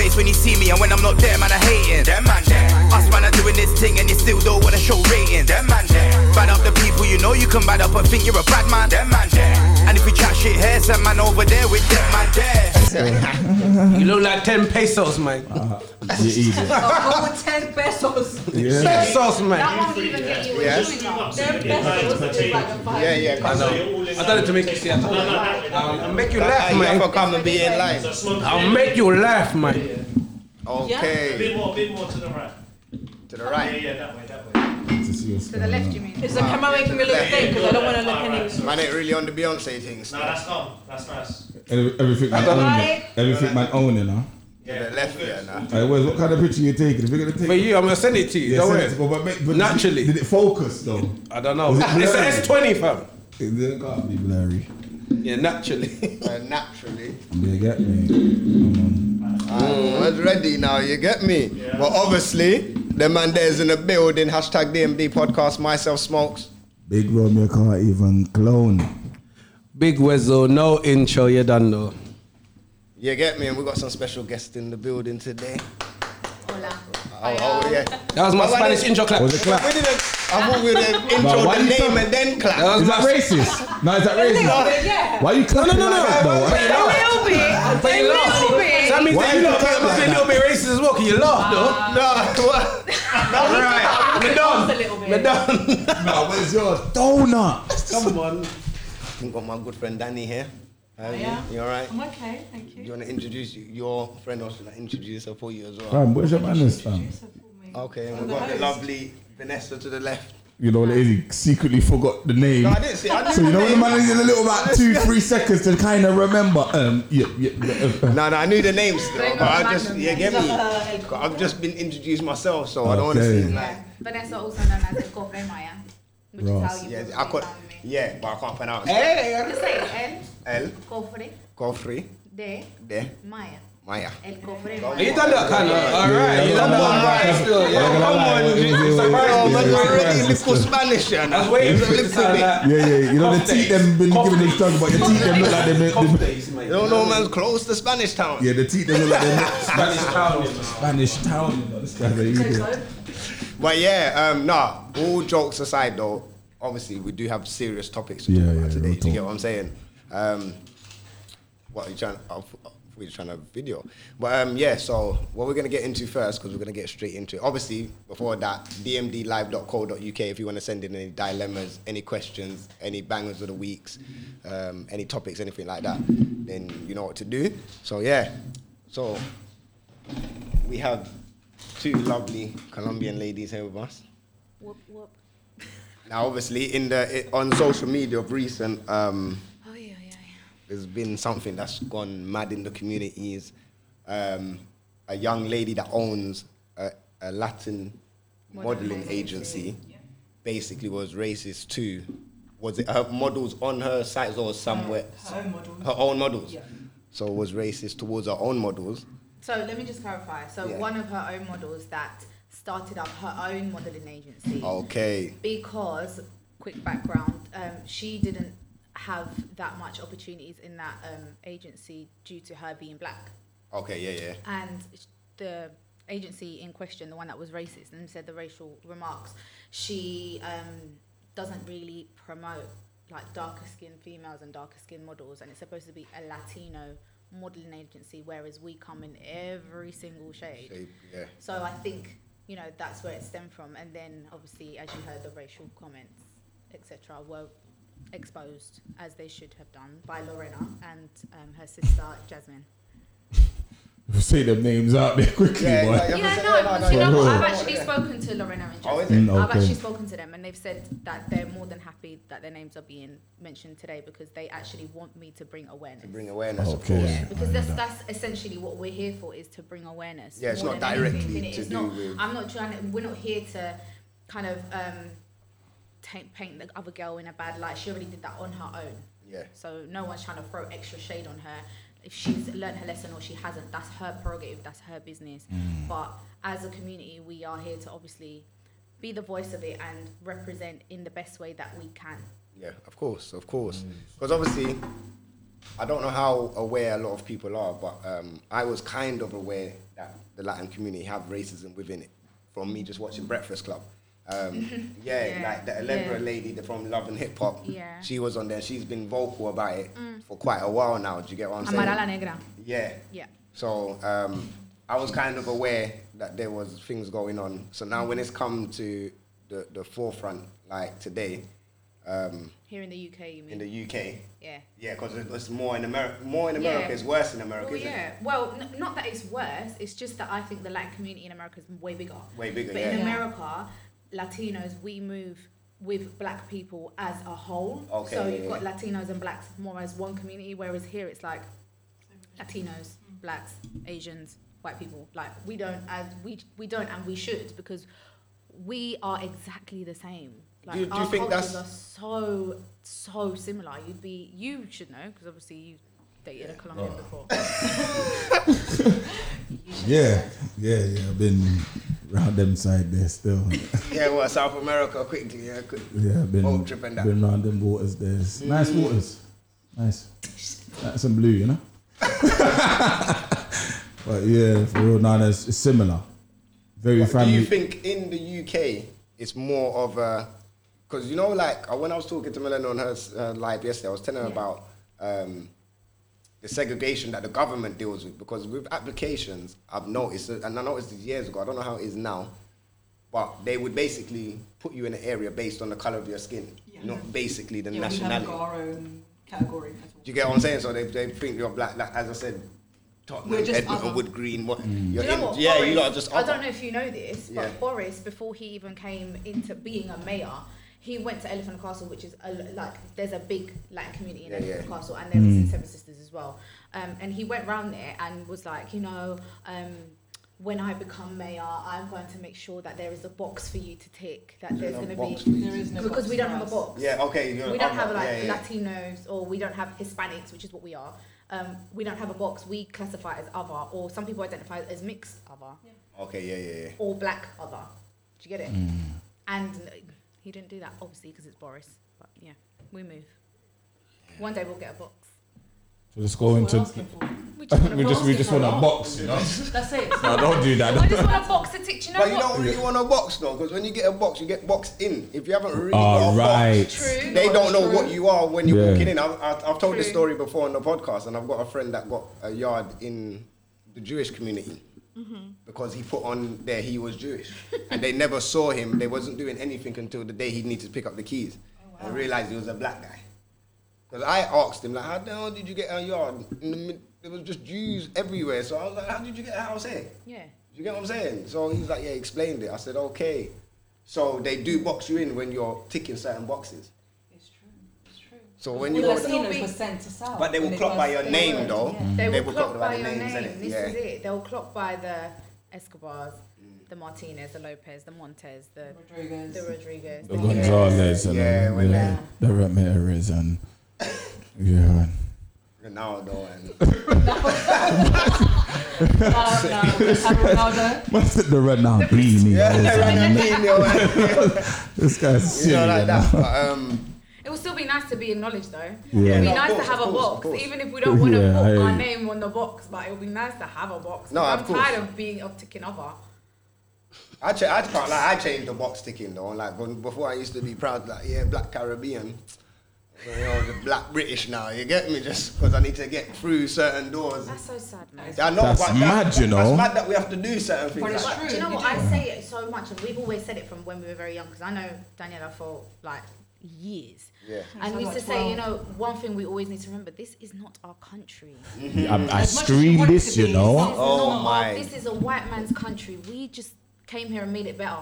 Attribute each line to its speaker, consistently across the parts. Speaker 1: me, and when I'm not there, man, I hating. Them man, there. Us man are doing this thing, and you still don't wanna show ratings. Them man, there. Bad up the people you know you can bad up and think you're a bad man. Them man, there. And if we chat shit here, some man over there with them man, there.
Speaker 2: You look like 10 pesos, mate.
Speaker 3: You're easy.
Speaker 4: Oh, oh, 10 pesos.
Speaker 3: Yeah.
Speaker 2: Pesos, mate.
Speaker 4: That won't even get you
Speaker 5: Yes.
Speaker 4: a chewing gum. 10 pesos is like a five.
Speaker 5: Yeah, yeah, come on.
Speaker 2: I done it to make you see. I told you. I'll make you
Speaker 5: Ah,
Speaker 2: laugh,
Speaker 5: you have to
Speaker 2: mate.
Speaker 5: come and be in line.
Speaker 2: I'll make you laugh, mate.
Speaker 5: Okay.
Speaker 6: Bit more, bit more to the right.
Speaker 5: To the
Speaker 6: Yeah,
Speaker 5: right.
Speaker 6: yeah, that way, that way.
Speaker 3: To see what's
Speaker 4: To the
Speaker 3: going
Speaker 4: left,
Speaker 3: on.
Speaker 4: you mean? It's like I'm making me look
Speaker 5: Yeah.
Speaker 4: fake because I don't want to look
Speaker 6: Alright,
Speaker 4: any.
Speaker 6: so-
Speaker 5: Man ain't really on the Beyonce thing
Speaker 6: No,
Speaker 5: still.
Speaker 6: that's calm. That's nice.
Speaker 3: Every- Everything man
Speaker 4: don't
Speaker 3: own
Speaker 4: know.
Speaker 3: it. Everything man own it, huh?
Speaker 5: To the left, yeah, nah.
Speaker 3: Hey, Wes, what kind of picture you taking? If you're gonna take
Speaker 2: For you, I'm gonna send it to you.
Speaker 3: Yeah,
Speaker 2: don't
Speaker 3: send
Speaker 2: worry.
Speaker 3: it to- but- but- but
Speaker 2: Naturally.
Speaker 3: Did it focus though?
Speaker 2: I don't know.
Speaker 3: Was it
Speaker 2: It's
Speaker 3: blurry?
Speaker 2: an S20, fam.
Speaker 3: It didn't gotta be blurry.
Speaker 2: Yeah, naturally.
Speaker 5: Well, Uh, naturally.
Speaker 3: You get me? Come on.
Speaker 2: Mm.
Speaker 5: I was ready now, you get me? But obviously, the man there's in the building, hashtag DMD podcast, myself smokes.
Speaker 3: Big Romeo can't even clone.
Speaker 2: Big Wezzo, no intro, you done though.
Speaker 5: You get me? And we got some special guests in the building today.
Speaker 4: Hola.
Speaker 5: Oh, oh yeah.
Speaker 2: That was my
Speaker 5: But why
Speaker 2: Spanish
Speaker 5: did-
Speaker 2: intro clap.
Speaker 3: Was it clap?
Speaker 5: We didn't, I thought we would have intro
Speaker 3: why
Speaker 5: the
Speaker 3: you
Speaker 5: name
Speaker 3: talk-
Speaker 5: and then clap.
Speaker 2: That was
Speaker 3: Is
Speaker 2: my
Speaker 3: that racist? No, is that racist?
Speaker 4: Yeah.
Speaker 3: Why you clapping
Speaker 2: no, no,
Speaker 3: like that
Speaker 2: no.
Speaker 3: though?
Speaker 2: Wait,
Speaker 4: A little bit.
Speaker 2: But
Speaker 4: A
Speaker 2: you laugh. So
Speaker 4: little
Speaker 2: that
Speaker 4: bit.
Speaker 2: means
Speaker 3: Why
Speaker 2: that you
Speaker 3: you
Speaker 2: lot
Speaker 3: clap
Speaker 2: must be a
Speaker 3: like
Speaker 2: little bit racist as well, 'cause you laugh though.
Speaker 5: No, what?
Speaker 2: Alright, we're done.
Speaker 4: A little bit.
Speaker 2: We're done.
Speaker 3: No, where's your donut?
Speaker 2: Come on.
Speaker 5: I've got my good friend Danny here. How are you?
Speaker 4: Yeah.
Speaker 5: You alright?
Speaker 4: I'm okay, thank
Speaker 5: You
Speaker 4: you.
Speaker 5: want to introduce you- your friend or should I introduce her for you as well?
Speaker 3: Fam, where's your manners, fam?
Speaker 4: Producer for me.
Speaker 5: Okay, and we've
Speaker 4: I'm the
Speaker 5: got the
Speaker 4: host.
Speaker 5: lovely Vanessa to the left.
Speaker 3: You know, lady secretly forgot the name.
Speaker 5: No, I didn't see. I
Speaker 3: So
Speaker 5: knew
Speaker 3: you know
Speaker 5: the
Speaker 3: when the
Speaker 5: name.
Speaker 3: man needs a little about two, three seconds to kind of remember. Um, yeah, yeah, yeah, uh,
Speaker 5: No, no, I knew the name still,
Speaker 4: Bring
Speaker 5: but I
Speaker 4: up
Speaker 5: just,
Speaker 4: Magnum,
Speaker 5: yeah,
Speaker 4: yeah.
Speaker 5: get me.
Speaker 4: Uh,
Speaker 5: I've just been introduced myself, so I don't want to
Speaker 3: Okay.
Speaker 5: seem like.
Speaker 7: Yeah. Vanessa, also known as the Cobre Maya, which
Speaker 3: Ross.
Speaker 7: is how you
Speaker 5: Yeah,
Speaker 7: yeah,
Speaker 5: I could,
Speaker 7: found me.
Speaker 5: yeah, but I can't pronounce. it.
Speaker 2: Hey,
Speaker 7: Just say El
Speaker 5: El
Speaker 7: Cofre
Speaker 5: Kofri
Speaker 7: de
Speaker 5: de
Speaker 7: Maya.
Speaker 5: Maya.
Speaker 7: El Cofre
Speaker 2: Are you
Speaker 7: Maya.
Speaker 2: done that kind of? All
Speaker 3: yeah,
Speaker 2: right, you
Speaker 3: yeah,
Speaker 2: done that
Speaker 3: yeah,
Speaker 2: one right
Speaker 3: yeah.
Speaker 2: still.
Speaker 3: Yeah,
Speaker 2: Yeah,
Speaker 3: yeah,
Speaker 2: come
Speaker 3: yeah, yeah,
Speaker 2: on.
Speaker 3: yeah,
Speaker 2: It's
Speaker 3: yeah,
Speaker 2: surprise
Speaker 5: Oh,
Speaker 2: me.
Speaker 3: yeah,
Speaker 5: but
Speaker 3: yeah,
Speaker 5: you're already
Speaker 3: yeah.
Speaker 5: little Spanish, you
Speaker 2: I was
Speaker 5: know.
Speaker 2: waiting
Speaker 5: Little
Speaker 2: for it to sound
Speaker 5: bit.
Speaker 2: like.
Speaker 3: yeah, yeah. You know the
Speaker 2: Cough
Speaker 3: teeth
Speaker 2: days.
Speaker 3: them been
Speaker 2: Cough
Speaker 3: giving them
Speaker 2: days.
Speaker 3: struggle, but your teeth them look like they
Speaker 2: Cough
Speaker 3: been.
Speaker 2: days, mate.
Speaker 5: You don't know, man's close to Spanish town.
Speaker 3: Yeah, the teeth them look like they
Speaker 2: Spanish town, you know.
Speaker 3: Spanish town. you know, This guy's an idiot.
Speaker 5: But yeah, um, nah. All jokes aside, though, obviously we do have serious topics to
Speaker 3: Yeah,
Speaker 5: talk
Speaker 3: yeah,
Speaker 5: about today.
Speaker 3: real
Speaker 5: Do you
Speaker 3: talk.
Speaker 5: get what I'm saying? Um, what are you oh, trying? I thought you were trying to video, but um, yeah. So what we're gonna get into first, because we're gonna get straight into it. Obviously, before that, dmdlive.co.uk if you want to send in any dilemmas, any questions, any bangers of the weeks, um, any topics, anything like that, then you know what to do. So yeah. So we have two lovely Colombian ladies here with us.
Speaker 7: Whoop, whoop.
Speaker 5: Now, obviously, in the i- on social media of recent, um,
Speaker 7: Oh, yeah, yeah, yeah.
Speaker 5: there's been something that's gone mad in the communities. Um, a young lady that owns a, a Latin modeling agency basically was racist to was it her models on her sites or somewhere
Speaker 4: Her own model.
Speaker 5: her own models
Speaker 4: Yeah.
Speaker 5: so was racist towards her own models
Speaker 7: So let me just clarify. So
Speaker 5: Yeah.
Speaker 7: one of her own models that started up her own modeling agency
Speaker 5: Oh, okay
Speaker 7: because, quick background, um, she didn't have that much opportunities in that um, agency due to her being black.
Speaker 5: okay yeah yeah
Speaker 7: and sh- the agency in question, the one that was racist and said the racial remarks, she um, doesn't really promote like darker skinned females and darker skinned models, and it's supposed to be a Latino modeling agency, whereas we come in every single shade.
Speaker 5: Shape, yeah
Speaker 7: So I think you know that's where it stemmed from, and then obviously, as you heard, the racial comments, etc., were exposed as they should have done by Lorena and um, her sister Jasmine.
Speaker 3: Say them names out there quickly,
Speaker 5: Yeah,
Speaker 3: boy.
Speaker 5: yeah, yeah.
Speaker 7: Yeah,
Speaker 5: Yeah,
Speaker 7: no,
Speaker 5: no,
Speaker 7: because you
Speaker 3: no,
Speaker 7: know
Speaker 3: no.
Speaker 7: what? I've actually spoken to Lorena and
Speaker 5: Oh, is
Speaker 7: Jasmine.
Speaker 3: it?
Speaker 7: I've
Speaker 3: Okay.
Speaker 7: actually spoken to them, and they've said that they're more than happy that their names are being mentioned today because they actually want me to bring awareness.
Speaker 5: to bring awareness of
Speaker 3: Okay.
Speaker 5: course
Speaker 3: Yeah.
Speaker 7: because that's that's essentially what we're here for is to bring awareness.
Speaker 5: Yeah, it's
Speaker 7: more
Speaker 5: not
Speaker 7: than
Speaker 5: directly
Speaker 7: anything, innit?
Speaker 5: to
Speaker 7: It's
Speaker 5: do
Speaker 7: not-
Speaker 5: with-
Speaker 7: I'm not trying. To, we're not here to kind of um, ta- paint the other girl in a bad light. She already did that on her own.
Speaker 5: yeah
Speaker 7: So no one's trying to throw extra shade on her. If she's learned her lesson or she hasn't, that's her prerogative, that's her business.
Speaker 5: Mm.
Speaker 7: But as a community, we are here to obviously be the voice of it and represent in the best way that we can.
Speaker 5: Yeah, of course, of course. Because obviously, I don't know how aware a lot of people are, but um, I was kind of aware that the Latin community have racism within it from me just watching Breakfast Club. Um, yeah,
Speaker 7: Yeah,
Speaker 5: like the Allegra
Speaker 7: yeah.
Speaker 5: lady the- from Love and Hip Hop.
Speaker 7: Yeah. Mm.
Speaker 5: She was on there. She's been vocal about it for quite a while now. Do you get what I'm
Speaker 7: Amara la
Speaker 5: saying?
Speaker 7: Negra.
Speaker 5: Yeah.
Speaker 7: Yeah.
Speaker 5: So um, I was kind of aware that there was things going on. So now when it's come to the, the forefront, like today um,
Speaker 7: Here in the UK, you mean?
Speaker 5: in the UK,
Speaker 7: yeah.
Speaker 5: yeah, because it's more in America. More in
Speaker 7: Yeah.
Speaker 5: America. It's worse in America.
Speaker 7: Well,
Speaker 5: isn't it?
Speaker 7: yeah. Well, n- not that it's worse. It's just that I think the Latin community in America is way bigger.
Speaker 5: Way bigger,
Speaker 7: But
Speaker 5: yeah.
Speaker 7: in America, Latinos, we move with black people as a whole.
Speaker 5: Okay,
Speaker 7: So
Speaker 5: yeah,
Speaker 7: you've got
Speaker 5: yeah.
Speaker 7: Latinos and blacks more as one community, whereas here it's like Latinos, blacks, Asians, white people. Like we don't as we we don't and we should because we are exactly the same. Like
Speaker 5: Do you- do you
Speaker 7: our
Speaker 5: think
Speaker 7: cultures
Speaker 5: that's-
Speaker 7: are so so similar. You'd be you should know because obviously you dated a Colombian
Speaker 5: Oh.
Speaker 7: before.
Speaker 3: Yeah, yeah, yeah. I've been round them side there still.
Speaker 5: Yeah, well, South America quickly. Yeah, quick.
Speaker 3: Yeah, I've been
Speaker 5: Boat trip and that.
Speaker 3: been round them waters there. It's Nice waters, nice. That's some blue, you know. but yeah, for real, nah, it's, it's similar. Very
Speaker 5: Do
Speaker 3: family.
Speaker 5: you think in the UK it's more of a because you know, like uh, when I was talking to Melanie on her s- uh, live yesterday, I was telling her about um, the segregation that the government deals with. Because with applications, I've noticed, uh, and I noticed this years ago. I don't know how it is now, but they would basically put you in an area based on the color of your skin,
Speaker 4: Yeah.
Speaker 5: not basically the
Speaker 4: Yeah, we haven't
Speaker 5: nationality.
Speaker 4: got our own category at all.
Speaker 5: Do you get what I'm saying? So they, they think you're black. Like, as I said, Tottenham,
Speaker 4: We're just
Speaker 5: Edward
Speaker 4: other.
Speaker 5: Wood Green. What, you're
Speaker 7: Do you know
Speaker 5: in-
Speaker 7: what?
Speaker 5: yeah,
Speaker 7: Boris,
Speaker 5: you lot are just.
Speaker 7: I
Speaker 5: other.
Speaker 7: don't know if you know this, but
Speaker 5: Yeah.
Speaker 7: Boris, before he even came into being a mayor, he went to Elephant and Castle, which is a, l- like there's a big Latin community in
Speaker 5: Yeah,
Speaker 7: Elephant
Speaker 5: yeah.
Speaker 7: and Castle, and there was in Seven Sisters as well. Um, and he went round there and was like, you know. Um, when I become mayor, I'm going to make sure that there is a box for you to tick. That there's
Speaker 5: no
Speaker 7: going to
Speaker 5: box
Speaker 7: be
Speaker 4: There is no
Speaker 7: because
Speaker 4: box
Speaker 7: we don't
Speaker 4: for
Speaker 7: have a
Speaker 4: us.
Speaker 7: box.
Speaker 5: Yeah, okay. You're
Speaker 7: We don't
Speaker 5: other.
Speaker 7: have like
Speaker 5: yeah, yeah.
Speaker 7: Latinos or we don't have Hispanics, which is what we are. Um, we don't have a box. We classify as other, or some people identify as mixed other
Speaker 5: Okay, yeah, yeah, yeah.
Speaker 7: or black other. Do you get it?
Speaker 5: Mm.
Speaker 7: And he didn't do that, obviously, because it's Boris. But yeah, we move. One day we'll get a box.
Speaker 3: So just go
Speaker 4: That's
Speaker 3: into.
Speaker 4: what we're asking for.
Speaker 7: We just,
Speaker 3: We
Speaker 7: want, a
Speaker 3: just
Speaker 7: box.
Speaker 3: we just want a box, you know.
Speaker 4: That's it.
Speaker 3: No, don't do
Speaker 7: I
Speaker 3: that.
Speaker 7: just want a box to tick. Do you know
Speaker 5: But you
Speaker 7: what?
Speaker 5: don't really want a box though, because when you get a box, you get boxed in. If you haven't really
Speaker 8: Ah,
Speaker 5: got
Speaker 3: All
Speaker 5: a
Speaker 3: right.
Speaker 5: box,
Speaker 7: True.
Speaker 5: they don't know what you are when you're
Speaker 3: Yeah.
Speaker 5: walking in. I've, I've, I've told this
Speaker 7: True.
Speaker 5: story before on the podcast, and I've got a friend that got a yard in the Jewish community
Speaker 7: Mm-hmm.
Speaker 5: because he put on there he was Jewish, and they never saw him. They wasn't doing anything until the day he needed to pick up the keys
Speaker 7: Oh,
Speaker 5: and realized he was a black guy. Because I asked him like, how the hell did you get a yard? In the mid- there was just Jews everywhere, so I was like, how did you get a house here?
Speaker 7: Yeah.
Speaker 5: You get what I'm saying? So he's like, yeah, he explained it. I said, okay. So they do box you in when you're ticking certain boxes.
Speaker 4: It's true. It's true.
Speaker 5: So when
Speaker 4: All
Speaker 5: you
Speaker 7: Well,
Speaker 5: go,
Speaker 7: that's-
Speaker 4: Latinos
Speaker 7: be-
Speaker 4: were sent to South.
Speaker 5: but they will
Speaker 4: and
Speaker 5: clock by
Speaker 4: was-
Speaker 5: your
Speaker 4: they
Speaker 5: name
Speaker 4: were,
Speaker 5: though.
Speaker 4: yeah.
Speaker 7: They, will
Speaker 5: will
Speaker 7: clock,
Speaker 5: clock
Speaker 7: by
Speaker 5: the
Speaker 7: your name.
Speaker 5: innit?
Speaker 7: This
Speaker 5: yeah. Mm.
Speaker 7: is it. They'll clock by the Escobars, the Martinez, the Lopez, the Montez, the
Speaker 4: Rodriguez.
Speaker 7: the Rodriguez.
Speaker 3: The
Speaker 7: the-
Speaker 3: Gonzalez and
Speaker 5: Yeah,
Speaker 3: yeah,
Speaker 5: when
Speaker 3: yeah, the Ramirez and yeah.
Speaker 5: Ronaldo and
Speaker 4: Ronaldo, Ronaldo.
Speaker 3: What's it, the Ronaldinho?
Speaker 5: Ronaldinho and
Speaker 3: This guy's silly.
Speaker 5: you know like
Speaker 3: you
Speaker 5: that.
Speaker 3: know?
Speaker 5: But, um,
Speaker 7: It would still be nice to be acknowledged though.
Speaker 3: Yeah.
Speaker 7: It'd be
Speaker 5: Yeah, no,
Speaker 7: nice
Speaker 5: of course,
Speaker 7: to have
Speaker 5: of
Speaker 7: a
Speaker 5: course, of
Speaker 7: box,
Speaker 5: course.
Speaker 7: even if we don't want to
Speaker 3: Yeah,
Speaker 7: put
Speaker 3: I-
Speaker 7: our name on the box. But it would be nice to have a box.
Speaker 5: No,
Speaker 7: I'm
Speaker 5: of course.
Speaker 7: tired of being of ticking over.
Speaker 5: I, cha- I can't like I changed the box ticking though. Like when- before I used to be proud like yeah black Caribbean. You know, the black British now. You get me? Just because I need to get through certain doors.
Speaker 7: That's so sad, man.
Speaker 5: I know,
Speaker 3: That's
Speaker 5: but
Speaker 3: mad, you know.
Speaker 5: That's mad that we have to do certain things.
Speaker 4: But it's
Speaker 5: like that.
Speaker 7: But
Speaker 4: true.
Speaker 7: do you know
Speaker 4: you
Speaker 7: what? I say it so much, and we've always said it from when we were very young. Because I know Daniela for like years,
Speaker 5: Yeah.
Speaker 7: and we
Speaker 4: Sounds
Speaker 7: used to
Speaker 4: like
Speaker 7: say, you
Speaker 4: 12.
Speaker 7: know, one thing we always need to remember: this is not our country.
Speaker 3: I, I
Speaker 4: As much as you
Speaker 3: scream
Speaker 4: want it
Speaker 3: this,
Speaker 4: to
Speaker 3: you
Speaker 4: be,
Speaker 3: know.
Speaker 7: This is
Speaker 5: Oh
Speaker 7: not
Speaker 5: my.
Speaker 7: Our, this is a white man's country. We just came here and made it better.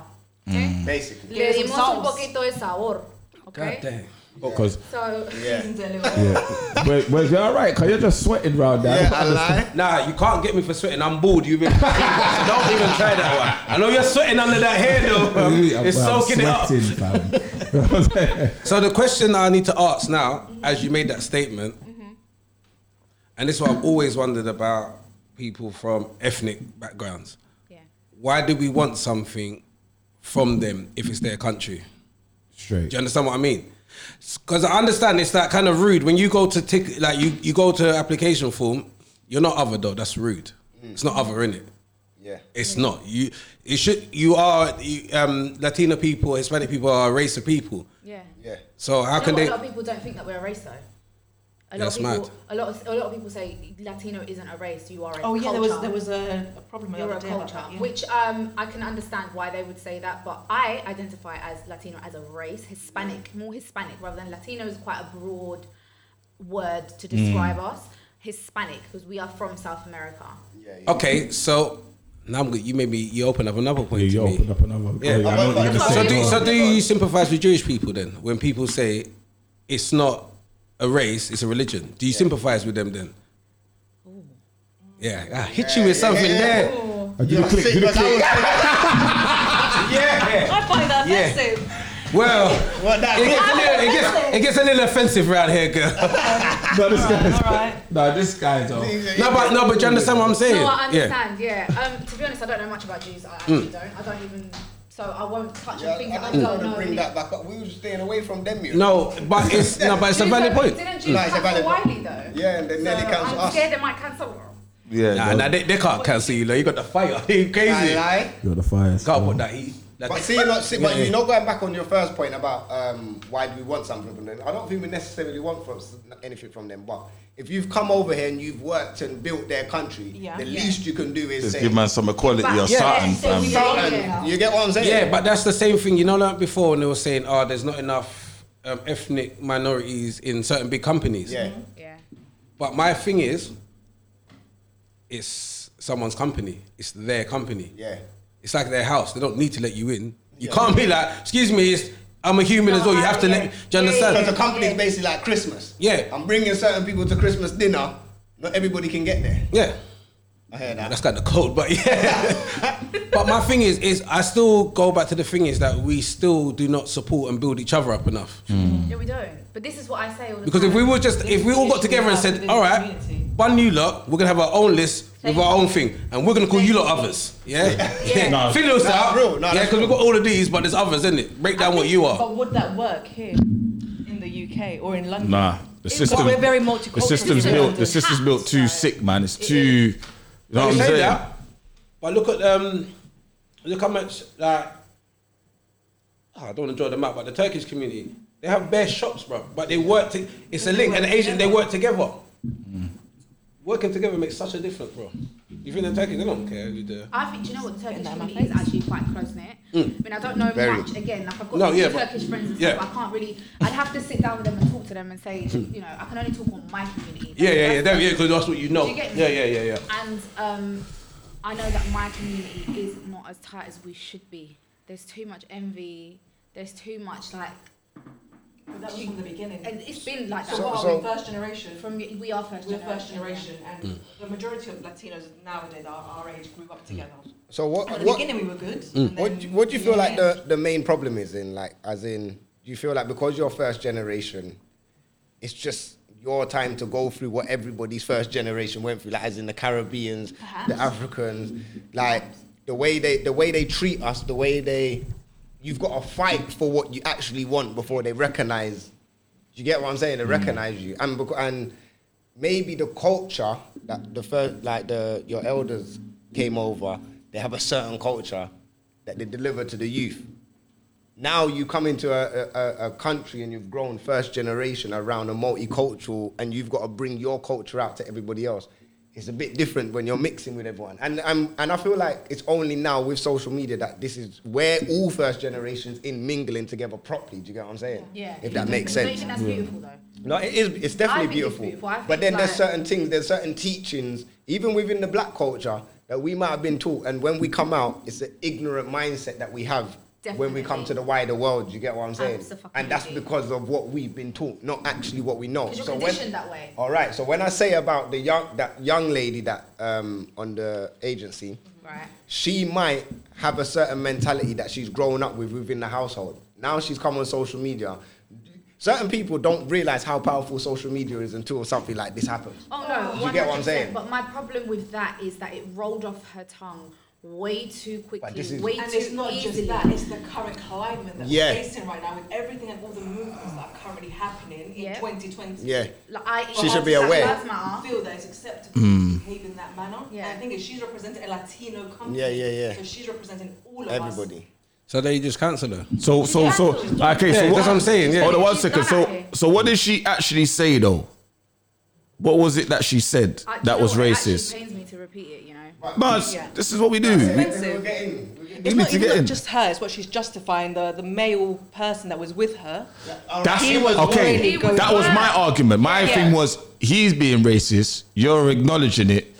Speaker 7: Okay.
Speaker 5: Basically.
Speaker 7: Le
Speaker 4: Give it
Speaker 7: dimos
Speaker 4: some
Speaker 7: un
Speaker 4: sauce.
Speaker 7: poquito de sabor. Okay.
Speaker 3: Because
Speaker 7: So.
Speaker 5: Yeah.
Speaker 3: well, well, you're all right. Because you're just sweating round there.
Speaker 5: Yeah, I lie.
Speaker 2: Nah, you can't get me for sweating. I'm bored. You've been. Don't even try that one. I know you're sweating under that hair though.
Speaker 3: I'm-
Speaker 2: It's
Speaker 3: I'm
Speaker 2: soaking it up.
Speaker 3: sweating, fam.
Speaker 2: So the question I need to ask now, as you made that statement, and this is what I've always wondered about people from ethnic backgrounds.
Speaker 7: Yeah.
Speaker 2: Why do we want something from them if it's their country?
Speaker 3: Straight.
Speaker 2: Do you understand what I mean? Because I understand it's that kind of rude when you go to tick, like you, you go to application form. You're not other though. That's rude. It's not other in it.
Speaker 5: Yeah.
Speaker 2: It's not you. It should. You are you, um, Latino people, Hispanic people are a race of people.
Speaker 7: Yeah.
Speaker 5: Yeah.
Speaker 2: So how
Speaker 7: You
Speaker 2: Ah, can
Speaker 7: know what?
Speaker 2: they?
Speaker 7: A lot of people don't think that we're a race though. A lot
Speaker 2: That's
Speaker 7: of people,
Speaker 2: mad.
Speaker 7: A lot of a lot of people say Latino isn't a race. You are a
Speaker 4: Oh yeah,
Speaker 7: culture.
Speaker 4: there was there was a, a problem the
Speaker 7: You're
Speaker 4: other
Speaker 7: a
Speaker 4: day about
Speaker 7: culture,
Speaker 4: that, yeah.
Speaker 7: which um, I can understand why they would say that, but I identify as Latino as a race,
Speaker 4: Mm.
Speaker 7: Hispanic, more Hispanic rather than Latino is quite a broad word to describe
Speaker 2: Mm.
Speaker 7: us. Hispanic because we are from South America.
Speaker 5: Yeah. yeah.
Speaker 2: Okay, so now I'm good. You made me. You open up another point
Speaker 3: you
Speaker 2: to me.
Speaker 3: opened up another.
Speaker 2: Yeah.
Speaker 3: Yeah, I know what you're gonna
Speaker 7: So
Speaker 2: So
Speaker 3: say.
Speaker 2: do
Speaker 7: Yeah.
Speaker 2: so do you sympathise with Jewish people then? When people say it's not a race, it's a religion. Do you sympathise with them then? Yeah, I hit you with something there.
Speaker 3: Uh, do the click, do the click.
Speaker 5: Yeah.
Speaker 4: I find that
Speaker 2: Yeah.
Speaker 4: offensive.
Speaker 2: Well,
Speaker 5: Well, that-
Speaker 2: it gets, a little, it, gets, it gets a little offensive round here, girl.
Speaker 3: No, this guy's.
Speaker 4: alright.
Speaker 3: No, this guy's. Oh.
Speaker 2: No, but no, but do you understand what I'm saying?
Speaker 7: No,
Speaker 2: Yeah.
Speaker 7: I
Speaker 2: Mm.
Speaker 7: understand. Yeah. Um, to be honest, I don't know much about Jews. I actually don't. I don't even. So I won't touch
Speaker 5: Yeah,
Speaker 7: on things
Speaker 5: I
Speaker 7: that I
Speaker 5: don't want
Speaker 7: don't
Speaker 5: to
Speaker 7: know.
Speaker 5: bring that back up. We were staying away from them, you know.
Speaker 2: No, but it's no, but it's a
Speaker 7: Jews
Speaker 2: valid
Speaker 7: don't-
Speaker 2: point.
Speaker 7: Didn't Jews
Speaker 5: No, it's a
Speaker 7: cancel
Speaker 5: valid point.
Speaker 7: Wiley though?
Speaker 5: Yeah, and then
Speaker 7: So
Speaker 5: Nelly cancels
Speaker 7: I'm
Speaker 5: us.
Speaker 7: scared they might cancel.
Speaker 3: Yeah.
Speaker 2: Nah,
Speaker 3: no.
Speaker 2: nah, they, they can't cancel you. Like, you got the fire. You
Speaker 5: I
Speaker 2: crazy.
Speaker 5: lie.
Speaker 3: You're the fire.
Speaker 2: Can't put that heat. Like,
Speaker 5: But see, not, see, but you know, going back on your first point about um, why do we want something from them? I don't think we necessarily want from, anything from them. But if you've come over here and you've worked and built their country,
Speaker 4: Yeah.
Speaker 5: the
Speaker 4: Yeah.
Speaker 5: least you can do is
Speaker 8: Just
Speaker 5: say,
Speaker 8: give man some equality or
Speaker 7: Yeah.
Speaker 8: something,
Speaker 7: So we
Speaker 8: fam.
Speaker 7: don't-
Speaker 5: something.
Speaker 7: Yeah.
Speaker 5: You get what I'm saying?
Speaker 2: Yeah, but that's the same thing. You know, like before when they were saying, oh, there's not enough um, ethnic minorities in certain big companies.
Speaker 5: yeah,
Speaker 7: Yeah.
Speaker 2: But my thing is, it's someone's company. It's their company.
Speaker 5: yeah.
Speaker 2: It's like their house. They don't need to let you in. You can't be like, excuse me, it's, I'm a human
Speaker 7: No,
Speaker 2: as well. You
Speaker 7: I-
Speaker 2: have to
Speaker 7: yeah.
Speaker 2: let. Do you
Speaker 7: Yeah, yeah,
Speaker 2: understand?
Speaker 5: Because the company is basically like Christmas.
Speaker 2: Yeah.
Speaker 5: I'm bringing certain people to Christmas dinner. Not everybody can get there.
Speaker 2: yeah.
Speaker 5: I hear that.
Speaker 2: That's kind of cold, but yeah. but my thing is, is I still go back to the thing is that we still do not support and build each other up enough.
Speaker 7: Yeah, we don't. But this is what I say all the
Speaker 2: Because
Speaker 7: time.
Speaker 2: if we were just, if we all got together and said, "Oh." all right, one new lot, we're gonna have our own list with our own thing, and we're gonna call you lot others. Yeah, yeah.
Speaker 3: No.
Speaker 2: Figure those
Speaker 5: Nah,
Speaker 2: out.
Speaker 5: real. Nah,
Speaker 2: yeah,
Speaker 5: that's
Speaker 2: because we've got all of these, but there's others, isn't it? Break down what you are.
Speaker 4: But would that work here in the UK or in London?
Speaker 8: Nah, the
Speaker 4: It's-
Speaker 8: system.
Speaker 4: but we're very
Speaker 8: the
Speaker 4: multicultural.
Speaker 8: system's
Speaker 4: in
Speaker 8: built.
Speaker 4: London.
Speaker 8: The system's built too
Speaker 7: So-
Speaker 8: sick, man. It's too. You know what I'm
Speaker 2: You say
Speaker 8: saying?
Speaker 2: that, but look at um, look how much like oh, I don't want to draw them out, but the Turkish community they have bare shops, bro. But they work. To, it's a link, and the Asian they work together. Mm. Working together makes such a difference, bro. You think the Turkish they don't care who the
Speaker 7: I think, do you know what, the Turkish
Speaker 4: Getting out of my
Speaker 7: community is
Speaker 4: face.
Speaker 7: actually quite close knit. I mean, I don't know
Speaker 5: Very.
Speaker 7: much, again, like I've got
Speaker 2: Mm. No,
Speaker 7: lots of
Speaker 2: yeah, but-
Speaker 7: Turkish friends and
Speaker 2: yeah.
Speaker 7: stuff, I can't really, I'd have to sit down with them and talk to them and say, you know, I can only talk on my community.
Speaker 2: Mm. yeah yeah yeah
Speaker 7: That's-
Speaker 2: that- yeah because that's what you know
Speaker 7: Do you get me?
Speaker 2: yeah yeah yeah yeah.
Speaker 7: And um, I know that my community is not as tight as we should be. There's too much envy, there's too much like,
Speaker 4: But that was from the beginning.
Speaker 7: and it's been like that
Speaker 4: so, what
Speaker 5: so-
Speaker 4: are we first generation?
Speaker 7: from, we are 1st
Speaker 4: We're first generation, and
Speaker 5: Mm.
Speaker 4: the majority of Latinos nowadays, our, our age, grew up together.
Speaker 5: So Mm. what?
Speaker 4: At the
Speaker 5: what Mm.
Speaker 4: beginning, we were good. and
Speaker 5: What
Speaker 4: then-
Speaker 5: do, what do you feel like
Speaker 4: Yeah.
Speaker 5: the, the main problem is in like as in do you feel like because you're first generation, it's just your time to go through what everybody's first generation went through, like as in the Caribbeans, the Africans, like the way they the way they treat us, the way they you've got to fight for what you actually want before they recognize. Do you get what I'm saying? They recognize you, and becau- and maybe the culture that the first like the your elders came over, they have a certain culture that they deliver to the youth. Now you come into a, a, a country and you've grown first generation around a multicultural, and you've got to bring your culture out to everybody else. It's a bit different when you're mixing with everyone, and and, and I feel like it's only now with social media that this is where all first generations in mingling together properly. Do you get what I'm saying?
Speaker 7: Yeah.
Speaker 5: If that makes
Speaker 7: Don't you
Speaker 5: sense.
Speaker 7: think that's beautiful though?
Speaker 5: No, it is. It's definitely
Speaker 7: I think it's
Speaker 5: beautiful.
Speaker 7: beautiful. I
Speaker 5: But
Speaker 7: think,
Speaker 5: then there's
Speaker 7: like-
Speaker 5: certain things, there's certain teachings, even within the black culture, that we might have been taught. And when we come out, it's an ignorant mindset that we have when we come
Speaker 7: Definitely.
Speaker 5: to the wider world. You get what I'm saying? And that's
Speaker 7: Abso-fucking-lutely.
Speaker 5: because of what we've been taught, not actually what we know.
Speaker 7: 'Cause you're
Speaker 5: when-
Speaker 7: conditioned that way.
Speaker 5: All right. So when I say about the young that young lady that um, on the agency,
Speaker 7: Right.
Speaker 5: she might have a certain mentality that she's grown up with within the household. Now she's come on social media. Certain people don't realize how powerful social media is until something like this happens.
Speaker 7: Oh no,
Speaker 5: Do you get what I'm
Speaker 7: 100%,
Speaker 5: saying?
Speaker 7: But my problem with that is that it rolled off her tongue way too quickly,
Speaker 5: this is-
Speaker 7: way
Speaker 4: And
Speaker 7: too
Speaker 4: it's not
Speaker 7: easily.
Speaker 4: just that, it's the current climate that
Speaker 5: Yeah.
Speaker 4: we're facing right now with everything and all the movements that are currently happening in
Speaker 7: Yeah.
Speaker 4: 2020.
Speaker 5: Yeah.
Speaker 7: Like, I,
Speaker 5: She should be aware. Mm.
Speaker 7: Lives matter.
Speaker 4: feel that it's acceptable to behave in that manner.
Speaker 7: Yeah.
Speaker 4: And I think if she's representing a Latino company.
Speaker 5: Yeah, yeah, yeah.
Speaker 4: So she's representing all of us.
Speaker 5: Everybody.
Speaker 2: So they just cancel her.
Speaker 8: So so so
Speaker 7: cancelled.
Speaker 8: okay.
Speaker 2: Yeah,
Speaker 8: so
Speaker 2: that's what I'm saying, yeah.
Speaker 8: Hold on one
Speaker 7: She's
Speaker 8: second.
Speaker 7: done
Speaker 8: So
Speaker 7: actually.
Speaker 8: so what did she actually say though? What was it that she said
Speaker 7: I- do Uh, you
Speaker 8: that
Speaker 7: know
Speaker 8: was
Speaker 7: what?
Speaker 8: racist?
Speaker 7: It actually pains me to repeat it, you know.
Speaker 8: But
Speaker 4: Yeah.
Speaker 8: this is what we do. We- need
Speaker 4: It's not,
Speaker 8: to
Speaker 4: it's
Speaker 8: get
Speaker 4: not
Speaker 8: in.
Speaker 4: just her, it's what she's justifying the, the male person that was with her.
Speaker 8: That's
Speaker 4: He was really
Speaker 8: okay.
Speaker 4: good.
Speaker 8: that was my argument. My
Speaker 4: Yeah.
Speaker 8: thing was he's being racist. You're acknowledging it.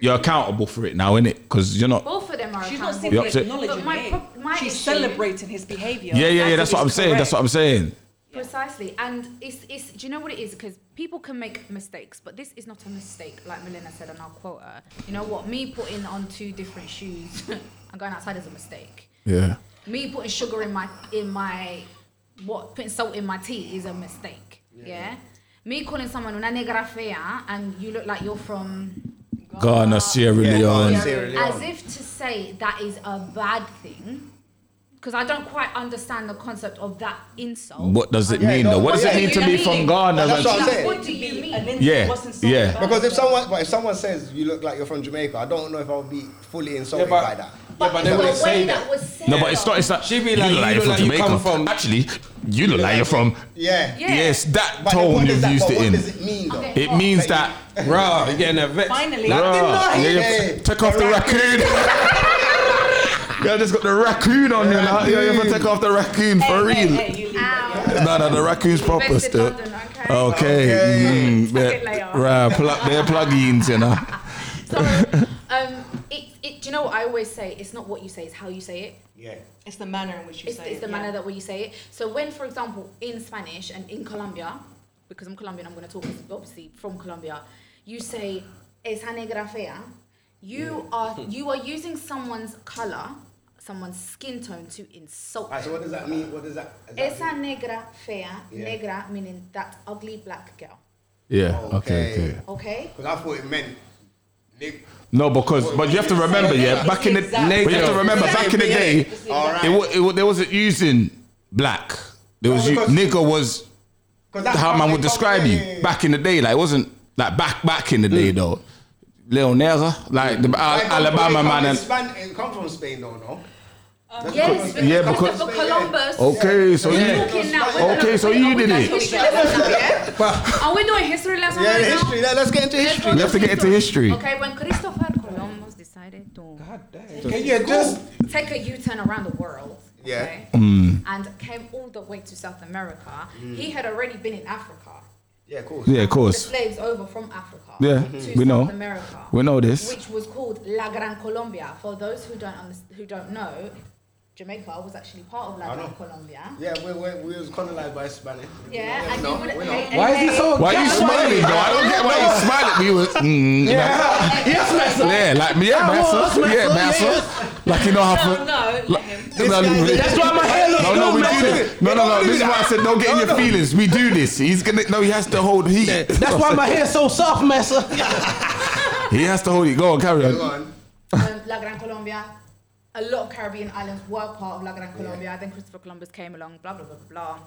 Speaker 8: You're accountable for it now, innit? Because you're not.
Speaker 7: Both of them are.
Speaker 4: She's not
Speaker 7: accountable.
Speaker 4: simply
Speaker 8: upset.
Speaker 4: acknowledging
Speaker 7: But my
Speaker 4: it,
Speaker 7: pro- my
Speaker 4: she's
Speaker 7: issue-
Speaker 4: celebrating his behaviour.
Speaker 8: Yeah, yeah, yeah. That's what I'm saying. That's what I'm saying.
Speaker 7: Precisely, and it's it's. Do you know what it is? Because people can make mistakes, but this is not a mistake. Like Melina said, and I'll quote her. You know what? Me putting on two different shoes and going outside is a mistake.
Speaker 8: Yeah.
Speaker 7: Me putting sugar in my in my what putting salt in my tea is a mistake. Yeah. Me calling someone una negra fea and you look like you're from
Speaker 8: Ghana, Sierra
Speaker 5: Yeah,
Speaker 8: Leone.
Speaker 5: Sierra Leone.
Speaker 7: as if to say that is a bad thing. Because I don't quite understand the concept of that insult.
Speaker 8: What does it
Speaker 5: Yeah,
Speaker 8: mean
Speaker 5: no,
Speaker 8: though? What
Speaker 5: but
Speaker 8: does it
Speaker 5: yeah,
Speaker 8: mean to
Speaker 5: you
Speaker 8: be
Speaker 5: know,
Speaker 8: from Ghana?
Speaker 5: that's what I'm
Speaker 8: and-
Speaker 5: saying.
Speaker 7: What do you mean?
Speaker 8: Yeah, yeah.
Speaker 5: Because if someone, but if someone says you look like you're from Jamaica, I don't know if I'll be fully insulted
Speaker 2: but-
Speaker 5: by that.
Speaker 2: Yeah, but they
Speaker 7: the
Speaker 2: wouldn't
Speaker 7: way
Speaker 2: say
Speaker 7: that
Speaker 2: that.
Speaker 7: was said.
Speaker 8: No, but it's not. It's like
Speaker 2: She be like, you
Speaker 8: you're
Speaker 2: look like you come from-
Speaker 8: Actually, you look like you're from.
Speaker 5: Yeah.
Speaker 7: Yeah.
Speaker 8: Yes, that
Speaker 5: But then
Speaker 8: tone
Speaker 5: what does
Speaker 8: you've
Speaker 5: that,
Speaker 8: used
Speaker 5: but
Speaker 8: it
Speaker 5: what
Speaker 8: in.
Speaker 5: does it mean though?
Speaker 7: Okay.
Speaker 8: It means
Speaker 5: That
Speaker 8: that.
Speaker 5: you-
Speaker 2: Bruh, you're getting a vex.
Speaker 4: Finally.
Speaker 2: Like,
Speaker 8: Bruh,
Speaker 5: not
Speaker 8: yeah,
Speaker 5: hear
Speaker 8: yeah,
Speaker 5: it.
Speaker 8: take off the
Speaker 5: The
Speaker 8: raccoon. yeah, just got the raccoon on you. Like, yeah, you have to take off the raccoon for
Speaker 4: Hey,
Speaker 8: real.
Speaker 4: hey, hey, you leave
Speaker 7: Ah.
Speaker 4: that, yeah.
Speaker 8: No, no, the raccoon's proper
Speaker 7: Best in
Speaker 8: still.
Speaker 7: Um, London, okay.
Speaker 8: Okay, mm,
Speaker 7: Tuck
Speaker 8: yeah,
Speaker 7: it later.
Speaker 8: right, plug, they're plugins, you know.
Speaker 7: Sorry. um, it, it, do you know what I always say? It's not what you say, it's how you say it.
Speaker 5: Yeah.
Speaker 4: It's the manner in which you
Speaker 7: It's,
Speaker 4: say
Speaker 7: it's
Speaker 4: it.
Speaker 7: the
Speaker 4: yeah.
Speaker 7: manner that way you say it. So when, for example, in Spanish and in Colombia, because I'm Colombian, I'm going to talk obviously from Colombia, you say esa negra fea. You are you are using someone's color, someone's skin tone to insult.
Speaker 5: Alright, so what does that mean? What does that? does that
Speaker 7: Esa negra fea,
Speaker 5: Yeah.
Speaker 7: negra meaning that ugly black girl.
Speaker 8: Yeah,
Speaker 5: Okay.
Speaker 8: okay, okay.
Speaker 7: Okay.
Speaker 5: Because I thought it meant. Nick.
Speaker 8: No, because but you have to remember, yeah, back in the
Speaker 4: Exactly.
Speaker 8: but you have to remember
Speaker 5: Exactly.
Speaker 8: back in the day,
Speaker 5: All
Speaker 8: it, wa- it, wa- they wasn't using black. There was
Speaker 5: No,
Speaker 8: u-
Speaker 5: because-
Speaker 8: nigger was
Speaker 5: 'Cause that's
Speaker 8: how
Speaker 5: what
Speaker 8: man
Speaker 5: they
Speaker 8: would
Speaker 5: come
Speaker 8: describe
Speaker 5: from,
Speaker 8: you
Speaker 5: yeah, yeah, yeah.
Speaker 8: back in the day. Like it wasn't like back back in the day though. Little Nega, like the Al-
Speaker 5: Like,
Speaker 8: Alabama
Speaker 5: come
Speaker 8: man
Speaker 5: from
Speaker 8: and
Speaker 5: Span- It come from Spain, though, no? Doesn't come
Speaker 4: Um,
Speaker 5: from
Speaker 7: Yes,
Speaker 5: Spain.
Speaker 8: Yeah,
Speaker 7: because
Speaker 8: because-
Speaker 7: Christopher Columbus.
Speaker 8: Okay, so
Speaker 7: We're
Speaker 8: you-
Speaker 7: talking now, we're
Speaker 8: Okay,
Speaker 7: gonna-
Speaker 8: so
Speaker 7: we're-
Speaker 8: you
Speaker 7: are we
Speaker 8: did
Speaker 7: doing
Speaker 8: it.
Speaker 7: history lesson now, yeah? Are we doing history lesson
Speaker 5: Yeah,
Speaker 7: right
Speaker 5: the
Speaker 7: now?
Speaker 5: history. Let, us get into
Speaker 7: Let's
Speaker 5: history.
Speaker 7: go
Speaker 8: We have to get into history.
Speaker 7: Okay, when Christopher Columbus decided to
Speaker 2: Can you just
Speaker 7: take a U-turn around the world,
Speaker 5: Yeah.
Speaker 7: okay,
Speaker 8: Mm.
Speaker 7: and came all the way to South America, he had already been in Africa.
Speaker 5: Yeah, cool.
Speaker 8: yeah, of
Speaker 7: The
Speaker 8: course.
Speaker 7: slaves over from Africa.
Speaker 8: Yeah,
Speaker 7: to
Speaker 8: we
Speaker 7: South
Speaker 8: know.
Speaker 7: America,
Speaker 8: We know this.
Speaker 7: which was called La Gran Colombia. For those who don't understand, who don't know, Jamaica was actually part of La
Speaker 5: I know.
Speaker 7: Gran Colombia.
Speaker 5: Yeah, we, we, we was colonized by Spanish.
Speaker 7: Yeah, and
Speaker 5: No,
Speaker 7: you would
Speaker 5: we're not.
Speaker 7: and-
Speaker 2: Why is he
Speaker 7: and-
Speaker 2: so?
Speaker 8: Why are you
Speaker 2: That's
Speaker 8: smiling though? I don't get why you smile at me. With, mm,
Speaker 2: Yes,
Speaker 8: like, yeah, like me, yeah,
Speaker 2: was,
Speaker 8: Massa,
Speaker 2: man,
Speaker 8: yeah,
Speaker 2: so,
Speaker 8: Massa. Like you know how.
Speaker 4: No,
Speaker 8: to-
Speaker 4: no, let him.
Speaker 8: No, no, we-
Speaker 2: That's why my hair looks
Speaker 8: No, no,
Speaker 2: good,
Speaker 8: we
Speaker 2: man.
Speaker 8: do this. No, no, no. This is why I said don't get in your feelings. We do this. He's gonna. No, he has to hold heat.
Speaker 2: That's why my hair's so soft, massa.
Speaker 8: He has to hold it. Go on, carry
Speaker 5: Go
Speaker 8: on.
Speaker 5: on.
Speaker 7: um, La Gran Colombia. A lot of Caribbean islands were part of La Gran Colombia. Then Christopher Columbus came along, blah, blah, blah, blah.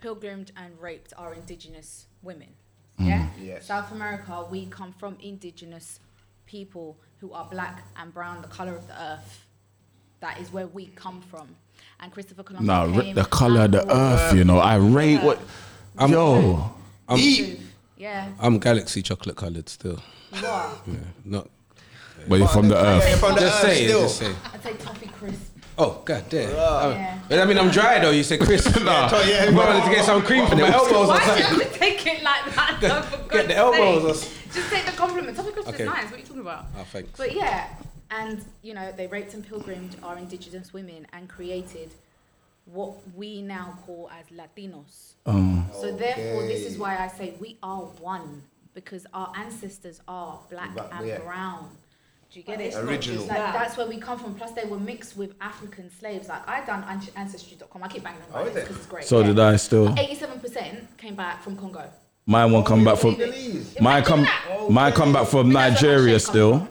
Speaker 7: Pilgrimed and raped our indigenous women.
Speaker 8: Mm.
Speaker 7: Yeah?
Speaker 5: Yes.
Speaker 7: South America, we come from indigenous people who are black and brown, the color of the earth. That is where we come from. And Christopher Columbus.
Speaker 8: No, re-
Speaker 7: came
Speaker 8: the color of the
Speaker 7: and-
Speaker 8: earth. You know, I rate what. Yo, eat.
Speaker 7: Yeah,
Speaker 2: I'm galaxy chocolate coloured still.
Speaker 7: you are.
Speaker 2: Yeah, not.
Speaker 8: But you're from the
Speaker 5: Yeah,
Speaker 8: earth.
Speaker 5: from the
Speaker 2: Just
Speaker 5: earth
Speaker 2: saying,
Speaker 5: still.
Speaker 2: just saying.
Speaker 7: I'd say toffee crisp.
Speaker 2: Oh god damn.
Speaker 7: Yeah.
Speaker 2: But I mean, I'm dry though. You said crisp. nah.
Speaker 5: so, yeah.
Speaker 2: I'm going to get some cream for my elbows or
Speaker 7: Why do you
Speaker 2: something.
Speaker 7: have to take it like that? though, for
Speaker 2: Get
Speaker 7: God's
Speaker 2: the elbows
Speaker 7: sake?
Speaker 2: or s-
Speaker 7: Just take the compliment. Topic okay.
Speaker 2: Okay.
Speaker 7: is nice. What are you talking about?
Speaker 2: Oh, thanks.
Speaker 7: But yeah, and you know they raped and pilgrimed our indigenous women and created what we now call as Latinos.
Speaker 2: Oh.
Speaker 7: so therefore, this is why I say we are one because our ancestors are black
Speaker 5: Ba-
Speaker 7: and
Speaker 5: yeah.
Speaker 7: brown. Do you get
Speaker 4: But
Speaker 7: it?
Speaker 4: it's not Original. just
Speaker 7: Like,
Speaker 4: that.
Speaker 7: that's where we come from. Plus, they were mixed with African slaves. Like I done an- ancestry.com. I keep banging on
Speaker 5: Oh,
Speaker 7: about
Speaker 5: is
Speaker 7: this
Speaker 5: it?
Speaker 7: because it's great.
Speaker 8: So
Speaker 7: yeah.
Speaker 8: did I still.
Speaker 7: 87% came back from Congo.
Speaker 8: Mine won't come back from.
Speaker 5: Belize. Oh.
Speaker 8: Mine come. Mine come back from
Speaker 7: But that's where my
Speaker 8: Nigeria
Speaker 7: shit comes
Speaker 8: still.
Speaker 7: from.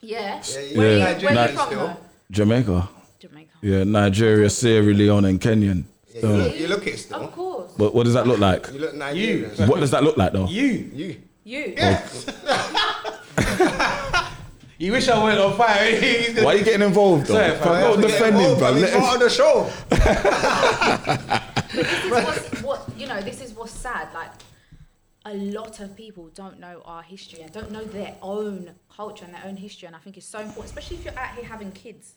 Speaker 7: Yeah.
Speaker 5: yeah,
Speaker 8: yeah.
Speaker 7: Where, Are you, where are
Speaker 8: Like-
Speaker 7: you from?
Speaker 5: Still.
Speaker 7: though?
Speaker 8: Jamaica.
Speaker 7: Jamaica.
Speaker 8: Yeah, Nigeria, Sierra Leone, and Kenyan.
Speaker 5: Yeah,
Speaker 8: So,
Speaker 5: you, look, you look it
Speaker 7: Of
Speaker 5: still.
Speaker 7: course.
Speaker 8: but what does that look like?
Speaker 5: You look Nigerian.
Speaker 8: What does that look like though?
Speaker 2: You.
Speaker 5: You.
Speaker 7: You.
Speaker 2: You wish I went on fire. He's gonna-
Speaker 8: Why are you getting involved though?
Speaker 2: Sorry,
Speaker 8: Fam,
Speaker 2: fam. I
Speaker 8: not
Speaker 2: have to
Speaker 8: defending, bro.
Speaker 5: fam. He's
Speaker 8: Let us-
Speaker 5: part of the show.
Speaker 7: This is what's, what you know. This is what's sad. Like a lot of people don't know our history and don't know their own culture and their own history. And I think it's so important, especially if you're out here having kids.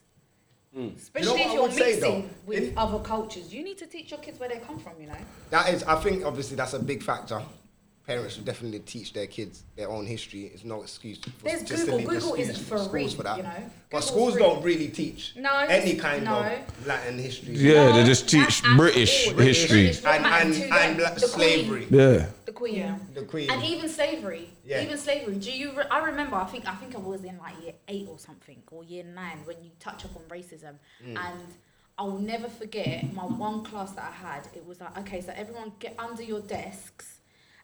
Speaker 7: Especially
Speaker 5: Hmm. You know what I would
Speaker 7: if you're
Speaker 5: say, though?
Speaker 7: mixing with
Speaker 5: If-
Speaker 7: other cultures, you need to teach your kids where they come from. You know.
Speaker 5: That is, I think, obviously, that's a big factor. Parents should definitely teach their kids their own history. It's no excuse. For
Speaker 7: There's
Speaker 5: just to
Speaker 7: Google.
Speaker 5: leave the
Speaker 7: Google is
Speaker 5: schools-
Speaker 7: free,
Speaker 5: schools for that.
Speaker 7: you know?
Speaker 5: But
Speaker 7: Google's
Speaker 5: schools
Speaker 7: free.
Speaker 5: don't really teach
Speaker 7: No,
Speaker 5: any kind
Speaker 7: no.
Speaker 5: of Latin history.
Speaker 8: Yeah, they
Speaker 7: No,
Speaker 8: just
Speaker 7: not
Speaker 8: teach
Speaker 7: at
Speaker 8: British
Speaker 7: all.
Speaker 8: history.
Speaker 7: British
Speaker 5: And,
Speaker 7: back
Speaker 5: and,
Speaker 7: to
Speaker 5: and
Speaker 7: the-
Speaker 5: black
Speaker 7: the Queen.
Speaker 5: slavery.
Speaker 8: Yeah.
Speaker 7: The Queen.
Speaker 4: Yeah.
Speaker 5: The Queen.
Speaker 7: And even slavery,
Speaker 5: Yeah.
Speaker 7: even slavery. Do you? Re- I remember. I think I think I was in like year eight or something, or year nine when you touch up on racism.
Speaker 5: Mm.
Speaker 7: And I'll never forget my one class that I had. It was like, okay, so everyone get under your desks,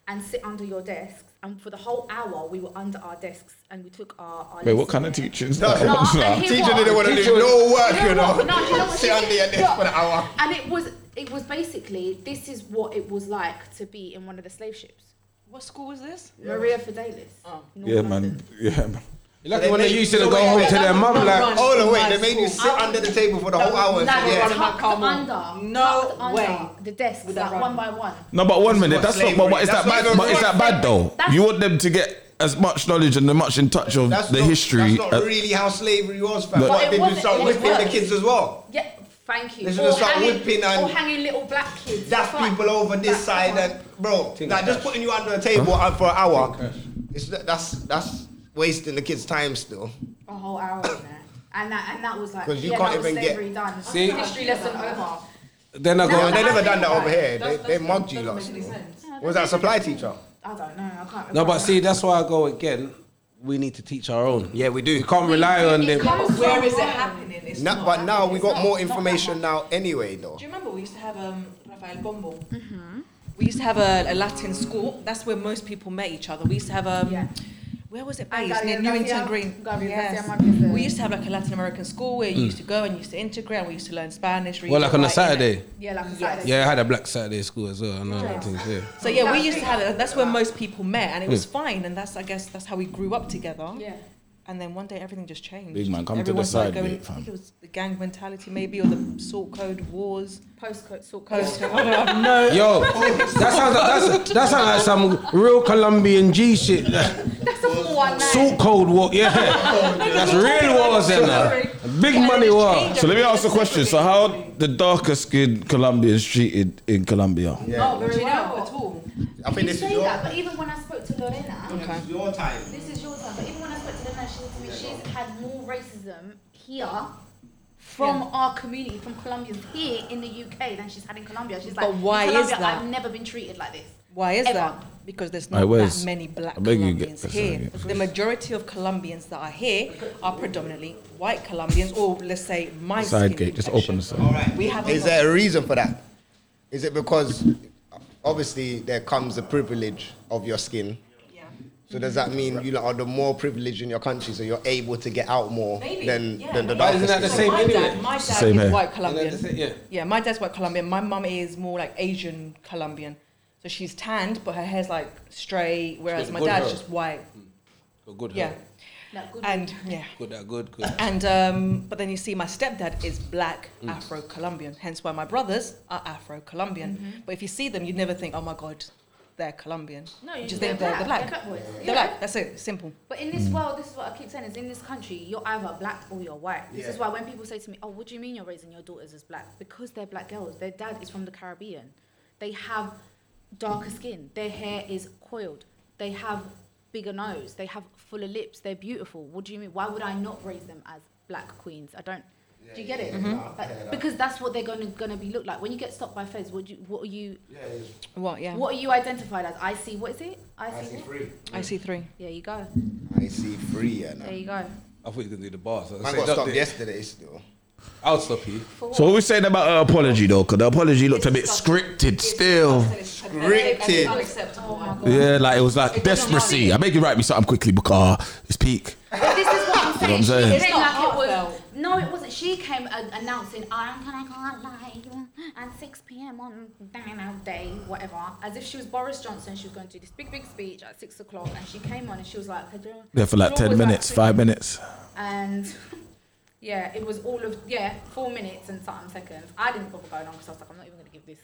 Speaker 7: and sit under your desks. And for the whole hour, we were under our desks, and we took our. our
Speaker 8: Wait, what
Speaker 7: lesson
Speaker 8: kind of
Speaker 7: there.
Speaker 8: teaching? is
Speaker 5: No,
Speaker 8: that?
Speaker 7: No,
Speaker 8: What's
Speaker 7: and
Speaker 8: that?
Speaker 7: he-
Speaker 5: Teacher didn't want to do
Speaker 7: Teacher-
Speaker 5: no work, you
Speaker 7: You know
Speaker 5: know.
Speaker 7: what? No, you know what
Speaker 5: Sit
Speaker 7: she
Speaker 5: under your
Speaker 7: did?
Speaker 5: desk for an
Speaker 7: Look.
Speaker 5: hour.
Speaker 7: And it was it was basically this is what it was like to be in one of the slave ships. Oh.
Speaker 4: What school was this?
Speaker 7: Maria Fidelis. North
Speaker 8: Yeah,
Speaker 7: London.
Speaker 8: man. Yeah, man.
Speaker 2: You're lucky when they
Speaker 5: So
Speaker 2: used to go
Speaker 5: wait,
Speaker 2: home
Speaker 5: wait.
Speaker 2: to their mum like,
Speaker 5: Oh, no, wait.
Speaker 4: My
Speaker 5: They made you sit
Speaker 4: school.
Speaker 5: under the table for the whole hour. and
Speaker 4: that
Speaker 5: sit-
Speaker 4: was
Speaker 5: yeah.
Speaker 4: one of my-
Speaker 7: tucked
Speaker 4: come on.
Speaker 7: under,
Speaker 4: No
Speaker 7: tucked under
Speaker 4: way.
Speaker 7: The desks,
Speaker 4: Would
Speaker 7: like
Speaker 4: that run?
Speaker 7: one by one.
Speaker 8: No, but one minute. That's not. But, but is that
Speaker 5: That's
Speaker 8: bad?
Speaker 5: not
Speaker 8: But is that
Speaker 5: slavery.
Speaker 8: bad though?
Speaker 7: That's-
Speaker 8: You want them to get as much knowledge and as much in touch of
Speaker 5: That's
Speaker 8: the
Speaker 5: not,
Speaker 8: history.
Speaker 5: That's not
Speaker 8: uh,
Speaker 5: really how slavery was, fam.
Speaker 8: But
Speaker 5: Why
Speaker 7: it
Speaker 5: did you
Speaker 7: wasn't,
Speaker 5: start
Speaker 7: it
Speaker 5: whipping the
Speaker 7: was.
Speaker 5: kids as well?
Speaker 7: Yeah, thank you.
Speaker 5: They should have started
Speaker 7: hanging,
Speaker 5: whipping and-
Speaker 7: or hanging little black kids.
Speaker 5: Dash
Speaker 7: Fine.
Speaker 5: people over this
Speaker 7: That's
Speaker 5: side
Speaker 7: fine.
Speaker 5: and bro,
Speaker 2: Think
Speaker 5: like just
Speaker 2: crash.
Speaker 5: putting you under a table uh, for an hour. It's, that's that's wasting the kids' time still.
Speaker 7: a whole hour in there. And that, and that was like,
Speaker 5: 'Cause you
Speaker 7: yeah,
Speaker 5: can't
Speaker 7: that was
Speaker 5: even get-
Speaker 7: slavery done.
Speaker 2: See?
Speaker 7: History lesson over.
Speaker 2: then I
Speaker 7: No,
Speaker 5: Well,
Speaker 2: go,
Speaker 5: they
Speaker 7: no,
Speaker 5: never
Speaker 7: I
Speaker 5: done
Speaker 7: think
Speaker 5: that over
Speaker 7: like
Speaker 5: here. They,
Speaker 4: That's-
Speaker 5: they
Speaker 4: that's-
Speaker 5: mugged you
Speaker 4: doesn't
Speaker 5: lot.
Speaker 4: make any
Speaker 5: still.
Speaker 4: sense.
Speaker 5: Was that a supply teacher?
Speaker 7: I don't know, I can't
Speaker 2: no,
Speaker 7: remember.
Speaker 2: but see, that's why I go again. We need to teach our own.
Speaker 5: Yeah, we
Speaker 2: You
Speaker 5: do.
Speaker 2: can't rely on
Speaker 7: It
Speaker 2: them.
Speaker 7: comes
Speaker 4: But where
Speaker 7: from
Speaker 4: is it
Speaker 7: Rome.
Speaker 4: happening? It's
Speaker 5: No,
Speaker 4: not
Speaker 5: but now we
Speaker 4: happening.
Speaker 5: got
Speaker 4: It's
Speaker 5: more
Speaker 4: not- not
Speaker 5: information
Speaker 4: happening.
Speaker 5: now anyway though.
Speaker 4: Do you remember we used to have um, Rafael Bombo?
Speaker 7: Mm-hmm.
Speaker 4: We used to have a, a Latin school. That's where most people met each other. We used to have um,
Speaker 7: Yeah.
Speaker 4: where was it
Speaker 7: And
Speaker 4: based? Near
Speaker 7: Gabriel
Speaker 4: Newington
Speaker 7: Garcia-
Speaker 4: Green.
Speaker 7: Gabriel
Speaker 4: Yes.
Speaker 7: Garcia Marquez, uh,
Speaker 4: We used to have like a Latin American school where you
Speaker 8: Mm.
Speaker 4: used to go and you used to integrate. And we used to learn Spanish. read
Speaker 2: Well, like
Speaker 4: and
Speaker 2: on a
Speaker 4: write, innit?
Speaker 2: Saturday.
Speaker 7: Yeah, like a
Speaker 4: Yes.
Speaker 7: Saturday.
Speaker 2: Yeah, I had a black Saturday at school as well. and all that things, yeah.
Speaker 4: So yeah, we used to have it. That's where most people met, and it
Speaker 8: Mm.
Speaker 4: was fine. And that's I guess that's how we grew up together.
Speaker 7: Yeah.
Speaker 4: And then one day everything just changed.
Speaker 8: Big man, come to the
Speaker 4: Everyone
Speaker 8: side,
Speaker 4: started going-
Speaker 8: mate,
Speaker 4: I think
Speaker 8: fam.
Speaker 4: it was the gang mentality maybe, or the sort code wars.
Speaker 7: Postcode, sort code.
Speaker 4: Coast. I don't have no.
Speaker 2: Yo, that sounds like that's, that sounds like some real Colombian G shit.
Speaker 7: That's a full one name.
Speaker 2: Salt cold war, yeah. That's real wars, in there. Big money war.
Speaker 8: So let me ask a question. So how the darker skinned Colombians treated in Colombia?
Speaker 7: Oh,
Speaker 4: Do
Speaker 7: very
Speaker 4: you know
Speaker 7: well.
Speaker 4: at all?
Speaker 5: I think
Speaker 7: you
Speaker 5: this
Speaker 7: say
Speaker 5: is your
Speaker 7: that, but even when I spoke to Lorena,
Speaker 4: Okay.
Speaker 5: your time.
Speaker 7: this is your time, but even when I spoke to Lorena, she was to me, she's had more racism here from
Speaker 4: Yeah.
Speaker 7: our community, from Colombians here in the UK than she's had in Colombia. She's
Speaker 4: But
Speaker 7: like,
Speaker 4: why
Speaker 7: in
Speaker 4: is
Speaker 7: Colombia,
Speaker 4: that?
Speaker 7: I've never been treated like this.
Speaker 4: Why is
Speaker 7: Ever.
Speaker 4: that? Because there's
Speaker 8: Right,
Speaker 4: not
Speaker 8: where's-
Speaker 4: that many black
Speaker 8: I beg you get-
Speaker 4: Colombians here.
Speaker 8: sorry.
Speaker 4: The majority of Colombians that are here are predominantly white Colombians, or let's say my
Speaker 8: Side
Speaker 4: skin
Speaker 8: gate, just
Speaker 4: complexion.
Speaker 8: open the side.
Speaker 4: We have
Speaker 5: Is there a reason for that? Is it because obviously there comes the privilege of your skin?
Speaker 4: Yeah.
Speaker 5: So does that mean you lot are the more privileged in your country, so you're able to get out more
Speaker 4: Maybe,
Speaker 5: than
Speaker 4: yeah,
Speaker 5: than the
Speaker 4: maybe.
Speaker 5: darker
Speaker 2: Isn't that the
Speaker 5: skin?
Speaker 2: same
Speaker 4: my
Speaker 2: anyway?
Speaker 4: dad, my dad
Speaker 8: Same
Speaker 4: is
Speaker 8: here.
Speaker 4: white
Speaker 2: Yeah, that's
Speaker 4: Colombian.
Speaker 2: it, yeah.
Speaker 4: my dad's white Colombian. My mum is more like Asian Colombian. So she's tanned, but her hair's like straight, whereas
Speaker 2: got
Speaker 4: my
Speaker 2: good
Speaker 4: dad's
Speaker 2: hair.
Speaker 4: just white.
Speaker 2: Good,
Speaker 4: Yeah.
Speaker 2: huh?
Speaker 7: Like, good
Speaker 4: And yeah.
Speaker 2: good, uh, good, good.
Speaker 4: And um, but then you see, my stepdad is black
Speaker 8: Mm.
Speaker 4: Afro Colombian, hence why my brothers are Afro Colombian.
Speaker 7: Mm-hmm.
Speaker 4: But if you see them, you'd never think, oh my god, they're Colombian.
Speaker 7: No,
Speaker 4: you
Speaker 7: you just
Speaker 4: just think they're, they're black.
Speaker 7: boys.
Speaker 4: They're
Speaker 7: Yeah.
Speaker 4: black. That's it. Simple.
Speaker 7: But in
Speaker 5: Hmm.
Speaker 7: this world, this is what I keep saying: is in this country, you're either black or you're white. This is why when people say to me, "Oh, what do you mean you're raising your daughters as black?" Because they're black girls. Their dad is from the Caribbean. They have darker skin. Their hair is coiled. They have bigger nose. They have fuller lips. They're beautiful. What do you mean? Why would I not raise them as black queens? I don't. Do you get it? Like, because that's what they're gonna gonna be looked like. When you get stopped by feds, what do you, what are you
Speaker 4: What? Yeah.
Speaker 7: what are you identified as? I see what is it? I see,
Speaker 5: I see
Speaker 7: what?
Speaker 5: three.
Speaker 4: I see three.
Speaker 7: Yeah, you go.
Speaker 5: I see three. Yeah,
Speaker 7: There
Speaker 5: now.
Speaker 7: you go.
Speaker 2: I thought you could do the bars. I
Speaker 5: Man
Speaker 2: said,
Speaker 5: got
Speaker 2: don't
Speaker 5: stopped
Speaker 2: do it.
Speaker 5: yesterday still.
Speaker 2: I'll stop you.
Speaker 8: So what we saying about her apology though? Because the apology looked a bit scripted still.
Speaker 5: Scripted.
Speaker 4: Unacceptable.
Speaker 8: Yeah, like it was like
Speaker 4: doesn't
Speaker 8: desperacy. I make you write me something quickly because it's peak.
Speaker 7: But this is what I'm what I'm saying.
Speaker 8: You know what I'm saying?
Speaker 7: She
Speaker 4: It's
Speaker 7: came
Speaker 4: not
Speaker 7: like it was,
Speaker 4: heartfelt.
Speaker 7: no, it wasn't. She came uh, announcing, I'm going to go live at 6 p.m. on Dino Day, whatever, as if she was Boris Johnson. She was going to do this big, big speech at 6 o'clock, and she came on and she was like, her jaw-
Speaker 8: There for like
Speaker 7: jaw
Speaker 8: ten
Speaker 7: was
Speaker 8: minutes,
Speaker 7: sitting-
Speaker 8: five minutes.
Speaker 7: and yeah, it was all of yeah four minutes and something seconds. I didn't bother going on because I was like, I'm not even going to give this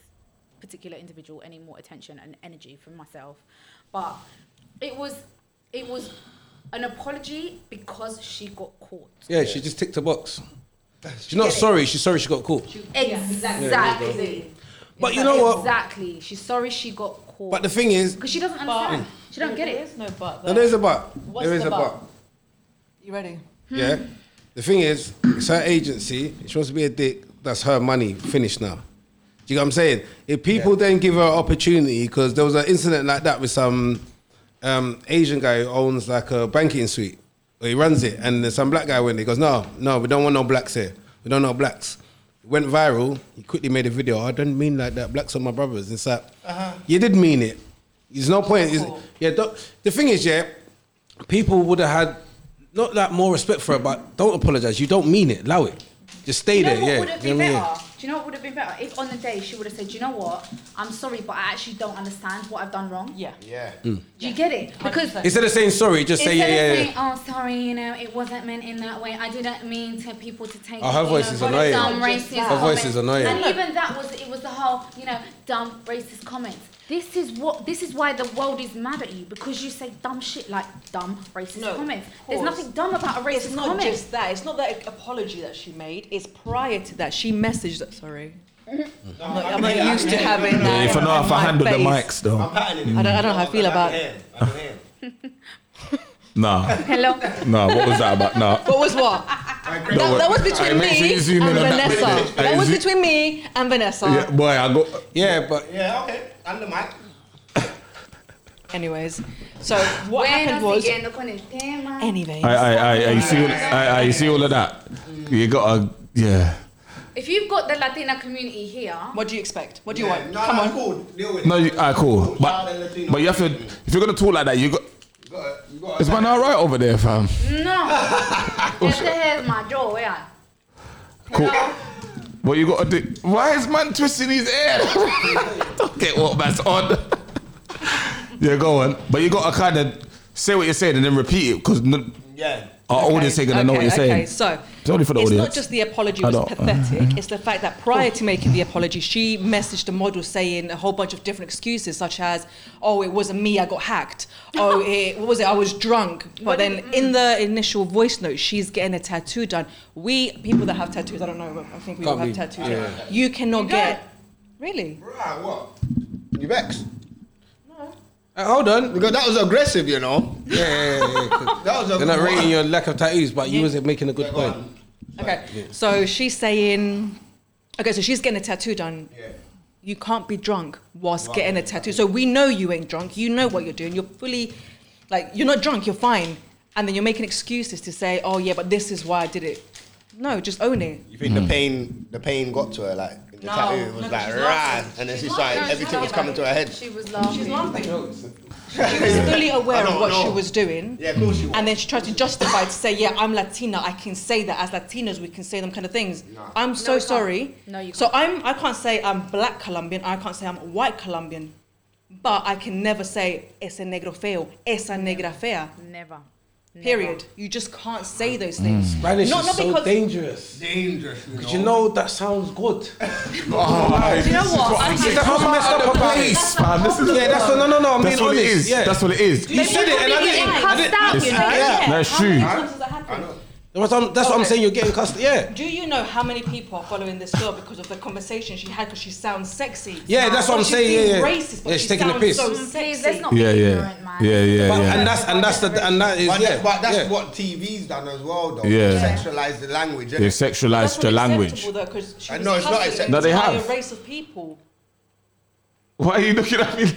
Speaker 7: particular individual any more attention and energy from myself. But it was it was an apology because she got caught.
Speaker 2: Yeah, she just ticked a box. She's not sorry. She's sorry she got caught.
Speaker 7: Exactly.
Speaker 2: But you know what?
Speaker 7: Exactly. She's sorry she got caught.
Speaker 2: But the thing Mm. is,
Speaker 7: because she doesn't
Speaker 4: But-
Speaker 7: understand. She don't get
Speaker 4: There
Speaker 7: it.
Speaker 4: is no but.
Speaker 2: no,
Speaker 4: there.
Speaker 2: there's a but.
Speaker 4: What's
Speaker 2: there is
Speaker 4: the
Speaker 2: a
Speaker 4: but?
Speaker 2: but.
Speaker 4: You ready?
Speaker 2: Yeah. The thing is, it's her agency. She wants to be a dick. That's her money. Finished now. Do you know what I'm saying? If people then give her opportunity, because there was an incident like that with some um, Asian guy who owns like a banking suite, or he runs it, and there's some black guy went there. He goes, no, no, we don't want no blacks here. We don't know blacks. It went viral. He quickly made a video. I don't mean like that. Blacks are my brothers. It's like you did mean it. There's no point. is- Yeah. Don't, the thing is, yeah, people would have had not like more respect for her, but don't apologize. You don't mean it. Allow it. Just stay
Speaker 7: Do
Speaker 2: there.
Speaker 7: you know what
Speaker 2: yeah.
Speaker 7: would have
Speaker 2: Do you
Speaker 7: been
Speaker 2: know what I mean?
Speaker 7: better? Do you know what would have been better? If on the day she would have said, "Do you know what? I'm sorry, but I actually don't understand what I've done wrong."
Speaker 4: Yeah.
Speaker 5: Yeah.
Speaker 7: Do you get it? Because
Speaker 4: 100%.
Speaker 2: Instead of saying sorry, just say yeah,
Speaker 7: instead
Speaker 2: yeah,
Speaker 7: of
Speaker 2: yeah.
Speaker 7: saying, "Oh, sorry, you know, it wasn't meant in that way. I didn't mean to people to take."
Speaker 2: Oh, her
Speaker 7: you
Speaker 2: voice
Speaker 7: know,
Speaker 2: is annoying.
Speaker 7: Dumb
Speaker 4: Her
Speaker 7: racist.
Speaker 2: voice
Speaker 7: comments."
Speaker 2: is annoying.
Speaker 7: And even that was it was the whole you know dumb racist comments. This is what this is why the world is mad at you because you say dumb shit like dumb racist
Speaker 4: No,
Speaker 7: comments.
Speaker 4: of
Speaker 7: There's
Speaker 4: course.
Speaker 7: nothing dumb about a racist
Speaker 4: It's not
Speaker 7: comment.
Speaker 4: just that. It's not that apology that she made. It's prior to that she messaged. that- Sorry,
Speaker 7: Mm-hmm.
Speaker 4: I'm not, I'm not used to having that.
Speaker 8: Yeah, if I know
Speaker 4: in
Speaker 8: if I
Speaker 4: my
Speaker 8: handle the
Speaker 4: face.
Speaker 8: mics though,
Speaker 5: patterning
Speaker 4: I don't, I don't know how I feel about.
Speaker 5: it. I can hear.
Speaker 8: nah,
Speaker 7: Hello.
Speaker 8: nah. What was that about? Nah.
Speaker 4: What was what? That, that was between
Speaker 8: Alright, make sure
Speaker 4: me
Speaker 8: you zoom in
Speaker 4: and
Speaker 8: on that
Speaker 4: Vanessa.
Speaker 8: bit.
Speaker 4: That,
Speaker 8: Alright,
Speaker 4: was
Speaker 8: zo-
Speaker 4: between me and Vanessa.
Speaker 8: Yeah, boy, I got.
Speaker 2: Yeah, but
Speaker 5: Yeah, okay. And the mic.
Speaker 4: Anyways, so what happened
Speaker 7: Buenos
Speaker 4: was.
Speaker 7: días, no conectemos.
Speaker 4: Anyways,
Speaker 8: I, I, I, I, you see, all- I, I, you see all of that. You gotta, yeah.
Speaker 7: If you've got the Latina community here,
Speaker 4: what do you expect? What do you
Speaker 5: Yeah,
Speaker 4: want?
Speaker 5: no,
Speaker 4: Come
Speaker 5: no,
Speaker 4: on.
Speaker 5: Cool. Deal with
Speaker 8: No,
Speaker 5: it.
Speaker 8: you, alright, cool.
Speaker 5: Child and
Speaker 8: But,
Speaker 5: Latino.
Speaker 8: but you have to. If you're gonna talk like that, you got.
Speaker 5: You gotta- you gotta-
Speaker 8: Is man alright over there, fam?
Speaker 7: no. This is my jaw, yeah.
Speaker 8: Cool. What you gotta do? Why is man twisting his hair? Don't get what man's on. yeah, go on. But you gotta kind of say what you're saying and then repeat it because
Speaker 5: Yeah.
Speaker 8: our audience ain't gonna know what you're
Speaker 4: okay,
Speaker 8: saying.
Speaker 4: Okay, so
Speaker 8: It's only for the
Speaker 4: it's
Speaker 8: audience.
Speaker 4: not just the apology
Speaker 8: I
Speaker 4: was
Speaker 8: don't- Mm-hmm.
Speaker 4: pathetic. it's the fact that prior to making the apology, she messaged the model saying a whole bunch of different excuses, such as, "Oh, it wasn't me. I got hacked. Oh, it, what was it? I was drunk." But then in the initial voice note, she's getting a tattoo done. We people that have tattoos, I don't know. I think we all
Speaker 2: Can't
Speaker 4: have
Speaker 2: be-
Speaker 4: tattoos.
Speaker 2: yeah.
Speaker 4: You cannot
Speaker 7: You
Speaker 4: get. Really?
Speaker 5: Right, what? You vex?
Speaker 2: Uh, hold on.
Speaker 5: Because that was aggressive, you know.
Speaker 2: Yeah, yeah, yeah, yeah.
Speaker 5: That was
Speaker 2: They're not
Speaker 5: aggressive.
Speaker 2: rating your lack of tattoos, but you was making a good point.
Speaker 4: Okay. So she's saying, okay, so she's getting a tattoo done. You can't be drunk whilst getting a tattoo. So we know you ain't drunk. You know what you're doing. You're fully, like, you're not drunk. You're fine. And then you're making excuses to say, oh yeah, but this is why I did it. No, just own it.
Speaker 5: You think the pain, the pain got to her, like in the
Speaker 4: No,
Speaker 5: tattoo it was
Speaker 4: no,
Speaker 5: like
Speaker 4: she's
Speaker 5: rah,
Speaker 4: laughing.
Speaker 5: and then she
Speaker 7: She's
Speaker 5: started.
Speaker 7: laughing.
Speaker 5: Everything was coming to her head.
Speaker 7: She was laughing.
Speaker 4: She's laughing. She was fully aware
Speaker 5: don't
Speaker 4: of what she
Speaker 5: know.
Speaker 4: was doing.
Speaker 5: Yeah, of course she was.
Speaker 4: And then she tried to justify to say, yeah, I'm Latina. I can say that as Latinas, we can say them kind of things. I'm so
Speaker 7: you can't.
Speaker 4: sorry.
Speaker 7: No, you
Speaker 4: So I'm, I can't say I'm black Colombian. I can't say I'm white Colombian. But I can never say ese negro feo, esa negra fea.
Speaker 7: Never.
Speaker 4: Period. You just can't say those
Speaker 2: Mm.
Speaker 4: things.
Speaker 2: Spanish
Speaker 4: Not-
Speaker 2: is
Speaker 4: not
Speaker 2: so
Speaker 4: because-
Speaker 2: dangerous.
Speaker 5: dangerous.
Speaker 2: Because you know that sounds good.
Speaker 8: Oh,
Speaker 7: You know what? I'm
Speaker 2: That's what's messed up about it.
Speaker 8: place, fam. This is
Speaker 2: Yeah, that's what, no, no, no. I'm
Speaker 8: That's
Speaker 2: being
Speaker 8: what it
Speaker 2: honest.
Speaker 8: is.
Speaker 2: Yeah.
Speaker 8: That's what it is.
Speaker 2: you said it, and I didn't. I
Speaker 7: cussed
Speaker 2: didn't
Speaker 7: out, you know.
Speaker 4: Yeah.
Speaker 8: That's
Speaker 4: How
Speaker 8: true.
Speaker 4: many times has that happened?
Speaker 2: that's what I'm, that's what I'm
Speaker 4: Okay.
Speaker 2: saying. You're getting cussed. Yeah.
Speaker 4: Do you know how many people are following this girl because of the conversation she had because she sounds sexy?
Speaker 2: Yeah, that's what
Speaker 4: But
Speaker 2: I'm
Speaker 4: she's
Speaker 2: saying,
Speaker 4: being
Speaker 2: yeah, yeah.
Speaker 4: Racist, but
Speaker 2: Yeah,
Speaker 4: she
Speaker 2: she's taking the
Speaker 4: sounds
Speaker 2: piss.
Speaker 4: So
Speaker 7: Mm, please,
Speaker 4: sexy.
Speaker 7: let's not
Speaker 8: Yeah,
Speaker 7: be
Speaker 8: yeah,
Speaker 7: ignorant, man.
Speaker 8: yeah,
Speaker 2: But,
Speaker 8: yeah, yeah.
Speaker 2: And that's and that's the and that is
Speaker 5: But,
Speaker 2: yeah.
Speaker 5: but that's
Speaker 2: yeah.
Speaker 5: what TV's done as well, though.
Speaker 8: Yeah. Yeah.
Speaker 5: Sexualized the language.
Speaker 8: They've
Speaker 5: innit?
Speaker 4: That's
Speaker 8: sexualized the language.
Speaker 4: unacceptable, though, 'cause she
Speaker 5: Uh,
Speaker 4: was
Speaker 5: no, it's not
Speaker 4: cussing
Speaker 5: accept-
Speaker 4: an
Speaker 8: No, they
Speaker 4: entire
Speaker 8: have.
Speaker 4: race of people.
Speaker 8: Why are you looking at me?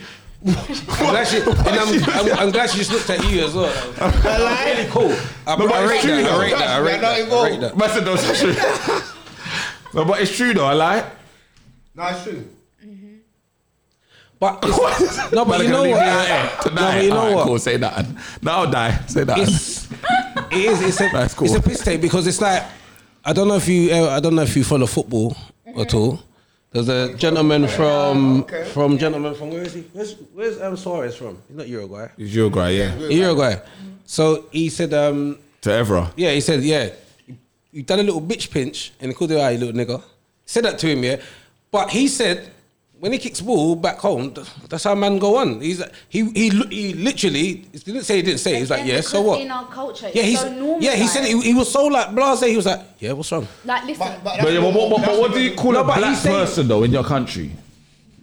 Speaker 2: I'm glad she, and I'm, I'm, I'm glad she just looked at you as well. That's really cool. I,
Speaker 8: No, but
Speaker 2: I
Speaker 8: it's
Speaker 2: rate
Speaker 8: true,
Speaker 2: that.
Speaker 8: though.
Speaker 2: I rate that. I
Speaker 5: We're
Speaker 2: rate
Speaker 5: not
Speaker 2: that. I
Speaker 5: involved.
Speaker 2: rate that.
Speaker 8: Man said no, it's true. no, but it's true though. I lie.
Speaker 5: No, it's true.
Speaker 2: But it's, no, but you know what?
Speaker 8: what?
Speaker 2: No, but
Speaker 8: Tonight.
Speaker 2: you
Speaker 8: All
Speaker 2: know
Speaker 8: right, Cool,
Speaker 2: what?
Speaker 8: say that. No, I'll die. Say that.
Speaker 2: It's it is it's a
Speaker 8: That's cool.
Speaker 2: it's a piss take because it's like I don't know if you uh, I don't know if you follow football at all. There's a gentleman from from gentleman from where is he? Where's where's um, Suarez from? He's not Uruguay.
Speaker 8: It's your guy, yeah.
Speaker 2: Uruguay. So he said um
Speaker 8: To Evra.
Speaker 2: yeah, he said, yeah, you- you done a little bitch pinch and he called him out, you little nigga. Said that to him, yeah. But he said, when he kicks ball back home, th- that's how man go on. He's he he li- he literally he didn't say he didn't say. He's like,
Speaker 7: Again,
Speaker 2: yeah, so
Speaker 7: because
Speaker 2: what?
Speaker 7: In our culture, it's
Speaker 2: Yeah, he's
Speaker 7: so normal.
Speaker 2: yeah. He said he, he was so like blase. He was like, yeah, what's wrong?
Speaker 7: like listen,
Speaker 8: But, yeah, but, what- but, but what do you call
Speaker 2: No,
Speaker 8: a
Speaker 2: but
Speaker 8: black
Speaker 2: he's saying-
Speaker 8: person though in your country?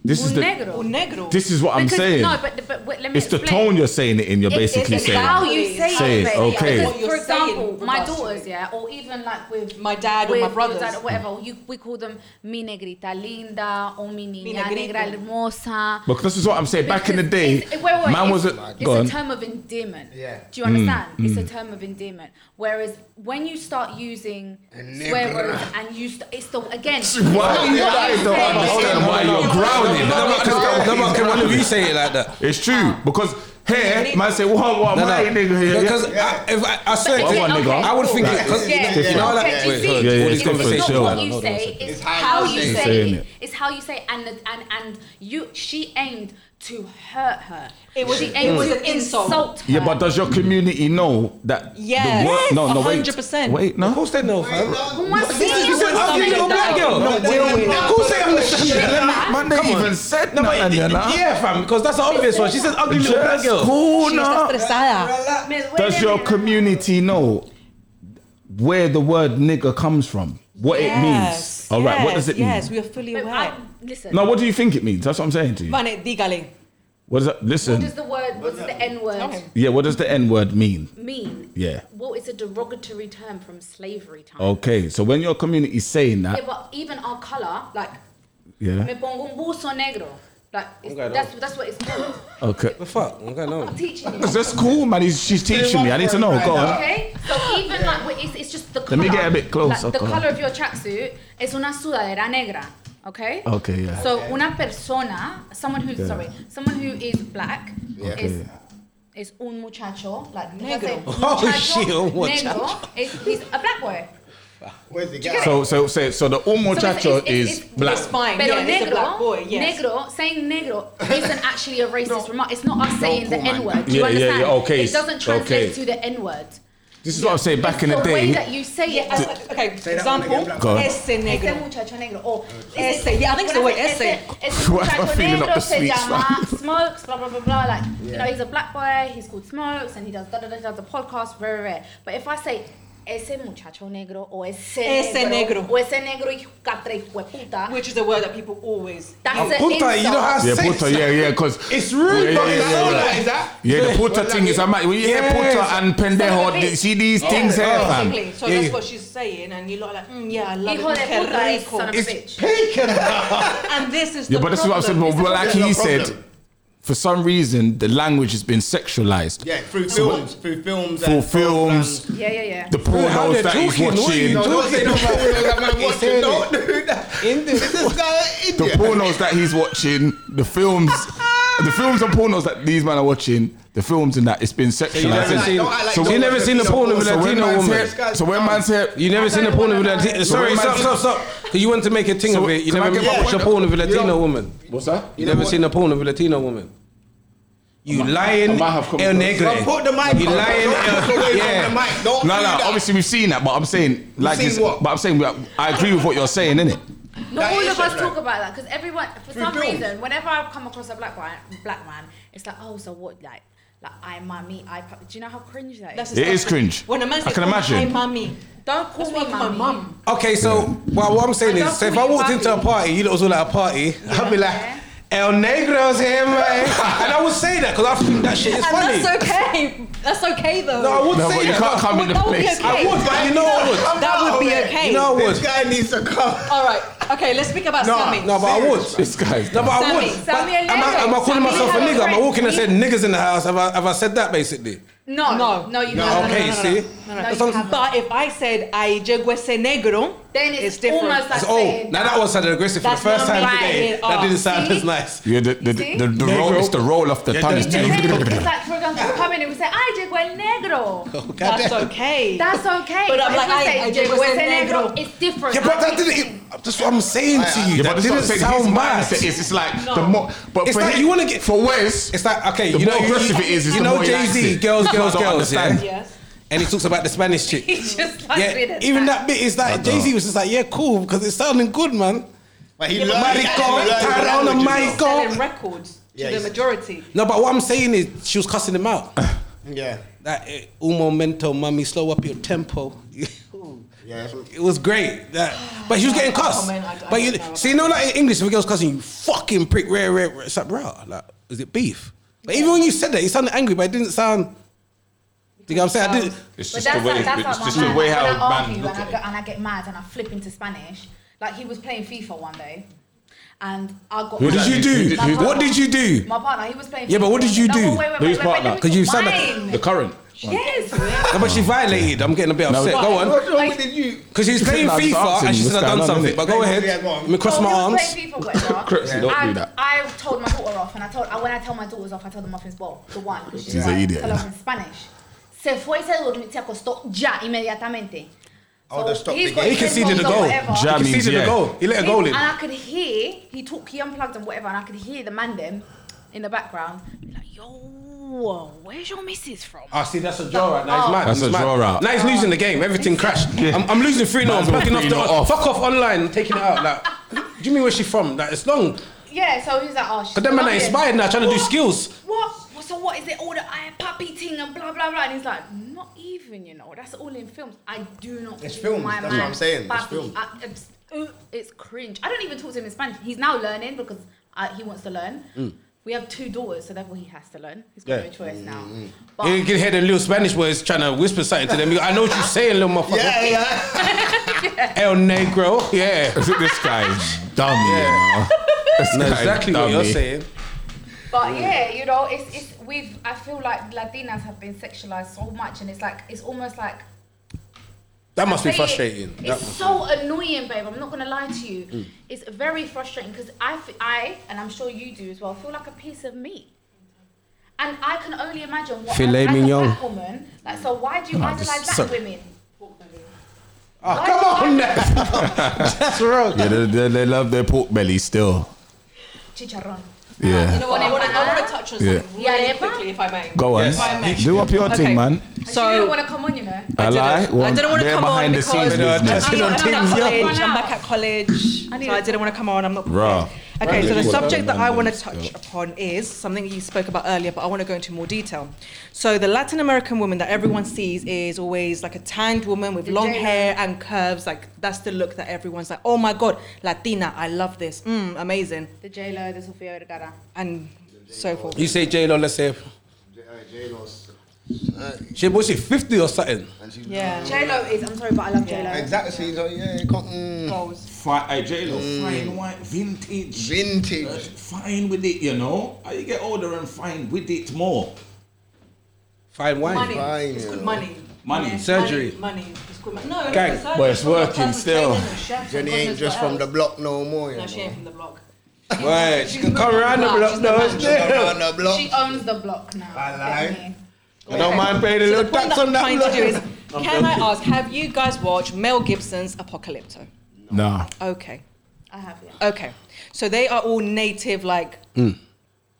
Speaker 8: This is
Speaker 7: un
Speaker 8: the
Speaker 7: negro.
Speaker 4: Or negro.
Speaker 8: this is what I'm
Speaker 7: Because-
Speaker 8: saying.
Speaker 7: No, but, but wait, let me
Speaker 8: it's the
Speaker 7: explain.
Speaker 8: tone you're saying it in. You're
Speaker 7: It-
Speaker 8: basically
Speaker 7: it's
Speaker 8: saying.
Speaker 7: how you say,
Speaker 8: Say it,
Speaker 7: it.
Speaker 8: okay.
Speaker 7: Because,
Speaker 4: What you're
Speaker 7: for
Speaker 4: saying
Speaker 7: example,
Speaker 4: with
Speaker 7: my
Speaker 4: regards to
Speaker 7: daughters,
Speaker 4: it.
Speaker 7: yeah, or even like with
Speaker 4: My dad or
Speaker 7: with
Speaker 4: my
Speaker 7: your
Speaker 4: brothers.
Speaker 7: dad or whatever, you, we call them mi negrita linda or mi niña
Speaker 4: negrito.
Speaker 7: negra hermosa.
Speaker 8: Because this is what I'm saying. Back in the
Speaker 7: Because
Speaker 8: day,
Speaker 7: it's- wait, wait,
Speaker 8: man
Speaker 7: it's-
Speaker 8: was a, Mm,
Speaker 7: It's
Speaker 8: go
Speaker 7: a
Speaker 8: on.
Speaker 7: term of endearment.
Speaker 5: Yeah.
Speaker 7: Do you understand? It's a term of endearment. Whereas when you start using swear words and you, st- it's the again.
Speaker 8: Why
Speaker 7: it's
Speaker 8: you
Speaker 7: not what
Speaker 8: guys
Speaker 7: you
Speaker 8: don't
Speaker 7: say.
Speaker 8: understand why you're
Speaker 2: No,
Speaker 8: grounded?
Speaker 2: but can- no, but can one of you say it like that?
Speaker 8: It's true because here man say what what
Speaker 2: No,
Speaker 8: my
Speaker 2: no,
Speaker 8: nigga here.
Speaker 2: because I, if I, I swear,
Speaker 8: Well,
Speaker 2: to you,
Speaker 8: one nigga.
Speaker 2: I would think
Speaker 8: Like,
Speaker 2: it. Cause
Speaker 7: Yeah,
Speaker 2: you know, you know,
Speaker 8: different.
Speaker 2: like,
Speaker 7: okay, do you
Speaker 2: wait,
Speaker 7: see?
Speaker 2: hold on,
Speaker 8: Yeah, yeah,
Speaker 2: all these
Speaker 8: it's different,
Speaker 7: It's
Speaker 2: conversations.
Speaker 8: chill.
Speaker 2: Hold
Speaker 7: not what
Speaker 2: on,
Speaker 7: you
Speaker 2: hold on a
Speaker 7: say,
Speaker 2: second.
Speaker 7: it's
Speaker 5: how
Speaker 7: how
Speaker 5: you
Speaker 7: you
Speaker 5: say
Speaker 8: it.
Speaker 7: say
Speaker 8: Saying
Speaker 7: it. It's how you say it. And, the, and, and, you, she aimed to hurt her.
Speaker 4: It was-
Speaker 7: she
Speaker 4: it
Speaker 7: aimed
Speaker 4: was
Speaker 7: to
Speaker 4: an insult.
Speaker 7: her.
Speaker 8: Yeah, but does your community know that?
Speaker 4: Yes,
Speaker 8: The word, no, no, wait,
Speaker 4: 100%.
Speaker 8: wait, no.
Speaker 2: Of course they know, fam.
Speaker 7: Who wants to
Speaker 2: This
Speaker 7: see
Speaker 2: is just
Speaker 7: you
Speaker 2: an ugly
Speaker 7: with
Speaker 2: little black
Speaker 7: something?
Speaker 2: girl.
Speaker 8: No,
Speaker 2: No,
Speaker 8: they don't know.
Speaker 2: Of course they understand that.
Speaker 8: Man, they even said no, nothing, you know?
Speaker 2: Yeah, fam, because that's an obvious one. She says ugly little black
Speaker 8: Just
Speaker 2: girl.
Speaker 8: cool
Speaker 4: She está
Speaker 8: now.
Speaker 4: estresada.
Speaker 7: Miss, wait a
Speaker 8: Does your
Speaker 7: minute.
Speaker 8: community know where the word nigger comes from? What
Speaker 4: Yes,
Speaker 8: it means? All right, what
Speaker 4: yes,
Speaker 8: does it
Speaker 4: Yes,
Speaker 8: mean?
Speaker 4: we are fully
Speaker 7: Wait,
Speaker 4: aware.
Speaker 7: I, listen.
Speaker 8: No, what do you think it means? That's what I'm saying to you.
Speaker 4: Vane, dígale.
Speaker 8: What does that,
Speaker 7: What
Speaker 8: listen,
Speaker 7: does the word, what's the N
Speaker 4: Tell
Speaker 7: word
Speaker 4: him.
Speaker 8: yeah, what does the N word mean?
Speaker 7: mean?
Speaker 8: Yeah. Oh.
Speaker 7: Well, it's a derogatory term from slavery time.
Speaker 8: Okay, so when your community is saying
Speaker 7: Yeah,
Speaker 8: that,
Speaker 7: but even our color, like, me
Speaker 8: yeah,
Speaker 7: pongo un buzo negro. Like, it's,
Speaker 2: Okay, no.
Speaker 7: that's, that's what it's called.
Speaker 8: okay.
Speaker 2: The fuck? What's going
Speaker 7: I'm
Speaker 2: on?
Speaker 7: teaching you.
Speaker 8: It's just cool, man. He's, she's teaching me. I need to know. Go on.
Speaker 7: Okay, so even like wait, it's, it's just the color.
Speaker 8: Let me get a bit closer,
Speaker 7: Like, the
Speaker 8: go on.
Speaker 7: color of your tracksuit es una sudadera negra. Okay.
Speaker 8: Okay, yeah.
Speaker 7: So una persona, someone who
Speaker 8: Yeah.
Speaker 7: sorry, someone who is black is
Speaker 8: Okay.
Speaker 7: is un muchacho like
Speaker 4: Negro.
Speaker 2: Oh, shit, un
Speaker 7: Negro is he's a black boy.
Speaker 5: Where's the
Speaker 8: So, so, so, so the un
Speaker 7: So
Speaker 8: muchacho
Speaker 7: it's- it's-
Speaker 8: is
Speaker 7: it's-
Speaker 8: black.
Speaker 4: It's fine.
Speaker 7: Pero
Speaker 4: yeah,
Speaker 7: negro,
Speaker 4: it's a black boy. Yes.
Speaker 7: negro, saying negro isn't actually a racist remark. It's not us saying the
Speaker 5: call my-
Speaker 7: N word. Do you
Speaker 8: Yeah, yeah, yeah,
Speaker 7: understand?
Speaker 8: okay,
Speaker 7: It doesn't translate
Speaker 8: okay.
Speaker 7: to the N word.
Speaker 8: This is what I'm saying. Back in the
Speaker 7: way that
Speaker 8: day,
Speaker 7: you say it.
Speaker 4: Yeah,
Speaker 7: as-
Speaker 4: I- okay.
Speaker 5: that one
Speaker 4: Example.
Speaker 5: again, black
Speaker 8: Go on.
Speaker 4: Ese
Speaker 7: Ese
Speaker 4: negro.
Speaker 7: muchacho negro. Or
Speaker 4: Ese, yeah, I think it's the word ese.
Speaker 7: Ese
Speaker 8: Why am I
Speaker 7: muchacho
Speaker 8: feeling up
Speaker 7: negro
Speaker 8: the
Speaker 7: se
Speaker 8: streets,
Speaker 7: llama Smokes, blah, blah, blah, blah. Like, you know, he's a black boy, he's called Smokes, and he does da da da da, the podcast, very rare. But if I say, ese muchacho negro, or ese,
Speaker 4: Ese negro.
Speaker 7: or ese negro, hijo catre, hijo de puta,
Speaker 4: Which is a word that people always.
Speaker 7: that's an
Speaker 2: Puta, you know how
Speaker 7: insult.
Speaker 8: yeah,
Speaker 2: Say
Speaker 8: puta, yeah, yeah, because
Speaker 2: It's rude,
Speaker 8: yeah,
Speaker 2: but it's
Speaker 8: yeah,
Speaker 2: all
Speaker 8: yeah,
Speaker 2: like
Speaker 8: yeah.
Speaker 2: that.
Speaker 8: Yeah, the puta thing is. I'm when you hear puta
Speaker 2: Yes.
Speaker 8: and pendejo,
Speaker 7: Son of a
Speaker 8: you see these
Speaker 4: Yeah,
Speaker 8: things here, fam.
Speaker 4: Basically. So
Speaker 2: Yeah,
Speaker 4: that's
Speaker 2: yeah.
Speaker 4: what she's saying, and you're like, mm, yeah, I love
Speaker 7: Hijo de
Speaker 4: it.
Speaker 7: puta is
Speaker 4: Qué
Speaker 7: son of a
Speaker 4: rico.
Speaker 7: bitch.
Speaker 4: And this is.
Speaker 8: Yeah,
Speaker 4: the
Speaker 8: but this is what I'm saying.
Speaker 4: problem.
Speaker 8: Well,
Speaker 4: It's the
Speaker 5: problem.
Speaker 8: like he
Speaker 5: It's a problem.
Speaker 8: said, for some reason, the language has been sexualized.
Speaker 5: Yeah, through films, through films,
Speaker 8: For
Speaker 5: and
Speaker 8: films,
Speaker 5: programs.
Speaker 7: Yeah, yeah, yeah.
Speaker 8: the
Speaker 2: How
Speaker 8: pornos
Speaker 2: they're
Speaker 8: that he's
Speaker 2: talking, what are you
Speaker 8: watching,
Speaker 5: No, don't say no about films that man
Speaker 2: He's
Speaker 5: watching.
Speaker 2: saying
Speaker 5: Don't
Speaker 2: it.
Speaker 5: do that.
Speaker 2: In
Speaker 5: This
Speaker 2: this.
Speaker 5: is guy an
Speaker 8: the
Speaker 5: idiot.
Speaker 8: pornos that he's watching, the films, the films and pornos that these men are watching, the films and that, it's been
Speaker 2: You never
Speaker 8: sexualized.
Speaker 2: seen,
Speaker 5: don't act like
Speaker 2: so
Speaker 5: no
Speaker 2: you never
Speaker 5: one's
Speaker 2: seen the
Speaker 5: Latino
Speaker 2: porn of a
Speaker 5: woman.
Speaker 8: so when
Speaker 2: Latino
Speaker 8: man's
Speaker 2: woman.
Speaker 8: here, so when man's here,
Speaker 2: You never seen a porn of a Latino. Sorry,
Speaker 8: when
Speaker 2: stop,
Speaker 8: man-
Speaker 2: stop, stop. Because you wanted to make a thing
Speaker 8: So
Speaker 2: of it. You
Speaker 8: can I
Speaker 2: never
Speaker 8: get my
Speaker 2: watched a
Speaker 8: point?
Speaker 2: porn of a Latino woman.
Speaker 8: what's that?
Speaker 2: You never seen a porn of a Latino woman. You lying,
Speaker 8: might have come
Speaker 2: El
Speaker 8: across-
Speaker 2: Negre.
Speaker 5: But put the mic
Speaker 2: You
Speaker 5: on.
Speaker 2: lying,
Speaker 5: Don't
Speaker 2: El-
Speaker 5: walk away
Speaker 2: yeah.
Speaker 5: from the mic. Don't
Speaker 8: No,
Speaker 5: do
Speaker 8: no.
Speaker 5: that.
Speaker 8: Obviously, we've seen that, but I'm saying like
Speaker 5: seen
Speaker 8: this.
Speaker 5: what?
Speaker 8: But I'm saying like, I agree with what you're saying, innit?
Speaker 7: Not
Speaker 5: That
Speaker 7: all
Speaker 5: is
Speaker 7: of us
Speaker 5: shit,
Speaker 7: talk about that because everyone, for
Speaker 5: Through
Speaker 7: some
Speaker 5: films.
Speaker 7: reason, whenever I come across a black man, black man, it's like, oh, so what? Like, like I, mommy, I. pop-" Do you know how cringe that is?
Speaker 4: That's
Speaker 8: It is
Speaker 4: disgusting.
Speaker 8: cringe.
Speaker 4: When a man
Speaker 8: I
Speaker 4: says,
Speaker 8: can
Speaker 4: "Oh, Hi,
Speaker 8: imagine."
Speaker 4: mummy.
Speaker 7: Don't call
Speaker 4: That's
Speaker 7: me
Speaker 4: what my
Speaker 7: mommy.
Speaker 4: mum.
Speaker 2: Okay, so well, what I'm saying
Speaker 7: I
Speaker 2: is,
Speaker 7: don't
Speaker 2: so if I
Speaker 7: call you
Speaker 2: walked into a
Speaker 7: papi.
Speaker 2: party, you was all at a party, I'd be like,
Speaker 7: Yeah.
Speaker 2: El Negro's here, man. and I would say that because I think that shit is
Speaker 4: And
Speaker 2: funny.
Speaker 4: that's okay. That's okay though.
Speaker 2: no, I would
Speaker 8: No,
Speaker 2: say
Speaker 8: but you
Speaker 2: that.
Speaker 8: can't come in the
Speaker 4: That would be
Speaker 8: place.
Speaker 4: okay.
Speaker 2: I would, but you know I would.
Speaker 4: That would be
Speaker 5: Okay.
Speaker 4: okay.
Speaker 2: You know I
Speaker 5: This
Speaker 2: would.
Speaker 5: guy needs to come.
Speaker 4: All right. Okay, let's speak about Sammy.
Speaker 2: No, but I would.
Speaker 8: This guy's
Speaker 2: No, but I
Speaker 4: Sammy,
Speaker 2: would.
Speaker 7: Sammy
Speaker 2: but am, I,
Speaker 7: Allegro.
Speaker 2: am I calling
Speaker 7: Sammy
Speaker 2: myself a
Speaker 7: Allegro.
Speaker 2: nigger? Am I walking and saying niggas in the house? Have I, have I said that basically?
Speaker 7: No,
Speaker 4: No.
Speaker 7: no, no, you
Speaker 2: No,
Speaker 7: can't.
Speaker 2: okay,
Speaker 7: no,
Speaker 2: see?
Speaker 7: no, no, no, no,
Speaker 4: As
Speaker 7: you
Speaker 4: long as-
Speaker 7: haven't.
Speaker 4: but if I said I llegó ese negro,
Speaker 7: then it's,
Speaker 4: it's different.
Speaker 7: almost like
Speaker 2: That's oh,
Speaker 7: saying
Speaker 2: now that one sounded aggressive for the
Speaker 4: That's
Speaker 2: first
Speaker 4: not
Speaker 2: time
Speaker 4: right.
Speaker 2: today.
Speaker 4: It
Speaker 2: That
Speaker 4: are.
Speaker 2: didn't sound
Speaker 7: See?
Speaker 2: as nice.
Speaker 8: Yeah, the, the,
Speaker 7: see?
Speaker 8: the, the
Speaker 2: Yeah,
Speaker 8: roll,
Speaker 2: bro.
Speaker 8: it's the roll off the
Speaker 2: Yeah,
Speaker 8: tongue.
Speaker 2: just-
Speaker 7: it's like for example, you come in and we say "Ay, llegó el negro."
Speaker 4: that's okay.
Speaker 7: That's okay.
Speaker 4: But I'm
Speaker 7: if
Speaker 4: like,
Speaker 7: we
Speaker 4: I-
Speaker 7: say,
Speaker 4: I llegó
Speaker 7: "Llegó
Speaker 4: ese
Speaker 7: ese negro,"
Speaker 4: negro.
Speaker 7: It's different.
Speaker 2: Yeah, but
Speaker 7: Like,
Speaker 2: that didn't. e- That's what I'm saying to you.
Speaker 8: Yeah, but
Speaker 2: that
Speaker 8: this
Speaker 2: didn't
Speaker 8: is his
Speaker 2: sound bad.
Speaker 8: mindset. It's, it's like the
Speaker 4: No.
Speaker 8: more, but
Speaker 2: It's
Speaker 8: for
Speaker 2: like
Speaker 8: him-
Speaker 2: you wanna get-
Speaker 8: for Wes.
Speaker 2: It's like okay,
Speaker 8: The
Speaker 2: you know,
Speaker 8: more
Speaker 2: you,
Speaker 8: aggressive it is, it's
Speaker 2: you
Speaker 8: the
Speaker 2: know
Speaker 8: more he
Speaker 2: Jay
Speaker 8: likes
Speaker 2: Z,
Speaker 8: it.
Speaker 2: girls, girls,
Speaker 8: People don't
Speaker 2: girls, yeah.
Speaker 8: understand.
Speaker 4: yes.
Speaker 2: And he talks about the Spanish chick.
Speaker 7: He just like
Speaker 2: Yeah,
Speaker 7: didn't
Speaker 2: even
Speaker 7: say.
Speaker 2: that bit is like Jay Z was just like, yeah, cool, because it's sounding good, man.
Speaker 5: But he
Speaker 2: Yeah,
Speaker 5: learned.
Speaker 2: but
Speaker 5: he
Speaker 2: Marico,
Speaker 5: actually learned the
Speaker 2: Tarana,
Speaker 5: language, you know.
Speaker 2: Marico.
Speaker 4: Selling records
Speaker 5: Yeah,
Speaker 4: to the
Speaker 5: he's-
Speaker 4: majority.
Speaker 2: No, but what I'm saying is she was cussing him out.
Speaker 5: Yeah.
Speaker 2: that eh, un momento, mummy, slow up your tempo.
Speaker 5: Yeah. that's-
Speaker 2: It was great. That, but she was getting cussed.
Speaker 4: Oh, man, I- I
Speaker 2: but you
Speaker 4: don't know.
Speaker 2: see, no, like in English, if a girl's cussing you, fucking prick, rare, rare, rare. It's like, bro, like, is it beef? But even when you said that, you sounded angry, but it didn't sound. Do you know what I'm saying? I didn't.
Speaker 8: It's
Speaker 7: But
Speaker 8: just
Speaker 7: that's
Speaker 8: the way.
Speaker 7: like, that's
Speaker 8: it's
Speaker 7: like
Speaker 8: just
Speaker 7: my
Speaker 8: the
Speaker 7: man.
Speaker 8: way
Speaker 7: Like,
Speaker 8: how
Speaker 7: when I
Speaker 8: man
Speaker 7: argue
Speaker 8: look
Speaker 7: and I,
Speaker 8: at
Speaker 7: go,
Speaker 8: it.
Speaker 7: and I get mad and I flip into Spanish. Like he was playing FIFA one day, and I got.
Speaker 8: What
Speaker 2: What
Speaker 8: did
Speaker 2: did
Speaker 8: you
Speaker 2: you
Speaker 8: do?
Speaker 2: do?
Speaker 7: My partner-
Speaker 2: What did you do?
Speaker 7: My partner, he was playing.
Speaker 2: Yeah, but
Speaker 7: FIFA
Speaker 2: what did you
Speaker 7: one day.
Speaker 8: do?
Speaker 7: No, wait, wait,
Speaker 8: Who's
Speaker 7: wait, wait,
Speaker 8: partner?
Speaker 7: let me
Speaker 2: 'Cause you
Speaker 7: talk.
Speaker 2: sound
Speaker 7: Mine.
Speaker 8: The current.
Speaker 7: Yes.
Speaker 2: No, but she violated. I'm getting a bit upset.
Speaker 8: but-
Speaker 2: Go on.
Speaker 5: What's wrong with you?
Speaker 2: Because she was playing
Speaker 8: No, I'm just
Speaker 2: FIFA
Speaker 8: asking
Speaker 2: and she
Speaker 8: what's
Speaker 2: said, I've
Speaker 8: going
Speaker 2: done
Speaker 8: on,
Speaker 2: something.
Speaker 8: innit?
Speaker 2: but go
Speaker 5: Yeah,
Speaker 2: ahead.
Speaker 5: yeah, go on.
Speaker 2: Let me cross
Speaker 4: Oh,
Speaker 7: So
Speaker 2: my
Speaker 7: we was
Speaker 2: arms.
Speaker 7: Playing FIFA, whatever.
Speaker 8: Correct, you don't do
Speaker 7: and
Speaker 8: that.
Speaker 7: I told my daughter off, and I told I, when I tell my daughters off, I tell them off in well, the one. 'cause
Speaker 8: She's
Speaker 7: like,
Speaker 8: an idiot,
Speaker 7: Tell
Speaker 8: yeah.
Speaker 7: off in Spanish. Se fue y se durmió, se acostó ya inmediatamente.
Speaker 5: Oh, they stopped
Speaker 7: he's
Speaker 5: the
Speaker 7: got
Speaker 5: game.
Speaker 2: He
Speaker 7: his
Speaker 2: conceded
Speaker 7: headphones
Speaker 2: the
Speaker 7: on,
Speaker 2: goal.
Speaker 7: whatever.
Speaker 8: Ja- That
Speaker 2: he
Speaker 8: means,
Speaker 2: conceded
Speaker 8: yeah.
Speaker 2: a goal. He let a
Speaker 7: He-
Speaker 2: goal in.
Speaker 7: And I could hear he talk, he unplugged and whatever, and I could hear the man them in the background be like, "Yo, where's your missus from?"
Speaker 2: Ah, see, that's a draw out.
Speaker 4: Oh.
Speaker 2: Now he's mad.
Speaker 8: That's
Speaker 2: He's
Speaker 8: a
Speaker 2: mad.
Speaker 8: draw out.
Speaker 2: Now he's losing the game. Everything crashed. I'm, I'm losing 3 0.
Speaker 8: Might
Speaker 2: I'm
Speaker 8: as well
Speaker 2: fucking off the.
Speaker 8: 3-0 off.
Speaker 2: Fuck off online. I'm taking it out. Like, do you mean where's she from? Like, it's long.
Speaker 7: Yeah, so he's like, "Oh, she's
Speaker 2: But them man are
Speaker 7: Colombian."
Speaker 2: inspired now, trying to do
Speaker 7: What?
Speaker 2: skills.
Speaker 7: What? Well, So what is it? All the I puppy ting and blah blah blah. And he's like, not even, you know. That's all in films. I do not.
Speaker 5: It's
Speaker 7: give
Speaker 5: films,
Speaker 7: My
Speaker 5: that's what
Speaker 7: man
Speaker 5: I'm saying, it's
Speaker 7: back-
Speaker 5: films.
Speaker 7: I- it's, uh, it's cringe. I don't even talk to him in Spanish. He's now learning because uh, he wants to learn.
Speaker 5: Mm.
Speaker 7: We have two daughters, so therefore he has to learn. He's got
Speaker 2: Yeah.
Speaker 7: no choice now.
Speaker 5: Mm,
Speaker 2: You
Speaker 7: But
Speaker 2: can hear the little Spanish boys trying to whisper something to them. You go, I know what you're saying, little motherfucker.
Speaker 5: Yeah, yeah.
Speaker 2: El Negro. Yeah.
Speaker 8: Is it this guy dumb? Yeah. This
Speaker 2: No,
Speaker 8: guy
Speaker 2: exactly what you're
Speaker 8: dummy.
Speaker 2: saying.
Speaker 7: but yeah, you know, it's it's we've I feel like Latinas have been sexualized so much, and it's like it's almost like
Speaker 2: That must be
Speaker 7: Say it.
Speaker 2: frustrating. That
Speaker 7: It's
Speaker 2: must- Hmm.
Speaker 7: so annoying, babe. I'm not gonna lie to you. It's very frustrating because I, f- I, and I'm sure you do as well, feel like a piece of meat. And I can only imagine what
Speaker 2: Filet
Speaker 7: as a
Speaker 2: mignon.
Speaker 7: black woman. Like, so why do you
Speaker 8: Nah,
Speaker 7: idolize
Speaker 8: just
Speaker 7: black
Speaker 8: so-
Speaker 7: women?
Speaker 2: Ah, come on now. That's wrong.
Speaker 8: Yeah, they, they, they love their pork belly still.
Speaker 7: Chicharron.
Speaker 8: Yeah.
Speaker 4: You know what? I want to I wanna touch on something
Speaker 8: Yeah.
Speaker 4: really
Speaker 7: Yeah.
Speaker 4: quickly, if I may.
Speaker 8: Go on.
Speaker 2: Yes.
Speaker 4: If I may.
Speaker 8: Do up your
Speaker 4: Okay.
Speaker 8: thing, man.
Speaker 7: So I didn't
Speaker 4: So
Speaker 7: want to come on, you know.
Speaker 8: I
Speaker 4: didn't-
Speaker 8: lie.
Speaker 4: I didn't wanna
Speaker 8: they're
Speaker 4: come on
Speaker 8: behind the
Speaker 4: because-
Speaker 8: scenes
Speaker 4: No,
Speaker 8: business.
Speaker 4: I'm,
Speaker 2: Touching on
Speaker 4: not, I'm,
Speaker 2: things,
Speaker 4: not
Speaker 2: yeah.
Speaker 4: college. I'm back at college, so I didn't want to come on. I'm not.
Speaker 8: Raw.
Speaker 4: Okay, so the
Speaker 8: Raw.
Speaker 4: subject that I want to
Speaker 8: Raw.
Speaker 4: touch upon is something that you spoke about earlier, but I want to go into more detail. So the Latin American woman that everyone sees is always like a tanned woman with long
Speaker 7: Jane.
Speaker 4: hair and curves. Like that's the look that everyone's like, oh my god, Latina, I love this. Mm, amazing,
Speaker 7: The J Lo, the Sofia Vergara.
Speaker 4: and so forth.
Speaker 2: You say J Lo, let's say. She was she 50 or something?
Speaker 4: Yeah.
Speaker 7: J Lo is. I'm sorry, but I love J Lo.
Speaker 5: Exactly. See, so, yeah, it can't- mm,
Speaker 4: Goals.
Speaker 8: Fine,
Speaker 2: Mm.
Speaker 8: fine white, vintage.
Speaker 5: vintage.
Speaker 8: Fine with it, you know. You get older and fine with it more.
Speaker 2: Fine wine.
Speaker 4: Money.
Speaker 5: Fine,
Speaker 4: it's
Speaker 5: you
Speaker 4: called
Speaker 5: know.
Speaker 4: money.
Speaker 8: Money.
Speaker 2: Surgery.
Speaker 4: Money. money. It's called money. No, no,
Speaker 2: Gang.
Speaker 4: no, surgery.
Speaker 8: But it's
Speaker 4: Someone
Speaker 8: working
Speaker 4: personal
Speaker 8: still.
Speaker 4: trainers and chefs and
Speaker 5: Jenny
Speaker 4: God
Speaker 5: ain't
Speaker 4: knows
Speaker 5: just
Speaker 4: what
Speaker 5: from the
Speaker 4: else.
Speaker 5: block no more. You
Speaker 4: No, she
Speaker 5: know.
Speaker 4: ain't from the block.
Speaker 2: Wait, she can come
Speaker 4: moved
Speaker 2: around the
Speaker 4: on.
Speaker 2: block.
Speaker 4: She's
Speaker 2: No,
Speaker 4: the
Speaker 2: it's
Speaker 4: manager.
Speaker 2: there.
Speaker 5: Around the block.
Speaker 7: She owns the block now.
Speaker 5: I lie.
Speaker 7: Get me?
Speaker 2: I don't mind paying a
Speaker 4: So
Speaker 2: little
Speaker 4: the point
Speaker 2: tax
Speaker 4: that
Speaker 2: on
Speaker 4: I'm
Speaker 2: that.
Speaker 4: trying to do is,
Speaker 2: block.
Speaker 4: can I ask, have you guys watched Mel Gibson's Apocalypto?
Speaker 8: Nah.
Speaker 4: Okay,
Speaker 7: I have yeah.
Speaker 4: okay. So they are all native, like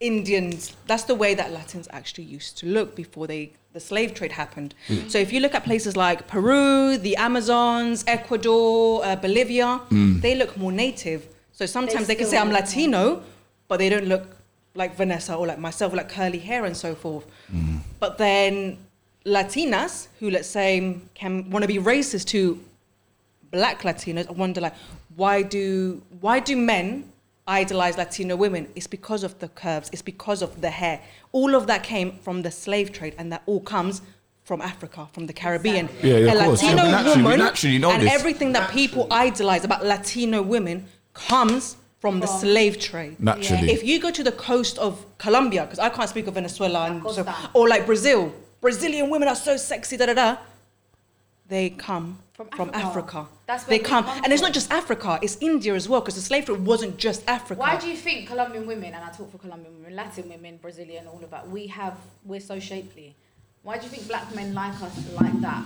Speaker 4: Indians. That's the way that Latins actually used to look before they the slave trade happened. So if you look at places like Peru, the Amazons, Ecuador, uh, Bolivia, they look more native. So sometimes they, can
Speaker 7: still
Speaker 4: say I'm
Speaker 7: look
Speaker 4: Latino, but they don't look like Vanessa or like myself, like curly hair and so forth. But then Latinas who let's say can want to be racist to black Latinos, I wonder like why do why do men idolize Latino women? It's because of the curves, it's because of the hair. All of that came from the slave trade, and that all comes from Africa, from the Caribbean.
Speaker 8: Yeah, yeah,
Speaker 4: a
Speaker 8: of course. Yeah,
Speaker 4: Latino
Speaker 8: we naturally- we
Speaker 4: woman
Speaker 8: naturally know
Speaker 4: and
Speaker 8: this.
Speaker 4: everything that people idolize about Latino women comes from the slave trade.
Speaker 8: Naturally.
Speaker 4: If you go to the coast of Colombia, because I can't speak of Venezuela and so,
Speaker 7: Costa.
Speaker 4: or like Brazil, Brazilian women are so sexy, da da da. They come from Africa.
Speaker 7: Africa. That's where
Speaker 4: they
Speaker 7: we
Speaker 4: come.
Speaker 7: come
Speaker 4: and it's
Speaker 7: from.
Speaker 4: not just Africa, it's India as well, because the slave trade wasn't just Africa.
Speaker 7: Why do you think Colombian women, and I talk for Colombian women, Latin women, Brazilian, all of that, we have, we're so shapely? Why do you think black men like us like that?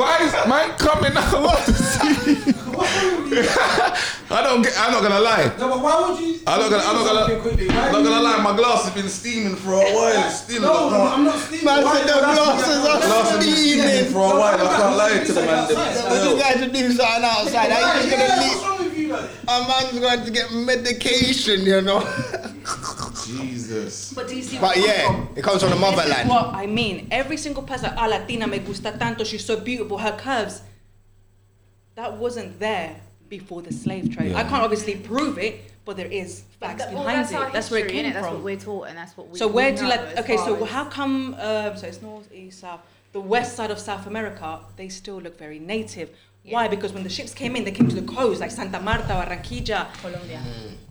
Speaker 8: Why is mine coming out? What to see? I don't get. I'm not gonna lie.
Speaker 2: No, but why would you?
Speaker 8: I'm not gonna. I'm not gonna.
Speaker 2: Something quickly, why
Speaker 8: I'm not
Speaker 2: would
Speaker 8: gonna
Speaker 2: you-
Speaker 8: lie. My glass has been steaming for a while. It's still.
Speaker 2: No,
Speaker 8: not-
Speaker 2: I'm not steaming.
Speaker 5: Man
Speaker 2: Why-
Speaker 5: said the
Speaker 2: why-
Speaker 5: glasses are
Speaker 8: glass has been steaming
Speaker 5: steaming.
Speaker 8: for a while. I can't lie to the man.
Speaker 5: But you guys are doing something outside. I just gonna
Speaker 2: Yeah,
Speaker 5: leave.
Speaker 2: what's wrong with you, like?
Speaker 5: A man's going to get medication, you know.
Speaker 8: Jesus.
Speaker 4: But do you see
Speaker 5: But
Speaker 4: where I'm
Speaker 5: yeah,
Speaker 4: from?
Speaker 5: it comes from the
Speaker 4: This is
Speaker 5: motherland.
Speaker 4: what I mean. Every single person, ah, Latina, me gusta tanto, she's so beautiful, her curves. That wasn't there before the slave trade. I can't obviously prove it, but there is facts
Speaker 7: That- well,
Speaker 4: behind
Speaker 7: that's our
Speaker 4: it. That's where it
Speaker 7: history,
Speaker 4: came
Speaker 7: innit? That's what
Speaker 4: from.
Speaker 7: we're taught, and that's what we.
Speaker 4: So where
Speaker 7: we
Speaker 4: do
Speaker 7: know
Speaker 4: like
Speaker 7: as
Speaker 4: okay?
Speaker 7: far
Speaker 4: So
Speaker 7: as-
Speaker 4: how come? Um, so it's north, east, south. The west side of South America, they still look very native. Why? Because when the ships came in, they came to the coast, like Santa Marta, Barranquilla,
Speaker 7: Colombia?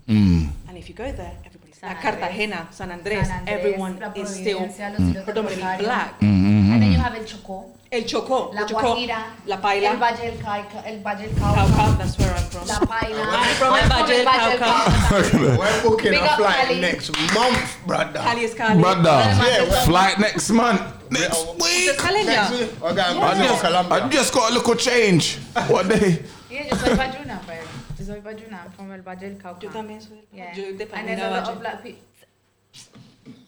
Speaker 4: Mm. and if you go there, everybody's
Speaker 7: San
Speaker 4: like
Speaker 7: Andres.
Speaker 4: Cartagena, San Andres,
Speaker 7: San Andres,
Speaker 4: everyone
Speaker 7: La
Speaker 4: is still
Speaker 7: Providencia, Los Hilos de
Speaker 4: predominantly
Speaker 7: Rosario.
Speaker 4: black.
Speaker 5: Mm.
Speaker 7: And then you have El Chocó,
Speaker 4: El Chocó,
Speaker 7: La
Speaker 4: El Chocó,
Speaker 7: Guajira,
Speaker 4: La
Speaker 7: El
Speaker 4: Paila,
Speaker 7: Valle del Cauca, El Valle del
Speaker 4: Cauca,
Speaker 7: Cauca,
Speaker 4: that's where I'm from.
Speaker 7: La Paila.
Speaker 4: I'm from El Valle del Cauca.
Speaker 5: We're booking
Speaker 7: Big
Speaker 5: a
Speaker 7: up
Speaker 5: flight
Speaker 7: Cali.
Speaker 5: next month, brother.
Speaker 4: Cali is Cali.
Speaker 8: Brother,
Speaker 5: Yeah, well,
Speaker 8: flight next month. Next
Speaker 5: Yeah,
Speaker 8: week.
Speaker 4: Just telling
Speaker 5: next
Speaker 4: ya.
Speaker 5: week we're going
Speaker 8: I
Speaker 5: back to
Speaker 8: just, I
Speaker 5: Colombia.
Speaker 8: just got a little change. What day?
Speaker 7: Yeah, yo soy Bayuna, bro. Yo soy Bayuna. I'm from El Valle del Cauca.
Speaker 4: Yo también soy del-
Speaker 7: Yeah.
Speaker 4: yo de
Speaker 7: and there's a lot of
Speaker 4: Paminawayo.
Speaker 7: black people.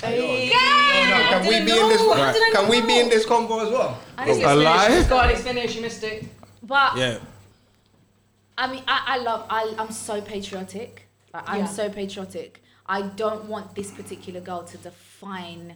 Speaker 4: Hey.
Speaker 5: Can we be in this?
Speaker 4: How did I
Speaker 5: Can we
Speaker 4: know?
Speaker 5: be in this convo as well?
Speaker 7: Honestly,
Speaker 8: A lie?
Speaker 4: God, it's finished. You missed it.
Speaker 7: But
Speaker 2: Yeah.
Speaker 7: I mean, I, I love, I, I'm so patriotic. Like, I'm
Speaker 4: Yeah.
Speaker 7: so patriotic. I don't want this particular girl to define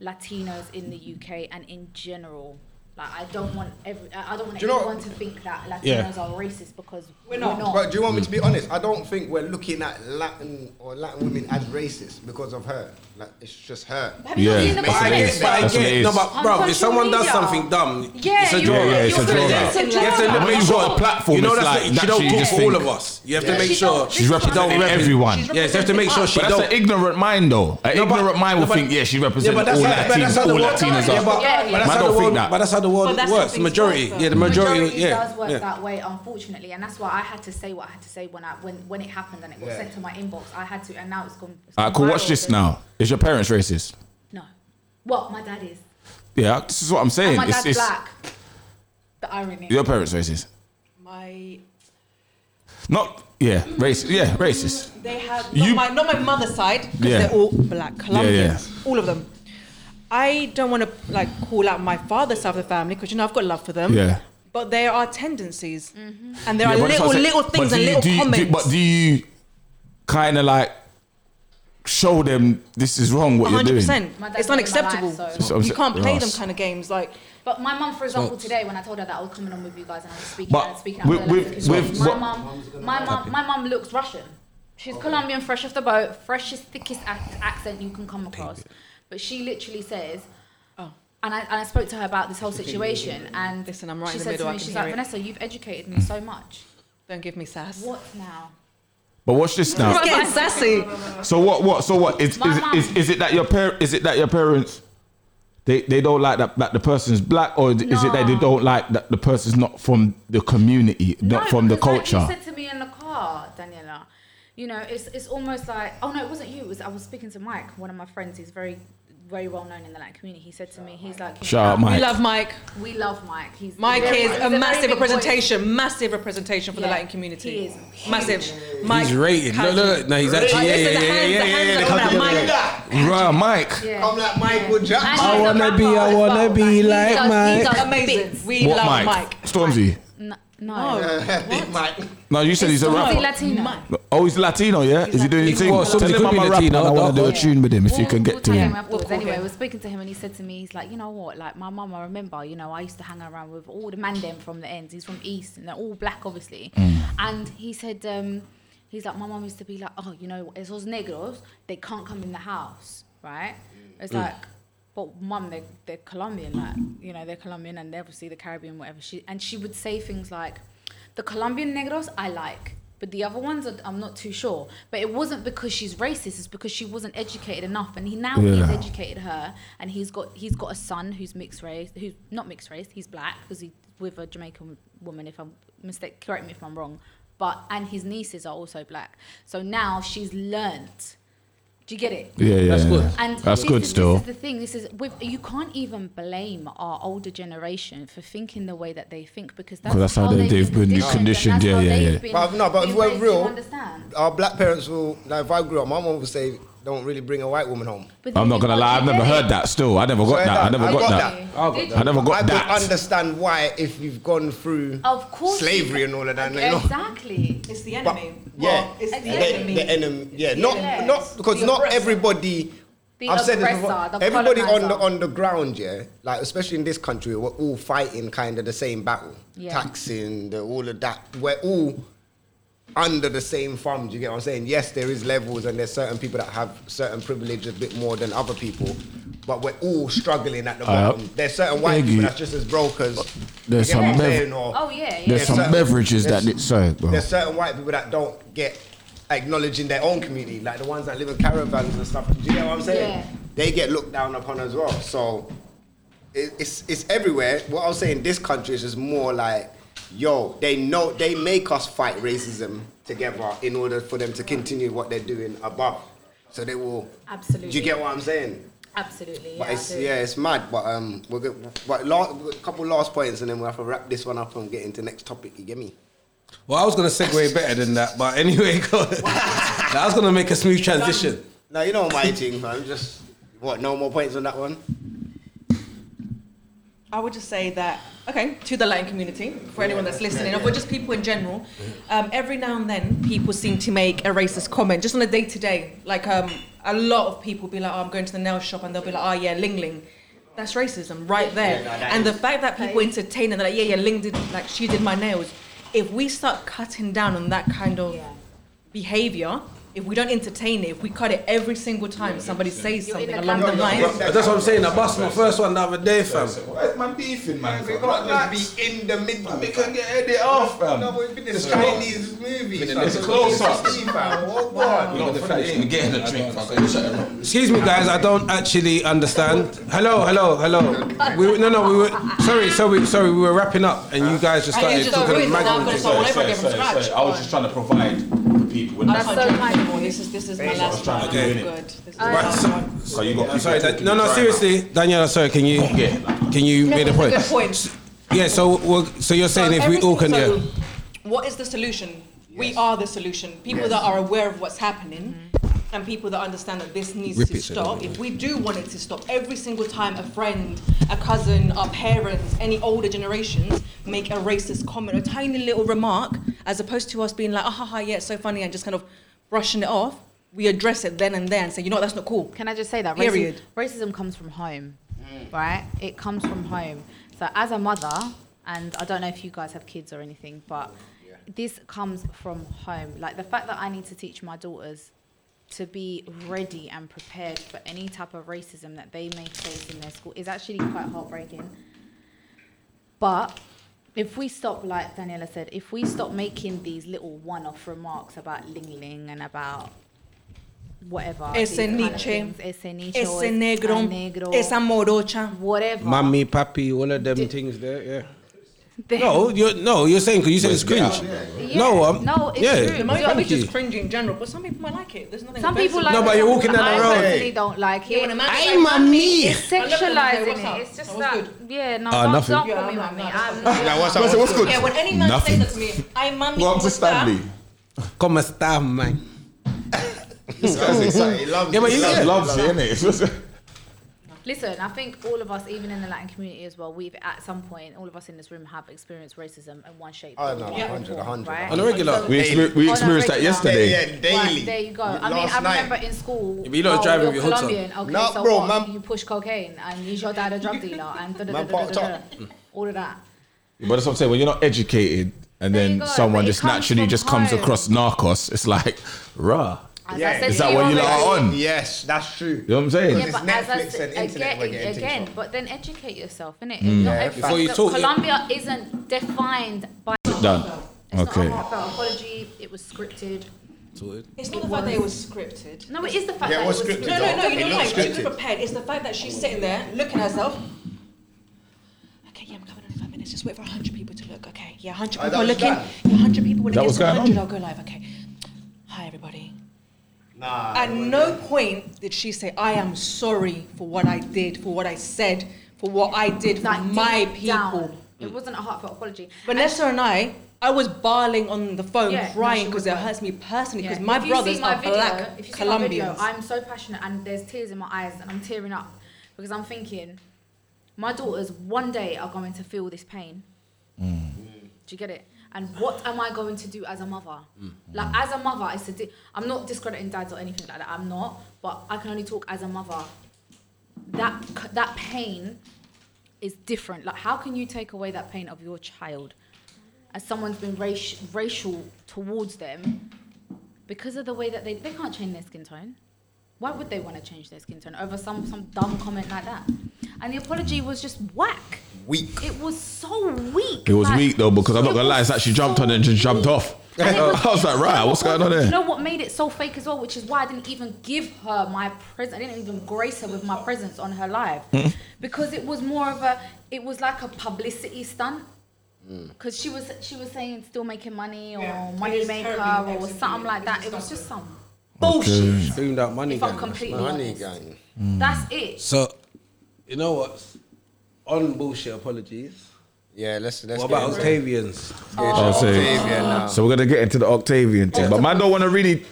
Speaker 7: Latinos in the UK and in general. Like, I don't want every, I I don't want
Speaker 5: Do you know-
Speaker 7: anyone to think that Latinos
Speaker 2: Yeah.
Speaker 7: are racist because
Speaker 4: We're not.
Speaker 5: But do you want me to be honest? I don't think we're looking at Latin or Latin women as racist because of her. Like it's just her.
Speaker 7: Have you
Speaker 8: Yeah.
Speaker 7: not seen the
Speaker 5: But I
Speaker 7: comments?
Speaker 5: guess- but I
Speaker 8: That's what it is.
Speaker 2: No, but
Speaker 7: On
Speaker 2: bro, if
Speaker 7: social
Speaker 2: someone does
Speaker 7: media.
Speaker 2: something dumb,
Speaker 7: Yeah,
Speaker 2: it's a
Speaker 7: you-
Speaker 2: draw.
Speaker 8: Yeah, yeah, it's a
Speaker 7: you're
Speaker 8: draw.
Speaker 7: presenting
Speaker 4: It's a
Speaker 7: like-
Speaker 4: draw.
Speaker 2: Yes, and
Speaker 8: When you've got a platform,
Speaker 2: you know
Speaker 8: it's
Speaker 2: that's
Speaker 8: like,
Speaker 2: not- she
Speaker 8: that
Speaker 2: don't
Speaker 8: she
Speaker 2: talk
Speaker 8: just
Speaker 2: for all
Speaker 8: think-
Speaker 2: of us. You have
Speaker 5: Yeah.
Speaker 2: to make
Speaker 5: She
Speaker 2: sure
Speaker 7: don't-
Speaker 8: She's representing
Speaker 2: don't rep it.
Speaker 8: everyone.
Speaker 4: She's
Speaker 2: Yes, you have to make sure she
Speaker 8: But that's
Speaker 2: don't.
Speaker 8: an ignorant mind, though. An
Speaker 2: No, but-
Speaker 8: ignorant mind will
Speaker 2: no, but-
Speaker 8: think, yeah, she represents
Speaker 2: but that's
Speaker 8: all
Speaker 2: how- but that's
Speaker 8: Latinos.
Speaker 2: how the
Speaker 8: All
Speaker 2: world-
Speaker 8: Latinos
Speaker 2: Yeah,
Speaker 8: are.
Speaker 2: but,
Speaker 7: Yeah,
Speaker 2: but that's
Speaker 7: yeah.
Speaker 2: how
Speaker 8: Man don't
Speaker 2: the
Speaker 8: think
Speaker 2: world.
Speaker 8: that.
Speaker 2: But that's how the world
Speaker 4: But that's how
Speaker 2: works. The
Speaker 4: things
Speaker 2: majority.
Speaker 4: work,
Speaker 2: yeah, the
Speaker 4: though.
Speaker 2: majority. yeah,
Speaker 7: does work
Speaker 2: yeah.
Speaker 7: that way, unfortunately, and that's why I had to say what I had to say when I when when it happened and it was
Speaker 5: Yeah.
Speaker 7: sent to my inbox. I had to, and now it's gone. it's
Speaker 8: I
Speaker 7: gone
Speaker 8: could watch
Speaker 7: viral.
Speaker 8: this now. Is your parents racist?
Speaker 7: No, well, my dad is.
Speaker 8: Yeah, this is what I'm
Speaker 7: And
Speaker 4: Oh
Speaker 8: saying.
Speaker 7: my
Speaker 8: It's-
Speaker 7: dad's
Speaker 8: it's-
Speaker 7: black. The irony.
Speaker 8: Your parents racist?
Speaker 4: My
Speaker 8: Not yeah, racist. Yeah, racist.
Speaker 4: They have
Speaker 8: You-
Speaker 4: not, my, not my mother's side because
Speaker 8: Yeah.
Speaker 4: they're all black Colombians, all of them. I don't want to like call out my father's side of the family because you know I've got love for them.
Speaker 8: Yeah.
Speaker 4: But Um, there are tendencies, and there
Speaker 8: Yeah,
Speaker 4: are
Speaker 8: but that's
Speaker 4: little
Speaker 8: what I'm saying.
Speaker 4: little
Speaker 8: But
Speaker 4: things
Speaker 8: do
Speaker 4: and
Speaker 8: you-
Speaker 4: little
Speaker 8: do you- do-
Speaker 4: comments.
Speaker 8: but do you kind of like show them this is wrong what you're
Speaker 4: hundred
Speaker 8: doing?
Speaker 4: percent,
Speaker 7: My dad's
Speaker 4: it's
Speaker 7: not in my life,
Speaker 4: unacceptable.
Speaker 7: so-
Speaker 8: So I'm
Speaker 4: you
Speaker 8: sa-
Speaker 4: can't play
Speaker 8: Ross.
Speaker 4: them kind of games. Like
Speaker 7: But my mum, for example,
Speaker 8: So-
Speaker 7: today when I told her that I was coming on with you guys and I was speaking,
Speaker 8: But
Speaker 7: and speaking
Speaker 8: with-
Speaker 7: out loud,
Speaker 8: with- with
Speaker 7: my
Speaker 8: what-
Speaker 7: mum, my mum, my mum looks Russian. She's Colombian, fresh off the boat, freshest, thickest ac- accent you can come across. But she literally says, and I, and I spoke to her about this whole situation, and
Speaker 4: Oh. Listen, I'm right
Speaker 7: she
Speaker 4: in the
Speaker 7: said
Speaker 4: middle,
Speaker 7: to
Speaker 4: I
Speaker 7: me,
Speaker 4: can
Speaker 7: she's
Speaker 4: hear
Speaker 7: like,
Speaker 4: it.
Speaker 7: Vanessa, you've educated me so much.
Speaker 4: don't give me sass.
Speaker 7: What now?
Speaker 8: But watch this now.
Speaker 4: It's getting sassy.
Speaker 8: So what? What? So what? Is
Speaker 7: My
Speaker 8: is,
Speaker 7: mum.
Speaker 8: is, is it that your par- Is it that your parents? They, they don't like that, that the person's black, or is it that they
Speaker 7: No.
Speaker 8: don't like that the person's not from the community, not
Speaker 7: No,
Speaker 8: from the
Speaker 7: because
Speaker 8: culture?
Speaker 7: Like you said to me in the car, Daniela. You know, it's it's almost like oh no, it wasn't you. It was I was speaking to Mike, one of my friends. He's very very well known in the Latin community. He said to me, he's like, you
Speaker 8: Shout out,
Speaker 7: know,
Speaker 8: Mike.
Speaker 4: We love Mike.
Speaker 7: We love Mike. He's
Speaker 4: Mike
Speaker 7: very-
Speaker 4: is
Speaker 7: he's
Speaker 4: a
Speaker 7: very
Speaker 4: massive
Speaker 7: big voice.
Speaker 4: representation, massive representation for the
Speaker 7: Yeah,
Speaker 4: Latin community.
Speaker 7: he is
Speaker 4: massive. Mike
Speaker 2: He's rated. Look,
Speaker 4: Caddy.
Speaker 2: look. No, he's
Speaker 4: Like,
Speaker 2: actually. Yeah,
Speaker 4: this is
Speaker 2: yeah,
Speaker 4: the
Speaker 2: yeah,
Speaker 4: hands,
Speaker 2: yeah,
Speaker 4: the
Speaker 2: yeah,
Speaker 4: hands
Speaker 2: yeah.
Speaker 4: that
Speaker 2: Come
Speaker 4: come
Speaker 2: here.
Speaker 4: out. Mike.
Speaker 8: Bruh, Mike.
Speaker 7: Yeah.
Speaker 5: Come like Michael
Speaker 7: And
Speaker 5: Jackson.
Speaker 7: he's a
Speaker 2: wanna be-
Speaker 7: rapper
Speaker 2: I
Speaker 7: as
Speaker 2: wanna
Speaker 7: well.
Speaker 2: be
Speaker 7: he
Speaker 2: like
Speaker 7: does-
Speaker 2: Mike.
Speaker 7: He does
Speaker 4: Amazing.
Speaker 7: bits.
Speaker 4: We
Speaker 8: What
Speaker 4: love
Speaker 8: Mike?
Speaker 4: Mike.
Speaker 8: Stormzy.
Speaker 7: No, no.
Speaker 5: Big Mike.
Speaker 8: No, you said he's a
Speaker 7: Is he
Speaker 8: rapper.
Speaker 7: Latino?
Speaker 8: Oh, he's Latino, yeah. is he doing his thing?
Speaker 2: Well,
Speaker 8: Tell
Speaker 2: somebody
Speaker 8: him
Speaker 2: could
Speaker 8: I'm
Speaker 2: be
Speaker 8: a rapper. and
Speaker 2: Latino,
Speaker 8: I want to do a
Speaker 2: though.
Speaker 8: tune with him if you
Speaker 7: We'll-
Speaker 8: can
Speaker 7: we'll
Speaker 8: get to
Speaker 7: tag
Speaker 8: him.
Speaker 7: afterwards.
Speaker 4: We'll call
Speaker 7: anyway,
Speaker 4: him.
Speaker 7: we're speaking to him and he said to me, he's like, you know what? Like my mum, I remember, you know, I used to hang around with all the mandem from the ends. He's from East and they're all black, obviously. And he said, um, he's like, my mum used to be like, oh, you know, esos negros, they can't come in the house, right? It's like, but mum, they they're Colombian, like you know, they're Colombian and they're obviously the Caribbean, whatever. She and she would say things like, the Colombian negros I like. But the other ones, are, I'm not too sure. But it wasn't because she's racist; it's because she wasn't educated enough. And he now he's
Speaker 8: Yeah.
Speaker 7: educated her, and he's got he's got a son who's mixed race, who's not mixed race. He's black because he's with a Jamaican woman. If I'm mistake, correct me if I'm wrong. But and his nieces are also black. So now she's learnt. Do you get it?
Speaker 8: Yeah, yeah.
Speaker 2: That's
Speaker 8: yeah.
Speaker 2: good.
Speaker 7: And
Speaker 8: That's
Speaker 7: this
Speaker 8: good
Speaker 7: is,
Speaker 8: still.
Speaker 7: This is the thing. This is with, you can't even blame our older generation for thinking the way that they think because that's,
Speaker 8: 'Cause that's how they- they've been conditioned.
Speaker 7: and that's
Speaker 8: Yeah,
Speaker 7: how
Speaker 8: yeah,
Speaker 7: they've
Speaker 8: yeah.
Speaker 7: been
Speaker 5: But no, but if we're
Speaker 7: raised, you
Speaker 5: real,
Speaker 7: understand?
Speaker 5: Our black parents will. Now, if I grew up, my mom would say, "Don't really bring a white woman home."
Speaker 7: But
Speaker 8: I'm not gonna lie. I've never heard that. Still, I never got
Speaker 5: Swear
Speaker 8: that. I
Speaker 5: down,
Speaker 8: never
Speaker 5: I
Speaker 8: got,
Speaker 5: got
Speaker 8: that.
Speaker 2: I'll go
Speaker 8: I never
Speaker 5: I
Speaker 8: got
Speaker 5: could
Speaker 8: that.
Speaker 5: understand why if you've gone through
Speaker 7: Of course, you-
Speaker 5: slavery and all of that. you know?
Speaker 7: Exactly.
Speaker 4: It's the
Speaker 5: But,
Speaker 4: enemy.
Speaker 5: yeah,
Speaker 4: Well, it's the
Speaker 7: Exactly.
Speaker 4: enemy.
Speaker 5: the enemy. Yeah,
Speaker 4: the
Speaker 5: not
Speaker 7: enemy.
Speaker 5: not because
Speaker 4: The
Speaker 5: not
Speaker 4: oppressor.
Speaker 5: everybody.
Speaker 7: The
Speaker 5: I've said this
Speaker 7: oppressor,
Speaker 5: before.
Speaker 7: the
Speaker 5: Everybody on the
Speaker 7: colonizer.
Speaker 5: on the ground, yeah, like especially in this country, we're all fighting kind of the same battle,
Speaker 7: Yeah.
Speaker 5: taxing, the, all of that. We're all under the same thumb. Do you get what I'm saying? Yes, there is levels, and there's certain people that have certain privilege a bit more than other people, but we're all struggling at the
Speaker 8: Uh,
Speaker 5: bottom. There's certain white
Speaker 8: Biggie.
Speaker 5: people that's just as broke as.
Speaker 8: There's
Speaker 5: you get what
Speaker 8: some
Speaker 5: I'm
Speaker 8: lev-
Speaker 5: saying, or-
Speaker 7: Oh yeah, yeah.
Speaker 8: There's some
Speaker 5: certain-
Speaker 8: beverages that
Speaker 5: there's-
Speaker 8: that. Sorry, bro.
Speaker 5: there's certain white people that don't get acknowledged in their own community, like the ones that live in caravans and stuff. Do you get what I'm saying?
Speaker 7: Yeah.
Speaker 5: They get looked down upon as well. So it, it's it's everywhere. What I was saying, this country is just more like, yo, they know they make us fight racism together in order for them to continue what they're doing above. So they will.
Speaker 7: Absolutely.
Speaker 5: Do you get what I'm saying?
Speaker 7: Absolutely.
Speaker 5: But
Speaker 7: yeah, I
Speaker 5: it's
Speaker 7: do.
Speaker 5: yeah, it's mad. But um, we're good. But la- a couple last points, and then we'll have to wrap this one up and get into next topic. You get me?
Speaker 2: Well, I was gonna segue better than that, but anyway, go on. I was gonna make a smooth transition.
Speaker 5: No, you don't mind cheating, fam. Just what? No more points on that one.
Speaker 4: I would just say that, okay, to the Latin community, for anyone that's listening, or for just people in general, um, every now and then people seem to make a racist comment, just on a day to day. Like um, a lot of people be like, oh, I'm going to the nail shop, and they'll be like, oh, yeah, Ling Ling. That's racism right there. and the fact that people entertain and they're like, yeah, yeah, Ling did, like, she did my nails. If we start cutting down on that kind of
Speaker 7: Yeah.
Speaker 4: behavior, if we don't entertain it, if we cut it every single time somebody says
Speaker 7: You're in
Speaker 4: something
Speaker 7: the
Speaker 4: along the
Speaker 7: company.
Speaker 4: lines,
Speaker 2: But that's what I'm saying. I bust my first one the other day, fam.
Speaker 3: Where's my beefing, man?
Speaker 5: We got to be in the middle.
Speaker 3: We can get headed off, fam.
Speaker 5: No, we've been in
Speaker 3: Just
Speaker 5: Chinese movies.
Speaker 3: Been in
Speaker 5: fam.
Speaker 3: this close-up.
Speaker 5: It's me, fam. Oh, God.
Speaker 3: No, I'm getting a drink, fam.
Speaker 2: Excuse me, guys. I don't actually understand. Hello, hello, hello. We were- no, no. We were sorry, sorry, sorry. We were wrapping up, and you guys just
Speaker 4: And
Speaker 2: started
Speaker 4: you just
Speaker 2: talking
Speaker 4: agree that I'm
Speaker 2: about
Speaker 4: gonna
Speaker 2: things.
Speaker 4: solve
Speaker 2: Sorry,
Speaker 4: it.
Speaker 2: sorry.
Speaker 4: Sorry, sorry, sorry.
Speaker 3: I was just trying to provide for people.
Speaker 4: I
Speaker 7: That's
Speaker 4: can't
Speaker 7: so
Speaker 4: drink
Speaker 7: kind of
Speaker 4: anymore.
Speaker 7: you.
Speaker 4: This is this is my last
Speaker 3: trying
Speaker 4: one.
Speaker 3: to
Speaker 2: do
Speaker 4: I'm
Speaker 2: it.
Speaker 4: good. This is
Speaker 2: Right,
Speaker 4: my
Speaker 2: so-
Speaker 4: last one.
Speaker 3: So you got
Speaker 2: I'm sorry, Dan- no, no, seriously, Daniela. Sorry, can you can you
Speaker 4: No,
Speaker 2: make the
Speaker 4: it's a
Speaker 2: point?
Speaker 4: good point.
Speaker 2: S- Yeah. So, we're- so you're saying
Speaker 4: So
Speaker 2: if we all
Speaker 4: everything-
Speaker 2: can,
Speaker 4: so
Speaker 2: yeah.
Speaker 4: What is the solution? We are the solution. People that are aware of what's happening
Speaker 7: Mm-hmm.
Speaker 4: and people that understand that this needs
Speaker 2: Rip
Speaker 4: to
Speaker 2: it, so
Speaker 4: stop. If we do want it to stop, every single time a friend, a cousin, our parents, any older generations make a racist comment, a tiny little remark, as opposed to us being like, oh, ha, ha, yeah, it's so funny, and just kind of brushing it off, we address it then and there and say, you know, what, that's not cool.
Speaker 7: Can I just say that
Speaker 4: Period.
Speaker 7: racism, racism comes from home, right? It comes from home. So as a mother, and I don't know if you guys have kids or anything, but this comes from home. Like the fact that I need to teach my daughters to be ready and prepared for any type of racism that they may face in their school is actually quite heartbreaking. But if we stop, like Daniela said, if we stop making these little one-off remarks about Ling Ling and about whatever,
Speaker 4: Ese
Speaker 7: these kind of
Speaker 4: niche.
Speaker 7: things, ese nicho,
Speaker 4: Ese negro,
Speaker 7: negro,
Speaker 4: esa morocha.
Speaker 7: whatever.
Speaker 2: Mummy, papi, all of them
Speaker 7: Did-
Speaker 2: things there. Yeah.
Speaker 7: Then-
Speaker 2: No, oh. you're no, you're saying because you said it's cringe.
Speaker 7: Yeah.
Speaker 2: No, um,
Speaker 7: no, it's
Speaker 2: yeah.
Speaker 7: true.
Speaker 4: It might
Speaker 7: So-
Speaker 4: be
Speaker 2: Thank you.
Speaker 4: just cringy in general, but some people might like it. There's nothing.
Speaker 7: Some people like
Speaker 2: No,
Speaker 7: it,
Speaker 2: but
Speaker 7: some
Speaker 2: you're
Speaker 7: people
Speaker 2: walking down the
Speaker 7: don't. I
Speaker 2: road.
Speaker 7: personally don't like
Speaker 4: Yeah, when a
Speaker 7: it.
Speaker 4: man-
Speaker 2: Hey, mummy.
Speaker 7: It's
Speaker 4: I love it when they say,
Speaker 7: sexualizing
Speaker 4: "What's up?"
Speaker 7: it. It's
Speaker 4: That
Speaker 7: just
Speaker 4: was
Speaker 7: that.
Speaker 4: good.
Speaker 7: Yeah, no,
Speaker 2: Ah,
Speaker 7: don't,
Speaker 2: nothing.
Speaker 7: don't
Speaker 4: Yeah,
Speaker 7: call me
Speaker 4: I'm not-
Speaker 7: mummy.
Speaker 4: no,
Speaker 7: I'm
Speaker 5: Now, what's up?
Speaker 3: What's, what's good?
Speaker 4: Yeah, when any man
Speaker 8: Nothing.
Speaker 4: says that to me, I'm mummy.
Speaker 3: Go up to
Speaker 4: what's that?"
Speaker 3: Stanley.
Speaker 2: Como está, man?
Speaker 5: This guy's excited. He loves
Speaker 2: Yeah, but
Speaker 5: it.
Speaker 2: you-
Speaker 5: He
Speaker 2: yeah.
Speaker 3: Loves it, innit?
Speaker 7: Listen, I think all of us, even in the Latin community as well, we've at some point, all of us in this room have experienced racism in one shape.
Speaker 5: Oh,
Speaker 7: or
Speaker 5: no,
Speaker 7: another
Speaker 5: 100,
Speaker 7: form,
Speaker 5: 100.
Speaker 7: right?
Speaker 2: On a regular.
Speaker 7: So-
Speaker 8: We, exper- we
Speaker 7: On a
Speaker 8: experienced that
Speaker 7: regular-
Speaker 8: yesterday.
Speaker 5: Yeah, yeah, daily.
Speaker 7: Right, there you go. I mean,
Speaker 5: Last
Speaker 7: I
Speaker 5: night.
Speaker 7: remember in school.
Speaker 2: Yeah, but you lot
Speaker 7: oh,
Speaker 2: drive
Speaker 7: you're
Speaker 2: with your hoods
Speaker 7: Colombian. Okay,
Speaker 5: No,
Speaker 7: so
Speaker 5: bro,
Speaker 7: what?
Speaker 5: man-
Speaker 7: You push cocaine and is your dad a drug dealer and da da da
Speaker 5: Man
Speaker 7: da da
Speaker 5: parked
Speaker 7: da.
Speaker 5: up.
Speaker 7: All of that.
Speaker 8: But that's what I'm saying. When you're not educated, and
Speaker 7: There
Speaker 8: then
Speaker 7: you go,
Speaker 8: someone
Speaker 7: but it
Speaker 8: just
Speaker 7: comes
Speaker 8: naturally
Speaker 7: from
Speaker 8: just comes
Speaker 7: home.
Speaker 8: across narcos, it's like, rah.
Speaker 7: As
Speaker 5: Yeah.
Speaker 7: I said
Speaker 5: Is
Speaker 7: to
Speaker 8: that what you lot are
Speaker 7: already-
Speaker 8: on?
Speaker 5: Yes, that's true.
Speaker 8: You know what I'm saying?
Speaker 7: Yeah,
Speaker 5: It's
Speaker 7: but as I
Speaker 5: Netflix
Speaker 7: said,
Speaker 5: and internet
Speaker 7: again,
Speaker 5: we're getting things
Speaker 7: again
Speaker 5: from.
Speaker 7: but then
Speaker 8: Hmm.
Speaker 7: educate yourself, innit? it? Not every-
Speaker 2: Before you
Speaker 7: look,
Speaker 2: talk, yeah.
Speaker 7: Colombia isn't defined by.
Speaker 8: Done.
Speaker 7: It's
Speaker 8: Okay.
Speaker 7: not a heartfelt apology. It was scripted.
Speaker 4: It's not the fact that it was scripted.
Speaker 7: No, it is the fact
Speaker 5: Yeah,
Speaker 7: that
Speaker 5: it was
Speaker 7: it
Speaker 5: scripted.
Speaker 7: was
Speaker 4: No, no, no,
Speaker 5: It
Speaker 4: you know why?
Speaker 5: looks
Speaker 4: She was
Speaker 5: scripted.
Speaker 4: prepared. It's the fact that she's sitting there looking at herself. Okay, yeah, I'm coming in five minutes. Just wait for 100 people to look. Okay, yeah, 100
Speaker 5: Oh,
Speaker 4: people
Speaker 5: that
Speaker 4: are
Speaker 5: was
Speaker 4: looking.
Speaker 5: that?
Speaker 4: Yeah, 100 people. When
Speaker 8: That
Speaker 4: it
Speaker 8: was
Speaker 4: gets to
Speaker 8: going
Speaker 4: 100,
Speaker 8: on?
Speaker 4: I'll go live. Okay. Hi, everybody.
Speaker 5: Nah.
Speaker 4: At no point did she say, I am sorry for what I did, for what I said, for what I did for
Speaker 7: Like
Speaker 4: my
Speaker 7: deep
Speaker 4: people.
Speaker 7: down, It wasn't a heartfelt apology.
Speaker 4: Vanessa and I, I was bawling on the phone,
Speaker 7: Yeah, no,
Speaker 4: crying
Speaker 7: she
Speaker 4: because
Speaker 7: was
Speaker 4: it
Speaker 7: like-
Speaker 4: hurts me personally
Speaker 7: Yeah.
Speaker 4: because my
Speaker 7: If you see
Speaker 4: brothers
Speaker 7: my
Speaker 4: are
Speaker 7: video-
Speaker 4: black
Speaker 7: if you see my video,
Speaker 4: Colombians.
Speaker 7: I'm so passionate and there's tears in my eyes and I'm tearing up because I'm thinking, my daughters one day are going to feel this pain. Do you get it? And what am I going to do as a mother? Like as a mother, it's a di- I'm not discrediting dads or anything like that. I'm not, but I can only talk as a mother. That c- that pain is different. Like how can you take away that pain of your child? As someone's been raci- racial towards them, because of the way that they they can't change their skin tone. Why would they want to change their skin tone over some some dumb comment like that? And the apology was just whack.
Speaker 5: Weak.
Speaker 7: It was so weak.
Speaker 8: It was
Speaker 7: like-
Speaker 8: weak though because I'm not
Speaker 7: It
Speaker 8: gonna lie, it's
Speaker 7: was
Speaker 8: actually jumped on
Speaker 7: so
Speaker 8: and just jumped
Speaker 7: weak.
Speaker 8: off.
Speaker 7: And it
Speaker 8: I was like, right, what's going on
Speaker 7: You
Speaker 8: there?
Speaker 7: know what made it so fake as well, which is why I didn't even give her my presence. I didn't even grace her with my presence on her live
Speaker 8: Hmm?
Speaker 7: because it was more of a. It was like a publicity stunt. Because she was she was saying still making money or money maker or something like that. It was just some bullshit.
Speaker 2: Boomed out money.
Speaker 7: If I'm
Speaker 2: gang.
Speaker 7: completely
Speaker 5: Money
Speaker 7: honest,
Speaker 5: gang.
Speaker 8: Hmm.
Speaker 7: that's it.
Speaker 2: So, you know what's on bullshit apologies?
Speaker 5: Yeah, let's let's.
Speaker 2: What
Speaker 5: get Oh.
Speaker 2: about
Speaker 5: into
Speaker 2: Octavians?
Speaker 8: I'll say.
Speaker 5: Octavia now.
Speaker 8: So we're gonna get into the Octavian thing, but man don't want to really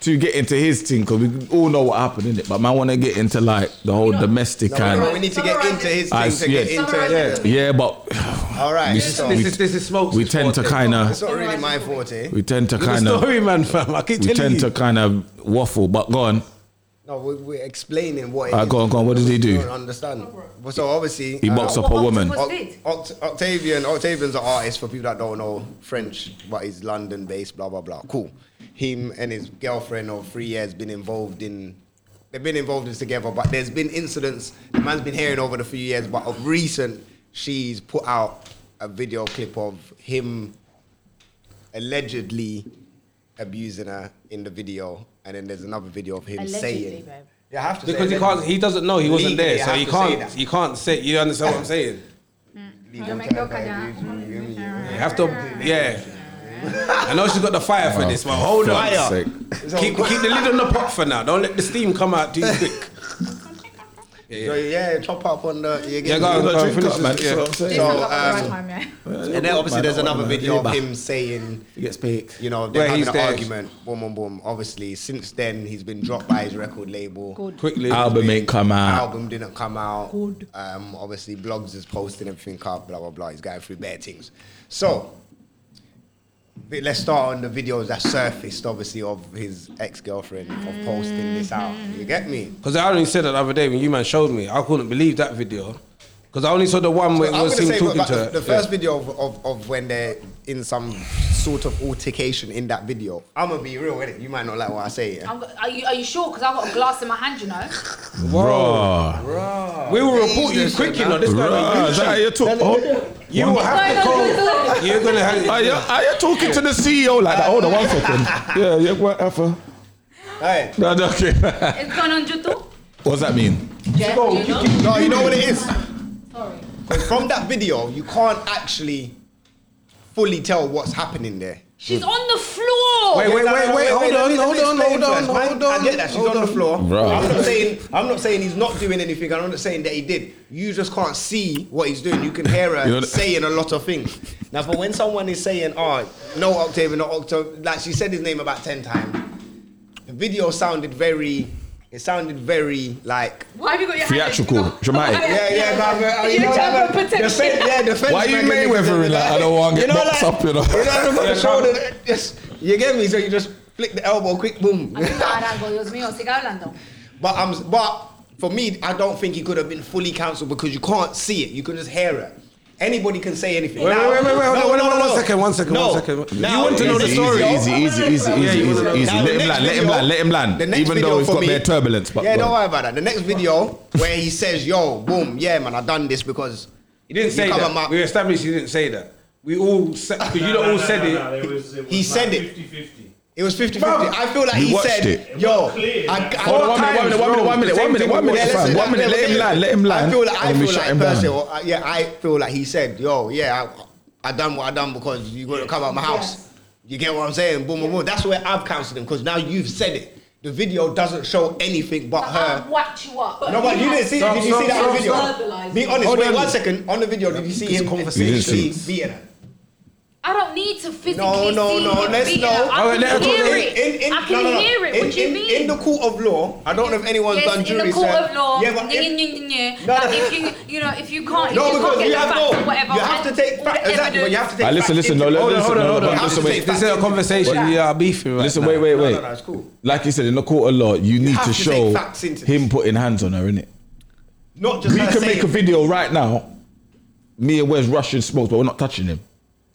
Speaker 8: to get into his thing because we all know what happened in it. But man want to get into like the whole domestic
Speaker 5: No,
Speaker 8: kind.
Speaker 5: no, we need to get into his
Speaker 8: I
Speaker 5: thing to
Speaker 8: see
Speaker 5: get
Speaker 8: it.
Speaker 5: into.
Speaker 7: Summarise it.
Speaker 8: Yeah, but
Speaker 5: All right.
Speaker 8: we,
Speaker 5: so
Speaker 2: This
Speaker 8: we,
Speaker 2: is this is smokes.
Speaker 8: we tend to kind
Speaker 5: it's
Speaker 8: of
Speaker 5: not really my forte.
Speaker 8: we tend to
Speaker 2: Kind
Speaker 8: kind
Speaker 2: the
Speaker 8: of
Speaker 2: story, man, fam. I keep
Speaker 8: we
Speaker 2: telling
Speaker 8: tend to
Speaker 2: you.
Speaker 8: kind of waffle. But go on,
Speaker 5: No, we, we're explaining what. it
Speaker 8: Ah,
Speaker 5: is.
Speaker 8: go on, go on, what did he do?
Speaker 5: Don't understand. Well, So obviously,
Speaker 8: he
Speaker 5: uh,
Speaker 8: boxed up a
Speaker 7: What
Speaker 8: woman.
Speaker 7: octopus did?
Speaker 5: Oct- Octavian, Octavian's an artist for people that don't know French, but he's London based, blah blah blah. Cool. Him and his girlfriend of three years been involved in they've been involved in this together, but there's been incidents the man's been hearing over the few years, but of recent she's put out a video clip of him allegedly abusing her in the video, and then there's another video of him
Speaker 7: Allegedly,
Speaker 5: saying
Speaker 7: babe.
Speaker 5: Yeah, I have to say
Speaker 2: Because he
Speaker 5: allegedly.
Speaker 2: can't, he doesn't know he wasn't
Speaker 5: Legally,
Speaker 2: there,
Speaker 5: I
Speaker 2: so
Speaker 5: have
Speaker 2: he
Speaker 5: to say
Speaker 2: can't,
Speaker 5: that.
Speaker 2: he can't say. You understand what I'm saying?
Speaker 5: Legal
Speaker 7: make your
Speaker 5: terms, I
Speaker 7: kaja.
Speaker 5: use, you give me-
Speaker 2: You have to, yeah. I know she's got the fire for this, but hold on.
Speaker 8: Fuck's sake.
Speaker 2: Keep, keep the lid on the pot for now. Don't let the steam come out too quick.
Speaker 5: So, yeah, chop up on the. You
Speaker 2: Yeah,
Speaker 5: get
Speaker 2: go
Speaker 5: me?
Speaker 2: on, go
Speaker 8: You gotta
Speaker 2: on,
Speaker 8: drink
Speaker 2: finish
Speaker 8: up,
Speaker 2: this,
Speaker 8: man.
Speaker 2: yeah.
Speaker 8: So I'm saying.
Speaker 5: So,
Speaker 7: Sounds like a
Speaker 5: um,
Speaker 7: right time, yeah.
Speaker 5: and then obviously there's another video of
Speaker 8: Yeah.
Speaker 5: him saying,
Speaker 8: He gets picked.
Speaker 5: you know, they're
Speaker 2: Where
Speaker 5: having
Speaker 2: he's
Speaker 5: an
Speaker 2: there.
Speaker 5: argument. Boom, boom, boom. Obviously, since then he's been dropped by his record label.
Speaker 7: Good.
Speaker 2: Quickly.
Speaker 8: Album ain't come out.
Speaker 5: Album didn't come out. Um, obviously, blogs is posting everything up. Blah blah blah. He's going through bad things. So, vi- let's start on the videos that surfaced, obviously, of his ex-girlfriend of posting this out. You get me?
Speaker 2: Because I only said that the other day when you man showed me, I couldn't believe that video. Because I only saw the one where it
Speaker 5: I'm
Speaker 2: was
Speaker 5: gonna
Speaker 2: him
Speaker 5: say, but
Speaker 2: talking to
Speaker 5: the,
Speaker 2: her.
Speaker 5: the first video of, of, of when they're in some sort of altercation in that video. I'm gonna be real with it. You might not like what I say. Yeah?
Speaker 7: I'm, go- are you are you sure? Because I got a glass in my hand, you know.
Speaker 8: Raw.
Speaker 2: We will report you
Speaker 5: Jesus,
Speaker 2: quick, you know.
Speaker 5: man.
Speaker 2: This
Speaker 8: Raw. Is that how
Speaker 2: guy,
Speaker 8: you talk? Oh.
Speaker 2: you will have to call. You're gonna have.
Speaker 8: Are you, are you talking to the CEO like that? Hold on one second. Yeah, yeah, whatever.
Speaker 5: Hey,
Speaker 8: No, no, okay.
Speaker 7: It's going on, Jutu.
Speaker 8: What's that mean?
Speaker 7: Jeff,
Speaker 2: go,
Speaker 7: you
Speaker 2: you
Speaker 7: know?
Speaker 5: no, Oh, you know what it is.
Speaker 7: Sorry.
Speaker 5: 'Cause from that video, you can't actually fully tell what's happening there.
Speaker 7: She's on the
Speaker 5: Oh,
Speaker 7: floor.
Speaker 2: Wait, wait, wait, wait. Hold
Speaker 5: let
Speaker 2: on,
Speaker 5: me- let
Speaker 2: hold
Speaker 5: me
Speaker 2: on,
Speaker 5: explain
Speaker 2: hold on,
Speaker 5: first, man.
Speaker 2: hold on.
Speaker 5: I get that she's
Speaker 2: hold
Speaker 5: on the floor.
Speaker 8: Bruh.
Speaker 5: I'm not saying I'm not saying he's not doing anything. I'm not saying that he did. You just can't see what he's doing. You can hear her
Speaker 8: You know-
Speaker 5: saying a lot of things. Now, for when someone is saying, "Oh, no Octavia, no Octavia," like she said his name about ten times. The video sounded very. It sounded very like.
Speaker 7: Why have you got your
Speaker 8: Theatrical,
Speaker 7: hand?
Speaker 8: dramatic.
Speaker 5: Yeah, yeah, but, uh, but,
Speaker 4: You're trying to
Speaker 5: but-
Speaker 4: protect
Speaker 5: defen-
Speaker 4: shit.
Speaker 5: yeah, defense
Speaker 8: Why you
Speaker 5: mechanism
Speaker 8: Mayweathering
Speaker 5: is
Speaker 8: like, I don't wanna get boxed up, you know?
Speaker 5: You know, I've got
Speaker 2: Yeah,
Speaker 5: the shoulder.
Speaker 2: come.
Speaker 5: that- Just, you get me? So you just flick the elbow, quick, boom.
Speaker 7: Arango, Dios mío, siga hablando.
Speaker 5: But I'm, but for me, I don't think he could have been fully counselled because you can't see it. You can just hear it. Anybody can say anything.
Speaker 2: Wait,
Speaker 5: Now-
Speaker 2: wait, wait, wait, hold on, wait, hold on, one second, one second,
Speaker 5: no.
Speaker 2: one second.
Speaker 5: Now-
Speaker 2: You want to know the
Speaker 8: Easy,
Speaker 2: story?
Speaker 8: Easy, easy, easy, easy, easy,
Speaker 5: Now, the
Speaker 8: easy, easy. Let him
Speaker 5: next
Speaker 8: land, let him
Speaker 5: video-
Speaker 8: land, let him
Speaker 5: the
Speaker 8: land.
Speaker 5: next
Speaker 8: Even though
Speaker 5: video
Speaker 8: he's
Speaker 5: for
Speaker 8: got
Speaker 5: me-
Speaker 8: bare turbulence. But
Speaker 5: yeah,
Speaker 8: go
Speaker 5: don't
Speaker 8: on.
Speaker 5: worry about that. The next video where he says, "Yo, boom, yeah, man, I done this because
Speaker 2: He didn't
Speaker 5: you
Speaker 2: say
Speaker 5: come
Speaker 2: that.
Speaker 5: at my-
Speaker 2: We established he didn't say that. we all said because you lot all said it.
Speaker 6: it was, it was
Speaker 5: He said it.
Speaker 6: 50 50.
Speaker 5: It was 50 50.
Speaker 2: Fam,
Speaker 5: I feel like
Speaker 8: we
Speaker 5: he
Speaker 8: watched
Speaker 5: said,
Speaker 8: it.
Speaker 5: yo,
Speaker 6: It wasn't clear,
Speaker 5: I,
Speaker 6: man.
Speaker 5: I,
Speaker 8: Hold on, one minute, one minute, one minute, one minute, one minute, one minute,
Speaker 5: Yeah,
Speaker 8: fam.
Speaker 5: listen,
Speaker 8: One minute,
Speaker 5: that's
Speaker 8: let him
Speaker 5: what
Speaker 8: land,
Speaker 5: I'm
Speaker 8: let him
Speaker 5: saying.
Speaker 8: land.
Speaker 5: I feel like,
Speaker 8: and
Speaker 5: I
Speaker 8: then we
Speaker 5: feel
Speaker 8: shut
Speaker 5: like
Speaker 8: him down.
Speaker 5: personally, well, I- yeah, I feel like he said, yo, yeah, I, I done what I done because you got to come out my house. You get what I'm saying? Boom, boom, boom. That's where I've cancelled him because now you've said it. The video doesn't show anything but
Speaker 7: I'll
Speaker 5: her.
Speaker 7: whacked you up.
Speaker 5: Uh, No, but you didn't see.
Speaker 2: Stop,
Speaker 5: Did you see
Speaker 2: stop,
Speaker 5: that on the
Speaker 7: stop,
Speaker 5: video?
Speaker 7: stop.
Speaker 5: Be honest.
Speaker 2: Hold
Speaker 5: Wait
Speaker 2: on.
Speaker 5: one second. On the video, did you see
Speaker 2: It's
Speaker 5: him
Speaker 2: conversation.
Speaker 8: You didn't see
Speaker 5: conversation
Speaker 8: it.
Speaker 5: beating her?
Speaker 7: I don't need to physically
Speaker 5: No, no,
Speaker 7: see
Speaker 5: no,
Speaker 7: him
Speaker 5: let's
Speaker 7: beat
Speaker 5: know.
Speaker 7: her. I
Speaker 2: All right,
Speaker 7: can
Speaker 2: let's go
Speaker 7: hear
Speaker 2: then.
Speaker 7: it.
Speaker 5: In- in-
Speaker 7: I can
Speaker 5: no, no, no.
Speaker 7: hear it.
Speaker 5: In,
Speaker 7: what do you
Speaker 5: in,
Speaker 7: mean?
Speaker 5: In the court of law, I don't know if anyone's
Speaker 7: yes,
Speaker 5: done jury
Speaker 7: in the court
Speaker 5: said-
Speaker 7: of law.
Speaker 5: Yeah, but if-
Speaker 7: nya, nya, nya, nya.
Speaker 5: No,
Speaker 7: Like,
Speaker 5: no.
Speaker 7: if you, you know, if you can't,
Speaker 5: no,
Speaker 7: if you
Speaker 5: because
Speaker 7: can't
Speaker 5: you
Speaker 7: get
Speaker 5: have
Speaker 7: the facts or
Speaker 5: no.
Speaker 7: whatever,
Speaker 5: You have to
Speaker 7: and
Speaker 5: take
Speaker 7: all the
Speaker 5: back. Exactly, but you have to take.
Speaker 8: Ah, listen,
Speaker 5: back
Speaker 8: listen,
Speaker 5: into-
Speaker 8: no, no,
Speaker 2: Hold on, hold on,
Speaker 8: No,
Speaker 2: hold
Speaker 8: no,
Speaker 2: on.
Speaker 8: but
Speaker 2: I'm
Speaker 8: listen,
Speaker 2: just
Speaker 8: wait.
Speaker 2: This is a conversation.
Speaker 5: What?
Speaker 2: You are beefing right
Speaker 8: Listen,
Speaker 2: now.
Speaker 8: wait, wait,
Speaker 5: No,
Speaker 8: wait.
Speaker 5: no, no, it's cool.
Speaker 8: Like you said, in the court of law, you need
Speaker 5: have
Speaker 8: to
Speaker 5: to take
Speaker 8: show
Speaker 5: facts into
Speaker 8: him putting hands on her, innit?
Speaker 5: Not just
Speaker 8: We
Speaker 5: her
Speaker 8: can
Speaker 5: saying-
Speaker 8: make a video right now. Me and Wes rushing smokes, but we're not touching him.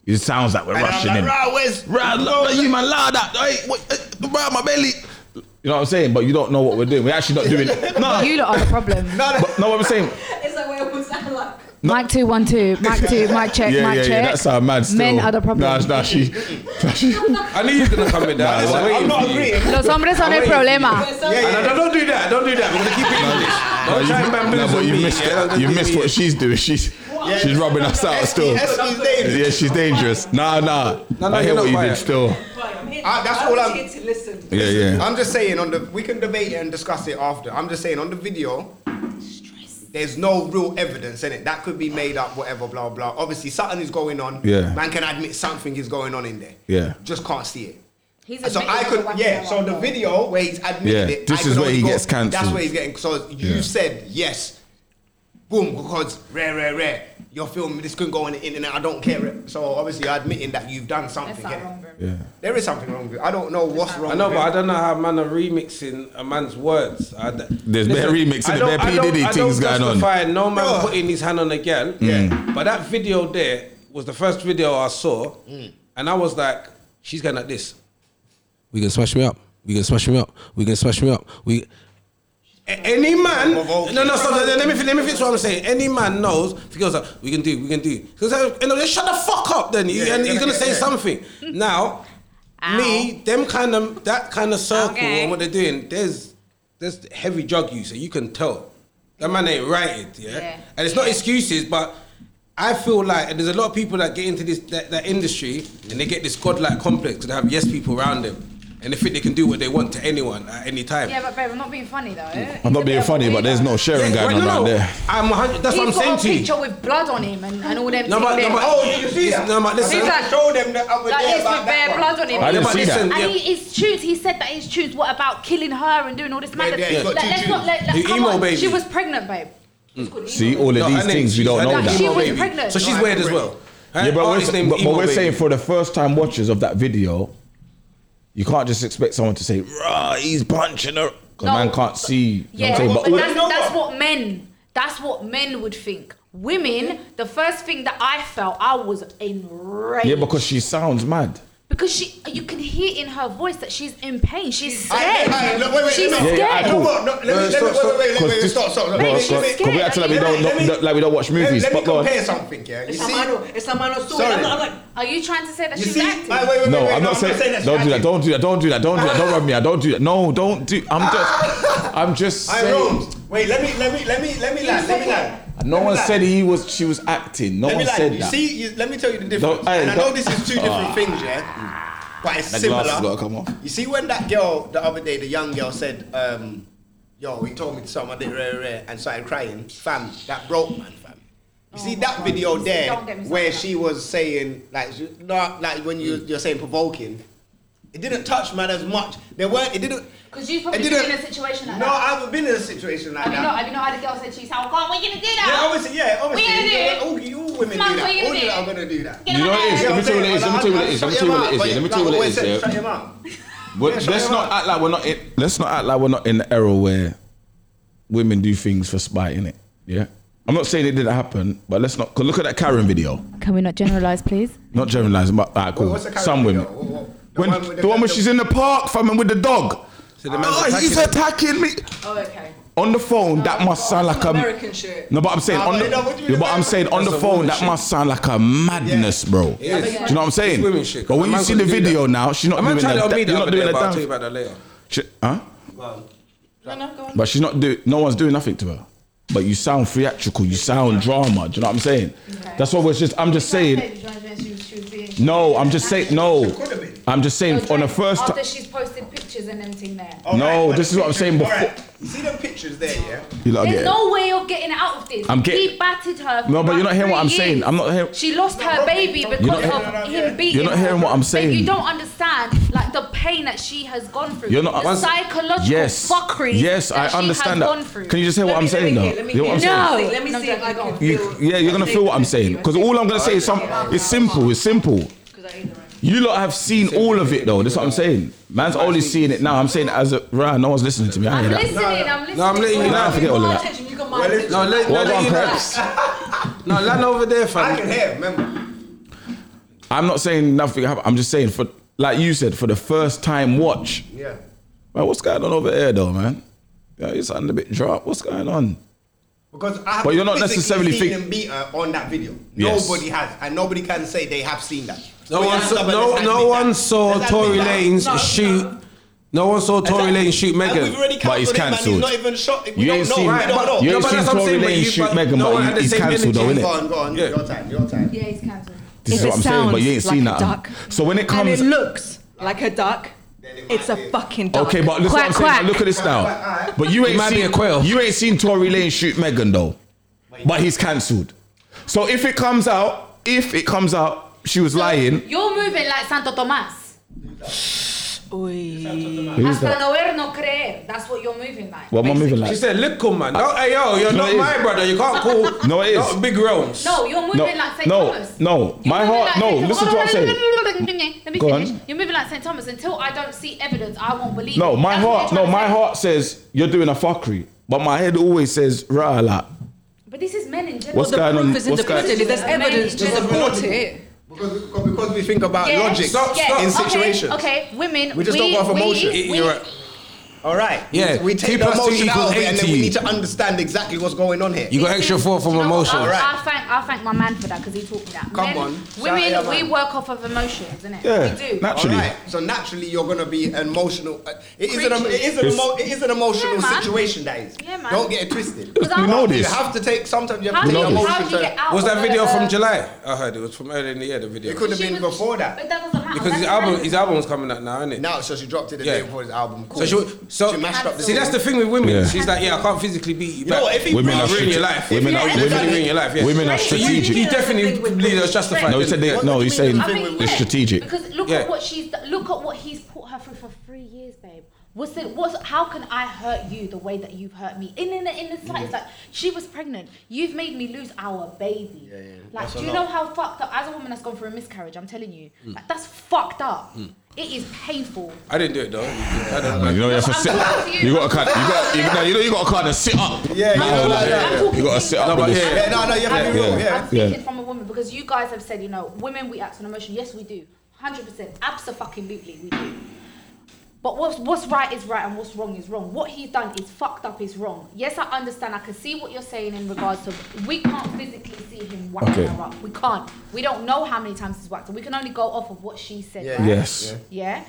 Speaker 8: It sounds like we're
Speaker 5: And I'm
Speaker 8: rushing
Speaker 5: like,
Speaker 8: him.
Speaker 5: "Rah, Wes,
Speaker 8: Right, loud you man, loud that. Hey, what, eh, rah, my belly. You know what I'm saying? But you don't know what we're doing. We're actually not doing. No,
Speaker 7: You lot are the problem.
Speaker 8: but know what I'm saying?
Speaker 4: It's like where was that like?
Speaker 7: Mic two, one, two. Mic two. Mic check.
Speaker 8: Yeah,
Speaker 7: mic
Speaker 8: yeah,
Speaker 7: check.
Speaker 8: yeah. That's our man. Still.
Speaker 7: Men are the problem.
Speaker 8: Nah, nah, she. nah, she-
Speaker 2: I knew you were gonna come with that. I was
Speaker 5: I'm
Speaker 2: waiting
Speaker 5: not
Speaker 2: for you.
Speaker 5: agreeing.
Speaker 7: Los hombres son el
Speaker 2: waiting for
Speaker 8: Ah.
Speaker 7: problema.
Speaker 5: Yeah,
Speaker 2: And I-
Speaker 5: yeah.
Speaker 2: don't, don't do that. Don't do that. We're gonna keep it English. Don't try and
Speaker 8: No,
Speaker 2: bamboozle
Speaker 8: but you
Speaker 2: me.
Speaker 8: missed
Speaker 2: yeah?
Speaker 8: it.
Speaker 2: Don't
Speaker 8: You
Speaker 2: give
Speaker 8: missed
Speaker 2: me-
Speaker 8: what she's doing. She's she's rubbing us out still.
Speaker 5: Yes, he's dead.
Speaker 8: Yeah, she's dangerous. Nah, nah.
Speaker 2: No, no,
Speaker 8: I hear
Speaker 2: you're not
Speaker 8: what you did
Speaker 2: quiet.
Speaker 8: still.
Speaker 4: Right, I'm here.
Speaker 5: Ah, that's
Speaker 4: I
Speaker 5: all
Speaker 4: was
Speaker 5: I'm-
Speaker 4: here to listen.
Speaker 8: Yeah, yeah.
Speaker 5: I'm just saying on the we can debate it and discuss it after. I'm just saying on the video, there's no real evidence in it. That could be made up, whatever, blah blah. Obviously, something is going on.
Speaker 8: Yeah.
Speaker 5: Man can admit something is going on in there.
Speaker 8: Yeah.
Speaker 5: Just can't see it.
Speaker 7: He's
Speaker 5: so
Speaker 7: admitted
Speaker 5: I
Speaker 7: to
Speaker 5: could
Speaker 7: whacking
Speaker 5: yeah.
Speaker 7: her
Speaker 5: So
Speaker 7: up,
Speaker 5: the
Speaker 7: though.
Speaker 5: video where he's admitted
Speaker 8: Yeah,
Speaker 5: it.
Speaker 8: this
Speaker 5: I could
Speaker 8: is where
Speaker 5: only
Speaker 8: he gets
Speaker 5: That's
Speaker 8: cancelled.
Speaker 5: where he's getting. So you
Speaker 8: Yeah.
Speaker 5: said yes, boom, because rare, rare, rare. Your film, this can go on the internet. I don't care. So obviously, you're admitting that you've done something.
Speaker 7: That's not
Speaker 5: innit?
Speaker 7: wrong, bro.
Speaker 8: Yeah.
Speaker 5: There is something wrong with it. I don't know what's wrong.
Speaker 2: I know,
Speaker 5: with
Speaker 2: but I
Speaker 5: it.
Speaker 2: don't know how man are remixing a man's words. I, d-
Speaker 8: There's bare remixing,
Speaker 2: I
Speaker 8: there's
Speaker 2: don't-
Speaker 8: bare
Speaker 2: I
Speaker 8: P.
Speaker 2: don't-
Speaker 8: Diddy
Speaker 2: I don't
Speaker 8: things going on. Mm.
Speaker 2: justify No man
Speaker 5: Yeah.
Speaker 2: putting his hand on a girl.
Speaker 5: Yeah.
Speaker 2: But that video there was the first video I saw,
Speaker 5: Mm.
Speaker 2: and I was like, she's going like this. We can smash me up. We can smash me up. We can smash me up. We. A- Any man,
Speaker 5: Provoking.
Speaker 2: no, no, stop, let let me fi- let me fix what I'm saying. Any man knows if he goes like, we can do, we can do. Because you know, just shut the fuck up. Then you,
Speaker 5: Yeah,
Speaker 2: and
Speaker 5: you're
Speaker 2: you're
Speaker 5: gonna
Speaker 2: gonna
Speaker 5: get-
Speaker 2: say
Speaker 5: yeah.
Speaker 2: something. Now,
Speaker 7: Ow.
Speaker 2: me, them kind of that kind of circle
Speaker 7: Okay.
Speaker 2: and what they're doing, there's there's heavy drug use, so you can tell that man ain't righted, yeah.
Speaker 7: Yeah.
Speaker 2: And it's not excuses, but I feel like, and there's a lot of people that get into this that, that industry and they get this godlike complex because they have yes people around them, and they think they can do what they want to anyone at any time.
Speaker 7: Yeah, but babe, I'm not being funny though. eh?
Speaker 8: I'm not being funny, but there's no sharing
Speaker 2: Yeah,
Speaker 8: going
Speaker 2: well,
Speaker 8: on
Speaker 2: no, no.
Speaker 8: out there.
Speaker 2: I'm 100. That's
Speaker 7: He's
Speaker 2: what I'm
Speaker 7: got
Speaker 2: saying
Speaker 7: a
Speaker 2: to you.
Speaker 7: picture with blood on him and, and all them.
Speaker 2: No, but-
Speaker 7: things.
Speaker 2: no, but- Oh,
Speaker 5: Oh, did you see
Speaker 2: It's-
Speaker 5: that?
Speaker 2: no, but listen.
Speaker 5: I
Speaker 7: Like-
Speaker 5: showed them the other
Speaker 7: like
Speaker 5: day
Speaker 7: this
Speaker 5: about
Speaker 7: with bare
Speaker 5: that one.
Speaker 7: blood on him.
Speaker 8: I didn't
Speaker 2: Yeah, but
Speaker 8: see that.
Speaker 2: listen, yeah.
Speaker 7: And he, it's truth. He said that it's truth. What about killing her and doing all this madness?
Speaker 5: yeah, he's got
Speaker 7: Like,
Speaker 5: two
Speaker 7: let's
Speaker 5: Jews.
Speaker 7: not let. let
Speaker 2: The
Speaker 7: come
Speaker 2: emo
Speaker 7: on.
Speaker 2: baby.
Speaker 7: She was pregnant, babe. It's called
Speaker 8: Mm. See,
Speaker 7: emo
Speaker 8: all
Speaker 2: No,
Speaker 8: of
Speaker 2: her
Speaker 8: these
Speaker 2: name-
Speaker 8: things we
Speaker 2: she's-
Speaker 8: don't
Speaker 2: her
Speaker 8: know
Speaker 2: name-
Speaker 8: that.
Speaker 7: She
Speaker 2: Emo
Speaker 7: was
Speaker 2: Baby.
Speaker 7: pregnant.
Speaker 2: So she's
Speaker 5: No, I
Speaker 2: weird as
Speaker 5: agree.
Speaker 2: well. Her
Speaker 8: Yeah, but we're,
Speaker 2: artist name
Speaker 8: but, but
Speaker 2: Emo
Speaker 8: we're
Speaker 2: Baby.
Speaker 8: saying for the first time watchers of that video, you can't just expect someone to say, "Rah, he's punching her," because
Speaker 7: No,
Speaker 8: man can't see. you know
Speaker 7: Yeah,
Speaker 8: what I'm saying?
Speaker 7: but,
Speaker 8: all-
Speaker 7: that's,
Speaker 5: you know
Speaker 7: that's what men. That's what men would think. Women, the first thing that I felt, I was enraged.
Speaker 8: yeah, because she sounds mad.
Speaker 7: because she, you can hear in her voice that she's in pain. She's
Speaker 5: I- I-
Speaker 7: scared.
Speaker 5: I- look, wait, wait,
Speaker 7: she's
Speaker 5: no,
Speaker 7: scared.
Speaker 8: Yeah, I
Speaker 5: No,
Speaker 8: cool.
Speaker 5: no, no, let me- let me-
Speaker 2: stop,
Speaker 5: wait,
Speaker 2: stop,
Speaker 5: wait, wait, wait,
Speaker 8: 'Cause
Speaker 5: wait,
Speaker 8: this-
Speaker 5: stop, stop, stop.
Speaker 7: Maybe
Speaker 5: Let me-
Speaker 8: Because
Speaker 7: she's
Speaker 5: let me-
Speaker 7: scared.
Speaker 8: we act like we
Speaker 7: Let
Speaker 8: don't
Speaker 7: me-
Speaker 8: know,
Speaker 5: let me-
Speaker 8: that- like we don't watch
Speaker 5: Let
Speaker 8: movies.
Speaker 5: let me
Speaker 8: But go on.
Speaker 5: compare something, yeah. You
Speaker 4: It's
Speaker 5: see,
Speaker 4: a mano. It's a mano story.
Speaker 5: Sorry.
Speaker 4: I'm not, I'm like,
Speaker 7: Are you trying to say that
Speaker 5: you
Speaker 7: she's
Speaker 5: see. Wait,
Speaker 7: acting?
Speaker 5: wait, wait,
Speaker 8: No,
Speaker 5: wait,
Speaker 8: I'm not saying. don't do that. Don't do that. Don't do that. Don't do that. Don't rub me. I don't do that. No, don't do. I'm just. I'm just
Speaker 5: I
Speaker 8: saying.
Speaker 5: roamed. Wait, let me, let me, let me, let me land. Let me land.
Speaker 8: No
Speaker 5: Let me
Speaker 8: one
Speaker 5: land.
Speaker 8: said he was. She was acting. No
Speaker 5: Let me
Speaker 8: one
Speaker 5: land.
Speaker 8: said
Speaker 5: you
Speaker 8: that.
Speaker 5: see, you, let me tell you the difference.
Speaker 8: Don't- hey,
Speaker 5: and I know
Speaker 8: don't- Ah.
Speaker 5: this is two different things, yeah, but it's
Speaker 8: The
Speaker 5: similar.
Speaker 8: glasses gotta come off.
Speaker 5: You see, when that girl the other day, the young girl said, um, "Yo, he told me to something I did rare, rare," and started crying, fam, that broke man, fam. You see
Speaker 7: Oh
Speaker 5: that video
Speaker 7: See,
Speaker 5: there
Speaker 7: don't get me
Speaker 5: where
Speaker 7: started.
Speaker 5: she was saying like, she- not like when you you're saying provoking. It didn't touch man as much. There weren't. It didn't.
Speaker 7: 'Cause you've
Speaker 5: it
Speaker 7: probably
Speaker 5: didn't-
Speaker 7: been in a situation like
Speaker 5: no,
Speaker 7: that.
Speaker 5: I haven't been in a situation like
Speaker 7: Have you
Speaker 5: that.
Speaker 7: not? Have you not had a girl say to you, "Oh God, we're gonna do
Speaker 5: yeah,
Speaker 7: that"?
Speaker 5: obviously, yeah, obviously.
Speaker 7: gonna do
Speaker 5: yeah,
Speaker 7: it.
Speaker 5: all, all women
Speaker 7: Come on,
Speaker 5: do that.
Speaker 7: we gonna
Speaker 5: All
Speaker 7: do
Speaker 5: women
Speaker 7: it.
Speaker 5: are gonna do that.
Speaker 7: Get
Speaker 8: You know what it is?
Speaker 5: Yeah,
Speaker 8: Let me
Speaker 5: I'm
Speaker 8: tell you what it
Speaker 5: saying,
Speaker 8: is. Let me tell you what it is. Let me tell you what it is. yeah. Let me tell you what it is.
Speaker 5: Shut your mouth, but you- like what I said, shut your
Speaker 8: yeah.
Speaker 5: mouth.
Speaker 8: Well,
Speaker 5: Yeah, shut
Speaker 8: let's
Speaker 5: your
Speaker 8: not
Speaker 5: mouth.
Speaker 8: act like we're not. In, let's not act like we're not in the era where women do things for spite, innit? Yeah. I'm not saying it didn't happen, but let's not. Cause look at that Karen video.
Speaker 7: Can we not generalize, please?
Speaker 8: Not generalizing, but alright, cool.
Speaker 5: Wait, what's the character
Speaker 8: Some women.
Speaker 5: girl? What- what-
Speaker 8: When, the one,
Speaker 5: with
Speaker 8: where she's in the park, fam, and with the dog.
Speaker 2: the man's
Speaker 8: oh, he's
Speaker 2: attacking
Speaker 8: attacking me.
Speaker 7: Oh, okay.
Speaker 8: on the phone, that must sound like a
Speaker 4: American shit.
Speaker 8: No, but I'm saying
Speaker 5: Nah,
Speaker 8: on
Speaker 5: but
Speaker 8: the,
Speaker 5: you know what you
Speaker 8: yeah, but I'm
Speaker 5: remember?
Speaker 8: saying on the
Speaker 2: That's a
Speaker 8: phone
Speaker 2: woman
Speaker 8: that
Speaker 2: shit.
Speaker 8: must sound like a madness, bro.
Speaker 2: It is.
Speaker 8: Do you know what I'm saying?
Speaker 2: women shit,
Speaker 8: But when
Speaker 2: a
Speaker 8: you
Speaker 2: man
Speaker 8: see the
Speaker 2: couldn't do
Speaker 8: video
Speaker 2: that.
Speaker 8: now, she's not
Speaker 2: A man
Speaker 8: doing
Speaker 2: tried it
Speaker 8: a
Speaker 2: on me
Speaker 8: da-
Speaker 2: the
Speaker 8: you're
Speaker 2: other
Speaker 8: not
Speaker 2: day,
Speaker 8: doing a
Speaker 2: but I'll tell you
Speaker 8: dance.
Speaker 2: about that later.
Speaker 8: She- Huh?
Speaker 4: No, no, go on.
Speaker 8: But she's not doing. No one's doing nothing to her. But you sound theatrical. You sound drama. Do you know what I'm saying? That's what was just. I'm just saying. No, I'm just saying. No, I'm just saying. On the first
Speaker 7: after
Speaker 8: time.
Speaker 7: she's posted pictures and everything there.
Speaker 5: Oh,
Speaker 8: No, this is what I'm saying before.
Speaker 5: See them pictures there, yeah?
Speaker 8: You lot
Speaker 7: There's
Speaker 8: get it.
Speaker 7: no way of getting out of this.
Speaker 8: I'm getting-
Speaker 7: He batted her. for
Speaker 8: No, but you're not
Speaker 7: about
Speaker 8: hearing what
Speaker 7: three
Speaker 8: I'm
Speaker 7: years.
Speaker 8: saying. I'm not hearing.
Speaker 7: She lost her baby because
Speaker 8: not hear-
Speaker 7: of him beating.
Speaker 8: You're not hearing
Speaker 7: her.
Speaker 8: what I'm
Speaker 7: Like,
Speaker 8: saying.
Speaker 7: you don't understand, like the pain that she has gone through.
Speaker 8: You're not-
Speaker 7: the
Speaker 8: once-
Speaker 7: psychological
Speaker 8: Yes.
Speaker 7: fuckery.
Speaker 8: Yes, I
Speaker 7: that she has
Speaker 8: understand
Speaker 7: gone
Speaker 8: that.
Speaker 7: through.
Speaker 8: Can you just hear what I'm saying though? You know what I'm saying?
Speaker 4: Let
Speaker 7: No.
Speaker 4: me see- Let me
Speaker 7: No,
Speaker 4: see if I
Speaker 7: don't
Speaker 4: can
Speaker 7: go.
Speaker 8: You, yeah, you're gonna feel what I'm saying. Because all I'm gonna say is something. It's simple. It's simple. You lot have seen all of it though. That's what I'm saying. Man's only seeing it now. I'm saying it as a right. No one's listening to me. I
Speaker 7: I'm
Speaker 8: hear that.
Speaker 7: listening. I'm listening.
Speaker 2: No, I'm letting you
Speaker 8: Nah,
Speaker 2: know.
Speaker 8: forget all of that.
Speaker 4: Attention, you got
Speaker 5: Well,
Speaker 4: mine.
Speaker 5: it's-
Speaker 2: No, let, no,
Speaker 8: What
Speaker 2: let
Speaker 8: about
Speaker 2: you know.
Speaker 8: Perks?
Speaker 2: No, land over there, fam.
Speaker 5: I can hear, remember?
Speaker 8: I'm not saying nothing happened. I'm just saying for like you said for the first time watch.
Speaker 5: Yeah.
Speaker 8: Man, what's going on over here though, man? Yeah, you sound a bit drop. What's going on?
Speaker 5: Because I have
Speaker 8: But you're not
Speaker 5: physically
Speaker 8: necessarily
Speaker 5: seen
Speaker 8: think-
Speaker 5: him beat her on that video.
Speaker 8: Yes.
Speaker 5: Nobody has, and nobody can say they have seen that.
Speaker 2: No
Speaker 5: We
Speaker 2: one
Speaker 5: have
Speaker 2: saw,
Speaker 5: somebody
Speaker 2: no,
Speaker 5: that's
Speaker 2: no
Speaker 5: admit
Speaker 2: one
Speaker 5: that.
Speaker 2: saw
Speaker 5: That's
Speaker 2: Tory
Speaker 5: admit that.
Speaker 2: Lanez
Speaker 5: No,
Speaker 2: shoot.
Speaker 5: no.
Speaker 2: No. one saw Tory
Speaker 5: Exactly.
Speaker 2: Lanez shoot
Speaker 5: And
Speaker 2: Megan.
Speaker 5: we've already
Speaker 8: But he's
Speaker 5: cancelled him, man. He's
Speaker 8: cancelled.
Speaker 5: not even shot. We
Speaker 8: You
Speaker 5: don't
Speaker 8: ain't
Speaker 5: know.
Speaker 8: seen-
Speaker 5: we don't
Speaker 8: but-
Speaker 5: know.
Speaker 8: you ain't
Speaker 2: but
Speaker 8: seen
Speaker 2: that's what I'm
Speaker 8: Tory
Speaker 2: saying, but
Speaker 8: Lanez
Speaker 2: you-
Speaker 8: shoot
Speaker 2: but
Speaker 8: Megan,
Speaker 2: no
Speaker 8: but
Speaker 2: one
Speaker 8: he-
Speaker 2: had the
Speaker 8: he's
Speaker 2: same
Speaker 8: cancelled though,
Speaker 2: energy.
Speaker 8: innit?
Speaker 5: Go on, go on.
Speaker 2: Yeah.
Speaker 5: Your time, your time.
Speaker 7: Yeah, he's cancelled.
Speaker 8: This is
Speaker 4: If
Speaker 8: what
Speaker 4: it
Speaker 8: I'm saying, but you ain't
Speaker 4: sounds
Speaker 8: seen
Speaker 4: like a
Speaker 8: that.
Speaker 4: duck.
Speaker 8: So when it
Speaker 4: And
Speaker 8: comes,
Speaker 4: it looks like a duck. It's a fucking duck.
Speaker 8: okay, but look what
Speaker 7: Quack,
Speaker 8: I'm saying.
Speaker 7: quack.
Speaker 8: Look at this now. But you ain't
Speaker 2: might be
Speaker 8: seen
Speaker 2: a quail.
Speaker 8: you ain't seen Tory Lane shoot Megan though, but he's cancelled. So if it comes out, if it comes out, she was lying.
Speaker 7: You're moving like Santo Tomás.
Speaker 4: Oi.
Speaker 8: Who's
Speaker 7: Hasta
Speaker 8: that?
Speaker 7: no ver, no creer. That's what you're moving like.
Speaker 8: What am I moving
Speaker 7: basically.
Speaker 8: like?
Speaker 2: She said, "Little man, no, hey yo, you're
Speaker 8: No,
Speaker 2: not
Speaker 8: it is.
Speaker 2: my brother. You can't call.
Speaker 8: No, it is.
Speaker 2: not Big realms.
Speaker 7: No, you're moving
Speaker 8: No,
Speaker 7: like St.
Speaker 8: no,
Speaker 7: Thomas.
Speaker 8: no.
Speaker 7: You're
Speaker 8: My
Speaker 7: moving
Speaker 8: heart- no,
Speaker 7: St.
Speaker 8: listen to what I'm saying.
Speaker 7: Let me
Speaker 8: Go on.
Speaker 7: finish. You're moving like St. Thomas. Until I don't see evidence, I won't believe
Speaker 8: No,
Speaker 7: it.
Speaker 8: my
Speaker 7: That's what
Speaker 8: heart,
Speaker 7: they're
Speaker 8: no,
Speaker 7: trying to
Speaker 8: my
Speaker 7: say.
Speaker 8: heart says you're doing a fuckery, but my head always says rah like.
Speaker 7: But this is men in general.
Speaker 8: What's
Speaker 7: The
Speaker 8: going on?
Speaker 4: Proof is in
Speaker 8: What's
Speaker 4: the pudding.
Speaker 8: going?
Speaker 7: prison.
Speaker 4: There's evidence to support it.
Speaker 5: Because, because, because we think about
Speaker 7: Yeah,
Speaker 5: logic
Speaker 2: Stop,
Speaker 7: yeah,
Speaker 2: stop.
Speaker 5: in
Speaker 7: okay,
Speaker 5: situations.
Speaker 7: Okay, women.
Speaker 5: We just don't go off emotion.
Speaker 7: We,
Speaker 2: You're right.
Speaker 5: All right.
Speaker 2: Yeah,
Speaker 5: We, we take
Speaker 2: two
Speaker 5: the
Speaker 2: plus two
Speaker 5: emotion out
Speaker 2: equals
Speaker 5: of it, and
Speaker 2: eight
Speaker 5: then
Speaker 2: to
Speaker 5: we
Speaker 2: you.
Speaker 5: need to understand exactly what's going on here.
Speaker 2: You got extra four from
Speaker 7: Do you know what?
Speaker 2: emotion.
Speaker 7: I,
Speaker 5: Right.
Speaker 7: I thank I thank my man for that because he taught me that.
Speaker 5: Come
Speaker 7: Men-
Speaker 5: on. Shout out your
Speaker 7: Women, we
Speaker 5: man.
Speaker 7: work off of emotions, innit?
Speaker 8: Yeah,
Speaker 7: We do.
Speaker 8: naturally.
Speaker 5: All right. So naturally, you're gonna be emotional. Uh, It is an
Speaker 7: Creatures.
Speaker 5: it is an, emo- it is an emotional
Speaker 7: Yeah, man.
Speaker 5: situation that is.
Speaker 7: Yeah, man.
Speaker 5: Don't get it twisted.
Speaker 7: 'Cause I-
Speaker 8: You know
Speaker 5: You
Speaker 8: this.
Speaker 5: have to take sometimes you
Speaker 7: How
Speaker 5: have
Speaker 7: do
Speaker 5: to take
Speaker 7: you, how
Speaker 5: emotion
Speaker 7: do you
Speaker 5: to.
Speaker 7: get out
Speaker 2: Was
Speaker 7: of
Speaker 2: that video
Speaker 7: a-
Speaker 2: from July? I heard it was from early in the year. The video
Speaker 5: It could have
Speaker 7: She
Speaker 5: been
Speaker 7: was-
Speaker 5: before that.
Speaker 7: But that doesn't matter.
Speaker 2: because his
Speaker 7: That's
Speaker 2: album,
Speaker 7: irrelevant.
Speaker 2: his album's coming out now, isn't it?
Speaker 5: Now, Oh, so she dropped it the day
Speaker 2: Yeah.
Speaker 5: before his album. Cool.
Speaker 2: So she, so
Speaker 5: She mashed up the
Speaker 2: see, that's the thing with women.
Speaker 8: Yeah.
Speaker 2: She's like, yeah, I can't physically beat you.
Speaker 5: You know
Speaker 2: back.
Speaker 5: what, if he
Speaker 8: Women
Speaker 5: proves-
Speaker 8: are
Speaker 2: ruin your
Speaker 8: strate-
Speaker 2: life.
Speaker 8: women
Speaker 2: yeah,
Speaker 8: are-
Speaker 2: you definitely
Speaker 5: women-
Speaker 2: ruin your life. Yeah.
Speaker 8: women are strategic.
Speaker 2: You definitely lead us justified.
Speaker 8: No, he said
Speaker 2: didn't
Speaker 8: they, no, he said
Speaker 7: I mean,
Speaker 8: it's
Speaker 7: yeah,
Speaker 8: strategic.
Speaker 7: Because look
Speaker 2: Yeah.
Speaker 7: at what she's do- look at what he's put her through for three years, babe. What's the what's how can I hurt you the way that you've hurt me? In in the, in the
Speaker 5: Mm.
Speaker 7: slightest, like she was pregnant. You've made me lose our baby.
Speaker 5: Yeah, yeah.
Speaker 7: Like,
Speaker 5: That's
Speaker 7: do
Speaker 5: a
Speaker 7: you
Speaker 5: lot. Mm.
Speaker 7: know how fucked up as a woman that's gone through a miscarriage? I'm telling you, like, that's fucked up. It is painful.
Speaker 2: I didn't do it though. I don't
Speaker 8: You
Speaker 2: know.
Speaker 8: know you have to
Speaker 7: I'm
Speaker 8: sit.
Speaker 7: talking to you.
Speaker 8: You got a card. You got. You know you, know, you got a card to sit up.
Speaker 5: Yeah, you know, like, yeah,
Speaker 7: I'm talking
Speaker 8: You got to
Speaker 7: to
Speaker 8: sit
Speaker 7: you.
Speaker 8: up.
Speaker 2: No,
Speaker 8: with
Speaker 2: but
Speaker 8: this.
Speaker 2: yeah.
Speaker 5: Yeah, no, no, you have to be
Speaker 8: Yeah.
Speaker 5: real.
Speaker 7: I'm
Speaker 5: Yeah.
Speaker 7: speaking
Speaker 8: Yeah.
Speaker 7: from a woman because you guys have said, you know, women we act on emotion. Yes, we do. 100%. Absolutely, we do. But what's, what's right is right and what's wrong is wrong. What he's done is fucked up is wrong. Yes, I understand. I can see what you're saying in regards to we can't physically see him whacking
Speaker 8: Okay.
Speaker 7: her up. We can't. We don't know how many times he's whacked her. We can only go off of what she said.
Speaker 5: Yeah,
Speaker 7: right?
Speaker 8: Yes.
Speaker 7: Yeah.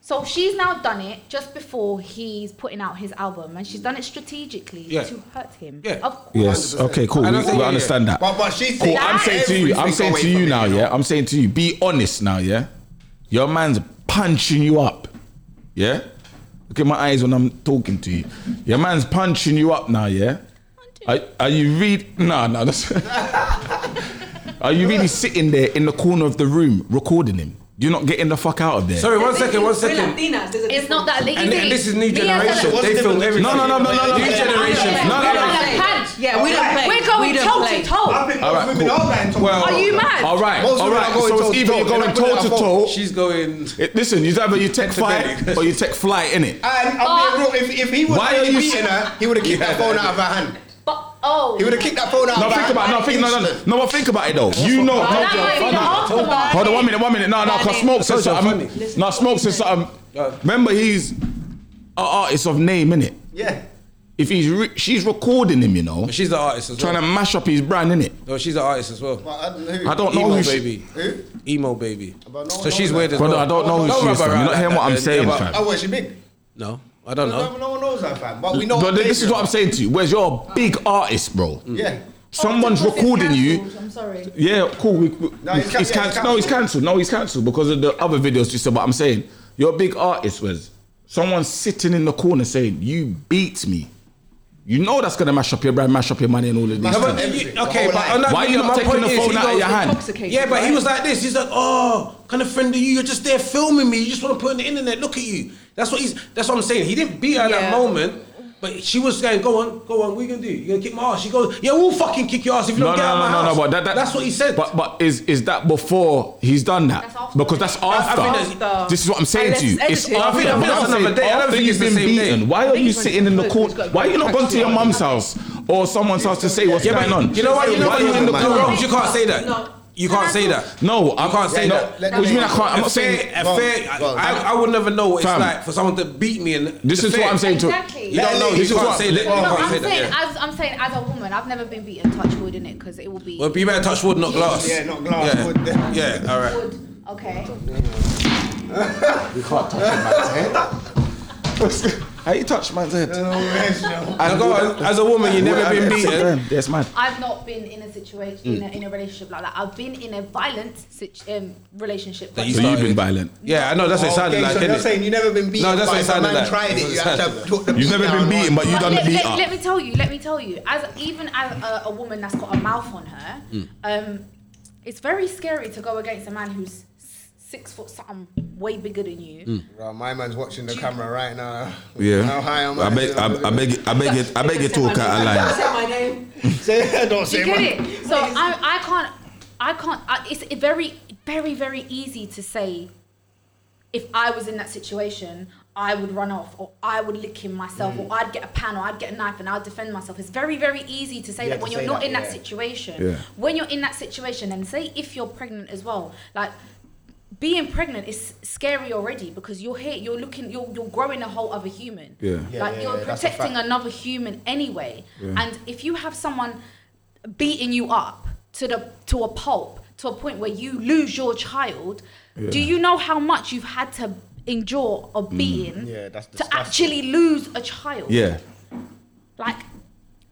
Speaker 7: So she's now done it just before he's putting out his album, and she's done it strategically
Speaker 2: Yeah.
Speaker 7: to hurt him.
Speaker 2: Yeah.
Speaker 7: Of course.
Speaker 8: Yes. Okay. Cool. We,
Speaker 2: I don't think-
Speaker 8: we understand that.
Speaker 5: But but she's
Speaker 8: Cool. I'm saying to you. I'm saying to you now. Yeah. I'm saying to you. Be honest now. Yeah. Your man's punching you up. Yeah. Look at my eyes when I'm talking to you. Your man's punching you up now. Yeah. Are, are you read? No, no. That's, are you really sitting there in the corner of the room recording him? You're not getting the fuck out of there.
Speaker 2: Sorry, one second, one second.
Speaker 7: It's not that easy.
Speaker 2: And, and this is new
Speaker 7: Me as a-
Speaker 2: generation.
Speaker 5: What's
Speaker 2: They
Speaker 5: the
Speaker 2: film
Speaker 5: difference?
Speaker 2: everything.
Speaker 8: No, no, no, no, no, no.
Speaker 2: New generation.
Speaker 8: No, no, no.
Speaker 4: Yeah, we don't play.
Speaker 7: We're going
Speaker 4: We don't
Speaker 7: toe to
Speaker 4: play.
Speaker 7: toe.
Speaker 5: think
Speaker 8: All right,
Speaker 5: women
Speaker 8: cool.
Speaker 5: are going to-
Speaker 2: Well-
Speaker 7: Are you mad?
Speaker 8: All right,
Speaker 5: Most
Speaker 8: all
Speaker 5: women
Speaker 8: right.
Speaker 5: are going
Speaker 8: So
Speaker 5: toe
Speaker 8: it's
Speaker 5: to
Speaker 8: either
Speaker 5: toe.
Speaker 8: you're
Speaker 5: They're
Speaker 8: going
Speaker 5: not
Speaker 8: toe
Speaker 5: putting
Speaker 8: to
Speaker 5: it on
Speaker 8: toe.
Speaker 2: She's going.
Speaker 8: It- Listen, you either you take
Speaker 2: to
Speaker 8: fire
Speaker 2: belly.
Speaker 8: or you take flight in it.
Speaker 5: And I'm being real. If, if he was
Speaker 8: Why are you
Speaker 5: beating
Speaker 8: s-
Speaker 5: her, he would have kicked that phone out of her hand.
Speaker 7: But oh,
Speaker 5: He would have kicked that phone out
Speaker 8: No,
Speaker 5: of her
Speaker 8: think
Speaker 5: hand.
Speaker 8: about it. No, think no, no, no, but think about it though. You know,
Speaker 7: But
Speaker 8: no,
Speaker 7: that might be the aftermath.
Speaker 8: hold on one minute, one minute. No, no, cause smoke
Speaker 2: That's
Speaker 8: says
Speaker 2: so
Speaker 8: something.
Speaker 2: funny.
Speaker 8: No, smoke says something.
Speaker 2: Yeah.
Speaker 8: Remember, he's an artist of name, innit?
Speaker 5: Yeah.
Speaker 8: if he's re- she's recording him, you know,
Speaker 2: But she's the artist as
Speaker 8: trying to
Speaker 2: well.
Speaker 8: mash up his brand, innit?
Speaker 2: No, she's the artist as well.
Speaker 5: Well, I don't know.
Speaker 8: I don't know
Speaker 2: Emo
Speaker 8: who she- Eh?
Speaker 2: baby.
Speaker 5: Who?
Speaker 2: Emo baby.
Speaker 5: But no one
Speaker 2: so
Speaker 5: knows
Speaker 2: she's
Speaker 5: that.
Speaker 2: weird as well.
Speaker 8: Brother, I don't know who she is,
Speaker 2: rub
Speaker 8: fam.
Speaker 2: around
Speaker 8: You're not hearing
Speaker 2: like
Speaker 8: what
Speaker 2: that,
Speaker 8: I'm
Speaker 2: yeah,
Speaker 8: saying,
Speaker 2: but-
Speaker 8: fam.
Speaker 5: Oh, what, she big?
Speaker 2: No, I don't
Speaker 5: No,
Speaker 2: know.
Speaker 5: no one knows that, fam. But we know.
Speaker 8: But this is what I'm
Speaker 5: Adele.
Speaker 8: saying to you. Where's your big artist, bro?
Speaker 9: Mm.
Speaker 5: Yeah.
Speaker 8: Someone's
Speaker 4: Oh, it's
Speaker 8: recording you.
Speaker 4: cancelled, I'm sorry.
Speaker 8: Yeah, cool. We, we-
Speaker 5: No, he's
Speaker 8: he's,
Speaker 5: can- yeah,
Speaker 8: cancelled.
Speaker 5: he's
Speaker 8: No, he's cancelled. No, he's cancelled because of the other videos you said. But I'm saying you're a big artist, was someone sitting in the corner saying you beat me. You know that's gonna mash up your brand, mash up your money, and all of these
Speaker 5: Mash
Speaker 2: No,
Speaker 5: up
Speaker 8: things.
Speaker 2: but
Speaker 5: Everything,
Speaker 2: you-
Speaker 5: the
Speaker 2: okay,
Speaker 5: whole
Speaker 2: but
Speaker 5: life.
Speaker 2: on that
Speaker 8: Why are you
Speaker 2: video,
Speaker 8: not
Speaker 2: my
Speaker 8: taking
Speaker 2: point
Speaker 8: the
Speaker 2: is,
Speaker 8: phone
Speaker 2: he
Speaker 8: out of
Speaker 2: goes-
Speaker 8: your hand?
Speaker 4: Intoxicated,
Speaker 2: Yeah, but he
Speaker 4: right?
Speaker 2: was like this. He's like, oh, kind of friend of you. You're just there filming me. You just want to put on the internet. Look at you. That's what he's. That's what I'm saying. He didn't beat her at that
Speaker 4: Yeah.
Speaker 2: moment. But she was saying, "Go on, go on. What you gonna do? You gonna kick my ass?" She goes, "Yeah, we'll fucking kick your ass if you
Speaker 8: No, no,
Speaker 2: don't get out
Speaker 8: no,
Speaker 2: of my
Speaker 8: no, no.
Speaker 2: house."
Speaker 8: But that, that,
Speaker 2: that's what he said.
Speaker 8: But but is is that before he's done that?
Speaker 7: That's after.
Speaker 8: Because that's
Speaker 7: I- I
Speaker 8: after.
Speaker 2: think
Speaker 4: that's-
Speaker 8: This is what I'm saying to you.
Speaker 4: Unless
Speaker 8: It's
Speaker 4: edited.
Speaker 8: after.
Speaker 4: I think- I
Speaker 2: think
Speaker 8: But
Speaker 2: that's
Speaker 8: I'm
Speaker 2: another
Speaker 8: saying
Speaker 2: day. I don't
Speaker 8: after
Speaker 2: think
Speaker 8: you've
Speaker 2: it's the
Speaker 8: been
Speaker 2: same day.
Speaker 8: beaten, why are
Speaker 4: think
Speaker 8: you
Speaker 4: it's
Speaker 8: sitting in the
Speaker 4: good,
Speaker 8: court?
Speaker 4: it's got
Speaker 8: Why are you not
Speaker 4: good
Speaker 8: gone to your
Speaker 4: traction.
Speaker 8: mum's house or someone's house to say what's
Speaker 2: yeah,
Speaker 8: going on?
Speaker 2: but you know what? You know
Speaker 8: Why
Speaker 2: what?
Speaker 8: are you in the
Speaker 5: No,
Speaker 2: Robs,
Speaker 8: court?
Speaker 2: you can't say that.
Speaker 7: No.
Speaker 2: You can't say that.
Speaker 8: No, I can't
Speaker 2: say
Speaker 8: no.
Speaker 2: that.
Speaker 8: What do you mean I can't? I'm
Speaker 2: A
Speaker 8: not
Speaker 2: fair,
Speaker 8: saying.
Speaker 2: a
Speaker 5: Well,
Speaker 2: fair. I,
Speaker 5: well,
Speaker 2: I, I would never know what it's
Speaker 8: Fam.
Speaker 2: like for someone to beat me. And
Speaker 8: This
Speaker 2: the
Speaker 8: is
Speaker 2: fair-
Speaker 8: what I'm saying to.
Speaker 7: Exactly.
Speaker 2: You don't know.
Speaker 8: This
Speaker 2: you
Speaker 8: is
Speaker 2: can't
Speaker 8: what-
Speaker 2: say that. You
Speaker 7: No,
Speaker 2: can't say
Speaker 7: I'm
Speaker 2: that.
Speaker 7: saying,
Speaker 2: yeah.
Speaker 7: as, I'm saying, as a woman, I've never been beaten. Touch wood in it, because it will be.
Speaker 2: Well, you better touch wood, not glass.
Speaker 5: Yeah, not glass,
Speaker 2: Yeah.
Speaker 5: wood.
Speaker 2: Yeah, all right.
Speaker 7: wood. Okay.
Speaker 8: How you touch man's head?
Speaker 2: And go on, as a woman, you've never been beaten.
Speaker 8: Yes, man.
Speaker 7: I've not been in a situation in, a, in a relationship like that. I've been in a violent situ- um, relationship.
Speaker 2: That
Speaker 7: but
Speaker 2: you
Speaker 8: So you've been violent.
Speaker 2: Yeah, I know. That's what it sounded
Speaker 5: Okay,
Speaker 2: like.
Speaker 5: so you're
Speaker 2: innit?
Speaker 5: saying you never been beaten.
Speaker 2: No, that's what
Speaker 5: but
Speaker 2: it
Speaker 5: if a
Speaker 2: sounded
Speaker 5: man
Speaker 2: like.
Speaker 5: Tried it,
Speaker 2: That's
Speaker 5: you
Speaker 2: what it
Speaker 5: have to
Speaker 2: sounded
Speaker 5: have put the
Speaker 8: You've never
Speaker 5: beat
Speaker 8: been
Speaker 5: down
Speaker 8: beaten,
Speaker 5: on-
Speaker 8: but you done the
Speaker 7: let,
Speaker 8: beat
Speaker 7: let-
Speaker 8: up.
Speaker 7: let me tell you. Let me tell you. As even as a, a woman that's got a mouth on her,
Speaker 8: Mm.
Speaker 7: um, it's very scary to go against a man who's s- six foot something, way bigger than you.
Speaker 8: Mm.
Speaker 5: Bro, my man's watching the camera right now.
Speaker 8: Yeah.
Speaker 5: How high am I?
Speaker 8: I beg, I, I beg, you- I beg, you- I beg you talk out of line.
Speaker 4: Say my name.
Speaker 5: Say, don't
Speaker 7: Do
Speaker 5: say
Speaker 7: you get
Speaker 5: my-
Speaker 7: it? So I, I can't, I can't. I, it's very, very, very easy to say. If I was in that situation, I would run off, or I would lick him myself,
Speaker 5: Mm.
Speaker 7: or I'd get a pan, or I'd get a knife, and I'd defend myself. It's very, very easy to say
Speaker 5: You
Speaker 7: that
Speaker 5: have
Speaker 7: when
Speaker 5: to
Speaker 7: you're
Speaker 5: say
Speaker 7: not
Speaker 5: that,
Speaker 7: in that
Speaker 5: yeah.
Speaker 7: situation.
Speaker 8: Yeah.
Speaker 7: When you're in that situation, and say if you're pregnant as well, like being pregnant is scary already because you're here, you're looking, you're, you're growing a whole other human.
Speaker 8: Yeah.
Speaker 5: Yeah,
Speaker 7: like
Speaker 5: yeah,
Speaker 7: you're
Speaker 5: yeah, that's a
Speaker 7: protecting
Speaker 5: fact.
Speaker 7: another human anyway. And if you have someone beating you up to the to a pulp to a point where you lose your child, do you know how much you've had to endure a beating
Speaker 5: Yeah, that's
Speaker 7: to
Speaker 5: disgusting.
Speaker 7: actually lose a
Speaker 8: Mm.
Speaker 7: child?
Speaker 8: Yeah.
Speaker 7: Like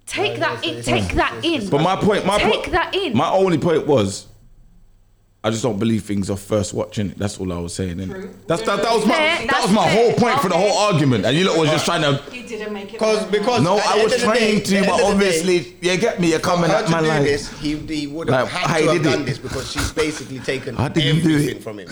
Speaker 7: take
Speaker 5: Yeah,
Speaker 7: that
Speaker 5: it's-
Speaker 7: in
Speaker 5: it's-
Speaker 7: take
Speaker 5: it's-
Speaker 7: that
Speaker 5: it's-
Speaker 7: in.
Speaker 8: But my point, my
Speaker 7: take
Speaker 8: point,
Speaker 7: that in.
Speaker 8: My only point was, I just don't believe things are first watching. it. That's all I was saying. innit? That's that, that was my
Speaker 7: Fair,
Speaker 8: that
Speaker 7: that's
Speaker 8: was my
Speaker 7: fair.
Speaker 8: whole point for the whole
Speaker 7: Okay.
Speaker 8: argument, and you lot was just trying to.
Speaker 4: You didn't make it.
Speaker 5: Because, because.
Speaker 8: No,
Speaker 5: at the
Speaker 8: I
Speaker 5: end
Speaker 8: was
Speaker 5: of the
Speaker 8: trying
Speaker 5: day-
Speaker 8: to,
Speaker 5: at the
Speaker 8: but
Speaker 5: end of the day,
Speaker 8: obviously, you get me. You're coming
Speaker 5: Her
Speaker 8: at
Speaker 5: to
Speaker 8: my
Speaker 5: do
Speaker 8: life.
Speaker 5: this, he, he would have
Speaker 8: Like, how
Speaker 5: had
Speaker 8: he
Speaker 5: to have
Speaker 8: did it?
Speaker 5: done this because she's basically taken
Speaker 8: How did he do
Speaker 5: everything
Speaker 8: it?
Speaker 5: from him.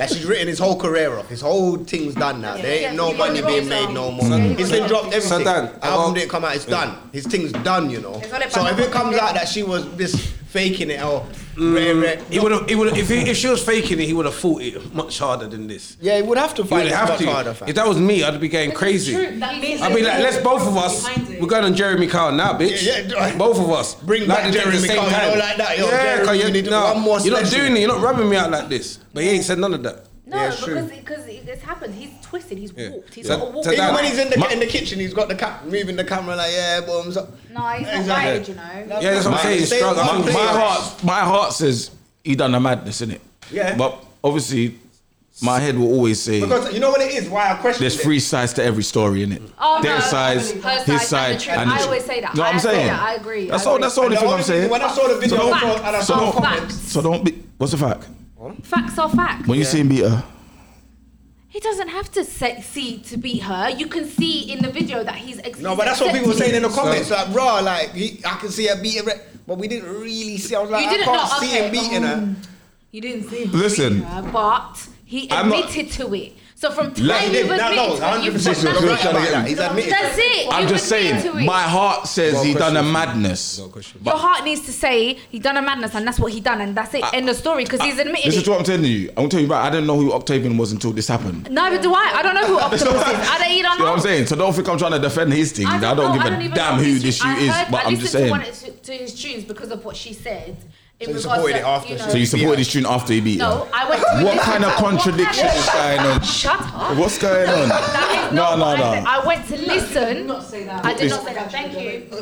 Speaker 5: like she's written his whole career off. His whole thing's done now. there ain't
Speaker 7: Yeah,
Speaker 5: no
Speaker 7: he
Speaker 5: money
Speaker 7: was
Speaker 5: being
Speaker 7: wrong.
Speaker 5: made no more.
Speaker 7: Yeah, he
Speaker 5: He's
Speaker 7: was
Speaker 5: been
Speaker 7: wrong.
Speaker 5: dropped everything.
Speaker 2: So Dan,
Speaker 5: Album
Speaker 2: about-
Speaker 5: didn't come out. It's done. His thing's done. You know.
Speaker 7: It's all about
Speaker 5: So if it
Speaker 7: nothing.
Speaker 5: comes out that she was just faking it or
Speaker 8: Mm.
Speaker 5: rare, rare,
Speaker 2: Mm, He would have. He would. If, he- if she was faking it, he would have fought it much harder than this.
Speaker 5: yeah, he would have to
Speaker 2: He
Speaker 5: fight.
Speaker 2: would
Speaker 5: It's
Speaker 2: have
Speaker 5: much
Speaker 2: to.
Speaker 5: harder, fam.
Speaker 2: If that was me, I'd be getting crazy. I'd be like, let's both of us. We're going on Jeremy Kyle now, bitch.
Speaker 5: Yeah, yeah.
Speaker 2: Both of us.
Speaker 5: Bring
Speaker 2: Like
Speaker 5: back
Speaker 2: the day at the
Speaker 5: Jeremy
Speaker 2: same
Speaker 5: Kyle, you
Speaker 2: time.
Speaker 5: know, like that, yo,
Speaker 2: Yeah,
Speaker 5: Jeremy,
Speaker 2: cause
Speaker 5: you
Speaker 2: you're,
Speaker 5: need to-
Speaker 2: no,
Speaker 5: one more
Speaker 2: you're not
Speaker 5: special.
Speaker 2: doing it. You're not rubbing me out like this. But he ain't said none of that.
Speaker 7: no,
Speaker 5: Yeah, it's true.
Speaker 7: because because it, it's happened. He's twisted. He's
Speaker 2: Yeah.
Speaker 7: walked. He's
Speaker 2: So-
Speaker 7: got a walk.
Speaker 2: so
Speaker 5: Even
Speaker 2: that-
Speaker 5: when he's in the
Speaker 8: My-
Speaker 5: in the kitchen, he's got the cap moving the camera like yeah, boom. So,
Speaker 7: no, he's not
Speaker 5: Exactly.
Speaker 7: right, you know.
Speaker 2: Yeah, that's what I'm
Speaker 8: My-
Speaker 2: saying.
Speaker 5: say
Speaker 2: Struggle.
Speaker 5: one
Speaker 8: My,
Speaker 2: I'm-
Speaker 8: my
Speaker 5: thing.
Speaker 2: my-
Speaker 8: heart, my heart says he done a madness, innit?
Speaker 5: Yeah.
Speaker 8: But obviously, my head will always say.
Speaker 5: because you know what it is. Why I question
Speaker 8: there's three sides to every story, innit?
Speaker 7: Oh,
Speaker 8: Their
Speaker 7: no,
Speaker 8: sides,
Speaker 7: her side
Speaker 8: his
Speaker 7: and
Speaker 8: side,
Speaker 7: the truth. I
Speaker 8: tr-
Speaker 7: always say that.
Speaker 8: Know what
Speaker 7: I
Speaker 8: I'm
Speaker 7: say
Speaker 8: saying?
Speaker 7: that. I agree.
Speaker 8: That's
Speaker 7: I
Speaker 8: all.
Speaker 7: agree.
Speaker 8: That's the only
Speaker 5: And the
Speaker 8: thing I'm
Speaker 5: only
Speaker 8: saying.
Speaker 5: reason- when I saw the video,
Speaker 8: so
Speaker 5: I
Speaker 8: don't,
Speaker 5: thought- and I
Speaker 8: so
Speaker 5: saw
Speaker 8: don't,
Speaker 5: the comments.
Speaker 8: so don't be. What's the fact?
Speaker 7: Facts are facts.
Speaker 8: When you see him beat her,
Speaker 7: He doesn't have to se- see to beat her. You can see in the video that he's. Ex-
Speaker 5: No, but that's what people were
Speaker 7: accepting
Speaker 5: saying in the
Speaker 7: it.
Speaker 5: comments. like, raw, like, he, I can see her beating her. But we didn't really see. I was like,
Speaker 7: You
Speaker 5: I
Speaker 7: didn't
Speaker 5: can't
Speaker 7: know,
Speaker 5: see
Speaker 7: okay,
Speaker 5: him beating her.
Speaker 7: You didn't see. Him
Speaker 8: Listen.
Speaker 7: beat her, but he
Speaker 8: I'm not-
Speaker 7: admitted to it. So from time
Speaker 8: Like,
Speaker 7: you've
Speaker 5: no,
Speaker 7: admitted
Speaker 5: no,
Speaker 7: to it, you've
Speaker 5: 100%
Speaker 7: got
Speaker 5: you're
Speaker 7: nothing.
Speaker 5: right about that. He's admitted
Speaker 7: That's
Speaker 5: to
Speaker 7: it.
Speaker 8: I'm
Speaker 7: You've
Speaker 8: just
Speaker 7: admitted
Speaker 8: saying,
Speaker 7: to it.
Speaker 8: my heart says
Speaker 5: Well,
Speaker 8: he done a
Speaker 5: question.
Speaker 8: madness.
Speaker 7: Your heart needs to say he done a madness, and that's what he done, and that's it. End of story. Because he's admitted.
Speaker 8: Ah, This is
Speaker 7: It.
Speaker 8: what I'm telling you. I'm telling you, right, I didn't know who Octavian was until this happened.
Speaker 7: Neither do I. I don't know who Octopus is. I don't.
Speaker 8: You
Speaker 7: You don't
Speaker 8: know what I'm
Speaker 7: know.
Speaker 8: saying? So don't think I'm trying to defend his thing. I don't,
Speaker 7: know,
Speaker 8: give a
Speaker 7: even
Speaker 8: damn
Speaker 7: know
Speaker 8: who
Speaker 7: his
Speaker 8: this
Speaker 7: tune-
Speaker 8: shoe is,
Speaker 7: I heard-
Speaker 8: but
Speaker 7: I
Speaker 8: I'm just
Speaker 7: listened
Speaker 8: saying.
Speaker 7: To, one of his- to his tunes because of what she said, in
Speaker 5: So you
Speaker 7: regards
Speaker 5: supported
Speaker 7: to,
Speaker 5: it after
Speaker 7: you
Speaker 5: she-
Speaker 7: know-
Speaker 8: So you supported
Speaker 5: Yeah.
Speaker 8: this tune after he beat
Speaker 7: No,
Speaker 8: her?
Speaker 7: I went. To
Speaker 8: What kind of contradiction is going on?
Speaker 7: Shut up.
Speaker 8: What's going on?
Speaker 7: That is
Speaker 8: No,
Speaker 7: not
Speaker 8: no,
Speaker 7: what I,
Speaker 8: no.
Speaker 7: said. I went to listen.
Speaker 4: not say that.
Speaker 7: I did
Speaker 8: This-
Speaker 7: not say that. Thank you.
Speaker 8: Put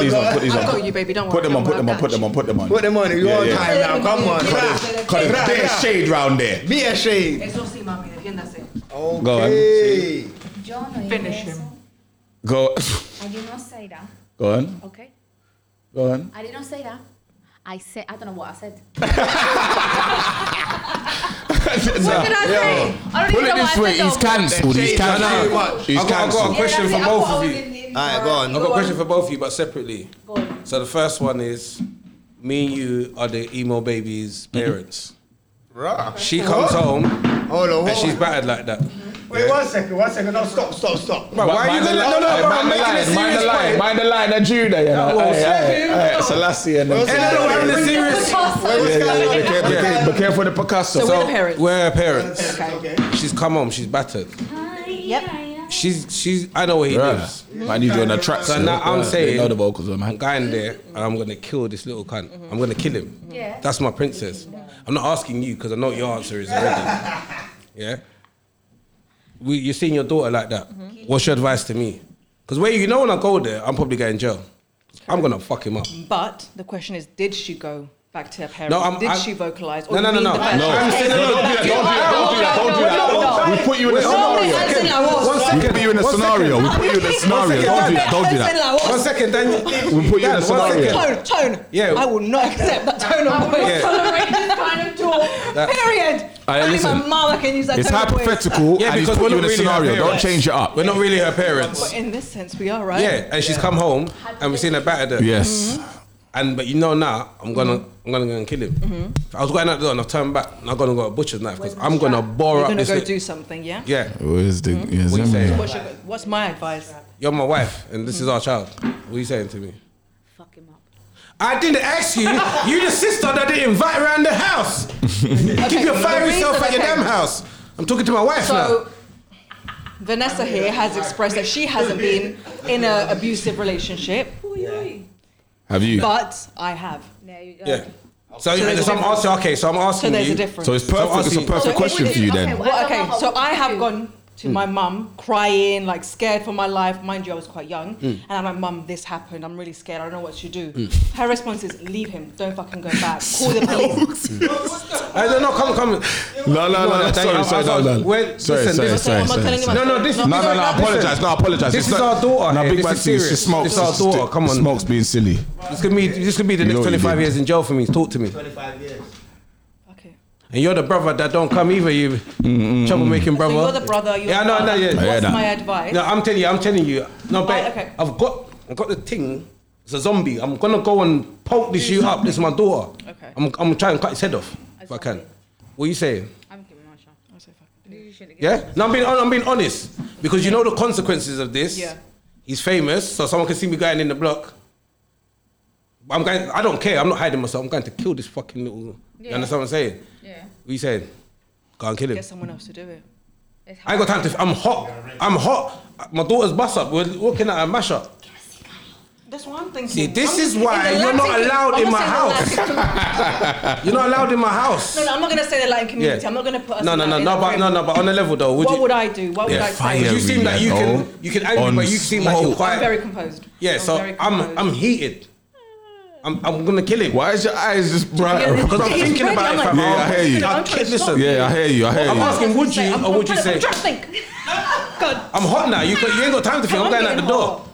Speaker 8: these on. Put these on.
Speaker 4: I've got you, baby, don't
Speaker 8: Put them
Speaker 4: worry,
Speaker 8: on. Put
Speaker 4: don't
Speaker 8: them on.
Speaker 4: worry,
Speaker 8: Put them on. Put them on.
Speaker 5: Put them on. It's
Speaker 8: Yeah,
Speaker 5: your
Speaker 8: yeah.
Speaker 5: time now. Come on.
Speaker 8: Cause
Speaker 5: Rah,
Speaker 8: there's bare
Speaker 5: rah.
Speaker 8: shade round there.
Speaker 5: Be ashamed.
Speaker 4: Eso sí, mami, defiéndase.
Speaker 5: Okay.
Speaker 8: Go on.
Speaker 10: Yo no
Speaker 4: Finish
Speaker 10: dije eso.
Speaker 8: Go.
Speaker 10: I did not say that.
Speaker 8: Go on.
Speaker 7: Okay.
Speaker 8: Go on.
Speaker 7: I did not say that. I said I don't know what I said.
Speaker 8: Nah.
Speaker 7: What did I say? I
Speaker 8: Put
Speaker 7: don't even
Speaker 8: it
Speaker 7: know
Speaker 8: this
Speaker 7: what I
Speaker 8: way,
Speaker 7: said.
Speaker 8: he's
Speaker 7: though.
Speaker 8: cancelled. He's
Speaker 5: Shade, man,
Speaker 8: cancelled.
Speaker 5: too much.
Speaker 8: He's
Speaker 2: I got- I got a
Speaker 8: cancelled.
Speaker 2: question
Speaker 7: that's
Speaker 2: for
Speaker 7: it. I
Speaker 2: both of
Speaker 7: thought I was
Speaker 2: you.
Speaker 7: in- in
Speaker 5: Alright, go on.
Speaker 2: I've got a question for both of you, but separately.
Speaker 7: Go on.
Speaker 2: So the first one is, me and you are the emo baby's parents.
Speaker 5: Rah.
Speaker 2: She comes home
Speaker 5: Hold on.
Speaker 2: and she's
Speaker 5: Hold on.
Speaker 2: battered like that.
Speaker 5: Wait one second. One second. No, stop, stop, stop.
Speaker 2: But why are you gonna- no, no, but I'm making a
Speaker 8: Mind
Speaker 2: serious
Speaker 8: the line,
Speaker 2: point.
Speaker 8: mind the line, and Judah, you know.
Speaker 2: well,
Speaker 8: Aye,
Speaker 2: second.
Speaker 8: aye, aye, Selassie and them.
Speaker 5: Well,
Speaker 2: And
Speaker 5: second.
Speaker 2: I don't have any serious.
Speaker 5: Wait, what's
Speaker 8: Yeah, yeah, yeah,
Speaker 5: going
Speaker 8: Be
Speaker 5: on?
Speaker 8: careful, be careful- be careful of the Picasso.
Speaker 4: So,
Speaker 8: So,
Speaker 4: we're the parents.
Speaker 2: We're her parents.
Speaker 5: Okay.
Speaker 2: She's come home. She's battered.
Speaker 10: Yep.
Speaker 2: She's she's. I know where he lives.
Speaker 8: yeah. Man, you doing a track.
Speaker 2: So now I'm saying-
Speaker 8: know the vocals,
Speaker 2: I'm
Speaker 8: man.
Speaker 2: going there and I'm gonna kill this little cunt. I'm gonna kill him.
Speaker 7: Yeah.
Speaker 2: That's my princess. I'm not asking you because I know what your answer is already. yeah. We, you're seeing your daughter like that.
Speaker 4: Mm-hmm.
Speaker 2: What's your advice to me? Because where you know when I go there, I'm probably going jail. I'm gonna fuck him up.
Speaker 4: But the question is, did she go back to her parents?
Speaker 2: No, I'm-
Speaker 4: did
Speaker 2: I'm-
Speaker 4: she vocalize?
Speaker 2: No, no, no,
Speaker 4: you mean
Speaker 2: no.
Speaker 4: the fact-
Speaker 2: No. I'm saying-
Speaker 8: No, don't do that. Don't do that. Don't do that. Don't do that. We put you in a scenario. We put you in a scenario. We put you in a scenario. Don't do that. Don't do that.
Speaker 2: One second, Daniel.
Speaker 8: We put you in a
Speaker 2: Dad, one
Speaker 8: scenario.
Speaker 2: second.
Speaker 4: Tone, tone.
Speaker 2: Yeah.
Speaker 4: I will not accept that tone of voice.
Speaker 2: Yeah.
Speaker 4: Tolerate this kind of talk.
Speaker 2: That-
Speaker 4: Period.
Speaker 8: Aye,
Speaker 4: Only my
Speaker 8: listen.
Speaker 4: mama can use that
Speaker 8: It's
Speaker 4: tone of voice.
Speaker 8: hypothetical,
Speaker 2: Yeah,
Speaker 8: and he's
Speaker 2: because
Speaker 8: put
Speaker 2: we're
Speaker 8: you in a
Speaker 2: not really
Speaker 8: scenario.
Speaker 2: her
Speaker 8: Don't
Speaker 2: parents.
Speaker 8: change it up.
Speaker 2: We're not really her parents.
Speaker 4: But in this sense, we are right.
Speaker 2: Yeah, and she's come home and we've seen her battered. her.
Speaker 8: Yes.
Speaker 2: And but you know now, I'm gonna I'm gonna go and kill him.
Speaker 4: Mm-hmm.
Speaker 2: If I was going out there and I turned back and I'm gonna go a butcher's knife because I'm gonna bore
Speaker 4: You're
Speaker 2: up
Speaker 4: gonna
Speaker 2: this.
Speaker 4: go
Speaker 2: li-
Speaker 4: do something, yeah?
Speaker 2: yeah,
Speaker 8: Where's the? Yes,
Speaker 2: What you saying?
Speaker 4: What's, your, what's my advice?
Speaker 2: you're my wife and this is our child. What are you saying to me?
Speaker 7: Fuck him up.
Speaker 2: I didn't ask you. you the sister that didn't invite around the house. Keep your
Speaker 4: the
Speaker 2: fiery self
Speaker 4: reason-
Speaker 2: at your
Speaker 4: okay.
Speaker 2: damn house. I'm talking to my wife now.
Speaker 4: So Vanessa here has expressed that she hasn't been in an abusive relationship,
Speaker 8: Have you?
Speaker 4: but I have.
Speaker 7: There you go.
Speaker 2: Yeah. So,
Speaker 4: there's a
Speaker 2: so I'm
Speaker 4: difference.
Speaker 2: asking. Okay, so I'm asking
Speaker 4: So there's
Speaker 2: you.
Speaker 4: a difference.
Speaker 8: So it's perfect. It's a perfect question for you then.
Speaker 4: Well, okay, so I have gone
Speaker 2: Hmm.
Speaker 4: to my mum crying, like scared for my life. Mind you, I was quite young.
Speaker 2: Hmm.
Speaker 4: And I'm like, Mum, this happened. I'm really scared. I don't know what to do. Her response is, Leave him. Don't fucking go back. Call the police.
Speaker 2: I don't know. Come, come.
Speaker 8: No, no,
Speaker 2: Daniel,
Speaker 8: no.
Speaker 2: I-
Speaker 8: Sorry,
Speaker 2: I-
Speaker 8: sorry, no, no.
Speaker 2: wait,
Speaker 8: Sorry,
Speaker 2: listen,
Speaker 8: sorry,
Speaker 2: this-
Speaker 8: sorry,
Speaker 4: I'm not
Speaker 8: sorry.
Speaker 4: telling
Speaker 8: sorry.
Speaker 4: you
Speaker 2: No, no, this.
Speaker 8: No, no, no, I
Speaker 2: listen.
Speaker 8: apologize. No, I apologize.
Speaker 2: This
Speaker 8: It's
Speaker 2: is
Speaker 8: not-
Speaker 2: our daughter.
Speaker 8: No,
Speaker 2: here.
Speaker 8: Big
Speaker 2: this
Speaker 8: Man
Speaker 2: is
Speaker 8: see, she
Speaker 2: serious.
Speaker 8: smokes.
Speaker 2: This is our
Speaker 8: She-
Speaker 2: daughter. Come on.
Speaker 8: Smokes being silly.
Speaker 2: This could be. This could be the
Speaker 8: You know
Speaker 2: next
Speaker 8: what you
Speaker 2: 25
Speaker 8: did.
Speaker 2: years in jail for me. Talk to me.
Speaker 6: Twenty-five years.
Speaker 4: okay.
Speaker 2: And you're the brother that don't come either. You troublemaking brother.
Speaker 4: So you're the brother. You're
Speaker 2: yeah,
Speaker 4: the
Speaker 2: no, no,
Speaker 4: mum.
Speaker 2: yeah.
Speaker 8: hear
Speaker 4: What's
Speaker 8: that.
Speaker 4: my advice?
Speaker 2: No, I'm telling you. I'm telling you. No, but
Speaker 4: okay.
Speaker 2: I've got. I've got the thing. It's a zombie. I'm gonna go and poke this you up. This is my daughter.
Speaker 4: Okay.
Speaker 2: I'm. I'm trying to cut his head off if I can.
Speaker 7: zombie.
Speaker 2: What you saying?
Speaker 7: I'm giving him a shot.
Speaker 4: I say, "Fuck it."
Speaker 7: You shouldn't give him
Speaker 2: Yeah. No, I'm being. hon- I'm being honest because you know the consequences of this.
Speaker 4: Yeah.
Speaker 2: He's famous, so someone can see me going in the block. But I'm going. I don't care. I'm not hiding myself. I'm going to kill this fucking little. You
Speaker 7: Yeah.
Speaker 2: understand what I'm saying?
Speaker 7: a- Yeah.
Speaker 2: What you saying? Go and kill him.
Speaker 4: Get someone else to do it.
Speaker 7: It's
Speaker 2: I ain't got time to. I'm hot. I'm hot. My daughter's bus up. We're looking at a mash up.
Speaker 4: That's what I'm thinking.
Speaker 2: See, this
Speaker 4: I'm-
Speaker 2: is
Speaker 4: in
Speaker 2: why
Speaker 4: the
Speaker 2: you're not
Speaker 4: Latin-
Speaker 2: allowed
Speaker 4: I'm
Speaker 2: in
Speaker 4: not
Speaker 2: my
Speaker 4: saying the
Speaker 2: house.
Speaker 4: Latin community.
Speaker 2: You're not allowed in my house.
Speaker 4: No, no, I'm not going to say the Latin community. I'm not going to put us
Speaker 2: No,
Speaker 4: in
Speaker 2: no,
Speaker 4: that-
Speaker 2: no,
Speaker 4: in
Speaker 2: no,
Speaker 4: that
Speaker 2: but
Speaker 4: room.
Speaker 2: no, no, but on a level though, would
Speaker 4: What
Speaker 2: you?
Speaker 4: would I do? What would I say?
Speaker 2: You seem like you can- you can angry,
Speaker 8: on
Speaker 2: but you seem like you're
Speaker 8: smoke.
Speaker 2: quiet.
Speaker 4: I'm very composed.
Speaker 2: yeah,
Speaker 4: I'm
Speaker 2: so
Speaker 4: very
Speaker 2: I'm
Speaker 4: composed.
Speaker 2: I'm heated. I'm I'm gonna kill him.
Speaker 8: Why is your eyes just bright?
Speaker 4: Yeah,
Speaker 2: Because I'm
Speaker 4: He's
Speaker 2: thinking
Speaker 4: ready,
Speaker 2: about
Speaker 4: I'm
Speaker 2: it.
Speaker 4: like,
Speaker 2: fam.
Speaker 8: Yeah, I hear you.
Speaker 2: I'll
Speaker 4: I'm trying
Speaker 2: kill-
Speaker 4: to
Speaker 2: Listen,
Speaker 4: stop you.
Speaker 8: Yeah, I hear you. I hear
Speaker 2: I'm
Speaker 8: you.
Speaker 2: asking- would you
Speaker 4: I'm-
Speaker 2: or would
Speaker 4: I'm
Speaker 2: you
Speaker 4: trying to-
Speaker 2: say?
Speaker 4: I'm trying to think. God.
Speaker 2: I'm hot now. You got- you ain't got time to think. I'm
Speaker 4: I'm
Speaker 2: going out the
Speaker 4: getting
Speaker 2: door.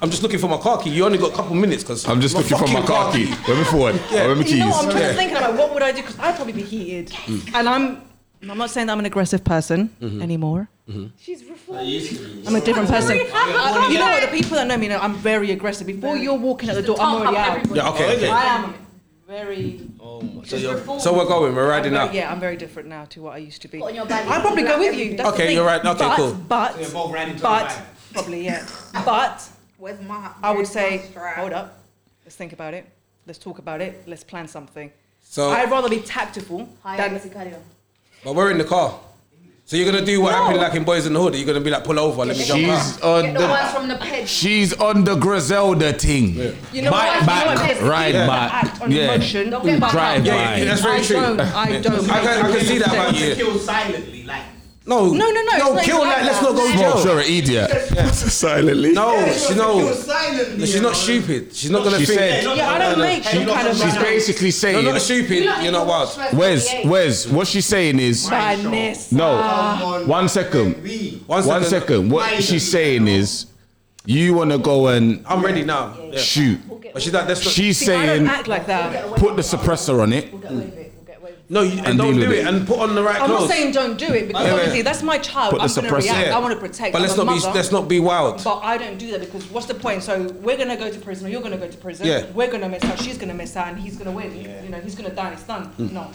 Speaker 2: I'm just looking for my car key. You only got a couple minutes because
Speaker 8: I'm just looking for my
Speaker 2: fucking
Speaker 8: car key. Let me forward.
Speaker 2: Yeah.
Speaker 8: Let me
Speaker 4: You know, what? I'm
Speaker 8: keys.
Speaker 4: trying
Speaker 2: Yeah. Mm.
Speaker 4: to think about what would I do because I'd probably be heated, and I'm. I'm not saying that I'm an aggressive person
Speaker 2: Mm-hmm.
Speaker 4: anymore.
Speaker 7: She's reformed.
Speaker 4: I'm a different person. I- you know what?
Speaker 7: Yeah.
Speaker 4: The people that know me know I'm very aggressive. Before you're walking out the door, I'm
Speaker 7: top
Speaker 4: already
Speaker 7: of
Speaker 4: out.
Speaker 7: everybody.
Speaker 2: Yeah, okay. okay.
Speaker 4: I am very.
Speaker 2: So, you're, so we're going. We're riding
Speaker 4: I'm
Speaker 2: out.
Speaker 4: very- yeah, I'm very different now to what I used to be.
Speaker 7: Put on your bag.
Speaker 4: I'd probably go with you. That's the
Speaker 2: Okay,
Speaker 4: thing.
Speaker 2: you're right. Okay,
Speaker 4: but,
Speaker 2: cool.
Speaker 4: But,
Speaker 6: So you're both riding to the
Speaker 4: but,
Speaker 6: bag.
Speaker 4: probably yeah. But
Speaker 7: Where's my?
Speaker 4: I would
Speaker 7: where's
Speaker 4: say,
Speaker 7: my strap?
Speaker 4: hold up, let's think about it, let's talk about it, let's plan something.
Speaker 2: So,
Speaker 4: I'd rather be tactful
Speaker 7: Hi,
Speaker 4: than
Speaker 7: Sicario.
Speaker 2: but we're in the car. So you're gonna do what
Speaker 4: No.
Speaker 2: happened like in Boys in the Hood? You're gonna be like, pull over, let me jump out.
Speaker 8: She's on
Speaker 7: Get the one
Speaker 8: the.
Speaker 7: from the ped.
Speaker 8: She's on the Griselda thing.
Speaker 4: You know
Speaker 8: Bite
Speaker 4: what?
Speaker 8: back,
Speaker 4: You know what? There's
Speaker 8: ride
Speaker 4: an
Speaker 8: back,
Speaker 4: act on
Speaker 8: yeah.
Speaker 4: emotion. Don't get back
Speaker 8: drive
Speaker 4: up.
Speaker 2: Yeah, yeah,
Speaker 8: by.
Speaker 2: yeah, that's very
Speaker 4: I
Speaker 2: true.
Speaker 4: don't, I don't.
Speaker 2: I can, I can see that about you.
Speaker 11: Kill silently, like.
Speaker 2: No,
Speaker 4: No, no, no, it's
Speaker 2: no.
Speaker 4: not
Speaker 2: Kill
Speaker 4: even
Speaker 2: that.
Speaker 4: like
Speaker 2: Let's not go to
Speaker 8: Smoke,
Speaker 2: jail.
Speaker 8: Oh, you're an idiot. Silently.
Speaker 2: No, she
Speaker 11: Kill
Speaker 2: no.
Speaker 11: silently.
Speaker 2: She's not stupid. She's not gonna
Speaker 8: She
Speaker 2: think.
Speaker 8: said-
Speaker 4: Yeah, I don't make some kind of
Speaker 8: She's basically
Speaker 2: You're not
Speaker 8: saying,
Speaker 2: stupid. You're not wild.
Speaker 8: Wes, Wes, what she's saying is,
Speaker 4: madness.
Speaker 8: no, one second.
Speaker 11: We.
Speaker 2: One
Speaker 8: One second. What she's saying is, you want to go and
Speaker 2: I'm ready now. Yeah.
Speaker 8: shoot.
Speaker 2: But she's like, that's not.
Speaker 8: She's
Speaker 4: See, I don't
Speaker 8: saying,
Speaker 4: act like that.
Speaker 8: put the suppressor on it.
Speaker 2: no, you, and don't
Speaker 8: deal
Speaker 2: do
Speaker 8: with
Speaker 2: it
Speaker 8: it.
Speaker 2: and put on the right
Speaker 4: I'm
Speaker 2: clothes.
Speaker 4: not saying don't do it because
Speaker 2: Yeah, yeah.
Speaker 4: obviously that's my child.
Speaker 8: Put the
Speaker 4: I'm going to
Speaker 8: suppressor.
Speaker 4: react.
Speaker 2: Yeah.
Speaker 4: I want to protect.
Speaker 2: But
Speaker 4: I'm
Speaker 2: let's
Speaker 4: a
Speaker 2: not be
Speaker 4: mother.
Speaker 2: let's not be wild.
Speaker 4: But I don't do that because what's the point? So we're gonna go to prison, or you're gonna go to prison.
Speaker 2: Yeah.
Speaker 4: We're gonna miss out. She's gonna miss out, and he's gonna win. You know, he's gonna die. and It's done. No.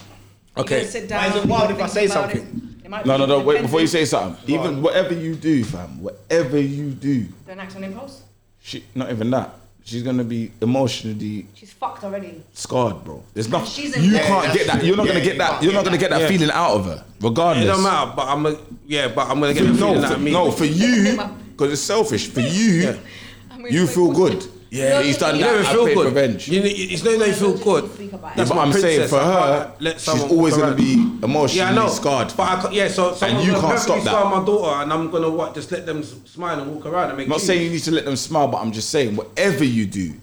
Speaker 4: You're
Speaker 2: Okay.
Speaker 4: gonna sit down.
Speaker 11: Why is it
Speaker 4: you're
Speaker 11: wild
Speaker 4: gonna
Speaker 11: if I
Speaker 4: think
Speaker 11: say
Speaker 4: about it.
Speaker 11: something?
Speaker 4: It might
Speaker 8: No, no,
Speaker 4: be
Speaker 8: no. Wait before you
Speaker 4: offensive.
Speaker 8: say something. Even whatever you do, fam. Whatever you do,
Speaker 4: Don't act on impulse.
Speaker 8: she not even that. She's gonna be emotionally
Speaker 7: She's fucked already.
Speaker 8: scarred, bro. There's nothing.
Speaker 4: She's in
Speaker 8: you
Speaker 4: there.
Speaker 8: can't
Speaker 5: Yeah,
Speaker 8: get that.
Speaker 5: that's
Speaker 8: You're not
Speaker 5: true.
Speaker 8: gonna
Speaker 5: Yeah,
Speaker 8: get
Speaker 5: you
Speaker 8: that.
Speaker 5: can't
Speaker 8: You're not
Speaker 5: get
Speaker 8: gonna get that
Speaker 2: Yeah.
Speaker 8: feeling out of her, regardless.
Speaker 2: It don't matter. But I'm a, yeah. But I'm gonna get the feeling
Speaker 8: No,
Speaker 2: out
Speaker 8: for,
Speaker 2: of me.
Speaker 8: no, for you, because it's selfish. For you,
Speaker 4: I mean,
Speaker 8: you
Speaker 4: it's
Speaker 8: feel
Speaker 4: like-
Speaker 8: good. Yeah, he's done
Speaker 2: You
Speaker 8: that.
Speaker 2: don't
Speaker 8: I
Speaker 2: even feel
Speaker 8: paid
Speaker 2: good.
Speaker 8: revenge.
Speaker 2: You, it's not that you feel good.
Speaker 7: Speak about it.
Speaker 8: Yeah,
Speaker 2: That's
Speaker 8: but
Speaker 2: my
Speaker 8: I'm saying
Speaker 2: princess.
Speaker 8: for
Speaker 2: I can't
Speaker 8: her,
Speaker 2: let
Speaker 8: she's
Speaker 2: someone
Speaker 8: always
Speaker 2: fuck
Speaker 8: gonna
Speaker 2: around.
Speaker 8: be emotionally
Speaker 2: Yeah, I know.
Speaker 8: scarred.
Speaker 2: But I, can't- yeah, so, so
Speaker 8: And
Speaker 2: I'm
Speaker 8: you
Speaker 2: gonna
Speaker 8: can't stop
Speaker 2: purposely scar
Speaker 8: that.
Speaker 2: my daughter, and I'm gonna what? Just let them s- smile and walk around and make.
Speaker 8: I'm not
Speaker 2: cheese.
Speaker 8: saying you need to let them smile, but I'm just saying whatever you do,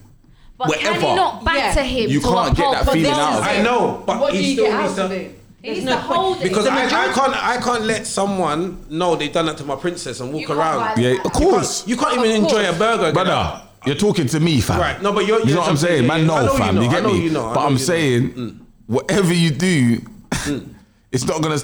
Speaker 12: But
Speaker 8: whatever.
Speaker 12: can he not batter
Speaker 4: Yeah.
Speaker 12: him?
Speaker 8: You
Speaker 12: to
Speaker 8: can't
Speaker 12: a
Speaker 8: get
Speaker 12: pulp?
Speaker 8: that
Speaker 12: But
Speaker 8: feeling
Speaker 12: this
Speaker 8: out
Speaker 12: is
Speaker 8: of
Speaker 12: it.
Speaker 2: I know, but
Speaker 4: what
Speaker 2: he
Speaker 4: do you
Speaker 2: still
Speaker 4: get out
Speaker 2: needs
Speaker 4: of
Speaker 2: to-
Speaker 4: it?
Speaker 7: He needs to
Speaker 4: There's no point.
Speaker 7: hold it.
Speaker 2: Because
Speaker 7: The
Speaker 2: I, I
Speaker 7: majority-
Speaker 2: can't I can't let someone know they've done that to my princess and walk
Speaker 7: You can't
Speaker 2: around.
Speaker 7: buy
Speaker 8: Yeah,
Speaker 7: that.
Speaker 8: of course.
Speaker 2: You can't
Speaker 4: Of
Speaker 2: even enjoy a
Speaker 4: course.
Speaker 2: burger, you know?
Speaker 8: Brother, you're talking to me, fam.
Speaker 2: Right, no, but you're-
Speaker 8: You know
Speaker 2: you're
Speaker 8: what I'm
Speaker 2: just-
Speaker 8: saying?
Speaker 2: yeah,
Speaker 8: Man,
Speaker 2: yeah, I
Speaker 8: no,
Speaker 2: know you
Speaker 8: fam.
Speaker 2: know,
Speaker 8: You
Speaker 2: I
Speaker 8: get
Speaker 2: know
Speaker 8: me?
Speaker 2: you know, I
Speaker 8: But
Speaker 2: know
Speaker 8: I'm
Speaker 2: you know. Mm.
Speaker 8: saying, whatever you do, it's not gonna. You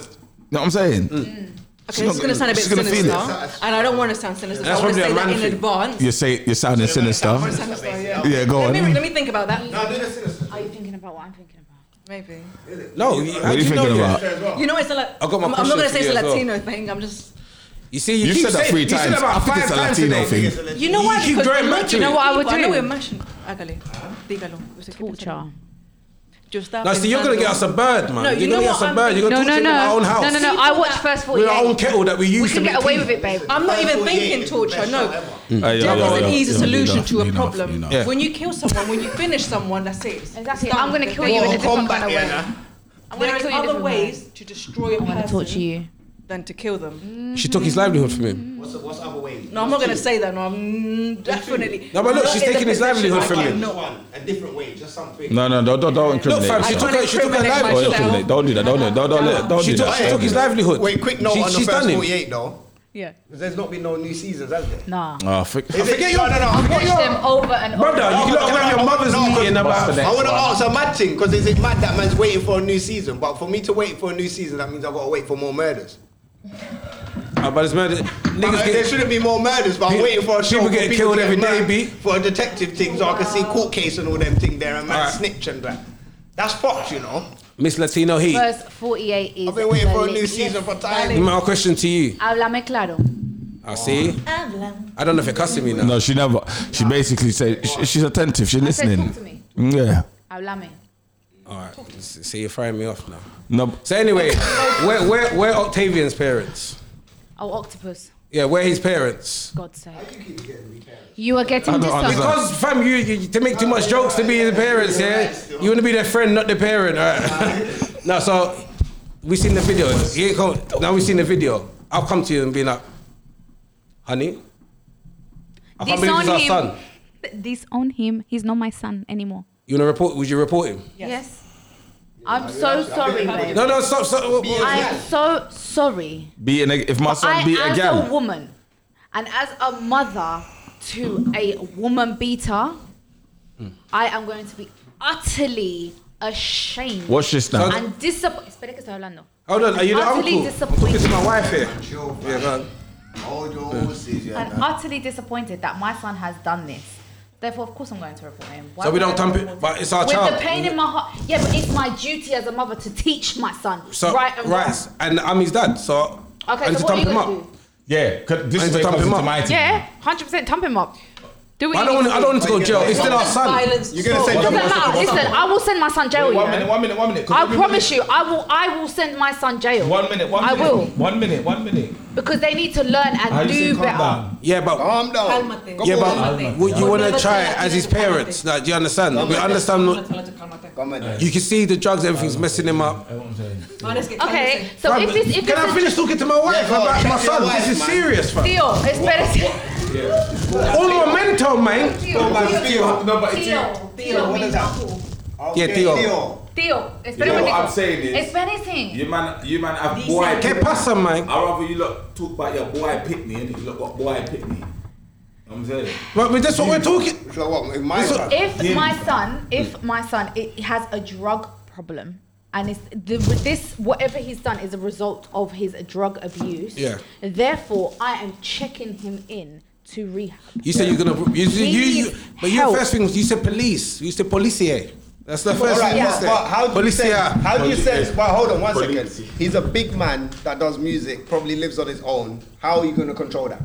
Speaker 8: know what I'm saying?
Speaker 2: Mm.
Speaker 4: Okay, this is going to sound a bit
Speaker 8: she's gonna feel
Speaker 4: sinister,
Speaker 8: it.
Speaker 4: and I don't want to sound sinister. so
Speaker 2: That's
Speaker 4: I want to
Speaker 2: probably
Speaker 4: say
Speaker 2: a
Speaker 4: that
Speaker 2: man
Speaker 4: in
Speaker 2: thing.
Speaker 4: advance.
Speaker 8: You're say you're sounding sinister. Yeah, go
Speaker 4: Let
Speaker 8: on.
Speaker 4: me, let me think about that.
Speaker 7: Are you thinking about what I'm thinking about?
Speaker 4: Maybe.
Speaker 2: No, you- how
Speaker 8: What are
Speaker 2: do
Speaker 8: you
Speaker 2: you know
Speaker 8: thinking
Speaker 2: that?
Speaker 8: about?
Speaker 4: You know, it's a like,
Speaker 2: I got my
Speaker 4: I'm, I'm not
Speaker 2: question
Speaker 4: going to
Speaker 2: for
Speaker 4: say
Speaker 2: you
Speaker 4: it's a
Speaker 2: as well.
Speaker 4: Latino thing. I'm just.
Speaker 2: You see, you,
Speaker 8: You
Speaker 2: keep
Speaker 8: said that
Speaker 2: saying-
Speaker 8: three
Speaker 2: you said
Speaker 8: times.
Speaker 2: about
Speaker 8: I think
Speaker 2: five
Speaker 8: it's a
Speaker 2: times
Speaker 8: Latino
Speaker 2: today.
Speaker 8: thing.
Speaker 4: You know why?
Speaker 2: keep
Speaker 4: Because
Speaker 2: going
Speaker 4: we're
Speaker 2: back to
Speaker 4: mashing
Speaker 2: it.
Speaker 4: people.
Speaker 12: I would
Speaker 4: I know
Speaker 12: do?
Speaker 4: we're mashing. Hágale. Dígalo. Yo sé que te
Speaker 7: Torture.
Speaker 4: sale. Yo estaba
Speaker 2: No, see, you're gonna
Speaker 4: pensando-
Speaker 2: get us a bird, man.
Speaker 4: No, you
Speaker 2: you're
Speaker 4: know
Speaker 2: gonna get
Speaker 4: what?
Speaker 2: us a
Speaker 4: I'm-
Speaker 2: bird. You're
Speaker 12: No,
Speaker 2: gonna
Speaker 12: no,
Speaker 2: talk in our
Speaker 12: no,
Speaker 2: own house.
Speaker 12: no, no, no. I watched first
Speaker 2: We're our own
Speaker 12: 48.
Speaker 2: kettle that we use.
Speaker 12: We can
Speaker 2: to
Speaker 12: get
Speaker 2: make
Speaker 12: away
Speaker 2: tea.
Speaker 12: with it, babe.
Speaker 4: I'm not even
Speaker 11: Forty-eight
Speaker 4: thinking
Speaker 11: is the
Speaker 4: torture.
Speaker 11: best
Speaker 4: No.
Speaker 11: shot ever.
Speaker 4: There is an easy solution to a
Speaker 8: Lean off,
Speaker 4: problem.
Speaker 8: lean off.
Speaker 2: Yeah.
Speaker 4: When you kill someone, when you finish someone, that's it.
Speaker 7: Exactly.
Speaker 4: It's done.
Speaker 12: I'm gonna
Speaker 4: There's
Speaker 12: kill
Speaker 4: no-
Speaker 12: you in a different
Speaker 11: Combat,
Speaker 12: kind of way.
Speaker 11: yeah,
Speaker 12: I'm
Speaker 4: There
Speaker 12: gonna
Speaker 4: is
Speaker 12: kill you in a
Speaker 4: other
Speaker 12: different way.
Speaker 4: ways to destroy a
Speaker 12: I'm gonna
Speaker 4: person
Speaker 12: torture you.
Speaker 4: than to kill them.
Speaker 2: She took his livelihood from him.
Speaker 11: What's what's other way?
Speaker 4: No, I'm not gonna say that. No, I'm definitely.
Speaker 2: No, but look,
Speaker 4: not
Speaker 2: she's
Speaker 4: in the
Speaker 2: taking his
Speaker 4: position
Speaker 2: livelihood
Speaker 4: I
Speaker 2: from
Speaker 4: can-
Speaker 2: him.
Speaker 4: No,
Speaker 11: No one, a different way, just something.
Speaker 8: No, no, don't don't, don't
Speaker 2: Look,
Speaker 8: incriminate.
Speaker 2: fam, she
Speaker 8: yourself.
Speaker 2: took her, she took her
Speaker 8: Don't
Speaker 4: Incriminate
Speaker 2: livelihood.
Speaker 4: myself.
Speaker 8: incriminate. Don't do that. Don't do that. Don't do that. Don't
Speaker 2: She
Speaker 8: do
Speaker 2: took,
Speaker 8: that.
Speaker 2: she took his livelihood.
Speaker 5: Wait, quick note
Speaker 2: She-
Speaker 5: on the
Speaker 2: she's
Speaker 5: first
Speaker 2: done it.
Speaker 5: 48 though.
Speaker 4: Yeah.
Speaker 5: There's not been no new seasons, has there?
Speaker 7: Nah.
Speaker 2: Oh.
Speaker 8: Ah, frick.
Speaker 5: Forget your, no, no, no. I
Speaker 7: Watch them over and over.
Speaker 2: Brother, you look at your mother's
Speaker 5: No, 'cause-
Speaker 2: meeting
Speaker 8: What's the
Speaker 2: about.
Speaker 8: next
Speaker 5: want to
Speaker 8: one?
Speaker 5: ask a mad thing because is it mad that man's waiting for a new season? But for me to wait for a new season, that means I've got to wait for more murders.
Speaker 2: Ah, But it's murder.
Speaker 5: Uh,
Speaker 2: Niggas
Speaker 5: there
Speaker 2: get.
Speaker 5: shouldn't be more murders, but I'm
Speaker 2: Pe-
Speaker 5: waiting for a show.
Speaker 2: people
Speaker 5: for
Speaker 2: get killed
Speaker 5: to
Speaker 2: every day,
Speaker 5: mad
Speaker 2: B.
Speaker 5: For a detective thing, so I can see court case and all them thing there and man
Speaker 2: Alright.
Speaker 5: snitch and that. That's fucked, you know.
Speaker 2: Miss Latino Heat.
Speaker 12: First 48 is.
Speaker 5: I've been waiting for a
Speaker 12: the
Speaker 5: new
Speaker 12: lick.
Speaker 5: season for time.
Speaker 2: My question to you.
Speaker 12: Háblame claro.
Speaker 2: I see. I don't know if you're cussing me now.
Speaker 8: No, she never. She basically said she, she's attentive. She's
Speaker 7: I said,
Speaker 8: listening.
Speaker 7: talk to me.
Speaker 8: Yeah.
Speaker 7: Háblame.
Speaker 2: All right. See, you're throwing me off now.
Speaker 8: No.
Speaker 2: So anyway, where where where Octavian's parents?
Speaker 7: Oh, octopus.
Speaker 2: Yeah, where his parents?
Speaker 7: God's sake. You are
Speaker 8: I
Speaker 7: getting
Speaker 8: don't
Speaker 7: distant.
Speaker 8: understand.
Speaker 2: Because fam, you, you to make too much jokes to be his parents, yeah. You want to be their friend, not their parent. All right. no, so we seen the video. He ain't come, now we seen the video. I'll come to you and be like, honey, I can't believe this
Speaker 7: Disown
Speaker 2: is our
Speaker 7: him.
Speaker 2: son.
Speaker 7: This on him. He's not my son anymore.
Speaker 2: You wanna report? Would you report him?
Speaker 7: Yes. I'm so sorry, babe.
Speaker 2: No, no, stop, stop. What, what-
Speaker 7: I am so sorry.
Speaker 8: Be in a, if my son
Speaker 7: I,
Speaker 8: beat a
Speaker 7: as
Speaker 8: gal.
Speaker 7: a woman, and as a mother to a woman beater,
Speaker 2: Hmm.
Speaker 7: I am going to be utterly ashamed
Speaker 8: Watch this now.
Speaker 7: and disappointed. Espera que estoy hablando.
Speaker 2: Hold on, are you the
Speaker 7: utterly
Speaker 2: uncle? I'm talking to
Speaker 7: disappointed.
Speaker 2: my wife here.
Speaker 5: Hold
Speaker 2: Yeah, go on.
Speaker 5: your horses,
Speaker 7: And utterly disappointed that my son has done this. Therefore, of course, I'm going to report him. Why
Speaker 2: So we
Speaker 7: would I
Speaker 2: don't
Speaker 7: not
Speaker 2: tamp
Speaker 7: report
Speaker 2: it,
Speaker 7: him?
Speaker 2: but it's our
Speaker 7: With
Speaker 2: child.
Speaker 7: the pain in my heart, yeah, but it's my duty as a mother to teach my son
Speaker 2: So
Speaker 7: right and wrong.
Speaker 2: right, and I'm his dad, so I
Speaker 7: Okay,
Speaker 2: need
Speaker 7: so
Speaker 2: to
Speaker 7: what are
Speaker 2: thump
Speaker 7: you
Speaker 2: him
Speaker 7: going
Speaker 2: up.
Speaker 7: to do?
Speaker 8: Yeah, 'cause this
Speaker 2: I
Speaker 8: is
Speaker 2: need to
Speaker 8: where it
Speaker 2: thump
Speaker 8: comes
Speaker 2: him
Speaker 8: into
Speaker 2: up.
Speaker 8: my team.
Speaker 7: Yeah, hundred percent. Thump him up. Do
Speaker 2: But
Speaker 7: what
Speaker 2: I
Speaker 7: you
Speaker 2: don't
Speaker 7: need
Speaker 2: want. I don't want to go to jail. It's still our son.
Speaker 4: Violence
Speaker 7: You're gonna send your matter. Listen, I will send my son jail.
Speaker 13: Wait, one
Speaker 7: you know?
Speaker 13: minute, one minute, one minute. 'cause
Speaker 7: I
Speaker 13: everybody-
Speaker 7: promise you, I will. I will send my son jail.
Speaker 13: One minute, one
Speaker 7: I
Speaker 13: minute.
Speaker 7: will
Speaker 13: One minute, one minute.
Speaker 7: because they need to learn and
Speaker 13: How you say
Speaker 7: do
Speaker 13: calm
Speaker 7: better.
Speaker 13: down?
Speaker 2: Yeah, but
Speaker 5: calm
Speaker 7: Calmate. Go
Speaker 2: Yeah,
Speaker 7: for
Speaker 2: but
Speaker 4: Oh,
Speaker 7: calmate.
Speaker 2: would you
Speaker 7: Yeah.
Speaker 2: want to
Speaker 7: Never
Speaker 2: try
Speaker 7: tell her
Speaker 2: as his parents? Like, do you understand? We understand. what- You can see the drugs, everything's messing him up.
Speaker 7: Okay, so
Speaker 2: Fam,
Speaker 7: if this, if
Speaker 2: can I
Speaker 7: this
Speaker 2: finish talking to my wife
Speaker 7: go on,
Speaker 2: about my
Speaker 7: talk to your
Speaker 2: son?
Speaker 7: wife,
Speaker 2: this is
Speaker 7: man.
Speaker 2: serious, fam.
Speaker 7: Theo, it's better.
Speaker 2: All our men tell man.
Speaker 7: Theo, Theo,
Speaker 13: No, but
Speaker 7: Theo, Theo,
Speaker 13: what is
Speaker 7: means
Speaker 13: that?
Speaker 7: uncle.
Speaker 2: Yeah, Theo.
Speaker 7: Theo, it's
Speaker 13: You know
Speaker 7: better.
Speaker 13: what I'm saying is-
Speaker 7: It's better.
Speaker 13: You man, you man have
Speaker 7: Decent.
Speaker 13: boy.
Speaker 7: Que
Speaker 2: pasa, man?
Speaker 13: I rather you look talk about your boy Pickney, and you look got boy Pickney. I'm saying.
Speaker 2: But that's what we're talking.
Speaker 7: If my son, if my son, it has a drug problem, and it's the, this whatever he's done is a result of his drug abuse.
Speaker 2: Yeah.
Speaker 7: Therefore, I am checking him in to rehab.
Speaker 2: You said you're gonna. You,
Speaker 7: He
Speaker 2: you, you,
Speaker 7: needs
Speaker 2: but you
Speaker 7: help.
Speaker 2: first thing was you said police. You said policier. That's the
Speaker 5: But
Speaker 2: first
Speaker 5: alright,
Speaker 2: thing you
Speaker 5: but-
Speaker 2: said.
Speaker 5: but how do you
Speaker 2: policier.
Speaker 5: sense, how do you sense? Well, hold on one second.
Speaker 2: Police.
Speaker 5: He's a big man that does music, probably lives on his own. How are you going to control that?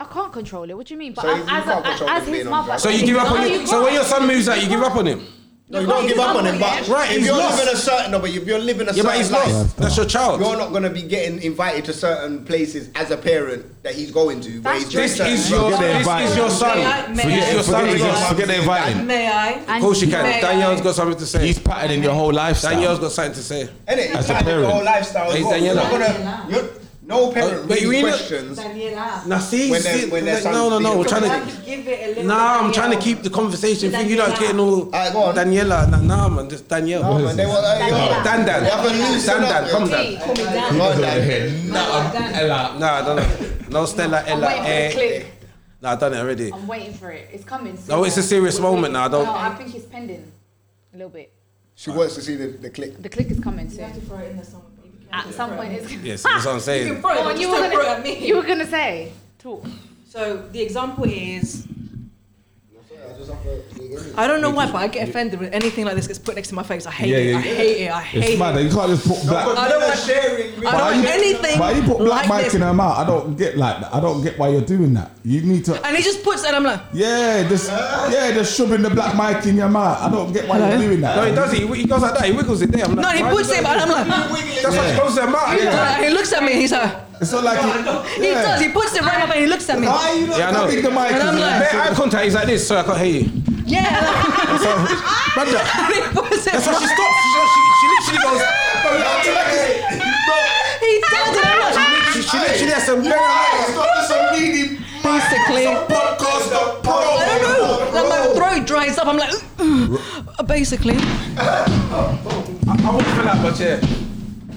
Speaker 7: I can't control it. What do you mean? But
Speaker 5: So
Speaker 7: I'm-
Speaker 5: you
Speaker 7: as,
Speaker 5: can't
Speaker 7: a,
Speaker 5: control
Speaker 7: as
Speaker 5: him
Speaker 7: his
Speaker 5: being on
Speaker 7: mother,
Speaker 5: drugs.
Speaker 2: So you give up on him. So when your son moves out, you give up on him.
Speaker 5: No, you don't give up on him, but
Speaker 2: Right,
Speaker 5: if
Speaker 2: he's
Speaker 5: you're
Speaker 2: lost.
Speaker 5: living a certain, no, but if you're living a
Speaker 2: Yeah,
Speaker 5: certain
Speaker 2: but he's
Speaker 5: life,
Speaker 2: lost. That's your child.
Speaker 5: You're not gonna be getting invited to certain places as a parent that he's going to. where he's doing
Speaker 2: This
Speaker 5: certain
Speaker 2: is your.
Speaker 5: stuff.
Speaker 2: This is your
Speaker 4: May I-
Speaker 2: son.
Speaker 4: may
Speaker 2: This
Speaker 4: I-
Speaker 2: is your
Speaker 8: Forget
Speaker 2: son's
Speaker 8: it,
Speaker 2: son.
Speaker 8: forget the inviting.
Speaker 4: May I?
Speaker 2: Of course you can.
Speaker 4: May
Speaker 2: Danielle's got something to say.
Speaker 8: He's patterning your whole lifestyle.
Speaker 2: Danielle's got something to say.
Speaker 5: And it,
Speaker 8: As
Speaker 5: it's
Speaker 8: a
Speaker 5: like your
Speaker 8: parent.
Speaker 5: whole lifestyle. as
Speaker 2: Hey,
Speaker 5: well. You're not
Speaker 2: Daniela.
Speaker 5: gonna. You're, no parent
Speaker 2: but you
Speaker 5: really
Speaker 2: ain't-
Speaker 5: questions.
Speaker 2: Now see,
Speaker 5: When
Speaker 2: see
Speaker 5: their- when their
Speaker 2: like,
Speaker 5: son's
Speaker 2: no, no, no.
Speaker 5: being-
Speaker 2: We're trying to.
Speaker 4: Give it a little
Speaker 2: Nah,
Speaker 4: bit
Speaker 2: I'm
Speaker 4: of
Speaker 2: trying to
Speaker 4: Danielle.
Speaker 2: keep the conversation. Think you're not getting all
Speaker 5: on.
Speaker 2: Daniela. Nah, nah, man, just Danielle.
Speaker 5: No, man, they were like, yo,
Speaker 2: Dan, Dan,
Speaker 5: they haven't loosened
Speaker 2: Dan,
Speaker 5: up
Speaker 2: Dan,
Speaker 5: yet.
Speaker 2: come
Speaker 5: Tea,
Speaker 2: Dan.
Speaker 5: call me Dan.
Speaker 2: He
Speaker 5: Come on,
Speaker 2: doesn't
Speaker 5: Dan.
Speaker 2: hear nothing. Ella. Nah, I don't know. No Stella, Ella,
Speaker 7: waiting for the
Speaker 2: eh.
Speaker 7: clip.
Speaker 2: Nah, I done it already.
Speaker 7: I'm waiting for it. It's coming. soon.
Speaker 2: No, it's a serious moment now. I
Speaker 7: No,
Speaker 2: don't.
Speaker 7: I think it's pending a little bit.
Speaker 5: She wants to see the, the click.
Speaker 7: The click is coming soon. You have to throw it in there somewhere. At some point, it's
Speaker 2: Yes, that's what I'm saying.
Speaker 7: Go on,
Speaker 4: Just
Speaker 7: you were
Speaker 4: don't
Speaker 7: gonna,
Speaker 4: throw it at me.
Speaker 7: you were gonna say talk.
Speaker 4: So the example is. I don't know why, but I get offended when anything like this gets put next to my face. I hate
Speaker 8: Yeah,
Speaker 4: it.
Speaker 8: yeah,
Speaker 4: I
Speaker 8: yeah.
Speaker 4: hate it. I hate
Speaker 8: It's
Speaker 4: it.
Speaker 8: mad. You can't just put black.
Speaker 4: I don't want
Speaker 5: sharing.
Speaker 4: I
Speaker 8: Why
Speaker 4: don't want
Speaker 8: you-
Speaker 4: anything.
Speaker 8: Why you put black
Speaker 4: like
Speaker 8: mic
Speaker 4: this.
Speaker 8: in her mouth? I don't get like that. I don't get why you're doing that. You need to.
Speaker 4: And he just puts, and I'm like,
Speaker 8: Yeah, just yeah, just shoving the black mic in your mouth. I don't get why you're doing that.
Speaker 2: No, he does it. He, he goes like that. He wiggles it there. I'm like,
Speaker 4: no, he
Speaker 2: why
Speaker 4: puts
Speaker 2: you
Speaker 4: it,
Speaker 2: doing
Speaker 4: but I'm
Speaker 2: that?
Speaker 4: like,
Speaker 2: That's what's close to the mouth.
Speaker 4: Yeah. he looks at me. He's like,
Speaker 8: It's not like
Speaker 4: he does. He puts it right up and he looks at me.
Speaker 8: Why are you not
Speaker 2: Yeah, I know.
Speaker 8: tapping the mic?
Speaker 4: And I'm like-
Speaker 2: Make eye contact. He's like this. Sorry, I can't hear you.
Speaker 4: Yeah.
Speaker 2: Brother.
Speaker 4: and he puts it.
Speaker 2: That's why she
Speaker 4: right-
Speaker 2: stops. She, she, she literally goes. "Bro, you acting like this."
Speaker 4: He does it. I'm like,
Speaker 2: She literally, she literally has some very eyes.
Speaker 4: Basically, I don't know. Like my throat dries up. I'm like, basically.
Speaker 2: I won't fill out much here.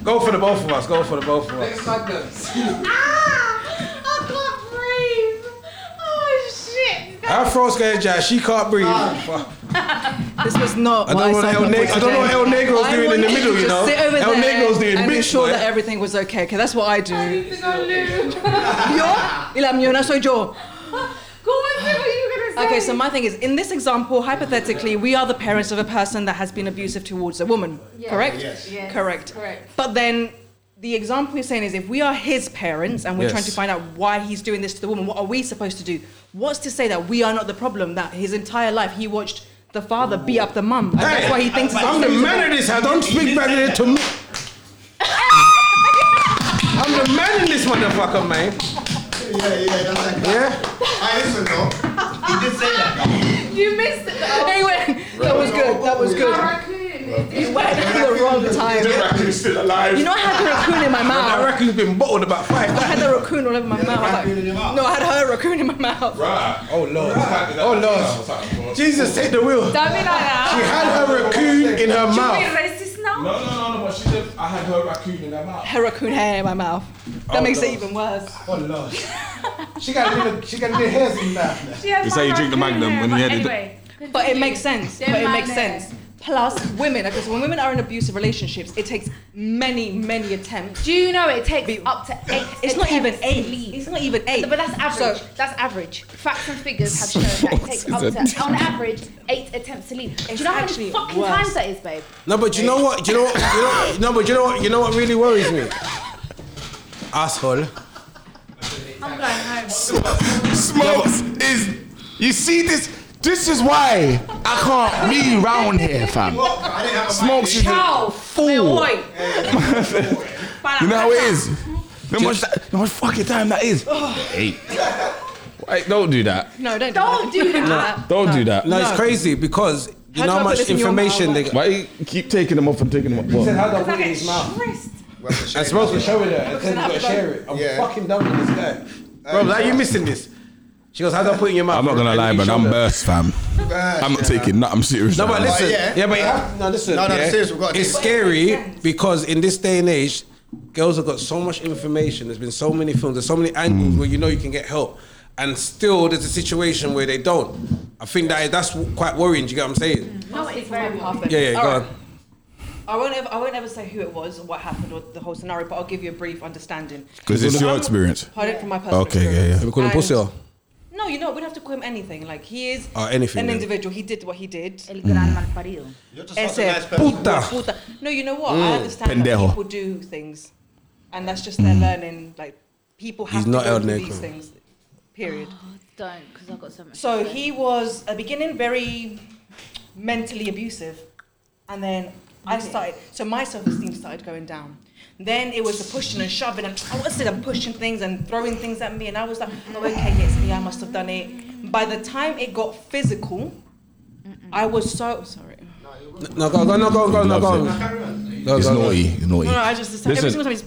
Speaker 2: Go for the both of us. Go for the both of us.
Speaker 14: I Ah! can't breathe. Oh shit.
Speaker 2: Afro's going jazz. She can't breathe.
Speaker 4: This was not.
Speaker 2: I don't
Speaker 4: my
Speaker 2: know what El
Speaker 4: segment
Speaker 2: Neg-
Speaker 4: for
Speaker 2: I don't know what El
Speaker 4: today.
Speaker 2: Negro's
Speaker 4: I
Speaker 2: doing in the
Speaker 4: wanted
Speaker 2: middle,
Speaker 4: to
Speaker 2: you
Speaker 4: just
Speaker 2: know.
Speaker 4: sit over
Speaker 2: El
Speaker 4: there
Speaker 2: Negro's doing
Speaker 4: and
Speaker 2: bitch,
Speaker 4: ensure
Speaker 2: boy.
Speaker 4: that everything was okay. Okay, that's what I do. Yo, Ilam, yo, na soy yo. Okay, so my thing is, in this example, hypothetically, we are the parents of a person that has been abusive towards a woman,
Speaker 7: Yeah.
Speaker 4: correct?
Speaker 7: Yes. Yes,
Speaker 4: Correct.
Speaker 7: correct.
Speaker 4: But then the example you're saying is if we are his parents and we're
Speaker 2: Yes.
Speaker 4: trying to find out why he's doing this to the woman, what are we supposed to do? What's to say that we are not the problem, that his entire life he watched the father beat up the mum, and that's why he thinks it's
Speaker 2: I'm the man in this house. Don't speak back there to me. I'm the man in this motherfucker, man.
Speaker 5: Yeah, yeah, that's like
Speaker 2: Yeah?
Speaker 5: I listen though. He did say that.
Speaker 7: You missed it.
Speaker 4: Oh, Anyway, that was good. That was good. You went at the wrong time.
Speaker 8: raccoon's still alive.
Speaker 4: You know I had the raccoon in my
Speaker 2: That
Speaker 4: mouth.
Speaker 2: record's been bottled about five
Speaker 4: I had
Speaker 2: times.
Speaker 4: the raccoon all over my mouth. I was like, no, I had her raccoon in my mouth.
Speaker 8: Right.
Speaker 2: Oh, Lord. Oh, Lord. Jesus, take the wheel.
Speaker 7: Don't be
Speaker 2: She
Speaker 7: like
Speaker 2: had
Speaker 7: that.
Speaker 2: her raccoon in her
Speaker 7: Do
Speaker 2: mouth.
Speaker 7: you racist
Speaker 13: No,
Speaker 7: now?
Speaker 13: no, no, no. But she said I had her raccoon in her mouth.
Speaker 4: Her raccoon hair in my mouth. That
Speaker 2: Oh,
Speaker 4: makes it
Speaker 2: Lord.
Speaker 4: even worse.
Speaker 2: Oh, Lord. She got little, she got little hairs in that.
Speaker 7: She had
Speaker 8: It's
Speaker 7: my
Speaker 8: how you drink the
Speaker 7: raccoon
Speaker 8: Magnum
Speaker 7: hair,
Speaker 8: when
Speaker 7: but
Speaker 8: you had it.
Speaker 7: anyway.
Speaker 4: But it makes sense.
Speaker 7: They're
Speaker 4: But it
Speaker 7: my
Speaker 4: makes
Speaker 7: men.
Speaker 4: sense. Plus, women, because when women are in abusive relationships, it takes many, many attempts.
Speaker 7: Do you know it takes up to eight?
Speaker 4: It's not even
Speaker 7: attempts to
Speaker 4: eight.
Speaker 7: leave?
Speaker 4: It's not even eight.
Speaker 7: But that's average.
Speaker 4: So-
Speaker 7: that's average. Facts and figures have shown that it takes up to, on average, eight attempts to leave. Do you know how
Speaker 4: actually
Speaker 7: many fucking
Speaker 4: worse.
Speaker 7: times that is, babe?
Speaker 2: No, but you know what? You know what? You know, no, but you know what? You know what really worries me? Asshole.
Speaker 7: I'm going home.
Speaker 8: Smokes is You see this? This is why I can't be round here, fam. Smokes is a
Speaker 10: Ciao.
Speaker 8: fool.
Speaker 10: Wait,
Speaker 8: You know how it is? The much, the much fucking time that is.
Speaker 2: Oh.
Speaker 8: Hey. Wait, don't do that.
Speaker 4: No, don't. Don't do that.
Speaker 8: Don't do that.
Speaker 2: No, it's crazy because you know how much information they
Speaker 8: Why you keep taking them off and taking them off? What?
Speaker 2: said, "How do I put it in his mouth?" And supposed to show it her and said, you gotta share it. I'm fucking done with this guy. Bro, like you missing this? She goes, how do I put it in your mouth?
Speaker 8: I'm not gonna
Speaker 2: And
Speaker 8: lie,
Speaker 2: you
Speaker 8: but
Speaker 2: showed
Speaker 8: I'm
Speaker 2: her.
Speaker 8: burst, fam. I'm not taking nothing serious.
Speaker 2: No, but
Speaker 8: fam.
Speaker 2: listen. yeah. but you have, no, listen.
Speaker 5: No, no,
Speaker 2: yeah.
Speaker 5: serious, we've got to
Speaker 2: it's
Speaker 5: take it.
Speaker 2: scary because in this day and age, girls have got so much information. There's been so many films. There's so many angles
Speaker 8: Mm.
Speaker 2: where you know you can get help, and still there's a situation where they don't. I think that that's quite worrying. Do you get what I'm saying?
Speaker 4: No, it's very perfect.
Speaker 2: Yeah, yeah. Go
Speaker 4: Mm. Alright.
Speaker 2: on.
Speaker 4: I won't ever, I won't ever say who it was or what happened or the whole scenario, but I'll give you a brief understanding.
Speaker 8: Because it's your experience.
Speaker 4: Heard it from my personal
Speaker 8: Okay, yeah, yeah.
Speaker 4: experience.
Speaker 8: We call him
Speaker 4: And-
Speaker 8: pussy or-
Speaker 4: No, you know, we don't have to call him anything. Like he is
Speaker 2: Oh, anything
Speaker 4: an
Speaker 2: then.
Speaker 4: individual. He did what he did. El
Speaker 7: gran malparido.
Speaker 4: You're
Speaker 7: just such a nice
Speaker 2: person. Puta.
Speaker 4: No, you know what?
Speaker 2: Mm.
Speaker 4: I understand
Speaker 2: Pendejo.
Speaker 4: that people do things, and that's just their learning. Like people have
Speaker 2: He's
Speaker 4: to
Speaker 2: not
Speaker 4: go
Speaker 2: El
Speaker 4: through these
Speaker 2: Negro.
Speaker 4: things. Period.
Speaker 7: Don't, because I've got so much.
Speaker 4: So
Speaker 7: to say.
Speaker 4: he was at the beginning very mentally abusive, and then I started. So my self-esteem started going down. Then it was the pushing and shoving, and I was still pushing things and throwing things at me, and I was like, "Oh, okay, yes, me, I must have done it." By the time it got physical, I was so sorry.
Speaker 2: No, go, go, no, go, go, no, go.
Speaker 8: Loves
Speaker 2: on.
Speaker 8: It's naughty. It's naughty.
Speaker 4: No, no, I just every single time he's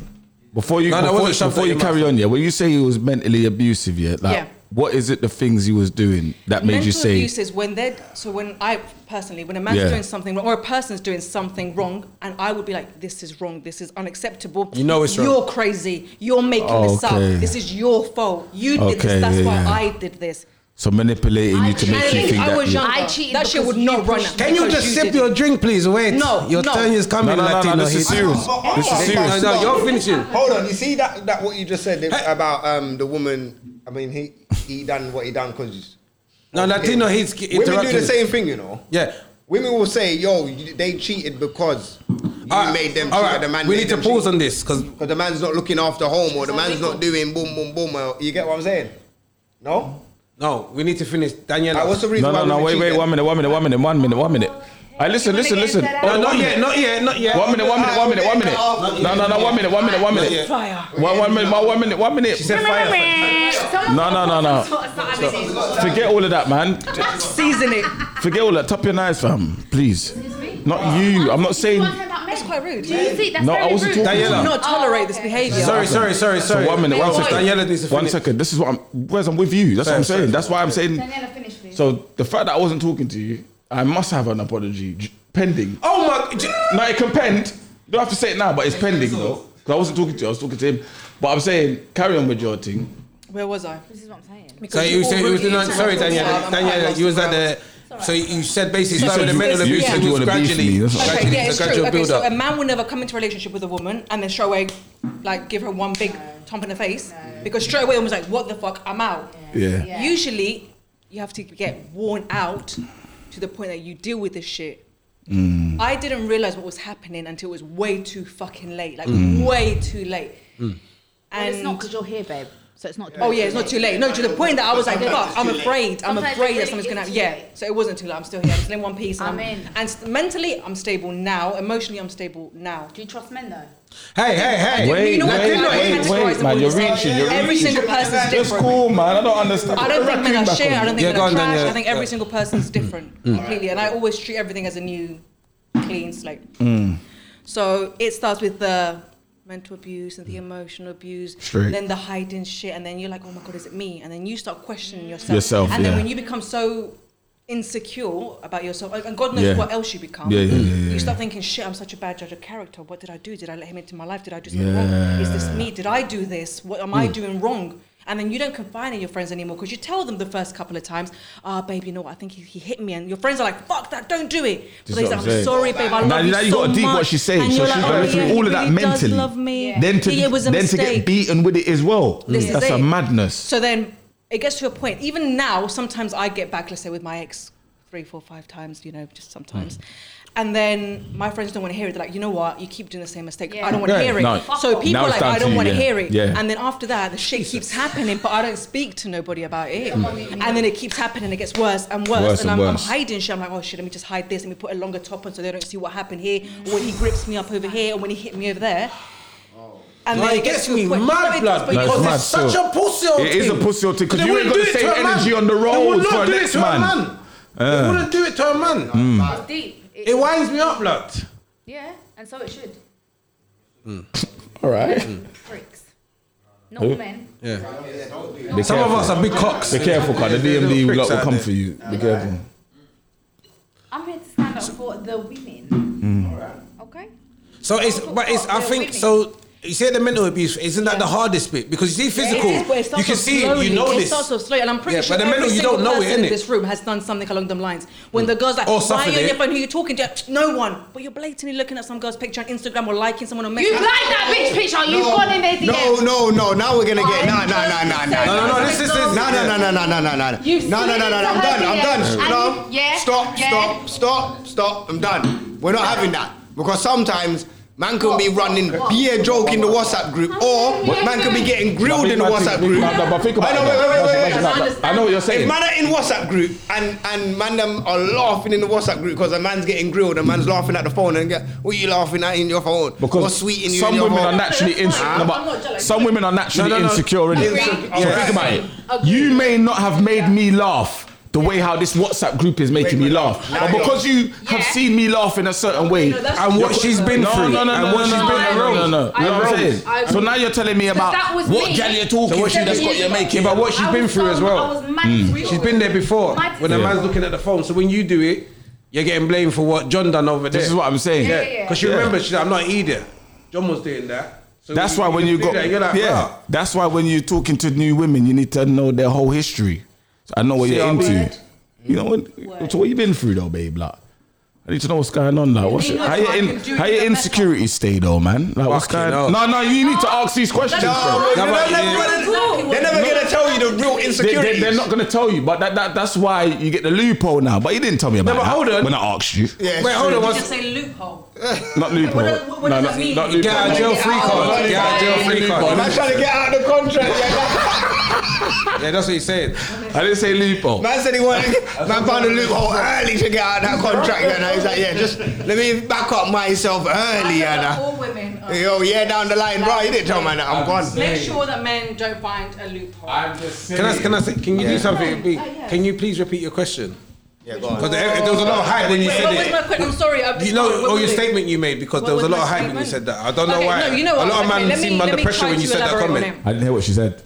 Speaker 8: Before you
Speaker 2: No, no, it
Speaker 8: before,
Speaker 2: wasn't shoved
Speaker 8: before
Speaker 2: at
Speaker 8: you
Speaker 2: your
Speaker 8: carry on, yeah, when you say he was mentally abusive, yeah, like
Speaker 4: Yeah.
Speaker 8: what is it the things he was doing that made
Speaker 4: mental
Speaker 8: you say
Speaker 4: abuse is when they're so when I personally when a man's
Speaker 8: Yeah.
Speaker 4: doing something wrong or a person's doing something wrong and I would be like this is wrong this is unacceptable
Speaker 2: You know it's wrong.
Speaker 4: you're crazy you're making this
Speaker 8: Okay.
Speaker 4: up this is your fault you did
Speaker 8: Okay,
Speaker 4: this that's
Speaker 8: yeah,
Speaker 4: why
Speaker 8: yeah.
Speaker 4: I did this
Speaker 8: so manipulating you to
Speaker 4: And
Speaker 8: make you think
Speaker 4: I
Speaker 8: that
Speaker 4: was
Speaker 8: you-
Speaker 4: younger
Speaker 12: I cheated
Speaker 4: that shit
Speaker 12: because
Speaker 4: would
Speaker 12: you
Speaker 4: not run out
Speaker 2: Can you
Speaker 4: because
Speaker 2: just sip
Speaker 4: did
Speaker 2: your
Speaker 4: it.
Speaker 2: drink, please? Wait.
Speaker 4: No,
Speaker 2: Your
Speaker 4: no.
Speaker 2: turn is coming.
Speaker 8: No, no, no, no,
Speaker 2: Latino
Speaker 8: this is
Speaker 2: heat.
Speaker 8: serious. This is serious.
Speaker 2: No, no, you're finishing.
Speaker 5: Hold on, you see that that what you just said about um the woman? I mean, he he done what he done because
Speaker 2: No, Latino heat's ki-
Speaker 5: women do
Speaker 2: interrupting.
Speaker 5: the same thing, you know.
Speaker 2: Yeah.
Speaker 5: Women will say, "Yo, you- they cheated because." You
Speaker 2: Alright,
Speaker 5: made them cheat,
Speaker 2: alright,
Speaker 5: or the man
Speaker 2: we
Speaker 5: made
Speaker 2: need to
Speaker 5: them
Speaker 2: pause
Speaker 5: cheat.
Speaker 2: on this because
Speaker 5: Because the man's not looking after home or the man's not doing boom, boom, boom. uh, You get what I'm saying? No?
Speaker 2: no, we need to finish. Daniel,
Speaker 5: Uh, what's the reason
Speaker 8: No,
Speaker 5: why
Speaker 8: no, no,
Speaker 5: women
Speaker 8: wait,
Speaker 5: cheat
Speaker 8: wait,
Speaker 5: then?
Speaker 8: one minute, one minute, one minute, one minute, one minute. I listen, listen, listen.
Speaker 2: No,
Speaker 8: Hold on,
Speaker 2: not
Speaker 8: one
Speaker 2: yet,
Speaker 8: minute.
Speaker 2: not yet, not yet.
Speaker 8: One minute, one minute, one minute, one minute.
Speaker 2: Not
Speaker 8: No, no, no, one minute, one minute, one minute.
Speaker 4: Fire.
Speaker 8: One, one minute, one, one minute, one minute.
Speaker 2: She said fire.
Speaker 8: No, no, no, no. Forget all of that, man.
Speaker 4: season it
Speaker 8: Forget all that. Top your knives, fam, please. Not you. I'm not saying.
Speaker 4: that's quite rude
Speaker 12: Do you see? That's
Speaker 8: No, I
Speaker 12: very
Speaker 8: wasn't
Speaker 12: rude.
Speaker 8: talking-
Speaker 4: you
Speaker 2: Daniela.
Speaker 4: should not tolerate
Speaker 7: Oh,
Speaker 4: this behaviour
Speaker 2: Sorry, sorry, sorry, sorry.
Speaker 8: So one minute, one
Speaker 2: Just
Speaker 8: second.
Speaker 2: Daniela needs to
Speaker 8: One
Speaker 2: finish.
Speaker 8: second. This is what I'm. Whereas I'm with you. That's what I'm
Speaker 2: Sorry, sorry.
Speaker 8: saying. That's why I'm saying.
Speaker 12: Daniela, finish, please.
Speaker 8: So the fact that I wasn't talking to you, I must have an apology j- pending.
Speaker 2: Oh my. j-
Speaker 8: No, it can pend. You don't have to say it now, but it's pending though. Because I wasn't talking to you. I was talking to him. But I'm saying carry on with your thing.
Speaker 4: where was I
Speaker 7: This is what I'm saying.
Speaker 2: So you said it was the non- sorry, Daniela. Daniela, you was at the. So you said basically started with the mental
Speaker 8: you
Speaker 2: abuse.
Speaker 8: said
Speaker 2: it
Speaker 8: you
Speaker 2: was
Speaker 8: wanna beef
Speaker 2: gradually,
Speaker 8: me, that's all.
Speaker 4: Okay,
Speaker 2: gradually,
Speaker 4: yeah,
Speaker 2: it's
Speaker 4: it's
Speaker 2: a
Speaker 4: true.
Speaker 2: gradual
Speaker 4: Okay,
Speaker 2: build
Speaker 4: so um, a
Speaker 2: up.
Speaker 4: man will never come into a relationship with a woman and then straight away, like, give her one big thump in the face because straight away, almost like, what the fuck, I'm out.
Speaker 8: Yeah.
Speaker 12: Yeah.
Speaker 4: Usually, you have to get worn out to the point that you deal with this shit. I didn't realize what was happening until it was way too fucking late, like way too late.
Speaker 7: Well, it's
Speaker 4: And
Speaker 7: not because you're here, babe. So it's not.
Speaker 4: oh yeah, it's not too late. No, to the point that I was like,
Speaker 7: Sometimes
Speaker 4: fuck,
Speaker 7: it's
Speaker 4: I'm
Speaker 7: too late.
Speaker 4: afraid, I'm
Speaker 7: Sometimes it
Speaker 4: afraid
Speaker 7: really
Speaker 4: that something's gonna
Speaker 7: is
Speaker 4: happen.
Speaker 7: too
Speaker 4: Yeah.
Speaker 7: late.
Speaker 4: So it wasn't too late. I'm still here. I'm still in one piece. and
Speaker 7: I'm in.
Speaker 4: And s- mentally, I'm stable now. Emotionally, I'm stable now.
Speaker 7: Do you trust men though?
Speaker 2: Hey, hey, hey.
Speaker 8: Wait,
Speaker 4: You know what?
Speaker 8: wait, wait,
Speaker 4: I categorise
Speaker 8: wait,
Speaker 4: them
Speaker 8: man.
Speaker 4: all
Speaker 8: You're
Speaker 4: the same.
Speaker 8: reaching. You're
Speaker 4: Every
Speaker 8: reaching.
Speaker 4: single person's
Speaker 8: It's
Speaker 4: different.
Speaker 8: cool, Oh, man. I don't understand.
Speaker 4: I don't think men
Speaker 8: Raccoon
Speaker 4: are
Speaker 8: back
Speaker 4: shit. I
Speaker 8: on. Mm.
Speaker 4: don't think
Speaker 2: Yeah,
Speaker 4: men
Speaker 2: go
Speaker 4: are
Speaker 2: on then,
Speaker 4: trash.
Speaker 2: yeah.
Speaker 4: I think every single person's different completely, and I always treat everything as a new clean slate.
Speaker 8: Mm.
Speaker 4: So it starts with the mental abuse and the emotional abuse,
Speaker 8: Straight.
Speaker 4: then the hiding shit, and then you're like, oh my god, is it me? And then you start questioning yourself.
Speaker 8: Yourself,
Speaker 4: and then
Speaker 8: yeah.
Speaker 4: when you become so insecure about yourself, and God knows
Speaker 8: Yeah.
Speaker 4: what else you become.
Speaker 8: Yeah, yeah, yeah, yeah,
Speaker 4: you
Speaker 8: yeah.
Speaker 4: start thinking, shit, I'm such a bad judge of character. What did I do? Did I let him into my life? Did I do something wrong? Is this me? Did I do this? What am I
Speaker 8: Mm.
Speaker 4: doing wrong? And then you don't confide in your friends anymore because you tell them the first couple of times, ah, babe, you know what? I think he, he hit me. And your friends are like, fuck that, don't do it.
Speaker 8: This
Speaker 4: But
Speaker 8: is
Speaker 4: he's
Speaker 8: what
Speaker 4: like,
Speaker 8: I'm
Speaker 4: I'm
Speaker 8: saying.
Speaker 4: sorry, babe, I love
Speaker 8: Now-
Speaker 4: you
Speaker 8: now you
Speaker 4: so
Speaker 8: gotta dig what
Speaker 4: much."
Speaker 8: she's saying,
Speaker 4: And
Speaker 8: so
Speaker 4: you're
Speaker 8: she's
Speaker 4: like,
Speaker 8: going
Speaker 4: "Oh,
Speaker 8: through
Speaker 4: yeah,
Speaker 8: all
Speaker 4: he
Speaker 8: of that
Speaker 4: really does
Speaker 8: mentally.
Speaker 4: love me.
Speaker 8: Then to
Speaker 4: Yeah, it was a
Speaker 8: then to get
Speaker 4: mistake.
Speaker 8: beaten with it as well.
Speaker 4: This is
Speaker 8: That's a
Speaker 4: it.
Speaker 8: madness.
Speaker 4: So then it gets to a point,
Speaker 8: Mm.
Speaker 4: even now, sometimes I get back, let's say, with my ex three, four, five times, you know, just sometimes. And then my friends don't want to hear it. They're like, you know what? You keep doing the same mistake.
Speaker 15: Yeah.
Speaker 4: I don't want to
Speaker 8: Yeah,
Speaker 4: hear it.
Speaker 8: no.
Speaker 4: So
Speaker 8: Now
Speaker 4: people are
Speaker 8: it's
Speaker 4: like,
Speaker 8: down
Speaker 4: I
Speaker 8: to
Speaker 4: don't
Speaker 8: you,
Speaker 4: want to
Speaker 8: yeah.
Speaker 4: hear it.
Speaker 8: Yeah.
Speaker 4: And then after that, the shit keeps happening, but I don't speak to nobody about it.
Speaker 8: Mm.
Speaker 4: And then it keeps happening. It gets worse and worse.
Speaker 8: Worse and
Speaker 4: and I'm,
Speaker 8: worse.
Speaker 4: I'm hiding shit. I'm like, oh shit, let me just hide this. Let me put a longer top on so they don't see what happened here. Or when he grips me up over here, or when he hit me over there.
Speaker 2: No, it gets
Speaker 4: to a
Speaker 2: me
Speaker 4: point-
Speaker 2: mad,
Speaker 4: No, it does,
Speaker 2: blood,
Speaker 4: but you
Speaker 8: No,
Speaker 4: know-
Speaker 2: because
Speaker 8: mad
Speaker 2: it's such
Speaker 8: still.
Speaker 2: a pussy old
Speaker 8: It is a
Speaker 2: thing.
Speaker 8: pussy old thing because
Speaker 2: They
Speaker 8: you ain't
Speaker 2: wouldn't
Speaker 8: got
Speaker 2: do
Speaker 8: the
Speaker 2: it to
Speaker 8: same
Speaker 2: a man.
Speaker 8: energy on the
Speaker 2: They would
Speaker 8: road
Speaker 2: not
Speaker 8: for
Speaker 2: do it
Speaker 8: next
Speaker 2: to a
Speaker 8: man.
Speaker 2: man.
Speaker 8: Uh.
Speaker 2: They wouldn't do it to a man.
Speaker 7: It's deep. It,
Speaker 2: It winds me up, blood.
Speaker 7: yeah, and so it should.
Speaker 8: All right.
Speaker 7: Pricks. Not
Speaker 8: Who?
Speaker 7: men.
Speaker 8: Yeah.
Speaker 2: Some of us are big cocks.
Speaker 8: Be careful, cause the
Speaker 2: There's little
Speaker 8: DMD
Speaker 2: pricks
Speaker 8: lot will
Speaker 2: out
Speaker 8: come
Speaker 2: there.
Speaker 8: for you. Be careful.
Speaker 7: I'm here to stand up for the women.
Speaker 5: Hmm.
Speaker 7: Okay.
Speaker 2: So it's, but it's, I think, so you say the mental abuse, isn't that the hardest bit? Because you see physical,
Speaker 4: It is, but it starts
Speaker 2: you can
Speaker 4: off
Speaker 2: see it,
Speaker 4: slowly.
Speaker 2: you know
Speaker 4: it
Speaker 2: this.
Speaker 4: starts off slowly, and I'm pretty
Speaker 2: Yeah, but
Speaker 4: sure
Speaker 2: the
Speaker 4: every
Speaker 2: minute you
Speaker 4: single
Speaker 2: don't know it,
Speaker 4: person in
Speaker 2: innit?
Speaker 4: this room has done something along them lines. When the girls like,
Speaker 2: Or
Speaker 4: why are
Speaker 2: suffered
Speaker 4: you on your
Speaker 2: it."
Speaker 4: phone? Who you talking to? No one. But you're blatantly looking at some girl's picture on Instagram or liking someone on.
Speaker 7: You like that bitch picture, you've
Speaker 5: No.
Speaker 7: gone in there
Speaker 5: No,
Speaker 7: DM.
Speaker 5: no, no. Now we're gonna get. Nah, nah, nah, nah, nah.
Speaker 7: No, no, no,
Speaker 2: this is- this-
Speaker 5: No, no, no, no, no, no, no, no.
Speaker 7: You've
Speaker 5: No, no, no, no.
Speaker 7: slid
Speaker 5: I'm
Speaker 7: into
Speaker 5: done.
Speaker 7: her
Speaker 5: I'm
Speaker 7: DMs
Speaker 5: done.
Speaker 7: and
Speaker 5: No.
Speaker 7: you- yeah,
Speaker 5: Stop.
Speaker 7: yeah.
Speaker 5: Stop. Stop. Stop. I'm done. We're not having that because sometimes. Man could be running beer joke in the WhatsApp group, or man could be getting grilled in the
Speaker 8: But think-
Speaker 5: WhatsApp group.
Speaker 8: but- but think about
Speaker 5: I know,
Speaker 8: it.
Speaker 5: wait, wait, wait, wait, wait.
Speaker 8: I know what you're
Speaker 5: If
Speaker 8: saying.
Speaker 5: man are in WhatsApp group and and man them are laughing in the WhatsApp group because a man's getting grilled, a man's laughing at the phone and get what you laughing at in your phone?
Speaker 8: Because
Speaker 5: What's sweeting you in
Speaker 8: some
Speaker 5: your
Speaker 8: women
Speaker 5: phone?
Speaker 8: are naturally insecure.
Speaker 5: Huh?
Speaker 8: some women are naturally
Speaker 5: No, no, no.
Speaker 8: insecure. innit?
Speaker 5: Agree.
Speaker 8: So
Speaker 5: Agree.
Speaker 8: think about it.
Speaker 5: Agree.
Speaker 8: You may not have made me laugh the way how this WhatsApp group is making me laugh,
Speaker 5: Now
Speaker 8: but
Speaker 5: you're-
Speaker 8: because you have seen me laugh in a certain way
Speaker 2: No, that's- And what she's been
Speaker 8: no,
Speaker 2: through.
Speaker 8: no, no,
Speaker 2: And
Speaker 8: no,
Speaker 2: what
Speaker 8: no,
Speaker 2: she's
Speaker 8: no,
Speaker 2: been-
Speaker 8: no, no, no,
Speaker 2: I
Speaker 8: no. You know what I'm
Speaker 2: agree.
Speaker 8: saying?
Speaker 2: I agree.
Speaker 8: So now you're telling me
Speaker 2: So
Speaker 8: about
Speaker 2: that was
Speaker 8: what
Speaker 2: me.
Speaker 8: gal you're talking
Speaker 2: So what
Speaker 8: to
Speaker 2: she's
Speaker 8: that's
Speaker 2: been-
Speaker 8: got your making.
Speaker 2: Yeah, but what she's been through as well.
Speaker 5: Hmm.
Speaker 2: She's been there before.
Speaker 8: Might as
Speaker 2: When a
Speaker 8: well.
Speaker 2: man's looking at the phone, so when you do it, you're getting blamed for what John done over there.
Speaker 8: This is what I'm saying. Yeah, yeah, yeah.
Speaker 2: Because you
Speaker 8: Yeah.
Speaker 2: remember, she's like, I'm not an idiot. John was doing that. So
Speaker 8: that's why when you
Speaker 2: do
Speaker 8: go,
Speaker 2: that, you're like,
Speaker 8: yeah,
Speaker 2: "Bruh."
Speaker 8: that's why when you're talking to new women, you need to know their whole history. So I know what you're
Speaker 2: CRB.
Speaker 8: into. You know what? So what you been through though, babe? Like, I need to know what's going on. Like, what's
Speaker 2: You
Speaker 8: your,
Speaker 2: know
Speaker 8: how
Speaker 2: what
Speaker 8: your,
Speaker 2: I
Speaker 8: in,
Speaker 2: can do
Speaker 8: how
Speaker 2: to
Speaker 8: your
Speaker 2: get
Speaker 8: insecurity stay though, man? Like, what's
Speaker 2: Fucking
Speaker 8: going?
Speaker 2: hell.
Speaker 8: on? No, no, you need to ask these questions.
Speaker 5: No,
Speaker 8: bro.
Speaker 5: no, no, no, no. They're never gonna tell you the real
Speaker 8: They,
Speaker 5: insecurities.
Speaker 8: are not gonna tell you, but that, that that's why you get the loophole now. But you didn't tell me about
Speaker 2: but
Speaker 8: that
Speaker 2: hold on.
Speaker 8: when I asked you.
Speaker 5: Yeah,
Speaker 2: Wait, hold on.
Speaker 4: You
Speaker 2: one
Speaker 4: just say loophole.
Speaker 8: Not loophole.
Speaker 4: What- what
Speaker 8: no,
Speaker 4: does that
Speaker 8: not,
Speaker 4: mean?
Speaker 8: not loophole.
Speaker 2: Get out of jail free card. Get out of jail free card.
Speaker 5: Man trying to get out of the contract. yeah.
Speaker 2: Yeah, that's what he's saying.
Speaker 8: I didn't say loophole.
Speaker 5: Man said he wanted. Man found a loophole early to get out of that contract. You know, he's like, yeah, just let me back up myself early. You know.
Speaker 4: All women. are-
Speaker 5: Yo, yeah, down the line, bro. You didn't tell man that I'm gone.
Speaker 4: Make sure that men don't find a loophole.
Speaker 2: Can I, can I say, can you do
Speaker 5: Yeah.
Speaker 2: something? B?
Speaker 4: Oh, yeah.
Speaker 2: Can you please repeat your question?
Speaker 5: Yeah, go on.
Speaker 2: Because there, there was a lot of hype when you
Speaker 4: Wait,
Speaker 2: said
Speaker 4: what was my
Speaker 2: it.
Speaker 4: question? I'm sorry. I've
Speaker 2: You know,
Speaker 4: what
Speaker 2: or
Speaker 4: was
Speaker 2: your
Speaker 4: it?
Speaker 2: statement you made because
Speaker 4: What
Speaker 2: there was,
Speaker 4: was
Speaker 2: a lot
Speaker 4: my
Speaker 2: of hype when you said
Speaker 4: statement?
Speaker 2: that. I don't know
Speaker 4: Okay,
Speaker 2: why.
Speaker 4: no, you know what?
Speaker 2: A lot of
Speaker 4: Okay,
Speaker 2: men
Speaker 4: let me-
Speaker 2: seemed
Speaker 4: let
Speaker 2: under
Speaker 4: me
Speaker 2: pressure
Speaker 4: try
Speaker 2: when
Speaker 4: to
Speaker 2: you said that
Speaker 4: elaborate on
Speaker 2: comment.
Speaker 4: it.
Speaker 8: I didn't hear what she said.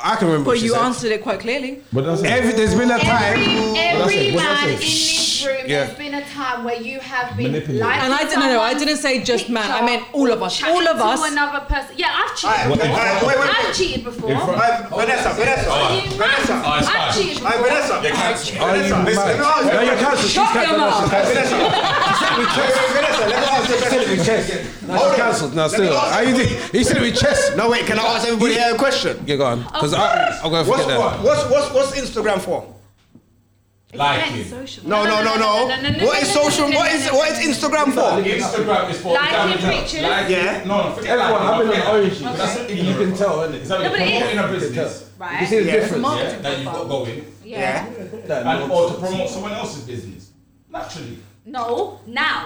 Speaker 2: I can remember.
Speaker 4: But
Speaker 2: what she
Speaker 4: you
Speaker 2: said.
Speaker 4: answered it quite clearly.
Speaker 8: What did I say?
Speaker 2: Every, there's been a time.
Speaker 7: Every, every
Speaker 8: What did I say?
Speaker 7: man in this room,
Speaker 2: Yeah.
Speaker 7: there's been a time where you have been
Speaker 8: Manipulated.
Speaker 7: liking
Speaker 4: And I didn't no, no, I
Speaker 7: someone's
Speaker 4: didn't say just man. I
Speaker 7: picture
Speaker 4: meant all of us.
Speaker 7: chatting
Speaker 4: All of
Speaker 7: to
Speaker 4: us.
Speaker 7: another person. Yeah,
Speaker 5: Alright,
Speaker 7: I've cheated before.
Speaker 5: alright, wait, wait, wait.
Speaker 7: I've cheated before.
Speaker 8: In front-
Speaker 5: Alright, Vanessa, Vanessa,
Speaker 7: Are you mad?
Speaker 5: Vanessa.
Speaker 7: I've cheated before.
Speaker 5: Alright, Vanessa.
Speaker 2: Are you
Speaker 5: Vanessa, listen,
Speaker 2: mad?
Speaker 5: no,
Speaker 2: No,
Speaker 5: no,
Speaker 2: you're cancelled. She's
Speaker 4: Shut
Speaker 2: cancelled.
Speaker 4: your
Speaker 2: No, she's
Speaker 4: mouth.
Speaker 2: cancelled.
Speaker 5: Vanessa. Vanessa, let me ask you a
Speaker 2: He said it
Speaker 5: question.
Speaker 2: with chest. No,
Speaker 5: Hold
Speaker 2: she's
Speaker 5: on.
Speaker 2: cancelled. No,
Speaker 5: Let me
Speaker 2: still.
Speaker 5: ask
Speaker 2: How you
Speaker 5: you-
Speaker 2: did? He said it with chest.
Speaker 5: No, wait, can I ask everybody here a question?
Speaker 2: Yeah, go on. Because I'm going to
Speaker 5: What's,
Speaker 2: forget that.
Speaker 5: what's, what's, what's Instagram for? No, no, no, no. What is social? What is what is Instagram for?
Speaker 8: Instagram is for
Speaker 7: Liking pictures.
Speaker 5: Yeah.
Speaker 8: No, no, forget
Speaker 2: Everyone, I've been on Orange.
Speaker 8: Okay.
Speaker 2: That's You can tell, innit?
Speaker 8: It's like
Speaker 7: No, but it
Speaker 8: promoting
Speaker 7: is.
Speaker 8: a business
Speaker 2: You see
Speaker 7: Right.
Speaker 2: the
Speaker 5: Yeah.
Speaker 2: difference?
Speaker 8: yeah, that you've got going,
Speaker 7: Yeah.
Speaker 8: and or to promote someone else's business. Naturally,
Speaker 7: No. Now.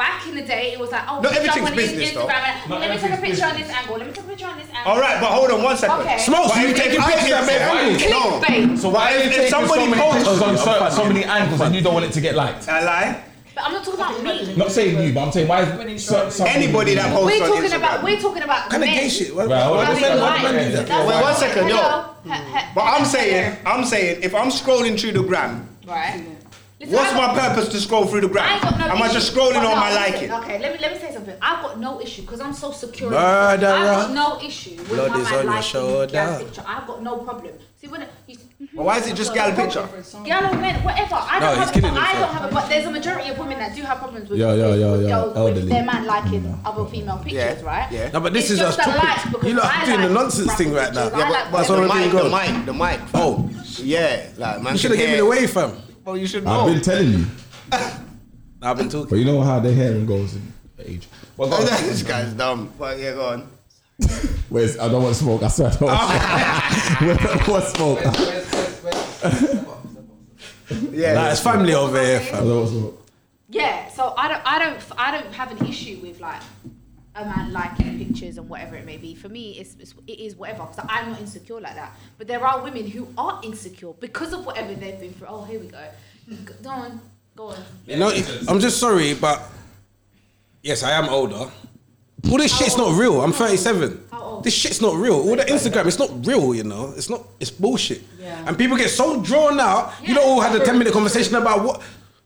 Speaker 7: Back in the day, it was like, oh,
Speaker 5: Not everything's
Speaker 7: someone is
Speaker 5: business, though.
Speaker 7: Instagram. and,
Speaker 8: Not
Speaker 7: Let me take a
Speaker 8: everything's
Speaker 7: picture on this angle. Let me take a picture on this angle.
Speaker 5: All right, but hold on one second.
Speaker 7: Okay.
Speaker 2: Smokes,
Speaker 5: Why
Speaker 2: you
Speaker 5: if-
Speaker 2: taking
Speaker 5: I
Speaker 2: pictures
Speaker 5: think
Speaker 2: of it,
Speaker 5: so.
Speaker 2: aren't
Speaker 7: you?
Speaker 5: No.
Speaker 7: Clickbait.
Speaker 5: So why if, if somebody posts?
Speaker 8: on so, so many angles, and you don't want it to get liked.
Speaker 5: I lie.
Speaker 7: But I'm not talking about me.
Speaker 8: Not saying you, but I'm saying why is so, so
Speaker 5: Anybody that posts
Speaker 7: We're
Speaker 5: on
Speaker 7: talking
Speaker 5: Instagram.
Speaker 7: about. We're talking about.
Speaker 2: Kind of
Speaker 7: men
Speaker 2: gay shit. What-
Speaker 5: Oh,
Speaker 8: Well,
Speaker 2: what
Speaker 8: I
Speaker 2: the
Speaker 7: having
Speaker 8: think
Speaker 2: fuck?
Speaker 8: why-
Speaker 2: Why do men do that?
Speaker 7: likes. That's
Speaker 5: Wait,
Speaker 7: what-
Speaker 5: one second, yo.
Speaker 7: Hello? He- he-
Speaker 5: but I'm saying, I'm saying, if I'm scrolling through the gram,
Speaker 7: Right. Listen,
Speaker 5: what's
Speaker 7: I
Speaker 5: my
Speaker 7: got-
Speaker 5: purpose to scroll through the gram?
Speaker 7: I ain't got no
Speaker 5: Am I
Speaker 7: issue.
Speaker 5: just scrolling
Speaker 7: Well,
Speaker 5: on
Speaker 7: no,
Speaker 5: my
Speaker 7: listen,
Speaker 5: liking?
Speaker 7: Okay, let me let me say something. I've got no issue because I'm so secure.
Speaker 2: Murderer.
Speaker 7: I've got no issue with
Speaker 2: Blood
Speaker 7: my
Speaker 2: is
Speaker 7: man
Speaker 2: on your
Speaker 7: liking
Speaker 2: shoulder.
Speaker 7: gal picture. I've got no problem. See when you,
Speaker 5: But why is it just gal picture?
Speaker 7: gal or men, whatever. I
Speaker 2: No,
Speaker 7: don't
Speaker 2: he's
Speaker 7: have.
Speaker 2: killing
Speaker 7: I
Speaker 2: himself.
Speaker 7: don't have. A, but there's a majority of women that do have problems with,
Speaker 8: Yeah, yeah, yeah,
Speaker 7: with
Speaker 8: yeah.
Speaker 7: girls
Speaker 8: Elderly.
Speaker 7: with their man liking other female pictures, right?
Speaker 5: yeah.
Speaker 2: No, but this
Speaker 7: It's
Speaker 2: is
Speaker 7: just
Speaker 2: us
Speaker 7: that
Speaker 2: talking.
Speaker 7: life, because
Speaker 2: You lot
Speaker 7: I
Speaker 2: are doing the
Speaker 7: like
Speaker 2: nonsense thing right
Speaker 7: rapping
Speaker 2: now.
Speaker 7: bitches, I like
Speaker 5: that's
Speaker 7: the
Speaker 5: where
Speaker 2: mic,
Speaker 5: we're
Speaker 2: the
Speaker 5: going. The mic, the mic.
Speaker 2: Oh,
Speaker 5: Yeah, like man.
Speaker 2: you should have
Speaker 5: should
Speaker 2: given it
Speaker 5: get-
Speaker 2: away, fam.
Speaker 5: Well, you should know.
Speaker 8: I've been telling you.
Speaker 2: I've been talking.
Speaker 8: But you know how their hair goes in age.
Speaker 5: this guy's dumb. But yeah, go on.
Speaker 8: Where's I don't want to smoke. I swear I don't want to smoke. I don't want to smoke.
Speaker 5: Yeah,
Speaker 2: nah, it's family over here. Fam.
Speaker 7: Yeah, so I don't, I don't, I don't have an issue with like a man liking pictures and whatever it may be. For me, it's, it's it is whatever. So I'm not insecure like that. But there are women who are insecure because of whatever they've been through. Oh, here we go. G- Go on, go on.
Speaker 2: You know, I'm just sorry, but yes, I am older. All this shit's not real. I'm 37. This shit's not real. All the Instagram, it's not real. You know, it's not. It's bullshit.
Speaker 7: Yeah.
Speaker 2: And people get so drawn out. You know, all had a 10 minute conversation about what.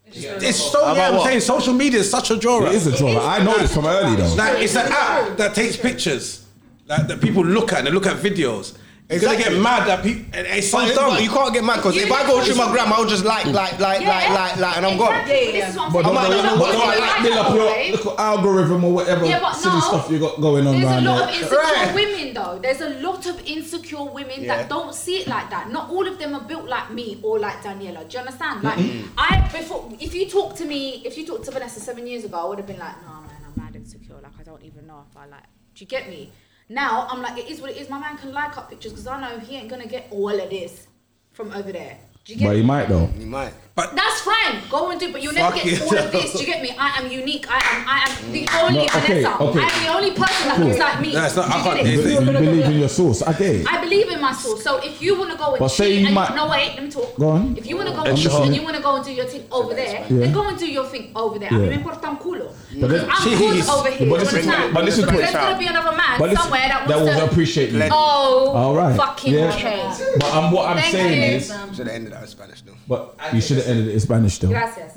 Speaker 2: It's so.
Speaker 8: About
Speaker 2: Yeah, I'm
Speaker 8: what?
Speaker 2: saying social media is such a draw.
Speaker 8: It is a draw. I know this from early though.
Speaker 2: Like it's an app that takes pictures like, that people look at and they look at videos. You're gonna get mad at people. and It's so
Speaker 5: But it-
Speaker 2: dumb.
Speaker 5: but you can't get mad because if I go through my gram, I'll just like, like, like, like, like, like, and I'm gone.
Speaker 7: Exactly, this is what I'm
Speaker 8: But
Speaker 7: saying.
Speaker 8: don't,
Speaker 5: I'm like,
Speaker 8: don't,
Speaker 5: I'm
Speaker 8: but don't
Speaker 5: like,
Speaker 8: like
Speaker 5: I'm
Speaker 8: build up
Speaker 7: like,
Speaker 8: your look, algorithm or whatever
Speaker 7: Yeah, but
Speaker 8: silly
Speaker 7: no.
Speaker 8: stuff you got going on
Speaker 7: There's a
Speaker 8: around
Speaker 7: lot
Speaker 8: there.
Speaker 7: of insecure women though. There's a lot of insecure women
Speaker 8: Yeah.
Speaker 7: that don't see it like that. Not all of them are built like me or like Daniela. Do you understand? Like
Speaker 16: Mhm.
Speaker 7: I before if you talk to me, if you talked to Vanessa seven years ago, I would have been like, nah man, I'm mad insecure. Like I don't even know if I like do you get me? Now I'm like, it is what it is. My man can like up pictures because I know he ain't gonna get all of this from over there. Do you get
Speaker 8: But
Speaker 7: me?
Speaker 8: you might though.
Speaker 5: You might.
Speaker 7: That's fine. Go and do, it, but you'll never
Speaker 8: Fuck
Speaker 7: get
Speaker 8: it.
Speaker 7: all of this. Do you get me? I am unique. I am. I am the only
Speaker 8: No, okay,
Speaker 7: Vanessa.
Speaker 8: okay.
Speaker 7: I'm the only person that
Speaker 8: Cool.
Speaker 7: looks like me. Do you get it?
Speaker 8: You be- You believe in your source. I get it.
Speaker 7: I believe in my soul. So if you want to go and
Speaker 8: But say
Speaker 7: cheat,
Speaker 8: you
Speaker 7: and
Speaker 8: might-
Speaker 7: no wait, let me talk.
Speaker 8: Go on.
Speaker 7: If you want to go
Speaker 8: I'm
Speaker 7: and cheat
Speaker 8: listening.
Speaker 7: and you want to go and do your thing over there,
Speaker 8: fine.
Speaker 7: then
Speaker 8: Yeah.
Speaker 7: go and do your thing over there. I
Speaker 8: Yeah.
Speaker 7: mean, me importa un culo.
Speaker 8: But
Speaker 7: Because
Speaker 8: then-
Speaker 7: I'm good
Speaker 8: Jeez.
Speaker 7: over
Speaker 8: But listen
Speaker 7: here. do you
Speaker 8: to it.
Speaker 7: understand?
Speaker 8: But listen to
Speaker 7: Because
Speaker 8: it.
Speaker 7: There's gonna be another man
Speaker 8: But listen-
Speaker 7: somewhere that
Speaker 8: that
Speaker 7: wants
Speaker 8: will
Speaker 7: to
Speaker 8: appreciate you.
Speaker 7: Oh,
Speaker 8: All right.
Speaker 7: Fucking
Speaker 8: Yeah.
Speaker 7: okay.
Speaker 8: But um, what I'm
Speaker 7: Thank
Speaker 8: saying
Speaker 7: you.
Speaker 8: is,
Speaker 5: Should have ended that in Spanish, though.
Speaker 8: but you should have ended it in Spanish though.
Speaker 7: Gracias.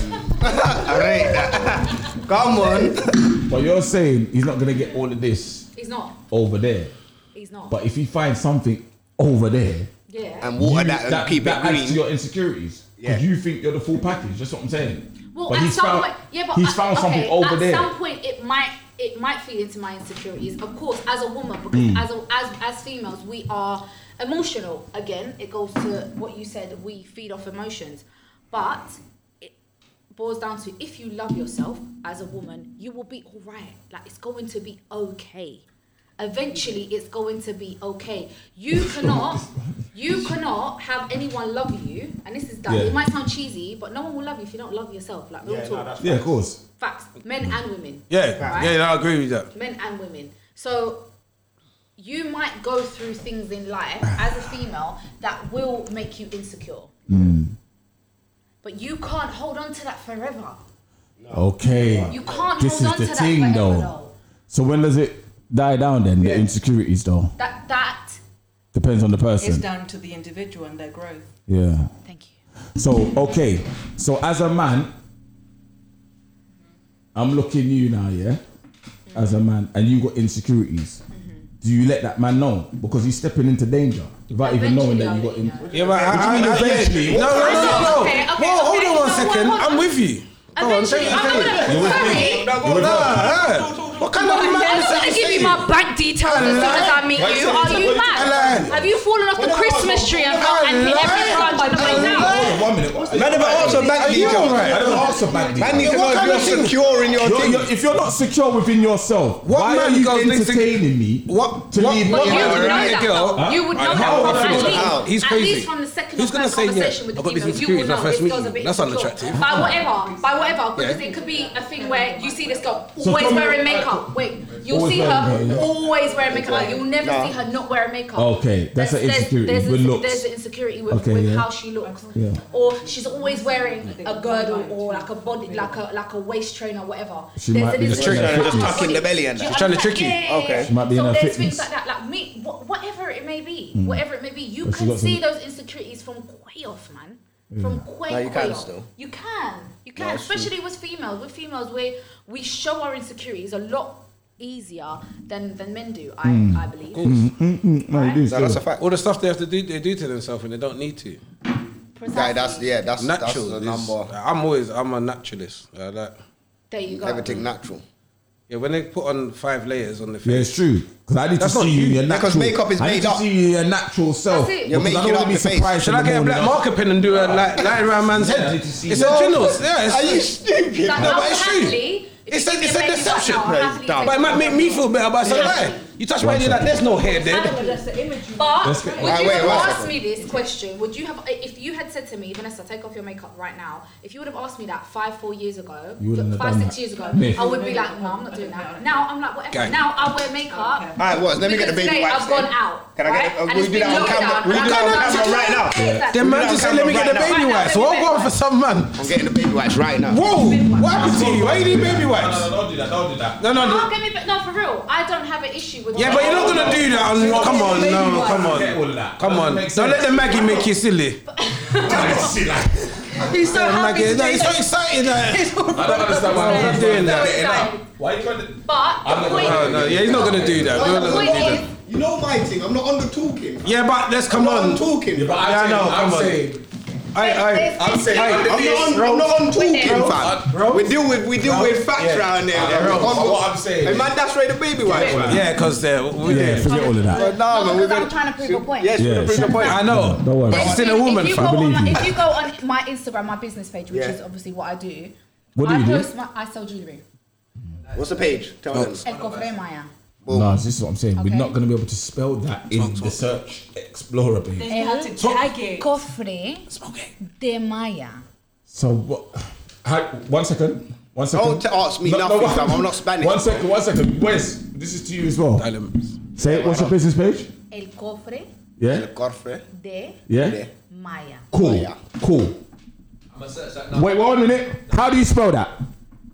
Speaker 5: I rate that. Come on.
Speaker 8: But you're saying he's not gonna get all of this
Speaker 7: He's not.
Speaker 8: over there.
Speaker 7: He's not.
Speaker 8: But if he finds something over there,
Speaker 7: Yeah.
Speaker 5: And water
Speaker 8: you-
Speaker 5: that and keep it
Speaker 8: that adds
Speaker 5: green.
Speaker 8: to your insecurities. Yeah. You think you're the full package. That's what I'm saying.
Speaker 7: Well,
Speaker 8: but
Speaker 7: at
Speaker 8: he's
Speaker 7: some
Speaker 8: found,
Speaker 7: point, yeah, but
Speaker 8: he's
Speaker 7: at-
Speaker 8: found
Speaker 7: okay,
Speaker 8: something over
Speaker 7: at
Speaker 8: there.
Speaker 7: some point, it might it might feed into my insecurities, of course, as a woman, because
Speaker 8: Mm.
Speaker 7: as, a, as as females, we are emotional. Again, it goes to what you said. We feed off emotions, but it boils down to if you love yourself as a woman, you will be all right. Like it's going to be okay. Eventually, it's going to be okay. You cannot. You cannot have anyone love you, and this is that.
Speaker 8: Yeah.
Speaker 7: It might sound cheesy, but no one will love you if you don't love yourself. Like real
Speaker 5: Yeah, no,
Speaker 7: talk.
Speaker 5: that's
Speaker 8: yeah, of course.
Speaker 7: Facts. Men and women.
Speaker 2: Yeah,
Speaker 7: Right?
Speaker 2: yeah, no, I agree with that.
Speaker 7: Men and women. So you might go through things in life as a female that will make you insecure.
Speaker 8: Hmm.
Speaker 7: But you can't hold on to that forever.
Speaker 8: Okay.
Speaker 7: You can't
Speaker 8: This
Speaker 7: hold
Speaker 8: is
Speaker 7: on
Speaker 8: the
Speaker 7: to that
Speaker 8: thing,
Speaker 7: forever,
Speaker 8: though.
Speaker 7: though.
Speaker 8: So when does it die down? Then the insecurities, though,
Speaker 7: That that
Speaker 8: depends on the
Speaker 4: It's
Speaker 8: person.
Speaker 4: down to the individual and their growth.
Speaker 8: Yeah. Thank you. So okay, so as a man, I'm looking you now, yeah. As a man, and you got insecurities.
Speaker 2: Mm-hmm.
Speaker 8: Do you let that man know because he's stepping into danger without even knowing that you got? In-
Speaker 2: Yeah, but
Speaker 8: What do you
Speaker 2: I, I,
Speaker 8: mean
Speaker 2: I,
Speaker 8: eventually?
Speaker 2: No, no, no, no.
Speaker 8: Okay, okay,
Speaker 2: Whoa, hold
Speaker 8: okay,
Speaker 2: on one
Speaker 8: no,
Speaker 2: second.
Speaker 8: hold on.
Speaker 2: I'm with you. Go on, say it.
Speaker 8: Eventually, I'm
Speaker 2: say it.
Speaker 8: gonna- You're with me.
Speaker 2: No, go
Speaker 8: You're
Speaker 2: on,
Speaker 8: with me.
Speaker 2: nah, nah. What kind of man
Speaker 7: I'm
Speaker 2: is
Speaker 7: not
Speaker 2: that?
Speaker 7: going to
Speaker 2: you
Speaker 7: give you
Speaker 2: saying?
Speaker 7: my bank details as soon as I meet
Speaker 2: Why you
Speaker 7: you. Are
Speaker 2: saying
Speaker 7: you
Speaker 2: that? I
Speaker 7: mad?
Speaker 2: lied.
Speaker 7: Have you fallen off the Christmas tree and got and hit every branch on the way down?
Speaker 8: One minute. Man,
Speaker 5: Man, if I ask for bank details,
Speaker 8: I don't ask for bank
Speaker 5: Man, need
Speaker 8: details.
Speaker 5: to know if you're secure in your
Speaker 8: You're-
Speaker 5: thing.
Speaker 8: you're- If you're not secure within yourself, why are
Speaker 2: man
Speaker 8: you
Speaker 2: goes next to-
Speaker 8: entertaining me
Speaker 2: What?
Speaker 8: to
Speaker 2: what-
Speaker 8: leave me
Speaker 2: what-
Speaker 8: in
Speaker 2: you
Speaker 8: my
Speaker 2: would
Speaker 8: own
Speaker 2: know
Speaker 8: right?
Speaker 2: that, girl.
Speaker 8: Huh?
Speaker 7: You would
Speaker 2: How
Speaker 7: know that
Speaker 2: would I
Speaker 7: from
Speaker 2: feel about
Speaker 7: at least,
Speaker 2: that? He's
Speaker 7: at
Speaker 2: crazy.
Speaker 7: least from the second
Speaker 2: Who's
Speaker 7: or
Speaker 2: gonna
Speaker 7: third
Speaker 2: say, yeah,
Speaker 7: conversation with
Speaker 2: I
Speaker 7: the
Speaker 2: got these
Speaker 7: female, you will
Speaker 2: insecurities when I
Speaker 7: know
Speaker 2: first
Speaker 7: this
Speaker 2: meet
Speaker 7: girl's
Speaker 2: you.
Speaker 7: a bit
Speaker 2: That's
Speaker 7: insecure.
Speaker 2: unattractive.
Speaker 7: By whatever, by whatever, because
Speaker 2: Yeah.
Speaker 7: it could be a thing where you see this girl
Speaker 2: So
Speaker 7: always
Speaker 2: tell me-
Speaker 7: wearing makeup. Wait, you'll
Speaker 8: Always
Speaker 7: see
Speaker 8: wearing
Speaker 7: her
Speaker 8: makeup, yeah.
Speaker 7: always wearing makeup. Like, you'll never
Speaker 8: Nah.
Speaker 7: see her not wearing makeup.
Speaker 8: Okay, that's an insecurity,
Speaker 7: There's,
Speaker 8: with
Speaker 7: an-
Speaker 8: looks.
Speaker 7: there's an insecurity with,
Speaker 8: Okay,
Speaker 7: with
Speaker 8: yeah.
Speaker 7: how she looks.
Speaker 8: Yeah.
Speaker 7: Or she's always wearing a girdle or like a body, like a like a waist trainer, whatever.
Speaker 8: She
Speaker 7: There's
Speaker 8: might
Speaker 7: an
Speaker 8: be
Speaker 7: insecurity
Speaker 8: trying to
Speaker 7: with
Speaker 8: trick
Speaker 7: her
Speaker 8: you.
Speaker 7: body.
Speaker 5: Tucking the belly and
Speaker 7: Do
Speaker 5: that.
Speaker 7: you
Speaker 5: She's trying to
Speaker 7: understand?
Speaker 5: trick you.
Speaker 7: Yeah, yeah,
Speaker 5: Okay.
Speaker 7: yeah.
Speaker 8: She might be
Speaker 7: so
Speaker 8: in her
Speaker 7: there's
Speaker 8: fitness.
Speaker 7: things like that, like me, wh- whatever it may be,
Speaker 8: Mm.
Speaker 7: whatever it may be, you
Speaker 8: But she
Speaker 7: can
Speaker 8: got some-
Speaker 7: see those insecurities from quite off, man. From quite
Speaker 5: No, you
Speaker 7: quite
Speaker 5: can
Speaker 7: off.
Speaker 5: still.
Speaker 7: You can, you can,
Speaker 5: that's true.
Speaker 7: especially with females. With females, we we show our insecurities a lot easier than than men do. I
Speaker 2: Mm.
Speaker 7: I believe.
Speaker 8: Right?
Speaker 5: No, that's a fact.
Speaker 2: All the stuff they have to do, they do to themselves, and they don't need to.
Speaker 5: Yeah, that's yeah, that's
Speaker 2: natural.
Speaker 5: That's the
Speaker 2: is-
Speaker 5: number.
Speaker 2: I'm always, I'm a naturalist. I like
Speaker 7: There you go.
Speaker 5: Everything natural.
Speaker 2: Yeah, when they put on five layers on the face.
Speaker 8: Yeah, it's true. Because I need
Speaker 2: That's
Speaker 8: to
Speaker 2: not
Speaker 8: see you in your
Speaker 2: you.
Speaker 8: natural.
Speaker 2: Because makeup is
Speaker 8: I need
Speaker 2: made
Speaker 8: to
Speaker 2: up.
Speaker 8: see you in your natural self.
Speaker 2: it.
Speaker 8: Because I don't want to be surprised.
Speaker 2: Should I get a black marker pen and do a like line around man's head? It's a
Speaker 8: No,
Speaker 2: ginos. Yeah, it's
Speaker 8: are you
Speaker 2: stupid?
Speaker 8: Like,
Speaker 2: No,
Speaker 8: I'll
Speaker 2: but it's true.
Speaker 7: happily- if
Speaker 2: It's
Speaker 7: you
Speaker 2: a,
Speaker 7: give
Speaker 2: it's
Speaker 7: me
Speaker 2: a
Speaker 7: a baby,
Speaker 2: deception.
Speaker 7: I'll happily take
Speaker 2: But it might make me feel better, but it's a
Speaker 7: Ah. Yeah.
Speaker 2: lie. You touch
Speaker 8: One
Speaker 2: my head, you're like,
Speaker 8: second.
Speaker 2: there's no hair there.
Speaker 7: But
Speaker 2: Let's get-
Speaker 7: would
Speaker 2: Right,
Speaker 7: you
Speaker 2: wait,
Speaker 7: have
Speaker 2: one
Speaker 7: asked
Speaker 2: second.
Speaker 7: me this question? Would you have, if you had said to me, Vanessa, take off your makeup right now? If you would have asked me that five, four years ago,
Speaker 5: You wouldn't have
Speaker 7: five,
Speaker 5: done
Speaker 7: six
Speaker 5: that.
Speaker 7: years ago,
Speaker 5: Myth.
Speaker 7: I would be like, no, I'm not doing that. Now I'm like, whatever.
Speaker 5: Gang.
Speaker 7: Now I wear makeup.
Speaker 5: Alright, Waz, let me get the
Speaker 7: because
Speaker 5: baby
Speaker 7: today
Speaker 5: wipes
Speaker 7: I've
Speaker 5: then.
Speaker 7: gone out.
Speaker 5: Can I get-
Speaker 7: right?
Speaker 5: uh, will
Speaker 7: And it's
Speaker 5: you do that
Speaker 7: been
Speaker 5: on camera?
Speaker 7: lockdown.
Speaker 5: Will you do
Speaker 7: I
Speaker 5: that on camera
Speaker 7: can't do
Speaker 5: right now?
Speaker 7: that. Exactly.
Speaker 2: The man just said, let me get the baby wipes. What going for some man?
Speaker 5: I'm getting the baby wipes right now.
Speaker 2: Whoa! What happened to you? Why you need baby wipes?
Speaker 5: No, no, don't do that. Don't do that.
Speaker 2: No, no,
Speaker 7: No,
Speaker 2: no.
Speaker 7: get me back. No, for real. I don't have an issue with.
Speaker 2: Yeah, but you're not gonna do that. On, come on, no, come on, come on. Don't let the Maggie make you silly.
Speaker 4: He's so
Speaker 2: Yeah,
Speaker 4: happy.
Speaker 2: Maggie,
Speaker 4: to
Speaker 2: no,
Speaker 4: do
Speaker 2: he's
Speaker 4: that.
Speaker 2: so excited. like-
Speaker 4: He's all
Speaker 2: I don't understand why
Speaker 4: excited.
Speaker 2: I'm doing that.
Speaker 17: Why are you trying to?
Speaker 7: But
Speaker 2: I'm not gonna- no, no, yeah, he's not gonna do that. We're not gonna do that.
Speaker 5: You know my thing. I'm not on the talking.
Speaker 2: Yeah, but let's come on. I'm
Speaker 5: talking. Yeah,
Speaker 17: but I'm
Speaker 2: I know.
Speaker 17: saying- I'm
Speaker 2: Come
Speaker 17: saying-
Speaker 2: on. I, I,
Speaker 5: I'm saying,
Speaker 2: I,
Speaker 5: I'm, not on, I'm not on talking, fam. We deal with we deal with facts
Speaker 2: Yeah.
Speaker 5: round there.
Speaker 2: Uh,
Speaker 5: fam.
Speaker 2: bro,
Speaker 5: On-
Speaker 2: but what I'm saying
Speaker 5: Hey, man, that's right, the baby wipes. fam.
Speaker 2: Yeah, because they're we're
Speaker 8: Yeah, forget all of that.
Speaker 5: But nah, man, we're
Speaker 7: I'm
Speaker 5: gonna.
Speaker 7: trying to prove a point.
Speaker 5: Yes, we're gonna bring the point.
Speaker 2: I know.
Speaker 8: Don't worry.
Speaker 2: But
Speaker 8: about
Speaker 2: it's
Speaker 8: it.
Speaker 2: still a woman,
Speaker 7: If you,
Speaker 2: fam.
Speaker 7: go on my,
Speaker 8: Believe
Speaker 7: if
Speaker 8: you.
Speaker 7: you go on my Instagram, my business page, which
Speaker 5: Yeah.
Speaker 7: is obviously what I do,
Speaker 8: What do
Speaker 7: I
Speaker 8: you do?
Speaker 7: post my I sell jewelry.
Speaker 5: What's the page? Tell them.
Speaker 7: El Cofre Maya.
Speaker 8: No, this is what I'm saying. We're
Speaker 7: Okay.
Speaker 8: not going to be able to spell that in the search explorer, babe.
Speaker 4: They had to tag it.
Speaker 7: Cofre de Maya.
Speaker 8: So what? Hi, one second. One second.
Speaker 5: Don't ask me nothing, fam. I'm not Spanish.
Speaker 8: One second. One second. Wes, this is to you as well. Say it. What's your business page?
Speaker 7: El Cofre
Speaker 8: Yeah.
Speaker 5: Corfe.
Speaker 7: de
Speaker 8: Yeah. Oh,
Speaker 7: Maya.
Speaker 8: Cool. Cool.
Speaker 9: I'm gonna search that now.
Speaker 8: Wait one minute. How do you spell that?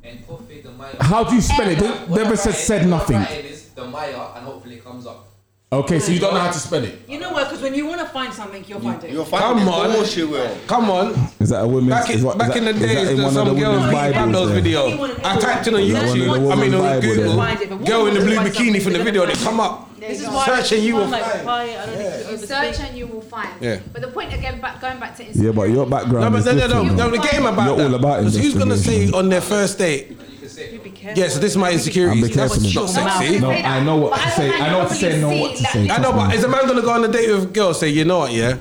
Speaker 9: And coffee, the Maya.
Speaker 8: How do you spell it? Don't-
Speaker 9: What
Speaker 8: Never
Speaker 9: I'm
Speaker 8: said,
Speaker 9: writing-
Speaker 8: said
Speaker 9: what I'm
Speaker 8: nothing.
Speaker 9: writing is the Maya, and hopefully it comes up.
Speaker 8: Okay, so you don't know how to spell it.
Speaker 4: You know what? Because when you want to find something, you'll find it.
Speaker 5: You'll find
Speaker 2: Come
Speaker 5: it.
Speaker 2: on.
Speaker 5: Of course you will.
Speaker 2: Come on.
Speaker 8: Is that a woman's?
Speaker 2: Back in,
Speaker 8: is what,
Speaker 2: back in the days, there was some girl in Bandos video. I typed in on
Speaker 8: Is that one of the
Speaker 2: YouTube, I mean
Speaker 8: woman's
Speaker 2: on
Speaker 8: Bible
Speaker 4: there?
Speaker 2: Google, girl in the blue bikini from the video, they come up.
Speaker 4: This is
Speaker 7: you
Speaker 4: why
Speaker 2: Searching you
Speaker 4: I'm
Speaker 2: will
Speaker 4: like,
Speaker 2: find.
Speaker 4: why I don't think
Speaker 7: You
Speaker 4: you
Speaker 7: search and you will find.
Speaker 2: Yeah.
Speaker 7: But the point again, back, going back to Instagram.
Speaker 8: Yeah, but your background.
Speaker 2: No, but
Speaker 8: is
Speaker 2: no, no, no,
Speaker 8: different,
Speaker 2: no,
Speaker 8: man.
Speaker 2: the game about
Speaker 8: You're
Speaker 2: that.
Speaker 8: all about
Speaker 2: Because who's gonna say
Speaker 8: investigation.
Speaker 2: on their first date? Yeah, so this is my
Speaker 8: I'm
Speaker 2: insecurity.
Speaker 8: being careful.
Speaker 2: She's not sexy.
Speaker 8: No, I know what to say. I know what to say. I know what to say.
Speaker 2: I know,
Speaker 8: trust
Speaker 2: but
Speaker 8: me.
Speaker 2: is a man gonna go on a date with a girl? Say, you know what? Yeah,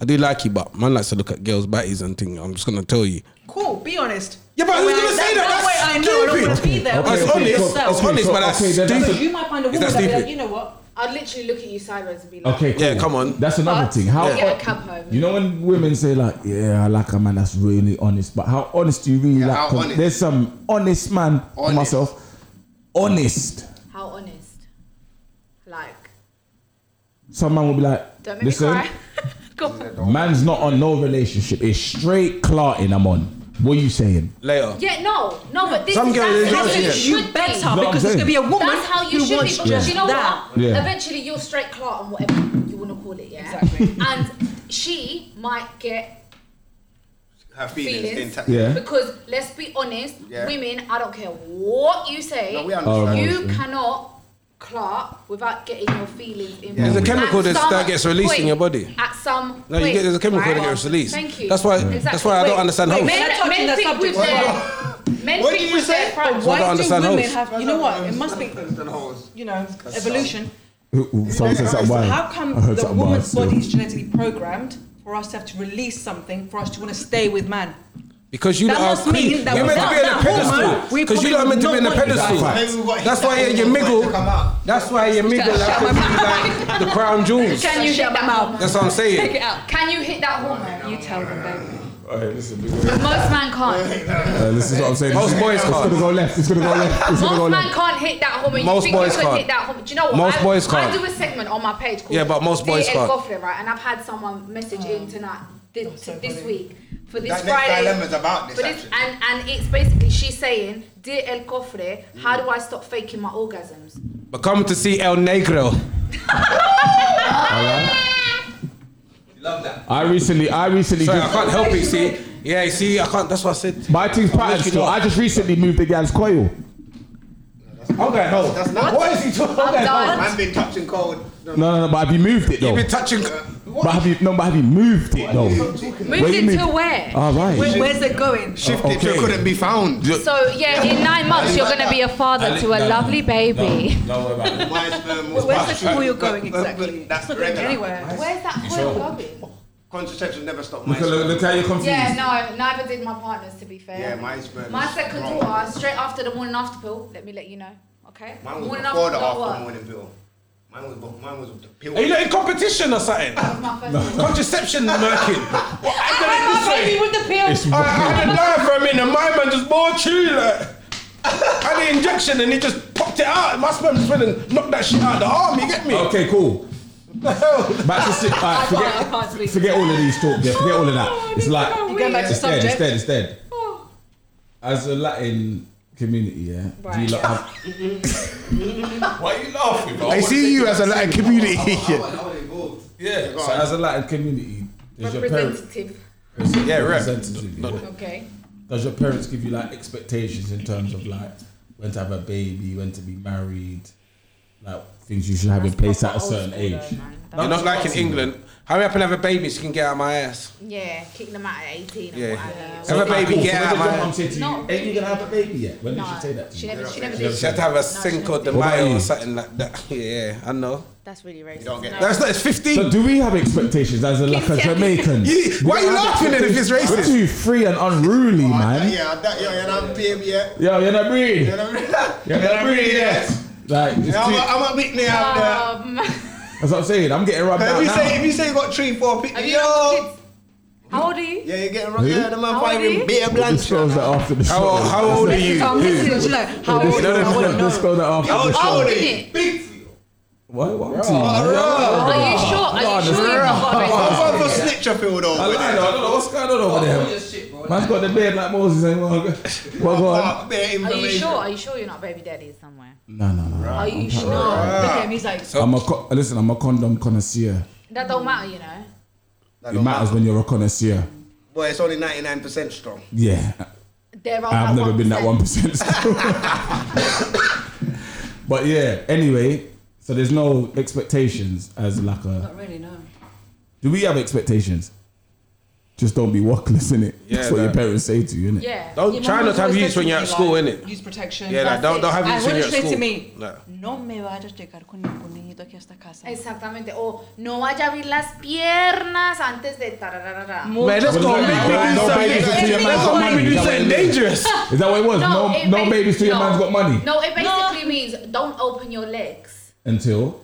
Speaker 2: I do like you, but man likes to look at girls' bodies and thing. I'm just gonna tell you.
Speaker 4: Cool, be honest.
Speaker 2: Yeah, but
Speaker 4: That
Speaker 2: who's
Speaker 4: way I-
Speaker 2: gonna say that?
Speaker 4: That way I
Speaker 2: That's
Speaker 4: know I don't want to
Speaker 2: stupid.
Speaker 4: be there.
Speaker 2: Okay,
Speaker 4: But
Speaker 2: it's
Speaker 4: it's
Speaker 2: honest.
Speaker 4: yourself.
Speaker 2: It's honest, but that's
Speaker 8: okay, then that's
Speaker 2: stupid.
Speaker 4: You might find a
Speaker 2: Is
Speaker 4: woman
Speaker 2: that
Speaker 4: that be like,
Speaker 2: stupid?
Speaker 4: you know what?
Speaker 7: I'd literally look at you sideways and be like,
Speaker 8: Okay,
Speaker 2: Yeah,
Speaker 8: cool.
Speaker 2: come on.
Speaker 8: That's another thing. How
Speaker 7: I'll get a cab home.
Speaker 8: You know when women say like, "Yeah, I like a man that's really honest," but how honest do you really like?
Speaker 5: how
Speaker 8: 'Cause
Speaker 5: honest?
Speaker 8: There's some honest man
Speaker 5: Honest.
Speaker 8: myself, honest.
Speaker 7: How honest? Like,
Speaker 8: Some man will be like,
Speaker 7: don't make
Speaker 8: "Listen,
Speaker 7: me cry. Go on.
Speaker 8: man's not on no relationship. It's straight clarting I'm on." What are you saying?
Speaker 2: Later.
Speaker 7: Yeah, no, no, but this
Speaker 2: Some
Speaker 7: is
Speaker 2: girls
Speaker 7: that's
Speaker 2: enjoy
Speaker 7: how
Speaker 2: it.
Speaker 7: you
Speaker 4: You
Speaker 7: should
Speaker 4: better
Speaker 7: be.
Speaker 8: what I'm
Speaker 4: because there's gonna be a
Speaker 8: saying.
Speaker 4: woman
Speaker 7: That's how you
Speaker 4: who
Speaker 7: should be
Speaker 4: wants
Speaker 7: because you know
Speaker 4: that.
Speaker 7: what?
Speaker 8: Yeah.
Speaker 7: Eventually, you're straight clerk and whatever you want to call it, yeah.
Speaker 4: Exactly.
Speaker 7: and she might get
Speaker 5: Her feelings
Speaker 7: feelings
Speaker 5: intact.
Speaker 7: because let's be honest,
Speaker 5: Yeah.
Speaker 7: women. I don't care what you say.
Speaker 5: No,
Speaker 2: Oh,
Speaker 5: we understand.
Speaker 7: you
Speaker 8: emotion.
Speaker 7: cannot clerk without getting your feelings involved.
Speaker 2: There's a
Speaker 7: At
Speaker 2: chemical that's-
Speaker 7: some
Speaker 2: that gets released in
Speaker 7: point-
Speaker 2: your body.
Speaker 7: At some
Speaker 2: No, you
Speaker 7: point,
Speaker 2: get there's a chemical
Speaker 7: right?
Speaker 2: that gets released.
Speaker 7: Thank you.
Speaker 2: That's why.
Speaker 7: Exactly.
Speaker 2: That's why I don't understand
Speaker 4: wait,
Speaker 2: how.
Speaker 4: men-
Speaker 7: Men, men
Speaker 4: touching the
Speaker 7: think with
Speaker 4: subject.
Speaker 7: their men
Speaker 5: What
Speaker 7: think
Speaker 5: did you
Speaker 7: with their
Speaker 5: say?
Speaker 8: Oh,
Speaker 2: I
Speaker 7: friends.
Speaker 2: don't
Speaker 4: Why do
Speaker 2: understand
Speaker 4: women
Speaker 2: hoes.
Speaker 4: have? You know what? It must be. You know, evolution.
Speaker 8: Someone said something wild.
Speaker 4: How
Speaker 8: I
Speaker 4: come
Speaker 8: heard
Speaker 4: the
Speaker 8: something wild
Speaker 4: woman's
Speaker 8: still.
Speaker 4: body is genetically programmed for us to have to release something for us to want to stay with man?
Speaker 2: Because you
Speaker 4: That
Speaker 2: lot are
Speaker 4: must mean
Speaker 2: creep.
Speaker 4: that
Speaker 2: You're meant to
Speaker 4: without
Speaker 2: be on
Speaker 4: that
Speaker 2: a
Speaker 4: hormone,
Speaker 2: pedestal.
Speaker 4: we
Speaker 2: Because you lot are meant
Speaker 4: probably
Speaker 2: to be on a
Speaker 4: would not want
Speaker 2: pedestal.
Speaker 8: you guys.
Speaker 5: Maybe we got
Speaker 2: That's
Speaker 5: hit
Speaker 2: why
Speaker 5: that
Speaker 2: you
Speaker 5: hormone
Speaker 2: miggle.
Speaker 5: to come out.
Speaker 2: That's why you miggle.
Speaker 4: shut my
Speaker 2: That's like the crown jewels.
Speaker 7: Can you hit that hormone?
Speaker 2: That's what I'm saying.
Speaker 4: out.
Speaker 7: Can you hit that hormone? You tell them, baby.
Speaker 8: Alright, listen, big
Speaker 7: Most man can't.
Speaker 8: Uh, this is what I'm saying.
Speaker 2: Most
Speaker 8: This is-
Speaker 2: boys
Speaker 8: it's
Speaker 2: can't.
Speaker 8: gonna go left. It's gonna go left. It's gonna go
Speaker 7: Most man
Speaker 8: left.
Speaker 7: can't hit that hormone. You
Speaker 2: Most
Speaker 7: think
Speaker 2: boys
Speaker 7: you could
Speaker 2: can't.
Speaker 7: hit that hormone? Do you know what?
Speaker 2: Most
Speaker 7: I,
Speaker 2: boys
Speaker 7: I
Speaker 2: can't.
Speaker 7: do a segment on my page called
Speaker 2: Yeah, but most boys
Speaker 7: DL
Speaker 2: can't.
Speaker 7: Goffrey, right? And I've had someone message in tonight this, this week for this
Speaker 5: That next
Speaker 7: Friday.
Speaker 5: dilemma's about this,
Speaker 7: for this-
Speaker 5: actually.
Speaker 7: and and it's basically she's saying, "Dear El Cofre, how do I stop faking my orgasms?"
Speaker 2: But come to see El Negro.
Speaker 8: I recently, I recently
Speaker 2: Sorry, I
Speaker 8: just.
Speaker 2: can't help it. See, yeah, you see, I can't. That's what I said.
Speaker 8: My thing's pattern
Speaker 2: literally
Speaker 8: still.
Speaker 2: not-
Speaker 8: I just recently moved the gal's coil.
Speaker 2: I'm going home.
Speaker 5: That's not.
Speaker 2: What is he talking
Speaker 7: I'm
Speaker 2: about?
Speaker 7: done.
Speaker 5: Man been touching cold. No,
Speaker 8: No, no, no, but have you moved it though?
Speaker 2: You've been touching.
Speaker 8: But have you no? But have you moved it though?
Speaker 7: Moved
Speaker 8: you
Speaker 7: it to where?
Speaker 2: Uh,
Speaker 8: All right.
Speaker 7: Where- where's it going?
Speaker 5: Shifted so it couldn't be found.
Speaker 7: So yeah, in nine months you're gonna be a father to a lovely baby.
Speaker 2: No, no, no.
Speaker 5: My sperm
Speaker 7: Well,
Speaker 5: um, was
Speaker 7: where's the
Speaker 5: passed
Speaker 7: coil
Speaker 5: through.
Speaker 7: going
Speaker 5: But- but-
Speaker 7: exactly?
Speaker 5: but That's
Speaker 7: not going
Speaker 5: regular.
Speaker 7: anywhere. Where's that
Speaker 5: It's
Speaker 7: coil
Speaker 5: all-
Speaker 7: going?
Speaker 5: Contraception never stopped my
Speaker 8: Look, at- look, look how you're confused.
Speaker 7: Yeah, no, neither did my partners to be fair.
Speaker 5: Yeah, mine's been
Speaker 7: My second
Speaker 5: wrong.
Speaker 7: daughter, straight after the morning after pill, let me let you know. Okay?
Speaker 5: Mine was
Speaker 7: morning
Speaker 5: before the
Speaker 7: pill,
Speaker 5: after
Speaker 7: what?
Speaker 5: morning pill. Mine was, bef- mine was the pill.
Speaker 2: Are you not in competition or something?
Speaker 7: My first
Speaker 2: Contraception lurking. What, I done it this way.
Speaker 7: with the pill.
Speaker 4: Oh,
Speaker 2: I, I had a knife for a minute, my man just bore true like. I had the injection and he just popped it out. My sperm just went and knocked that shit out of the arm, you get me?
Speaker 8: Okay, cool. Back to si- all right,
Speaker 7: I can't
Speaker 8: forget,
Speaker 7: speak.
Speaker 8: forget all of these talk. Yeah, forget all of
Speaker 4: Oh,
Speaker 8: that. It's like
Speaker 7: You're going back to
Speaker 8: it's dead. It's
Speaker 7: subject.
Speaker 8: dead. It's dead. As a Latin community, yeah. Do you
Speaker 7: Right.
Speaker 8: lot have?
Speaker 18: Why are you laughing, bro?
Speaker 5: I see you as a Latin community.
Speaker 18: Yeah.
Speaker 8: So as a Latin community, does your parents?
Speaker 7: Representative.
Speaker 8: Yeah, representative. yeah.
Speaker 7: Okay.
Speaker 8: Does your parents give you like expectations in terms of like when to have a baby, when to be married, like things you should have in place at a certain age?
Speaker 2: You're not like in England. Hurry up and have a baby so you can get out of my ass.
Speaker 7: Yeah, kick them out at 18 and
Speaker 2: Yeah.
Speaker 7: what have you.
Speaker 2: Have a baby,
Speaker 8: Cool,
Speaker 2: get
Speaker 8: so
Speaker 2: out of
Speaker 8: when did
Speaker 2: my
Speaker 8: your mum say to you,
Speaker 7: Not
Speaker 8: ain't you gonna have a baby yet? When
Speaker 7: No,
Speaker 8: did she say that to you?
Speaker 7: she never, she never
Speaker 2: You
Speaker 7: did.
Speaker 2: have to have a
Speaker 7: No, she
Speaker 2: Cinco
Speaker 7: never
Speaker 2: de
Speaker 7: did.
Speaker 2: Mayo or something like that. Yeah, I know.
Speaker 7: That's really racist.
Speaker 5: don't get
Speaker 7: No.
Speaker 2: That's not, it's 15.
Speaker 8: So do we have expectations as a like a Jamaican?
Speaker 2: You- why
Speaker 8: We
Speaker 2: you
Speaker 8: have
Speaker 2: laughing then if it's
Speaker 8: expectations.
Speaker 2: racist?
Speaker 8: We're too free and unruly, man.
Speaker 5: Yeah, that, yo, you're not paying me yet.
Speaker 8: Yo, you're not breed.
Speaker 5: You're not-
Speaker 8: You're not breed yet. Like, it's
Speaker 5: I'm, a,
Speaker 8: too,
Speaker 5: I'm a bit near out there.
Speaker 7: Um,
Speaker 8: that's what I'm saying. I'm getting rubbed
Speaker 5: If
Speaker 8: out
Speaker 5: you say if
Speaker 8: now.
Speaker 5: you say you got three, four, pick,
Speaker 7: have you
Speaker 5: yo.
Speaker 7: got kids? How old are you?
Speaker 5: Yeah, you're getting wrong.
Speaker 8: Who?
Speaker 5: Yeah, the man
Speaker 7: How old are you?
Speaker 5: fighting beer
Speaker 8: This
Speaker 5: blanch.
Speaker 8: girl's that after the show.
Speaker 2: How, how old are you?
Speaker 4: I'm listening to you like, how old
Speaker 8: This
Speaker 4: are you? I
Speaker 8: girl's
Speaker 4: wanna
Speaker 8: that- this
Speaker 4: know.
Speaker 8: girl's that after the
Speaker 5: How
Speaker 8: show.
Speaker 5: old are
Speaker 7: Isn't
Speaker 5: you? Big.
Speaker 8: What? What? Oh.
Speaker 7: Are you sure? Are you sure you've not got a baby?
Speaker 5: I'm going for snitch, I feel though.
Speaker 8: I lied, I don't know what's going on over there. Man's got the beard like Moses and what? What? what?
Speaker 5: Ah, bare
Speaker 7: Are you
Speaker 5: information.
Speaker 7: sure? Are you sure you're not baby daddy somewhere?
Speaker 8: No, no, no.
Speaker 7: Are you sure? Look at him. He's like,
Speaker 8: I'm a co- listen. I'm a condom connoisseur.
Speaker 7: that don't matter, you know.
Speaker 5: That
Speaker 8: It
Speaker 5: don't
Speaker 8: matters when you're a connoisseur.
Speaker 5: Well, it's only 99% strong.
Speaker 8: Yeah, I've
Speaker 7: There are. Oh, that
Speaker 8: never been that
Speaker 7: 1%.
Speaker 8: one percent. but yeah. Anyway, so there's no expectations as like a.
Speaker 4: Not really, no.
Speaker 8: Do we have expectations? Just don't be workless in it.
Speaker 2: Yeah,
Speaker 8: That's what your
Speaker 2: that-
Speaker 8: parents say to you, innit?
Speaker 7: Yeah.
Speaker 2: Don't
Speaker 4: Your
Speaker 2: try
Speaker 4: mum
Speaker 2: not to have
Speaker 4: always
Speaker 2: use
Speaker 4: said
Speaker 2: when
Speaker 4: to
Speaker 2: you're
Speaker 4: me,
Speaker 2: at school,
Speaker 4: like,
Speaker 2: innit?
Speaker 4: Use protection.
Speaker 2: Yeah, like, don't, don't have
Speaker 4: And
Speaker 2: use when
Speaker 4: when
Speaker 2: you're
Speaker 4: she
Speaker 2: at
Speaker 4: said
Speaker 2: school.
Speaker 4: to me,
Speaker 2: No.
Speaker 4: no me vayas a llegar con ningún niñito aquí a esta casa.
Speaker 7: Exactamente. O no vaya a abrir las piernas antes de tararara.
Speaker 4: Mucho.
Speaker 2: Man, that's gonna make me do
Speaker 8: No babies
Speaker 2: something.
Speaker 8: until your
Speaker 2: That's
Speaker 8: man's got
Speaker 2: gonna
Speaker 8: money.
Speaker 2: make me
Speaker 8: Is
Speaker 2: do
Speaker 8: that what
Speaker 2: something
Speaker 8: it is?
Speaker 2: dangerous.
Speaker 8: Is that what it was? No,
Speaker 7: it
Speaker 8: no,
Speaker 7: basi-
Speaker 8: babies till your
Speaker 7: eh, no.
Speaker 8: man's got money.
Speaker 7: No, it basically means don't open your legs
Speaker 8: Until.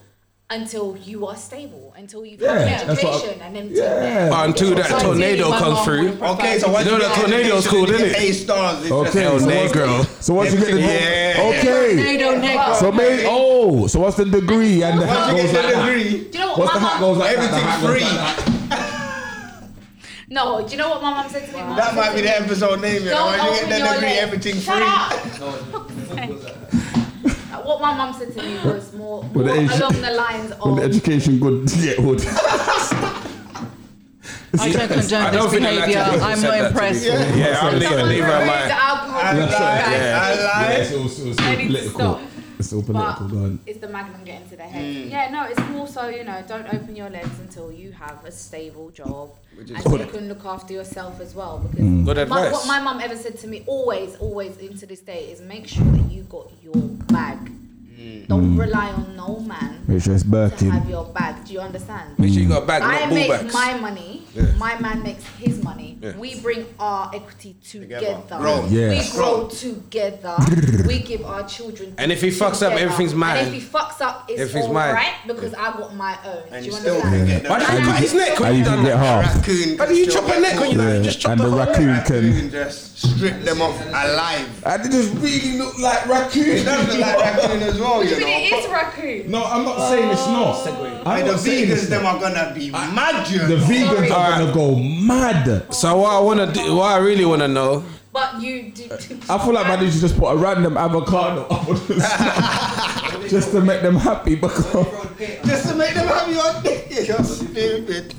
Speaker 7: until you are stable, until you've
Speaker 8: Yeah,
Speaker 7: had
Speaker 8: that's what I-
Speaker 7: education, and then take
Speaker 8: Yeah.
Speaker 7: that.
Speaker 2: Until that
Speaker 4: Ideally,
Speaker 2: tornado
Speaker 4: my
Speaker 2: comes
Speaker 4: mum
Speaker 2: through.
Speaker 4: would prefer-
Speaker 5: Okay, so what
Speaker 2: You know that tornado's cool, innit?
Speaker 5: Eight stars. it's
Speaker 8: Okay,
Speaker 5: just-
Speaker 2: El
Speaker 8: so what's-
Speaker 2: Negro.
Speaker 8: So once you get the
Speaker 5: Yeah.
Speaker 8: okay,
Speaker 4: Tornado negro.
Speaker 8: so maybe oh, so what's the degree and the hat
Speaker 5: Once you
Speaker 8: goes
Speaker 5: get
Speaker 8: like
Speaker 5: the
Speaker 8: that.
Speaker 5: degree,
Speaker 7: Do you know what
Speaker 8: What's
Speaker 7: my
Speaker 8: the hat
Speaker 7: mum-
Speaker 8: goes like that? the
Speaker 5: everything
Speaker 8: hat goes
Speaker 5: free.
Speaker 8: like that.
Speaker 7: No, do you know what my mum said to me? My
Speaker 5: That
Speaker 7: mum
Speaker 5: might be
Speaker 7: said
Speaker 5: the episode name, you know.
Speaker 7: Don't
Speaker 5: Once you
Speaker 7: open
Speaker 5: get the
Speaker 7: your
Speaker 5: degree,
Speaker 7: legs.
Speaker 5: everything
Speaker 7: Shut
Speaker 5: free.
Speaker 7: up. Uh, What my mum said to me was more, more
Speaker 8: With the edu-
Speaker 7: along the lines
Speaker 8: When the
Speaker 7: of.
Speaker 8: education good get old.
Speaker 4: I don't condone
Speaker 2: I don't
Speaker 4: this
Speaker 2: think I like
Speaker 4: behavior.
Speaker 2: to be
Speaker 4: I'm
Speaker 2: said
Speaker 4: not
Speaker 2: that to
Speaker 4: impressed.
Speaker 2: me. Yeah, I'm
Speaker 7: Someone
Speaker 2: leaving. Leave her
Speaker 7: removed
Speaker 2: alone.
Speaker 7: the alcohol from
Speaker 5: I
Speaker 7: the
Speaker 5: lied.
Speaker 7: bag.
Speaker 5: I lied.
Speaker 8: it's all, it's all, it's
Speaker 7: I
Speaker 8: all
Speaker 7: need to
Speaker 8: political.
Speaker 7: stop.
Speaker 8: It's all political. Go
Speaker 7: But
Speaker 8: on.
Speaker 7: it's the magnum getting to the head. Yeah, no, it's more so, you know, don't open your legs until you have a stable job
Speaker 5: Which is
Speaker 7: and
Speaker 5: good.
Speaker 7: you can look after yourself as well. Because
Speaker 8: Mm.
Speaker 2: Good
Speaker 7: my,
Speaker 2: advice.
Speaker 7: what my mum ever said to me always, always into this day is make sure that you got your bag. Don't rely on no man
Speaker 8: Mm. Make sure it's
Speaker 7: to have
Speaker 8: Birkin.
Speaker 7: your bag. Do you understand?
Speaker 2: Make sure you got a bag,
Speaker 7: I
Speaker 2: not ball
Speaker 7: make
Speaker 2: bags.
Speaker 7: my money. My man makes his money.
Speaker 2: Yeah.
Speaker 7: We bring our equity together.
Speaker 5: Grow.
Speaker 8: Yes.
Speaker 7: We grow together. we give our children.
Speaker 2: And if he fucks up,
Speaker 7: together.
Speaker 2: everything's mine.
Speaker 7: And if he fucks up, it's
Speaker 2: Everything's
Speaker 7: all
Speaker 2: mine.
Speaker 7: right because I got my own.
Speaker 5: And
Speaker 7: Do
Speaker 5: you
Speaker 7: you
Speaker 5: still can
Speaker 7: understand?
Speaker 5: get
Speaker 2: Why
Speaker 5: the
Speaker 2: did you cut his neck
Speaker 8: And
Speaker 2: when
Speaker 8: you
Speaker 2: you
Speaker 8: can
Speaker 2: done
Speaker 8: get
Speaker 2: that?
Speaker 8: half.
Speaker 5: raccoon.
Speaker 2: How do you chop a neck when you like, you just chop
Speaker 8: And
Speaker 2: the
Speaker 8: the
Speaker 2: whole neck?
Speaker 8: raccoon can.
Speaker 5: Raccoon just strip them off alive.
Speaker 8: And it just really look like raccoon.
Speaker 5: It does look like raccoon as well, you
Speaker 7: But it
Speaker 5: know.
Speaker 7: is raccoon.
Speaker 8: No, I'm not saying it's not. I'm
Speaker 5: And the
Speaker 8: not saying it's
Speaker 5: vegans, them
Speaker 8: not.
Speaker 5: are gonna be mad, you
Speaker 8: The
Speaker 5: know.
Speaker 8: vegans are gonna go mad.
Speaker 2: So what I wanna do, what I really wanna know,
Speaker 7: But you do.
Speaker 8: I feel like I need to just put a random avocado up on the side just to make them happy because
Speaker 5: Just to make them have your dick. You're stupid.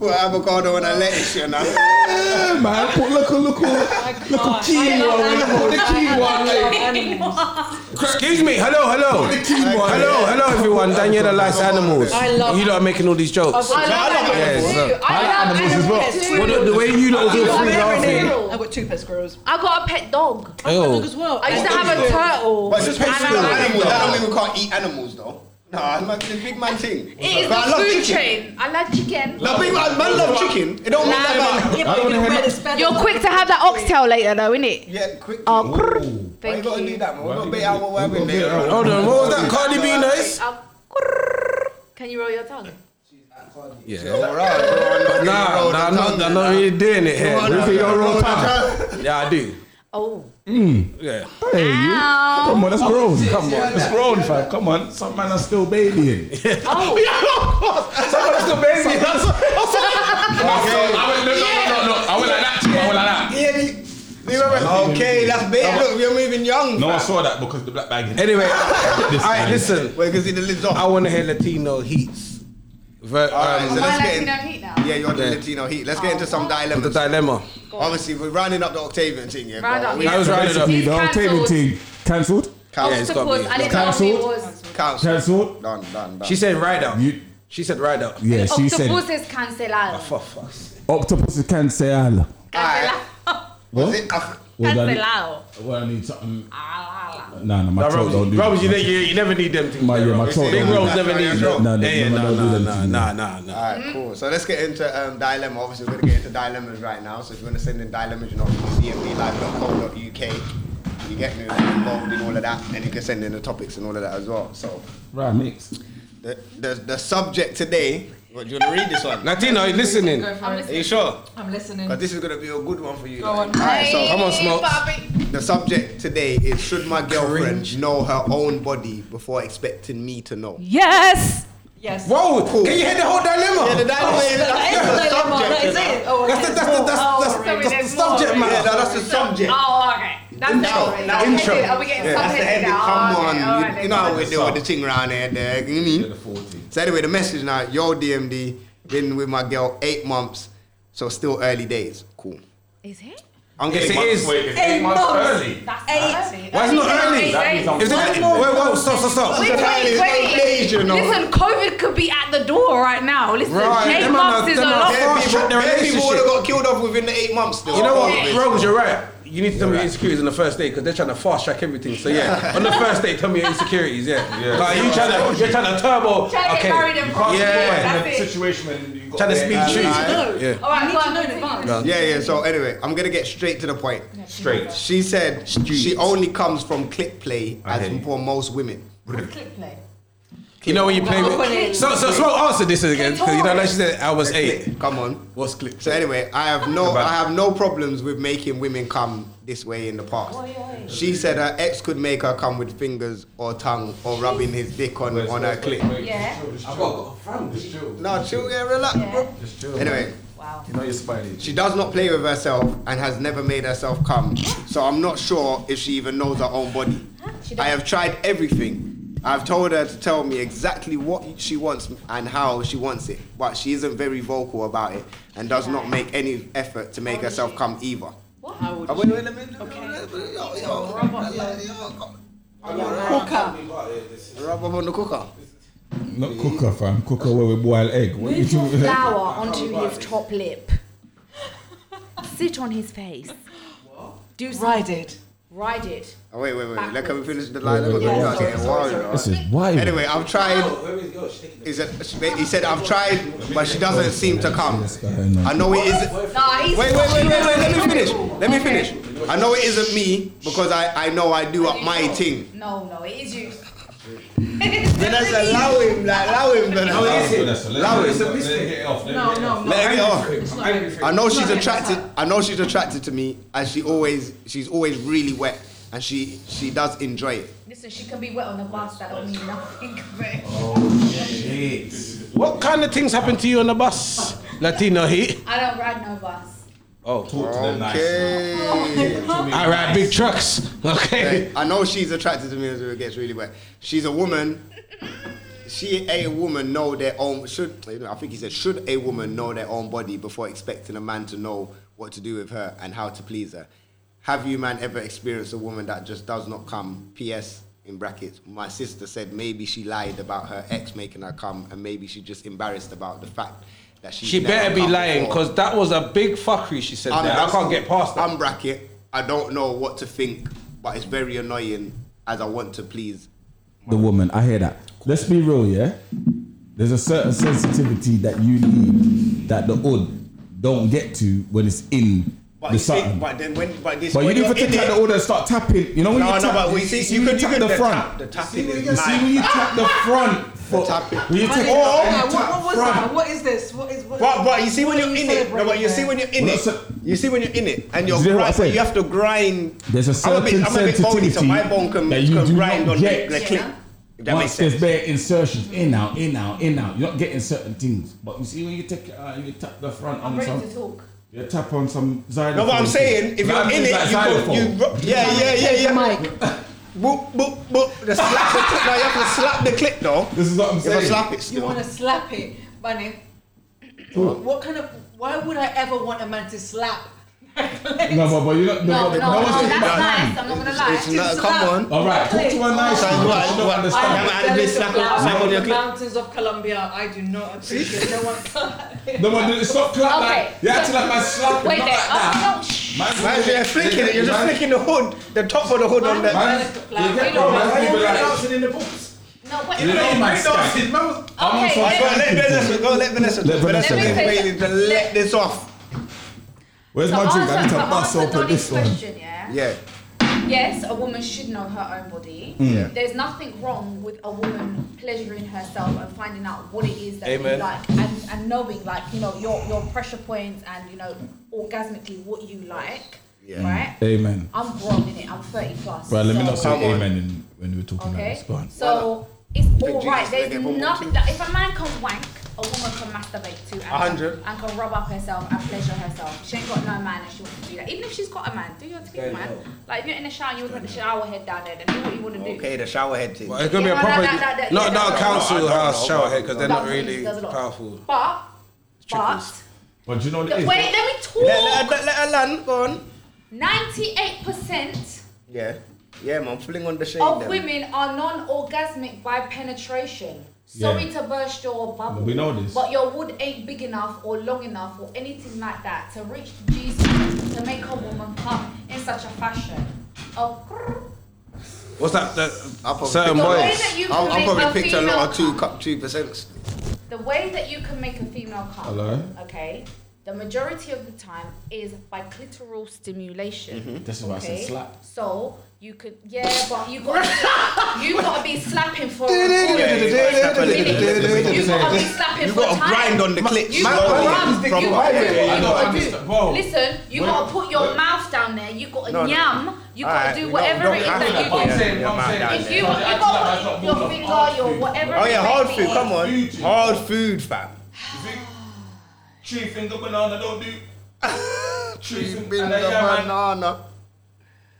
Speaker 5: Put avocado and a lettuce, you know.
Speaker 8: Yeah, man. Put look, look, look, look, look,
Speaker 2: Put the quinoa, like- Excuse me, hello, hello.
Speaker 8: Put the quinoa,
Speaker 2: Hello,
Speaker 8: yeah.
Speaker 2: hello everyone. Daniela likes animals.
Speaker 8: I love-
Speaker 2: You lot are making all these jokes.
Speaker 4: I love
Speaker 2: Yeah,
Speaker 4: animals
Speaker 2: so-
Speaker 4: too. I love
Speaker 2: animals as well.
Speaker 4: animals too.
Speaker 2: Well, the- the way you lot was all three laughing. Oh.
Speaker 4: I've got two pet squirrels.
Speaker 7: I got a pet dog.
Speaker 2: I've got a dog as
Speaker 4: well.
Speaker 7: I used to have a turtle.
Speaker 5: But it's just
Speaker 7: And
Speaker 5: pets
Speaker 7: I-
Speaker 5: still animals. That
Speaker 7: It
Speaker 5: don't mean we can't eat animals, though. Nah, man, it's a big man thing.
Speaker 7: is
Speaker 5: But I
Speaker 7: the
Speaker 5: love chicken.
Speaker 7: food chain. I like chicken.
Speaker 5: No, big man, man love chicken. It don't mean
Speaker 7: Nah,
Speaker 5: that.
Speaker 7: but-
Speaker 5: man-
Speaker 7: yeah, but your bread is better. You're quick to have that oxtail later, though, innit?
Speaker 5: Yeah, quick.
Speaker 7: Oh,
Speaker 5: Why you
Speaker 7: thank
Speaker 5: gotta do
Speaker 7: you.
Speaker 5: that, man? We're not bait out what we're having there.
Speaker 2: Hold on, what was that? Cardi B nice?
Speaker 7: Um, Can you roll your tongue?
Speaker 2: Yeah. Nah, nah, I'm not, I'm not really doing it here.
Speaker 8: You say you're roll
Speaker 2: Yeah, I do.
Speaker 7: Oh.
Speaker 2: Yeah.
Speaker 8: Mm. Hey, you.
Speaker 7: Ow.
Speaker 8: Come on, that's grown.
Speaker 2: Come on.
Speaker 8: That's grown, fam. Come on. Some man are still babying.
Speaker 7: Oh.
Speaker 8: Someone's still babying. That's
Speaker 19: I went, no, no, no, no, no. I went like that, too. I went like that.
Speaker 5: Yeah, you- you remember- Okay, that's bait. Look, we're moving young.
Speaker 19: No, I
Speaker 5: fam.
Speaker 19: saw that because the black bag.
Speaker 2: Anyway, alright, listen.
Speaker 5: Wait, because he lives off.
Speaker 2: I want to hear Latino heats. Ver,
Speaker 5: Alright,
Speaker 2: um,
Speaker 5: so let's
Speaker 7: I
Speaker 5: get in.
Speaker 7: Latino heat now? Oh.
Speaker 5: Yeah, you're the
Speaker 2: Yeah.
Speaker 5: Latino heat. Let's get into some dilemmas.
Speaker 2: the dilemma.
Speaker 5: Obviously, we're rounding up the Octavian thing, yeah.
Speaker 7: Round
Speaker 5: bro.
Speaker 7: up,
Speaker 5: We-
Speaker 7: yeah.
Speaker 2: I was rounded up.
Speaker 8: basically the
Speaker 7: He's
Speaker 8: Octavian
Speaker 7: cancelled.
Speaker 8: team cancelled.
Speaker 5: Council.
Speaker 2: Yeah, it's got
Speaker 7: Octopus,
Speaker 2: me.
Speaker 7: I didn't know what
Speaker 8: Cancelled?
Speaker 7: it was.
Speaker 5: Council.
Speaker 8: Cancelled.
Speaker 5: Done, done, done.
Speaker 2: She said ride out.
Speaker 8: You-
Speaker 2: She said ride out.
Speaker 8: Yeah, she said
Speaker 7: Octopus is cancelado.
Speaker 2: For fuck's sake.
Speaker 8: octopus is cancelled.
Speaker 5: Alright. Was it? I-
Speaker 8: Well, I,
Speaker 7: Cancelado.
Speaker 8: well, I need something.
Speaker 7: Ah, la, la.
Speaker 8: Nah, nah, my
Speaker 2: No,
Speaker 8: throat
Speaker 2: Rose,
Speaker 8: don't do
Speaker 2: Rose, you,
Speaker 8: that.
Speaker 2: ne- you, you never need them things.
Speaker 8: My-
Speaker 2: there,
Speaker 8: yeah, my
Speaker 2: Rose.
Speaker 8: throat
Speaker 2: Big
Speaker 8: don't-
Speaker 2: Rose never
Speaker 5: No,
Speaker 2: needs
Speaker 5: no,
Speaker 2: them.
Speaker 8: no,
Speaker 2: yeah, yeah,
Speaker 8: no,
Speaker 2: nah,
Speaker 8: no,
Speaker 2: nah,
Speaker 8: no,
Speaker 2: nah,
Speaker 8: no.
Speaker 2: nah, nah, nah.
Speaker 5: Alright, cool. So let's get into um, dilemma. Obviously, we're going to get into dilemmas right now. So if you want to send in dilemmas, you know, dmblive.co.uk. You get me? We're involved in all of that. And you can send in the topics and all of that as well. So
Speaker 8: Right, mix.
Speaker 5: the, the, the subject today. What, do you want to read this one? Are
Speaker 2: Latino, you listening?
Speaker 4: Go for it.
Speaker 5: you sure?
Speaker 4: I'm listening.
Speaker 5: Because this is going to be a good one for you.
Speaker 4: Go on.
Speaker 5: Alright, so
Speaker 2: Come on, Smokes.
Speaker 5: The subject today is should my girlfriend know her own body before expecting me to know?
Speaker 4: Yes. Yes.
Speaker 2: Whoa,
Speaker 5: Cool.
Speaker 2: can you hear the whole dilemma?
Speaker 5: Yeah, the dilemma is-
Speaker 4: That is
Speaker 5: that's the
Speaker 4: the dilemma. That
Speaker 5: subject.
Speaker 4: is
Speaker 5: you know?
Speaker 4: it. Oh,
Speaker 2: That's the-
Speaker 4: okay.
Speaker 2: that's the- that's-
Speaker 4: Oh,
Speaker 2: that's-
Speaker 4: sorry,
Speaker 2: that's the
Speaker 4: there's more
Speaker 2: subject
Speaker 4: already.
Speaker 2: matter.
Speaker 5: Yeah, no, that's the subject.
Speaker 7: Oh, okay. That's
Speaker 5: Intro.
Speaker 7: it.
Speaker 5: Now
Speaker 7: Okay,
Speaker 5: intro.
Speaker 7: Are we getting
Speaker 5: Yeah, that's the
Speaker 7: subheaded
Speaker 5: heading.
Speaker 7: now?
Speaker 5: Come
Speaker 7: Oh,
Speaker 5: on,
Speaker 7: okay,
Speaker 5: you-
Speaker 7: alright,
Speaker 5: you,
Speaker 7: then.
Speaker 5: know how we do with the thing around here, dog. You mean? So anyway, the message now, yo DMD, been with my girl eight months, so still early days. Cool.
Speaker 7: Is it?
Speaker 5: I'm
Speaker 2: Yes,
Speaker 5: getting
Speaker 2: it
Speaker 5: my-
Speaker 2: is.
Speaker 19: Wait, it's
Speaker 4: Eight
Speaker 19: eight months
Speaker 4: months.
Speaker 19: early.
Speaker 7: That's
Speaker 4: Eight.
Speaker 2: Why is it not early?
Speaker 7: That
Speaker 19: means I'm
Speaker 2: Is it? Wait, whoa, stop, stop, stop.
Speaker 7: Wait,
Speaker 5: It's early,
Speaker 7: wait,
Speaker 5: it's
Speaker 7: wait.
Speaker 5: eight days, you know.
Speaker 7: Listen, COVID could be at the door right now. Listen,
Speaker 2: Right,
Speaker 7: eight
Speaker 2: them man
Speaker 7: months
Speaker 2: are-
Speaker 7: is a
Speaker 2: them are-
Speaker 7: lot.
Speaker 2: Yeah.
Speaker 5: Bare
Speaker 2: Oh, shit,
Speaker 5: people,
Speaker 2: the
Speaker 5: bare people would have
Speaker 2: relationship.
Speaker 5: got killed off within the eight months. Though.
Speaker 2: You know what,
Speaker 5: Obviously.
Speaker 2: Rose, you're right. You need to tell me your insecurities on the first date because they're trying to fast track everything. So yeah, on the first date, tell me your insecurities. Yeah,
Speaker 19: Yeah.
Speaker 2: like you trying to, you're trying to turbo.
Speaker 7: Trying to get
Speaker 2: okay,
Speaker 7: married and cross
Speaker 2: yeah,
Speaker 7: That's it.
Speaker 19: Situation when you got
Speaker 2: trying to
Speaker 19: there,
Speaker 2: speak
Speaker 19: uh,
Speaker 2: truth.
Speaker 5: uh,
Speaker 2: Yeah.
Speaker 7: All right, go
Speaker 4: You need
Speaker 7: on,
Speaker 4: to know in
Speaker 7: continue.
Speaker 4: advance.
Speaker 5: Yeah, yeah. So anyway, I'm gonna get straight to the point.
Speaker 19: Straight.
Speaker 5: She said she only comes from clip play as for most women.
Speaker 7: Clip play.
Speaker 2: You know when you play with. So, so, so answer this again because you know, like she said, I was eight.
Speaker 5: Come on.
Speaker 2: What's clip?
Speaker 5: So anyway, I have no I have no problems with making women come this way in the past.
Speaker 7: Oh,
Speaker 5: She said her ex could make her come with fingers or tongue or rubbing his dick on, on her clit.
Speaker 7: Yeah.
Speaker 19: I've got a friend. Just chill.
Speaker 5: No, chill, yeah, relax, bro.
Speaker 19: Just chill.
Speaker 5: Anyway,
Speaker 7: Wow.
Speaker 19: You know your spine.
Speaker 5: she does not play with herself and has never made herself come. So I'm not sure if she even knows her own body.
Speaker 7: She
Speaker 5: I
Speaker 7: does.
Speaker 5: have tried everything. I've told her to tell me exactly what she wants and how she wants it, but she isn't very vocal about it and does not make any effort to make herself come either.
Speaker 7: What? How would
Speaker 5: I wouldn't let me- Yo, yo, Rub up on the cooker.
Speaker 8: Not cooker, fam. Cooker where we boil egg. What
Speaker 7: Move
Speaker 8: you
Speaker 7: your
Speaker 8: do-
Speaker 7: flower onto his top lip. Sit on his face. Do something.
Speaker 4: Ride it.
Speaker 7: Ride it.
Speaker 5: Oh, wait, wait, wait. Let, can we finish the line?
Speaker 8: Wait, wait, wait,
Speaker 5: We are
Speaker 8: wait.
Speaker 5: getting wild, you know.
Speaker 8: This is why.
Speaker 5: Anyway, I've tried. He said, he said, I've tried, but she doesn't seem to come. I know it isn't.
Speaker 7: Nah, he's
Speaker 5: Wait, wait, wait, wait, wait. Let me finish. Let me finish. I know it isn't me because I, I know I do up my thing.
Speaker 7: No, no, it is you.
Speaker 5: Then I said, allow him, like, allow him. Then
Speaker 19: Allow
Speaker 5: allow him. Allow
Speaker 19: it.
Speaker 5: him.
Speaker 19: Let's get it off.
Speaker 4: No, no, no.
Speaker 5: Let him get off.
Speaker 4: It's not angry for
Speaker 5: I
Speaker 4: you.
Speaker 5: know she's
Speaker 4: Sorry,
Speaker 5: attracted.
Speaker 4: I'm
Speaker 5: I know she's attracted to me, and she always she's always really wet, and she she does enjoy it.
Speaker 7: Listen, she can be wet on the bus. That don't mean nothing. but-
Speaker 8: Oh.
Speaker 2: What kind of things happen to you on the bus? Latino heat.
Speaker 7: I don't ride no bus.
Speaker 2: Oh,
Speaker 19: Talk to them nice.
Speaker 5: Okay.
Speaker 2: I ride big trucks. Okay.
Speaker 5: I know she's attracted to me as it gets really wet. She's a woman. she a woman know their own should I think he said should a woman know their own body before expecting a man to know what to do with her and how to please her? Have you man ever experienced a woman that just does not come? P.S. in brackets. My sister said maybe she lied about her ex making her come, and maybe she just embarrassed about the fact that she.
Speaker 2: She better be lying because that was a big fuckery she said. That. I can't get past that.
Speaker 5: I'm bracket. I don't know what to think, but it's very annoying as I want to please
Speaker 8: the woman. I hear that. Let's be real, yeah. There's a certain sensitivity that you need that the odd don't get to when it's in
Speaker 5: But
Speaker 8: the
Speaker 5: you see,
Speaker 8: something.
Speaker 5: but then when but this
Speaker 8: But you
Speaker 5: when
Speaker 8: need to
Speaker 5: you're in
Speaker 8: take out
Speaker 5: it-
Speaker 8: the order and start tapping. You know when
Speaker 5: no,
Speaker 8: you
Speaker 5: no,
Speaker 8: tap,
Speaker 5: but we
Speaker 8: you
Speaker 5: see
Speaker 8: see,
Speaker 5: you,
Speaker 8: when
Speaker 5: can
Speaker 8: you
Speaker 5: you
Speaker 8: tap
Speaker 5: can
Speaker 8: the
Speaker 5: the
Speaker 8: front.
Speaker 5: tap, the tapping is
Speaker 8: You see when you tap the front. foot, When you take oh, you
Speaker 4: what,
Speaker 8: tap
Speaker 4: what was
Speaker 8: front.
Speaker 4: that? What is this? What is what?
Speaker 5: But, but you see when
Speaker 4: what
Speaker 5: you're
Speaker 4: are
Speaker 5: in it, no,
Speaker 4: celebrating
Speaker 5: but you see
Speaker 4: there?
Speaker 5: when you're in
Speaker 8: Well,
Speaker 5: it, you see when you're in it, and
Speaker 8: You
Speaker 5: you're
Speaker 8: see what I
Speaker 5: grinding.
Speaker 8: said?
Speaker 5: You have to grind.
Speaker 8: There's a
Speaker 5: I'm a bit,
Speaker 8: certain
Speaker 5: I'm a bit bony, so
Speaker 8: sensitivity
Speaker 5: my bone can,
Speaker 8: that you
Speaker 5: can
Speaker 8: do
Speaker 5: grind
Speaker 8: not
Speaker 5: on the,
Speaker 8: get.
Speaker 5: the clip. That makes
Speaker 8: Once
Speaker 5: sense.
Speaker 8: there's bare insertions, in out, in out, in out. You're not getting certain things. But you see when you take it out and you tap the front
Speaker 7: I'm
Speaker 8: on
Speaker 7: ready
Speaker 8: some,
Speaker 7: to talk.
Speaker 8: you tap on some xylophone.
Speaker 5: No, but I'm saying if you're in it, you go, you ro- yeah, yeah, yeah, yeah. Boop, boop, boop. The slap the clip. No, you have to slap the clip though.
Speaker 8: This is what I'm
Speaker 5: If I
Speaker 8: saying.
Speaker 5: slap it
Speaker 4: You
Speaker 5: still.
Speaker 4: want to slap it, bunny.
Speaker 8: What?
Speaker 4: What kind of? Why would I ever want a man to slap?
Speaker 8: No, but, but you don't. No,
Speaker 4: No,
Speaker 8: but,
Speaker 4: no,
Speaker 8: no, one's
Speaker 4: no,
Speaker 8: talking
Speaker 4: that's
Speaker 8: about
Speaker 4: nice.
Speaker 8: hand.
Speaker 4: I'm not gonna
Speaker 5: It's-
Speaker 4: lie.
Speaker 5: it's not-
Speaker 4: To
Speaker 5: come
Speaker 4: slap.
Speaker 5: on.
Speaker 8: All right, talk to her nicely.
Speaker 5: So what-
Speaker 8: You don't
Speaker 5: what-
Speaker 8: understand.
Speaker 5: I'm
Speaker 4: I
Speaker 5: had a bit
Speaker 4: am
Speaker 5: slap
Speaker 4: fell
Speaker 5: on-
Speaker 4: out
Speaker 5: slap on
Speaker 4: of
Speaker 5: your
Speaker 4: the
Speaker 5: clip.
Speaker 4: mountains of Colombia. I do not appreciate no one clapping.
Speaker 8: No, but stop clap
Speaker 4: Okay.
Speaker 8: that. You have to like my slap.
Speaker 4: Wait
Speaker 8: not
Speaker 4: there.
Speaker 8: like
Speaker 4: Oh,
Speaker 8: that.
Speaker 4: no, shh.
Speaker 8: Man's
Speaker 5: Man, you're flicking it. You're just flicking the hood, the top of the hood on the.
Speaker 8: Man's- you get-
Speaker 5: No,
Speaker 8: man's
Speaker 5: man,
Speaker 8: people
Speaker 5: you're
Speaker 8: like-
Speaker 5: dancing in the books.
Speaker 7: No, wait.
Speaker 8: You know
Speaker 5: Let
Speaker 8: my
Speaker 5: Vanessa-
Speaker 8: style.
Speaker 5: man was-
Speaker 8: I'm on
Speaker 7: Okay,
Speaker 8: some
Speaker 5: Go
Speaker 7: let-
Speaker 5: on,
Speaker 8: funky
Speaker 5: Let Vanessa
Speaker 8: people.
Speaker 5: go. Let Vanessa.
Speaker 8: Let Vanessa
Speaker 5: Vanessa
Speaker 8: go.
Speaker 5: been waiting to let this off.
Speaker 8: Where's my
Speaker 7: So
Speaker 8: drink? I
Speaker 7: answer-
Speaker 8: need to
Speaker 7: to
Speaker 8: bust
Speaker 7: answer
Speaker 8: open
Speaker 7: Donnie's
Speaker 8: this one.
Speaker 7: question, yeah?
Speaker 5: Yeah.
Speaker 7: Yes, a woman should know her own body.
Speaker 8: Yeah.
Speaker 7: There's nothing wrong with a woman pleasuring herself and finding out what it is that
Speaker 2: Amen.
Speaker 7: you like and, and knowing like, you know, your your pressure points and you know, orgasmically what you like.
Speaker 5: Yeah.
Speaker 7: Right?
Speaker 8: Amen.
Speaker 7: I'm grown in it, I'm thirty plus.
Speaker 8: Right, let me
Speaker 7: so-
Speaker 8: not say
Speaker 5: Come on.
Speaker 8: amen in, when we were talking about
Speaker 7: Okay?
Speaker 8: this. Go on.
Speaker 7: So it's all
Speaker 5: Jesus,
Speaker 7: right.
Speaker 5: they
Speaker 7: There's
Speaker 5: get one more
Speaker 7: nothing that if a man can wank, a woman can masturbate too,
Speaker 5: A
Speaker 7: and,
Speaker 5: hundred.
Speaker 7: and can rub up herself and pleasure herself. She ain't got no man, and she wants to do that. Even if she's got a man, do your thing, man. Like if you're in the shower, you want to put the shower head down there, then do what you want to do.
Speaker 5: Okay, the shower head thing.
Speaker 2: But it's gonna be a
Speaker 7: Yeah,
Speaker 2: proper,
Speaker 7: that- that- that-
Speaker 2: not
Speaker 7: yeah,
Speaker 2: not a
Speaker 7: that-
Speaker 2: council
Speaker 5: No, I don't
Speaker 2: house
Speaker 5: know.
Speaker 2: shower head because they're
Speaker 7: No,
Speaker 2: not
Speaker 7: please,
Speaker 2: really
Speaker 7: does a lot.
Speaker 2: powerful.
Speaker 7: But, but,
Speaker 8: But you know what
Speaker 7: the,
Speaker 8: it
Speaker 7: wait,
Speaker 8: is?
Speaker 7: let me
Speaker 5: Let, let,
Speaker 7: talk.
Speaker 5: let, let her land. Go on.
Speaker 7: Ninety-eight percent
Speaker 5: Yeah. Yeah, man. Fling on the shade.
Speaker 7: of
Speaker 5: then.
Speaker 7: women are non-orgasmic by penetration. Sorry
Speaker 8: Yeah.
Speaker 7: to burst your bubble.
Speaker 8: We know this.
Speaker 7: But your wood ain't big enough or long enough or anything like that to reach Jesus to make a woman come in such a fashion. Oh,
Speaker 2: What's that? The,
Speaker 5: probably
Speaker 2: certain
Speaker 5: picked
Speaker 7: The way
Speaker 2: boys.
Speaker 7: that you
Speaker 5: I'll,
Speaker 7: can
Speaker 5: I'll
Speaker 7: make a
Speaker 5: probably picked a lot of two
Speaker 7: female
Speaker 5: cup two percent.
Speaker 7: the way that you can make a female come,
Speaker 8: Hello?
Speaker 7: okay, the majority of the time is by clitoral stimulation.
Speaker 5: Mm-hmm.
Speaker 8: That's why I said
Speaker 7: okay?
Speaker 8: slap.
Speaker 7: So you could, yeah, but you got you got to be slapping for. a good minute. You got to be slapping
Speaker 5: You
Speaker 7: for
Speaker 5: got to
Speaker 7: time.
Speaker 5: grind on the clip.
Speaker 7: You got to grind. You got to do
Speaker 8: I
Speaker 7: what you
Speaker 8: don't
Speaker 7: got to do.
Speaker 8: understand. Bro.
Speaker 7: Listen, you
Speaker 8: Wait,
Speaker 7: got to put your
Speaker 8: wait.
Speaker 7: mouth down there. You got to
Speaker 5: No, no.
Speaker 7: yam. You got to do whatever it is that
Speaker 8: I'm
Speaker 7: you do.
Speaker 8: saying, I'm saying-
Speaker 7: If you, you
Speaker 8: Yeah.
Speaker 7: got to put your finger, your whatever.
Speaker 5: Oh
Speaker 7: it
Speaker 5: yeah,
Speaker 7: may
Speaker 5: hard
Speaker 7: be.
Speaker 5: food. Come on,
Speaker 8: Huge.
Speaker 5: hard food, fam.
Speaker 8: Tree finger banana don't do. Tree
Speaker 5: Bring the banana.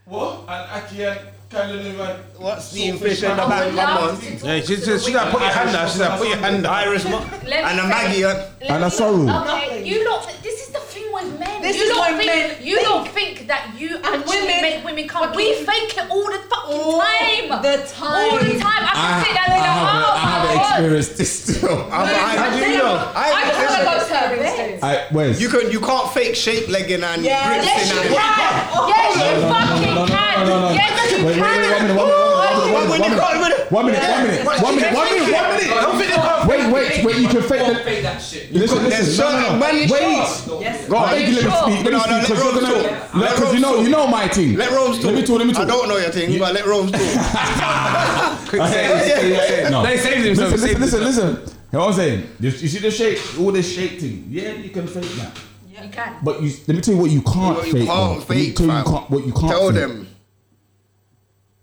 Speaker 8: What? And Aki and Kalinu
Speaker 5: What's steam fish in the
Speaker 7: I would
Speaker 5: bag? Come
Speaker 7: love
Speaker 5: on.
Speaker 7: to talk
Speaker 2: Yeah, she
Speaker 7: to
Speaker 2: said,
Speaker 7: the
Speaker 2: she said, put your
Speaker 7: women.
Speaker 2: hand down. She said, put your hand down.
Speaker 5: Irish mo-
Speaker 7: Let me
Speaker 5: and a
Speaker 7: say-
Speaker 5: Maggie. uh,
Speaker 7: Let
Speaker 8: And
Speaker 7: me-
Speaker 8: a sorrow.
Speaker 7: Okay, you lot. This is the thing with men.
Speaker 4: This
Speaker 7: you
Speaker 4: is
Speaker 7: don't
Speaker 4: why
Speaker 7: think,
Speaker 4: men
Speaker 7: You don't think that you actually
Speaker 4: women-
Speaker 7: make women come.
Speaker 4: but
Speaker 7: We
Speaker 4: we-
Speaker 7: fake it all the fucking
Speaker 4: All
Speaker 7: time.
Speaker 4: the time.
Speaker 7: All the time. I can
Speaker 8: I,
Speaker 7: sit
Speaker 8: I,
Speaker 7: there and go,
Speaker 8: haven't,
Speaker 7: oh
Speaker 8: I
Speaker 7: my
Speaker 8: haven't
Speaker 7: God.
Speaker 8: experienced this still.
Speaker 5: I'm- I-
Speaker 7: I
Speaker 5: I do
Speaker 7: tell you
Speaker 5: know.
Speaker 7: what,
Speaker 5: I-
Speaker 7: I just
Speaker 5: listen,
Speaker 7: wanna go to her bed.
Speaker 8: I, where's?
Speaker 5: You can you can't fake shape legging and
Speaker 4: Yeah,
Speaker 7: Yes,
Speaker 5: grips
Speaker 7: you
Speaker 5: in and.
Speaker 7: can. Yes, you fucking can. Yes, you
Speaker 8: Wait, wait, wait, one
Speaker 7: can.
Speaker 8: minute, one minute, one minute, one minute, one minute, one minute, one minute, one minute, one minute.
Speaker 5: Don't think you can't fake.
Speaker 8: Wait, wait, wait, you can fake
Speaker 20: Don't
Speaker 8: the.
Speaker 20: fake that shit.
Speaker 8: Listen,
Speaker 5: There's
Speaker 8: listen, no, no,
Speaker 5: certain
Speaker 8: no.
Speaker 5: man.
Speaker 8: Wait.
Speaker 20: Don't
Speaker 8: Go on, let me
Speaker 7: Sure.
Speaker 8: speak. Let
Speaker 5: No,
Speaker 8: me
Speaker 5: no,
Speaker 8: speak
Speaker 5: let
Speaker 8: because
Speaker 5: Rose
Speaker 8: you're gonna.
Speaker 5: talk.
Speaker 8: No,
Speaker 5: Let
Speaker 8: 'cause you
Speaker 5: Rose
Speaker 8: know, you
Speaker 5: talk.
Speaker 8: know my team.
Speaker 5: Let Rose talk.
Speaker 8: Let me talk. Let me talk.
Speaker 5: I don't know your thing, but let Rose talk.
Speaker 2: Quick save, quick save.
Speaker 8: No.
Speaker 2: They saved himself.
Speaker 8: Listen,
Speaker 2: saved
Speaker 8: listen, listen,
Speaker 2: himself.
Speaker 8: listen. You know what I'm saying? You, you see the shape, all this shape thing. Yeah, you can fake that.
Speaker 7: You can.
Speaker 8: But you, let me tell you what you can't
Speaker 5: What
Speaker 8: fake.
Speaker 5: you can't
Speaker 8: though. Let me
Speaker 5: fake,
Speaker 8: tell you
Speaker 5: fam.
Speaker 8: you can't, what you can't
Speaker 5: Tell
Speaker 8: fake.
Speaker 5: them.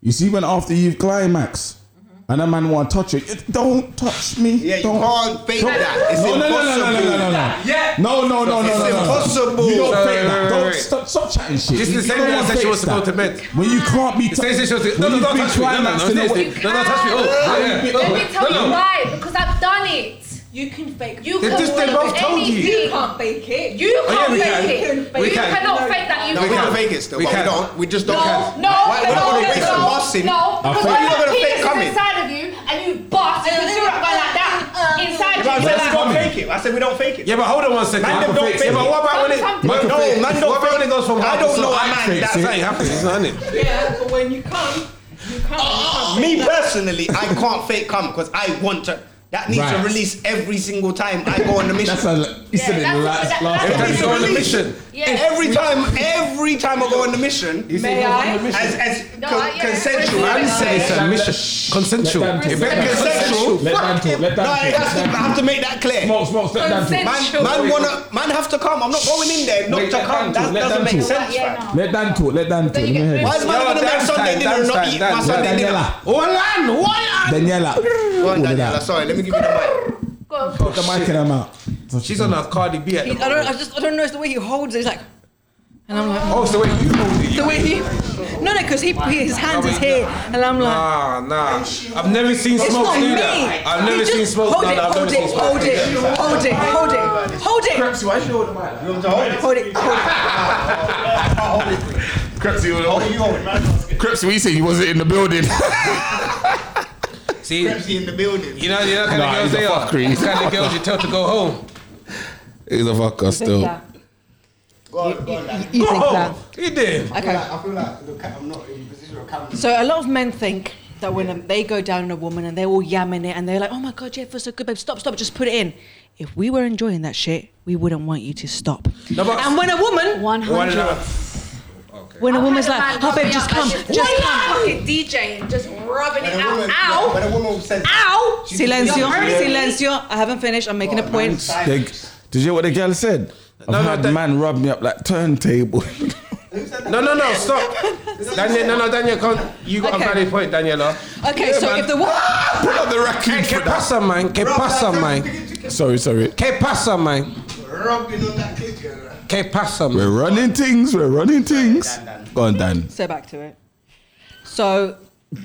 Speaker 8: You see, when after you've climaxed
Speaker 2: Mm-hmm.
Speaker 8: and a man want to touch it, don't touch me.
Speaker 5: Yeah, you
Speaker 8: don't.
Speaker 5: can't fake that. It's
Speaker 8: No, no,
Speaker 20: Yeah,
Speaker 5: impossible.
Speaker 8: no, no, no, no, no, no, no. No, no, no, no,
Speaker 2: It's
Speaker 8: no, no.
Speaker 2: impossible.
Speaker 8: You don't
Speaker 2: No,
Speaker 8: fake
Speaker 2: wait,
Speaker 8: that.
Speaker 2: wait,
Speaker 8: Don't
Speaker 2: wait.
Speaker 8: stop, stop chatting shit.
Speaker 2: This is the
Speaker 8: You
Speaker 2: same
Speaker 8: know
Speaker 2: girl
Speaker 8: one
Speaker 2: that said she
Speaker 8: fakes
Speaker 2: wants to go
Speaker 8: that.
Speaker 2: to bed.
Speaker 8: When you can't be
Speaker 2: The same said she wants to- No,
Speaker 8: when
Speaker 2: no,
Speaker 8: you
Speaker 2: don't
Speaker 8: think
Speaker 2: touch me. No, no,
Speaker 8: climax
Speaker 2: no,
Speaker 8: to
Speaker 2: stay,
Speaker 8: know-
Speaker 2: stay. No, no, touch me. Oh,
Speaker 8: How
Speaker 2: yeah.
Speaker 8: you think-
Speaker 2: No,
Speaker 1: Let
Speaker 2: no.
Speaker 1: me tell
Speaker 2: no.
Speaker 1: you why. Because I've done it.
Speaker 4: You can fake
Speaker 1: You
Speaker 2: They
Speaker 1: can
Speaker 2: just- they
Speaker 1: fake
Speaker 2: both told you.
Speaker 1: anything.
Speaker 4: You can't fake it.
Speaker 1: You
Speaker 2: Oh, yeah,
Speaker 1: can't
Speaker 2: we
Speaker 1: fake
Speaker 2: can.
Speaker 1: it.
Speaker 2: We
Speaker 1: you
Speaker 2: can.
Speaker 1: cannot fake that. You
Speaker 5: No, we
Speaker 1: can't.
Speaker 5: can fake it still,
Speaker 2: We
Speaker 5: but
Speaker 2: can.
Speaker 5: we don't. We just don't
Speaker 1: No,
Speaker 5: care.
Speaker 1: no,
Speaker 5: Why- we're not
Speaker 1: no,
Speaker 5: going to waste
Speaker 1: no,
Speaker 5: the busting.
Speaker 1: No,
Speaker 5: Why
Speaker 1: because
Speaker 5: are you not going to
Speaker 1: penis
Speaker 5: fake
Speaker 1: is
Speaker 5: coming?
Speaker 1: inside of you and you bust the syrup by like that. Inside you.
Speaker 5: Yeah, but I said
Speaker 1: you're
Speaker 5: we
Speaker 1: like-
Speaker 5: don't fake it. I said we don't fake it.
Speaker 2: Yeah, but hold on one second.
Speaker 5: Man, them
Speaker 2: Michael
Speaker 5: don't
Speaker 2: fakes
Speaker 5: fake
Speaker 2: it. Yeah, but what about when it?
Speaker 1: Sometimes.
Speaker 2: Michael
Speaker 5: No,
Speaker 2: fakes
Speaker 5: man
Speaker 2: it.
Speaker 5: don't
Speaker 2: What about
Speaker 5: fake
Speaker 2: when it goes from
Speaker 5: it. I
Speaker 2: half
Speaker 5: don't
Speaker 2: to
Speaker 5: know
Speaker 2: half
Speaker 5: a man
Speaker 2: fakes
Speaker 5: that's
Speaker 2: it?
Speaker 5: like-
Speaker 2: happens, isn't it?
Speaker 4: Yeah, but when you come, you come.
Speaker 5: Me personally, I can't fake come because I want to. That needs to
Speaker 8: Right.
Speaker 5: release every single time I go on the mission.
Speaker 8: That's a. He said it
Speaker 1: that's-
Speaker 8: last
Speaker 1: that-
Speaker 8: last
Speaker 5: It
Speaker 8: time.
Speaker 5: needs
Speaker 2: you
Speaker 5: to
Speaker 2: go on the
Speaker 5: release.
Speaker 2: mission.
Speaker 1: Yeah.
Speaker 5: Every time, every time I go on the mission,
Speaker 4: oh, May I?
Speaker 5: as, as
Speaker 1: No,
Speaker 5: con-
Speaker 1: I- yeah,
Speaker 5: consensual,
Speaker 1: yeah,
Speaker 5: man
Speaker 1: yeah.
Speaker 5: says,
Speaker 2: It's a mission. Consensual.
Speaker 8: Let them-
Speaker 2: It better be
Speaker 5: Let them-
Speaker 2: consensual.
Speaker 8: Let Dan talk. Let
Speaker 5: no,
Speaker 8: Dan
Speaker 5: I
Speaker 8: talk.
Speaker 5: have to, I have to make that clear.
Speaker 8: Smoke, smoke. Let Dan talk.
Speaker 5: Man, man wanna, man have to come. I'm not going in there not
Speaker 8: Wait,
Speaker 5: to
Speaker 8: let
Speaker 5: come.
Speaker 8: Dan
Speaker 5: That
Speaker 8: talk, let
Speaker 5: doesn't
Speaker 8: Dan
Speaker 5: make
Speaker 8: talk.
Speaker 5: sense,
Speaker 1: Yeah,
Speaker 5: fam.
Speaker 1: no.
Speaker 8: Let Dan talk. Let Dan talk. Let
Speaker 1: you
Speaker 8: me
Speaker 1: get
Speaker 8: hear
Speaker 1: three-
Speaker 5: Why is
Speaker 8: this.
Speaker 5: man
Speaker 2: Yo,
Speaker 5: gonna make
Speaker 2: dance
Speaker 5: Sunday
Speaker 2: time,
Speaker 5: dinner and
Speaker 2: dance
Speaker 5: not
Speaker 2: time,
Speaker 5: eat my
Speaker 2: dance,
Speaker 5: Sunday
Speaker 2: dance.
Speaker 5: dinner?
Speaker 8: Daniela.
Speaker 2: Olan, Olan.
Speaker 8: Daniela.
Speaker 5: Go on,
Speaker 8: Hold it
Speaker 5: Daniela.
Speaker 8: out.
Speaker 5: Sorry, let me give you the mic.
Speaker 1: Go on.
Speaker 8: Put the mic in her mouth.
Speaker 2: She's on a Cardi B at
Speaker 4: He,
Speaker 2: the
Speaker 4: I don't. I
Speaker 2: moment.
Speaker 4: just. I don't know. It's the way he holds it. He's like, and I'm like,
Speaker 2: Oh, so wait, you moved it.
Speaker 4: the
Speaker 2: You-
Speaker 4: way he. No, no, because he, he his hand is here, and I'm like.
Speaker 2: Nah, nah. I've never seen
Speaker 4: It's
Speaker 2: Smoke
Speaker 4: not
Speaker 2: do
Speaker 4: me.
Speaker 2: that. I've
Speaker 4: He
Speaker 2: never
Speaker 4: just-
Speaker 2: seen Smoke.
Speaker 4: Hold
Speaker 2: no,
Speaker 4: it,
Speaker 2: no, I've
Speaker 4: hold
Speaker 2: never seen
Speaker 4: it,
Speaker 2: Smoke
Speaker 4: hold
Speaker 2: do
Speaker 4: it,
Speaker 2: that.
Speaker 4: hold it, hold it, hold it,
Speaker 6: Crepsy, why should you hold the mic like that?
Speaker 4: hold it, hold it.
Speaker 2: Crepsy, what
Speaker 21: Crips.
Speaker 2: you saying? You wasn't in the building. See,
Speaker 5: Pepsi in the building.
Speaker 2: you know, you know, kind Nah, of girls he's a they are. fuckery. These kind of girls you tell to go home. He's a fucker still.
Speaker 5: Go on, go on, Daniela.
Speaker 4: You think that?
Speaker 2: Oh, He did.
Speaker 4: Okay.
Speaker 5: I feel like look, I'm not in position of coming.
Speaker 4: So a lot of men think that when um they go down on a woman and they're all yamming it and they're like, oh my god, yeah, it feels so good, babe. Stop, stop, just put it in. If we were enjoying that shit, we wouldn't want you to stop.
Speaker 2: No, but-
Speaker 4: and when a woman,
Speaker 7: One
Speaker 2: Why
Speaker 7: hundred.
Speaker 2: not?
Speaker 4: when a
Speaker 7: I've
Speaker 4: woman's
Speaker 7: had a
Speaker 4: like,
Speaker 7: man
Speaker 4: oh
Speaker 7: rub
Speaker 4: babe,
Speaker 7: me
Speaker 4: just
Speaker 7: up
Speaker 4: come,
Speaker 7: like
Speaker 4: just come.
Speaker 1: Fucking DJing, just rubbing it
Speaker 5: When a
Speaker 1: out.
Speaker 5: woman-
Speaker 1: Ow!
Speaker 5: When a woman says,
Speaker 4: Ow!
Speaker 5: She's-
Speaker 4: Silencio,
Speaker 5: You're already-
Speaker 4: silencio. I haven't finished. I'm making a point.
Speaker 8: They, did you hear what the girl said? I've
Speaker 2: no,
Speaker 8: had
Speaker 2: that-
Speaker 8: man rub me up like turntable.
Speaker 2: No, no, no, stop. Daniel, no, no, Daniel, can't. You got
Speaker 4: Okay.
Speaker 2: a valid point, Daniela.
Speaker 4: Okay,
Speaker 2: Yeah,
Speaker 4: so
Speaker 2: man.
Speaker 4: if the woman,
Speaker 2: Pull up the raccoon. Que pasa, man? Que pasa, man?
Speaker 8: sorry, sorry.
Speaker 2: Que pasa, man?
Speaker 5: rubbing on that kitchen. right?
Speaker 2: Que pasa, man?
Speaker 8: We're running things. We're running things.
Speaker 5: Dan, Dan.
Speaker 8: Go on, Dan.
Speaker 4: so back to it. So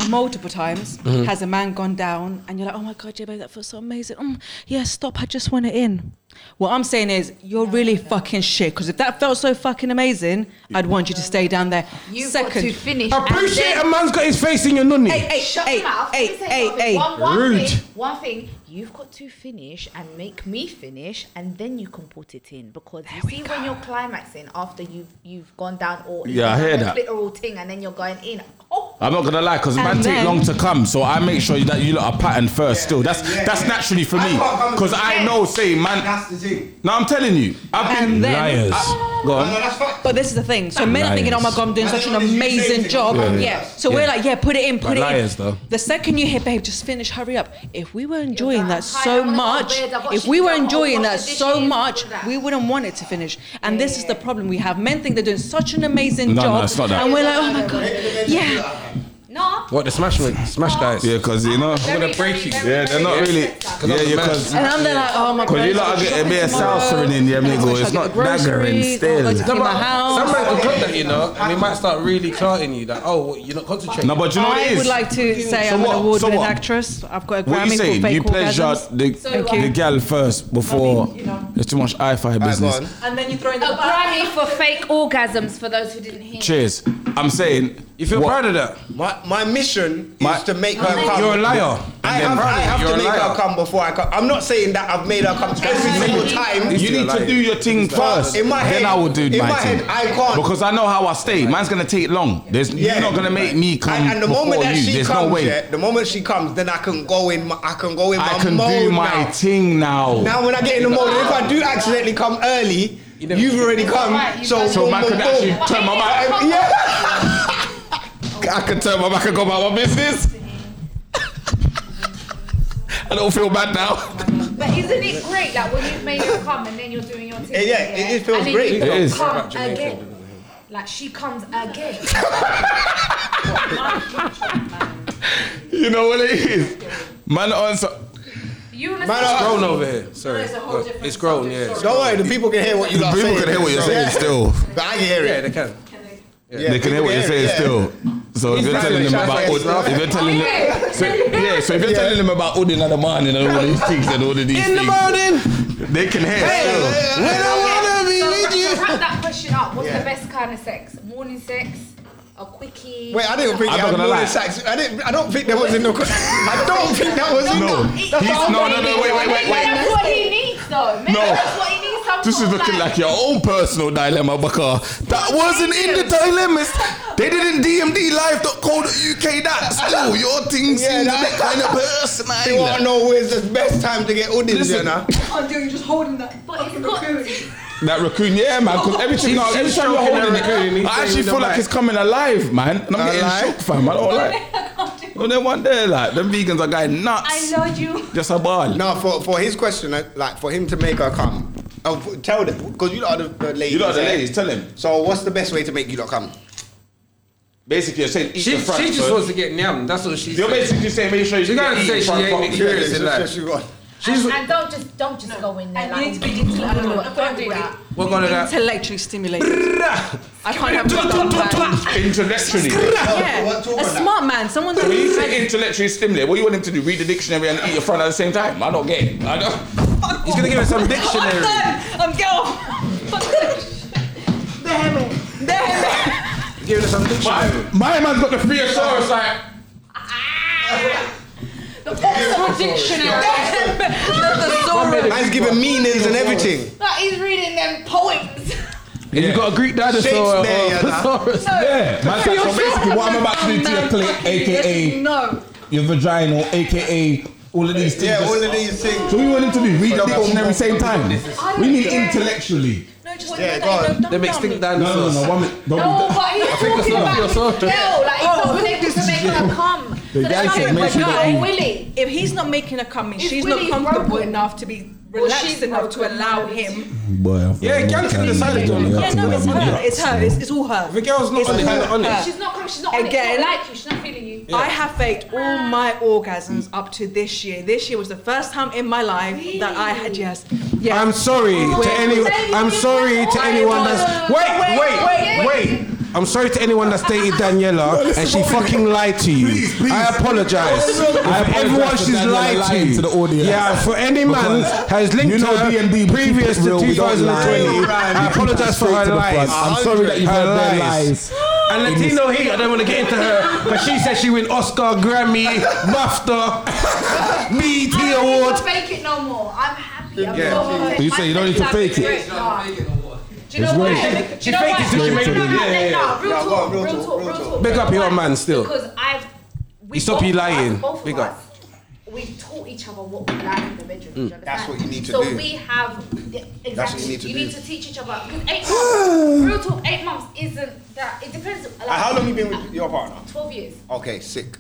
Speaker 4: multiple times has a man gone down and you're like, oh my god, babe, that feels so amazing. Mm, yeah, stop. I just want it in. What I'm saying is, you're really fucking shit. Because if that felt so fucking amazing, I'd want you to stay down there.
Speaker 7: You got
Speaker 4: Second.
Speaker 7: to finish. and
Speaker 2: Appreciate
Speaker 7: then-
Speaker 2: a man's got his face in your nunny.
Speaker 4: Hey, hey,
Speaker 7: Shut
Speaker 4: hey,
Speaker 7: your mouth.
Speaker 4: hey,
Speaker 7: Let me say
Speaker 4: hey,
Speaker 7: something.
Speaker 4: hey.
Speaker 7: One, one
Speaker 2: Rude.
Speaker 7: Thing, one thing, you've got to finish and make me finish, and then you can put it in. Because you see, when you're climaxing after you've you've gone down all
Speaker 8: Yeah, I
Speaker 7: you've
Speaker 8: hear
Speaker 7: done the
Speaker 8: that.
Speaker 7: clitoral thing, and then you're going in. Oh,
Speaker 8: I'm not gonna lie, cause
Speaker 4: And
Speaker 8: man take
Speaker 4: then-
Speaker 8: long to come, so I make sure that you lot are patterned first. still, that's
Speaker 5: yeah,
Speaker 8: that's
Speaker 5: yeah.
Speaker 8: naturally for
Speaker 5: I
Speaker 8: me,
Speaker 5: can't come
Speaker 8: cause
Speaker 5: to-
Speaker 8: I know, say man.
Speaker 5: That's the thing.
Speaker 8: No, I'm telling you, I've been
Speaker 4: And then-
Speaker 8: liars. Go
Speaker 5: No, no,
Speaker 8: on.
Speaker 5: that's fine.
Speaker 4: But this is the thing. So men are thinking, oh my
Speaker 8: Liars.
Speaker 4: god, I'm doing
Speaker 5: And
Speaker 4: such an
Speaker 5: then obviously you say
Speaker 4: amazing
Speaker 5: things,
Speaker 4: job.
Speaker 5: yeah,
Speaker 4: Yeah.
Speaker 5: yeah.
Speaker 4: So we're like, yeah, put it in, put
Speaker 2: But
Speaker 4: it
Speaker 2: liars,
Speaker 4: in.
Speaker 2: though.
Speaker 4: The second you hit, babe, just finish, hurry up. If we were enjoying
Speaker 7: like,
Speaker 4: that
Speaker 7: "Hi,
Speaker 4: so
Speaker 7: I wanna go to
Speaker 4: much,
Speaker 7: bed, I've got
Speaker 4: if
Speaker 7: shit
Speaker 4: we
Speaker 7: to
Speaker 4: were
Speaker 7: do, I'll
Speaker 4: enjoying
Speaker 7: wash
Speaker 4: that
Speaker 7: the
Speaker 4: so
Speaker 7: dishes,
Speaker 4: much,
Speaker 7: do that."
Speaker 4: we wouldn't want it to finish. And this is the problem we have. Men think they're doing such an amazing
Speaker 8: No, no,
Speaker 4: job,
Speaker 8: it's not that.
Speaker 4: and we're like, oh my god, yeah.
Speaker 7: no.
Speaker 2: What the smash smash guys?
Speaker 8: Yeah, cause you know.
Speaker 2: I'm gonna break you.
Speaker 8: Yeah, they're not really. Yeah,
Speaker 2: I'm
Speaker 8: yeah,
Speaker 2: the man.
Speaker 8: cause.
Speaker 4: And I'm there like, oh my god.
Speaker 8: Because you lot are getting a bit of salsa in your middle. It's not daggering still.
Speaker 2: No,
Speaker 4: In
Speaker 2: but
Speaker 4: my house.
Speaker 2: Some man can cut that, you know, and he might start really charting you. That oh, you're not concentrating.
Speaker 8: No, but you know what it
Speaker 4: I
Speaker 8: is?
Speaker 4: would like to say
Speaker 8: So
Speaker 4: I'm
Speaker 8: what?
Speaker 4: an
Speaker 8: So
Speaker 4: award-winning
Speaker 8: what?
Speaker 4: actress. I've got a
Speaker 8: What you
Speaker 4: Grammy for
Speaker 8: saying?
Speaker 4: fake
Speaker 8: You pleasure
Speaker 4: orgasms.
Speaker 8: the,
Speaker 4: Thank
Speaker 8: the
Speaker 4: you.
Speaker 8: gal first before
Speaker 4: Nothing, you know.
Speaker 8: it's too much hi-fi business.
Speaker 5: on.
Speaker 4: And then you throw in
Speaker 7: A Oh, Grammy for fake orgasms for those who didn't hear.
Speaker 8: Cheers. I'm saying
Speaker 2: You feel
Speaker 8: what-
Speaker 2: proud of that?
Speaker 5: My, my mission
Speaker 8: My-
Speaker 5: is to make her come.
Speaker 2: You're a liar.
Speaker 5: I have, I have to make her come before I come. I'm not saying that I've made her come every single time.
Speaker 8: You need to do your thing first.
Speaker 5: in my head-
Speaker 8: then I will do
Speaker 5: in
Speaker 8: my,
Speaker 5: my
Speaker 8: thing.
Speaker 5: head, I can't.
Speaker 8: because I know how I stay. Mine's gonna take long. There's
Speaker 5: Yeah.
Speaker 8: you're not gonna make me come
Speaker 5: And, and the
Speaker 8: before
Speaker 5: moment that
Speaker 8: you.
Speaker 5: she
Speaker 8: There's
Speaker 5: comes,
Speaker 8: no way.
Speaker 5: yeah, the moment she comes, then I can go in. My, I can go in.
Speaker 8: I
Speaker 5: my
Speaker 8: can
Speaker 5: mode
Speaker 8: do my
Speaker 5: now.
Speaker 8: thing now.
Speaker 5: Now when I get in the mode, if I do accidentally come early,
Speaker 2: never-
Speaker 5: you've already come.
Speaker 7: Right, you've
Speaker 5: so
Speaker 7: done
Speaker 8: so
Speaker 5: boom,
Speaker 8: man
Speaker 5: boom,
Speaker 8: could
Speaker 5: boom.
Speaker 8: actually turn my back.
Speaker 5: Yeah.
Speaker 8: I can turn my back and go about my business. I don't feel bad now.
Speaker 7: But isn't it great that when you've made her come and then you're doing your thing?
Speaker 5: Yeah, yeah, it- it feels
Speaker 7: and then
Speaker 5: great.
Speaker 7: You
Speaker 5: It
Speaker 7: can
Speaker 8: is.
Speaker 7: Come again. Like she comes again.
Speaker 8: You know what it is? Man on so-
Speaker 7: You wanna
Speaker 2: Man,
Speaker 7: say-
Speaker 2: it's grown over here. Sorry,
Speaker 7: No, it's a whole
Speaker 2: Look,
Speaker 7: different
Speaker 2: it's grown. Yeah,
Speaker 7: subject, sorry. Don't worry, the
Speaker 5: people can hear what you
Speaker 8: The
Speaker 5: lot
Speaker 8: people
Speaker 5: saying,
Speaker 8: can hear what you're
Speaker 5: so-
Speaker 8: saying still.
Speaker 5: But I can hear it.
Speaker 2: Yeah, they can.
Speaker 8: they can hear what you're saying still. So if
Speaker 5: He's
Speaker 8: you're
Speaker 5: trying to
Speaker 8: telling them
Speaker 5: shout
Speaker 8: about
Speaker 5: out
Speaker 8: Ud,
Speaker 5: his mouth.
Speaker 8: if you're telling them, so, yeah, so if you're telling them about Ud in the morning and all these things and all of these
Speaker 22: In the
Speaker 8: things, they can hear. still.
Speaker 7: So, to wrap that question up, what's
Speaker 5: Yeah.
Speaker 7: the best kind of sex? Morning sex? A quickie?
Speaker 5: Wait, I didn't think it
Speaker 8: I'm not
Speaker 5: had
Speaker 8: gonna
Speaker 5: more
Speaker 8: lie.
Speaker 5: than sex. I didn't. I don't think there was in the. I don't think that was in
Speaker 8: No.
Speaker 5: the.
Speaker 8: He's-
Speaker 5: That's what I'm
Speaker 8: no, no,
Speaker 5: saying.
Speaker 8: no, wait, wait, wait, wait.
Speaker 7: That's what he needs, though. Maybe
Speaker 8: No.
Speaker 7: that's what he needs. Some
Speaker 8: This is
Speaker 7: sort of
Speaker 8: looking like your own personal dilemma, because that wasn't in the dilemmas. They didn't dmdlive.co.uk that. Still, your thing
Speaker 5: Yeah,
Speaker 8: seems
Speaker 5: that-
Speaker 8: that kind of person.
Speaker 5: You want to know where's the best time to get Udin, you know?
Speaker 4: Oh, dude, you're just holding that.
Speaker 7: But it's got.
Speaker 8: That raccoon, yeah, man. Because every time,
Speaker 2: She's-
Speaker 8: no, every
Speaker 2: she's
Speaker 8: time
Speaker 2: stroking
Speaker 8: you're holding
Speaker 2: the raccoon,
Speaker 8: it,
Speaker 2: he's
Speaker 8: I actually
Speaker 2: saying
Speaker 8: feel
Speaker 2: the
Speaker 8: like
Speaker 2: mic.
Speaker 8: it's coming alive, man. And I'm getting
Speaker 5: Alive?
Speaker 8: shook, fam. I don't like. No, they want there, like them vegans are going
Speaker 7: I
Speaker 8: nuts.
Speaker 7: know you.
Speaker 8: Just a ball.
Speaker 5: No, for, for his question, uh, like for him to make her come, oh, f- tell them because you lot are the, the ladies.
Speaker 8: You lot are the
Speaker 5: eh?
Speaker 8: ladies, tell them.
Speaker 5: So what's the best way to make you lot come?
Speaker 8: Basically, you're saying eat
Speaker 2: She,
Speaker 8: the front.
Speaker 2: she just
Speaker 8: first.
Speaker 2: wants to get nyam. That's what she's.
Speaker 8: You're
Speaker 2: saying.
Speaker 8: basically saying make sure you
Speaker 2: She can't
Speaker 8: eat
Speaker 2: say
Speaker 8: the
Speaker 2: she
Speaker 8: front
Speaker 2: ain't
Speaker 8: part.
Speaker 2: experienced in life.
Speaker 5: Yes, you got.
Speaker 2: She's-
Speaker 7: And, and don't just don't just go in there.
Speaker 4: I
Speaker 7: like,
Speaker 4: need to be intellectual.
Speaker 7: Don't,
Speaker 4: Don't
Speaker 7: do that.
Speaker 2: We're gonna that.
Speaker 4: Intellectually stimulated. I can't have that.
Speaker 8: Intellectually.
Speaker 5: What-
Speaker 4: Yeah,
Speaker 5: talk
Speaker 4: a
Speaker 5: on that.
Speaker 4: smart man, someone
Speaker 8: When you say
Speaker 4: that.
Speaker 8: intellectually stimulated, what do you want him to do? Read the dictionary and eat your front at the same time? I don't get it. I don't.
Speaker 2: He's gonna give us some dictionary.
Speaker 4: I'm girl. Damn it.
Speaker 2: Give us some
Speaker 8: My,
Speaker 2: dictionary.
Speaker 8: my man's got the thesaurus like.
Speaker 7: The possible dictionary.
Speaker 5: Man's giving meanings and everything.
Speaker 7: Like he's reading them poems.
Speaker 8: And you got a Greek dinosaur.
Speaker 5: Shakespeare, yeah, nah.
Speaker 8: Yeah, man. So basically, what I'm about to do to your plate, aka
Speaker 4: No.
Speaker 23: Your vaginal, aka all of these things.
Speaker 5: Yeah,
Speaker 23: just-
Speaker 5: all of these things.
Speaker 23: so we want him to do read the dictionary same time. We need intellectually.
Speaker 4: No, just
Speaker 5: Yeah, go on.
Speaker 2: Them extinct
Speaker 23: No, no,
Speaker 2: dinosaurs.
Speaker 23: no, one minute. Don't
Speaker 8: Oh,
Speaker 7: No,
Speaker 23: do that.
Speaker 7: but he's talking about his
Speaker 2: so.
Speaker 7: girl. Like
Speaker 4: Oh,
Speaker 7: he's not able to make her come.
Speaker 23: The guy
Speaker 7: that's
Speaker 23: said
Speaker 7: why
Speaker 23: make
Speaker 7: it's
Speaker 23: sure
Speaker 7: like,
Speaker 23: that
Speaker 7: oh,
Speaker 23: he-
Speaker 7: Willie.
Speaker 4: If he's not making a coming,
Speaker 7: Is
Speaker 4: she's not
Speaker 7: Willie
Speaker 4: comfortable
Speaker 7: broken?
Speaker 4: enough to be
Speaker 7: Well,
Speaker 4: relaxed
Speaker 7: she's
Speaker 4: enough to
Speaker 7: broken.
Speaker 4: allow him.
Speaker 23: Boy, I feel
Speaker 2: Yeah,
Speaker 23: like-
Speaker 2: girls can decide it, don't they?
Speaker 4: Yeah, no, it's her. It's her. It's, it's all her.
Speaker 2: If a girl's not
Speaker 4: It's
Speaker 2: on it,
Speaker 4: all
Speaker 2: she's not on it.
Speaker 4: her.
Speaker 7: She's not coming. She's not. on it. She's
Speaker 4: Again.
Speaker 7: not like you. She's not feeling you.
Speaker 4: I have faked all my orgasms up to this year. This year was the first time in my life that I had yes. yes.
Speaker 2: I'm sorry to any. I'm sorry to anyone that's. Wait, wait, wait. I'm sorry to anyone that's dated Daniela and she fucking lied to you. I apologize.
Speaker 23: I
Speaker 2: If
Speaker 23: apologize
Speaker 2: everyone
Speaker 23: for
Speaker 2: she's
Speaker 23: Daniela
Speaker 2: lied to
Speaker 23: lying
Speaker 2: you.
Speaker 23: to the audience.
Speaker 2: Yeah, for any man
Speaker 23: Because
Speaker 2: has linked
Speaker 23: you know
Speaker 2: to her
Speaker 23: B&B, we
Speaker 2: previous
Speaker 23: keep it
Speaker 2: to
Speaker 23: real, we don't
Speaker 2: 2020.
Speaker 23: lie.
Speaker 2: I
Speaker 23: We keep it
Speaker 2: apologize for
Speaker 23: straight to
Speaker 2: her
Speaker 23: the
Speaker 2: lies.
Speaker 23: front. I'm sorry that you've
Speaker 2: Her
Speaker 23: heard their lies.
Speaker 2: And Latino heat, I don't want to get into her because she said she win Oscar, Grammy, BAFTA, BET
Speaker 7: I don't need
Speaker 2: Awards.
Speaker 7: to fake it no more. I'm happy. I'm
Speaker 5: Yeah.
Speaker 7: so content.
Speaker 23: You say you don't need to
Speaker 7: My
Speaker 23: fake it.
Speaker 7: sex life is great. Nah.
Speaker 24: Make it no more.
Speaker 7: Do you know
Speaker 23: It's
Speaker 7: why? Do you
Speaker 2: faked
Speaker 7: know why?
Speaker 2: it till she made it.
Speaker 7: No, no, no,
Speaker 2: Yeah, yeah,
Speaker 7: no,
Speaker 5: yeah.
Speaker 7: Real
Speaker 5: No,
Speaker 7: talk,
Speaker 5: go on,
Speaker 7: real talk, real talk.
Speaker 2: Big up your
Speaker 7: Why?
Speaker 2: man still.
Speaker 7: Because I've. We
Speaker 2: He stop
Speaker 7: both
Speaker 2: you
Speaker 7: of
Speaker 2: lying.
Speaker 7: us- both of
Speaker 2: Big
Speaker 7: us,
Speaker 2: up.
Speaker 7: We've taught each other what we like in the bedroom. do
Speaker 2: Mm.
Speaker 7: you understand?
Speaker 5: That's what you need to
Speaker 7: so
Speaker 5: do.
Speaker 7: we have the- exactly.
Speaker 5: That's what you need to do.
Speaker 7: teach each other. 'Cause Eight months. real talk. Eight months isn't that. It depends. Like,
Speaker 5: Uh, how long you been with your partner?
Speaker 7: Twelve years.
Speaker 5: Okay, sick.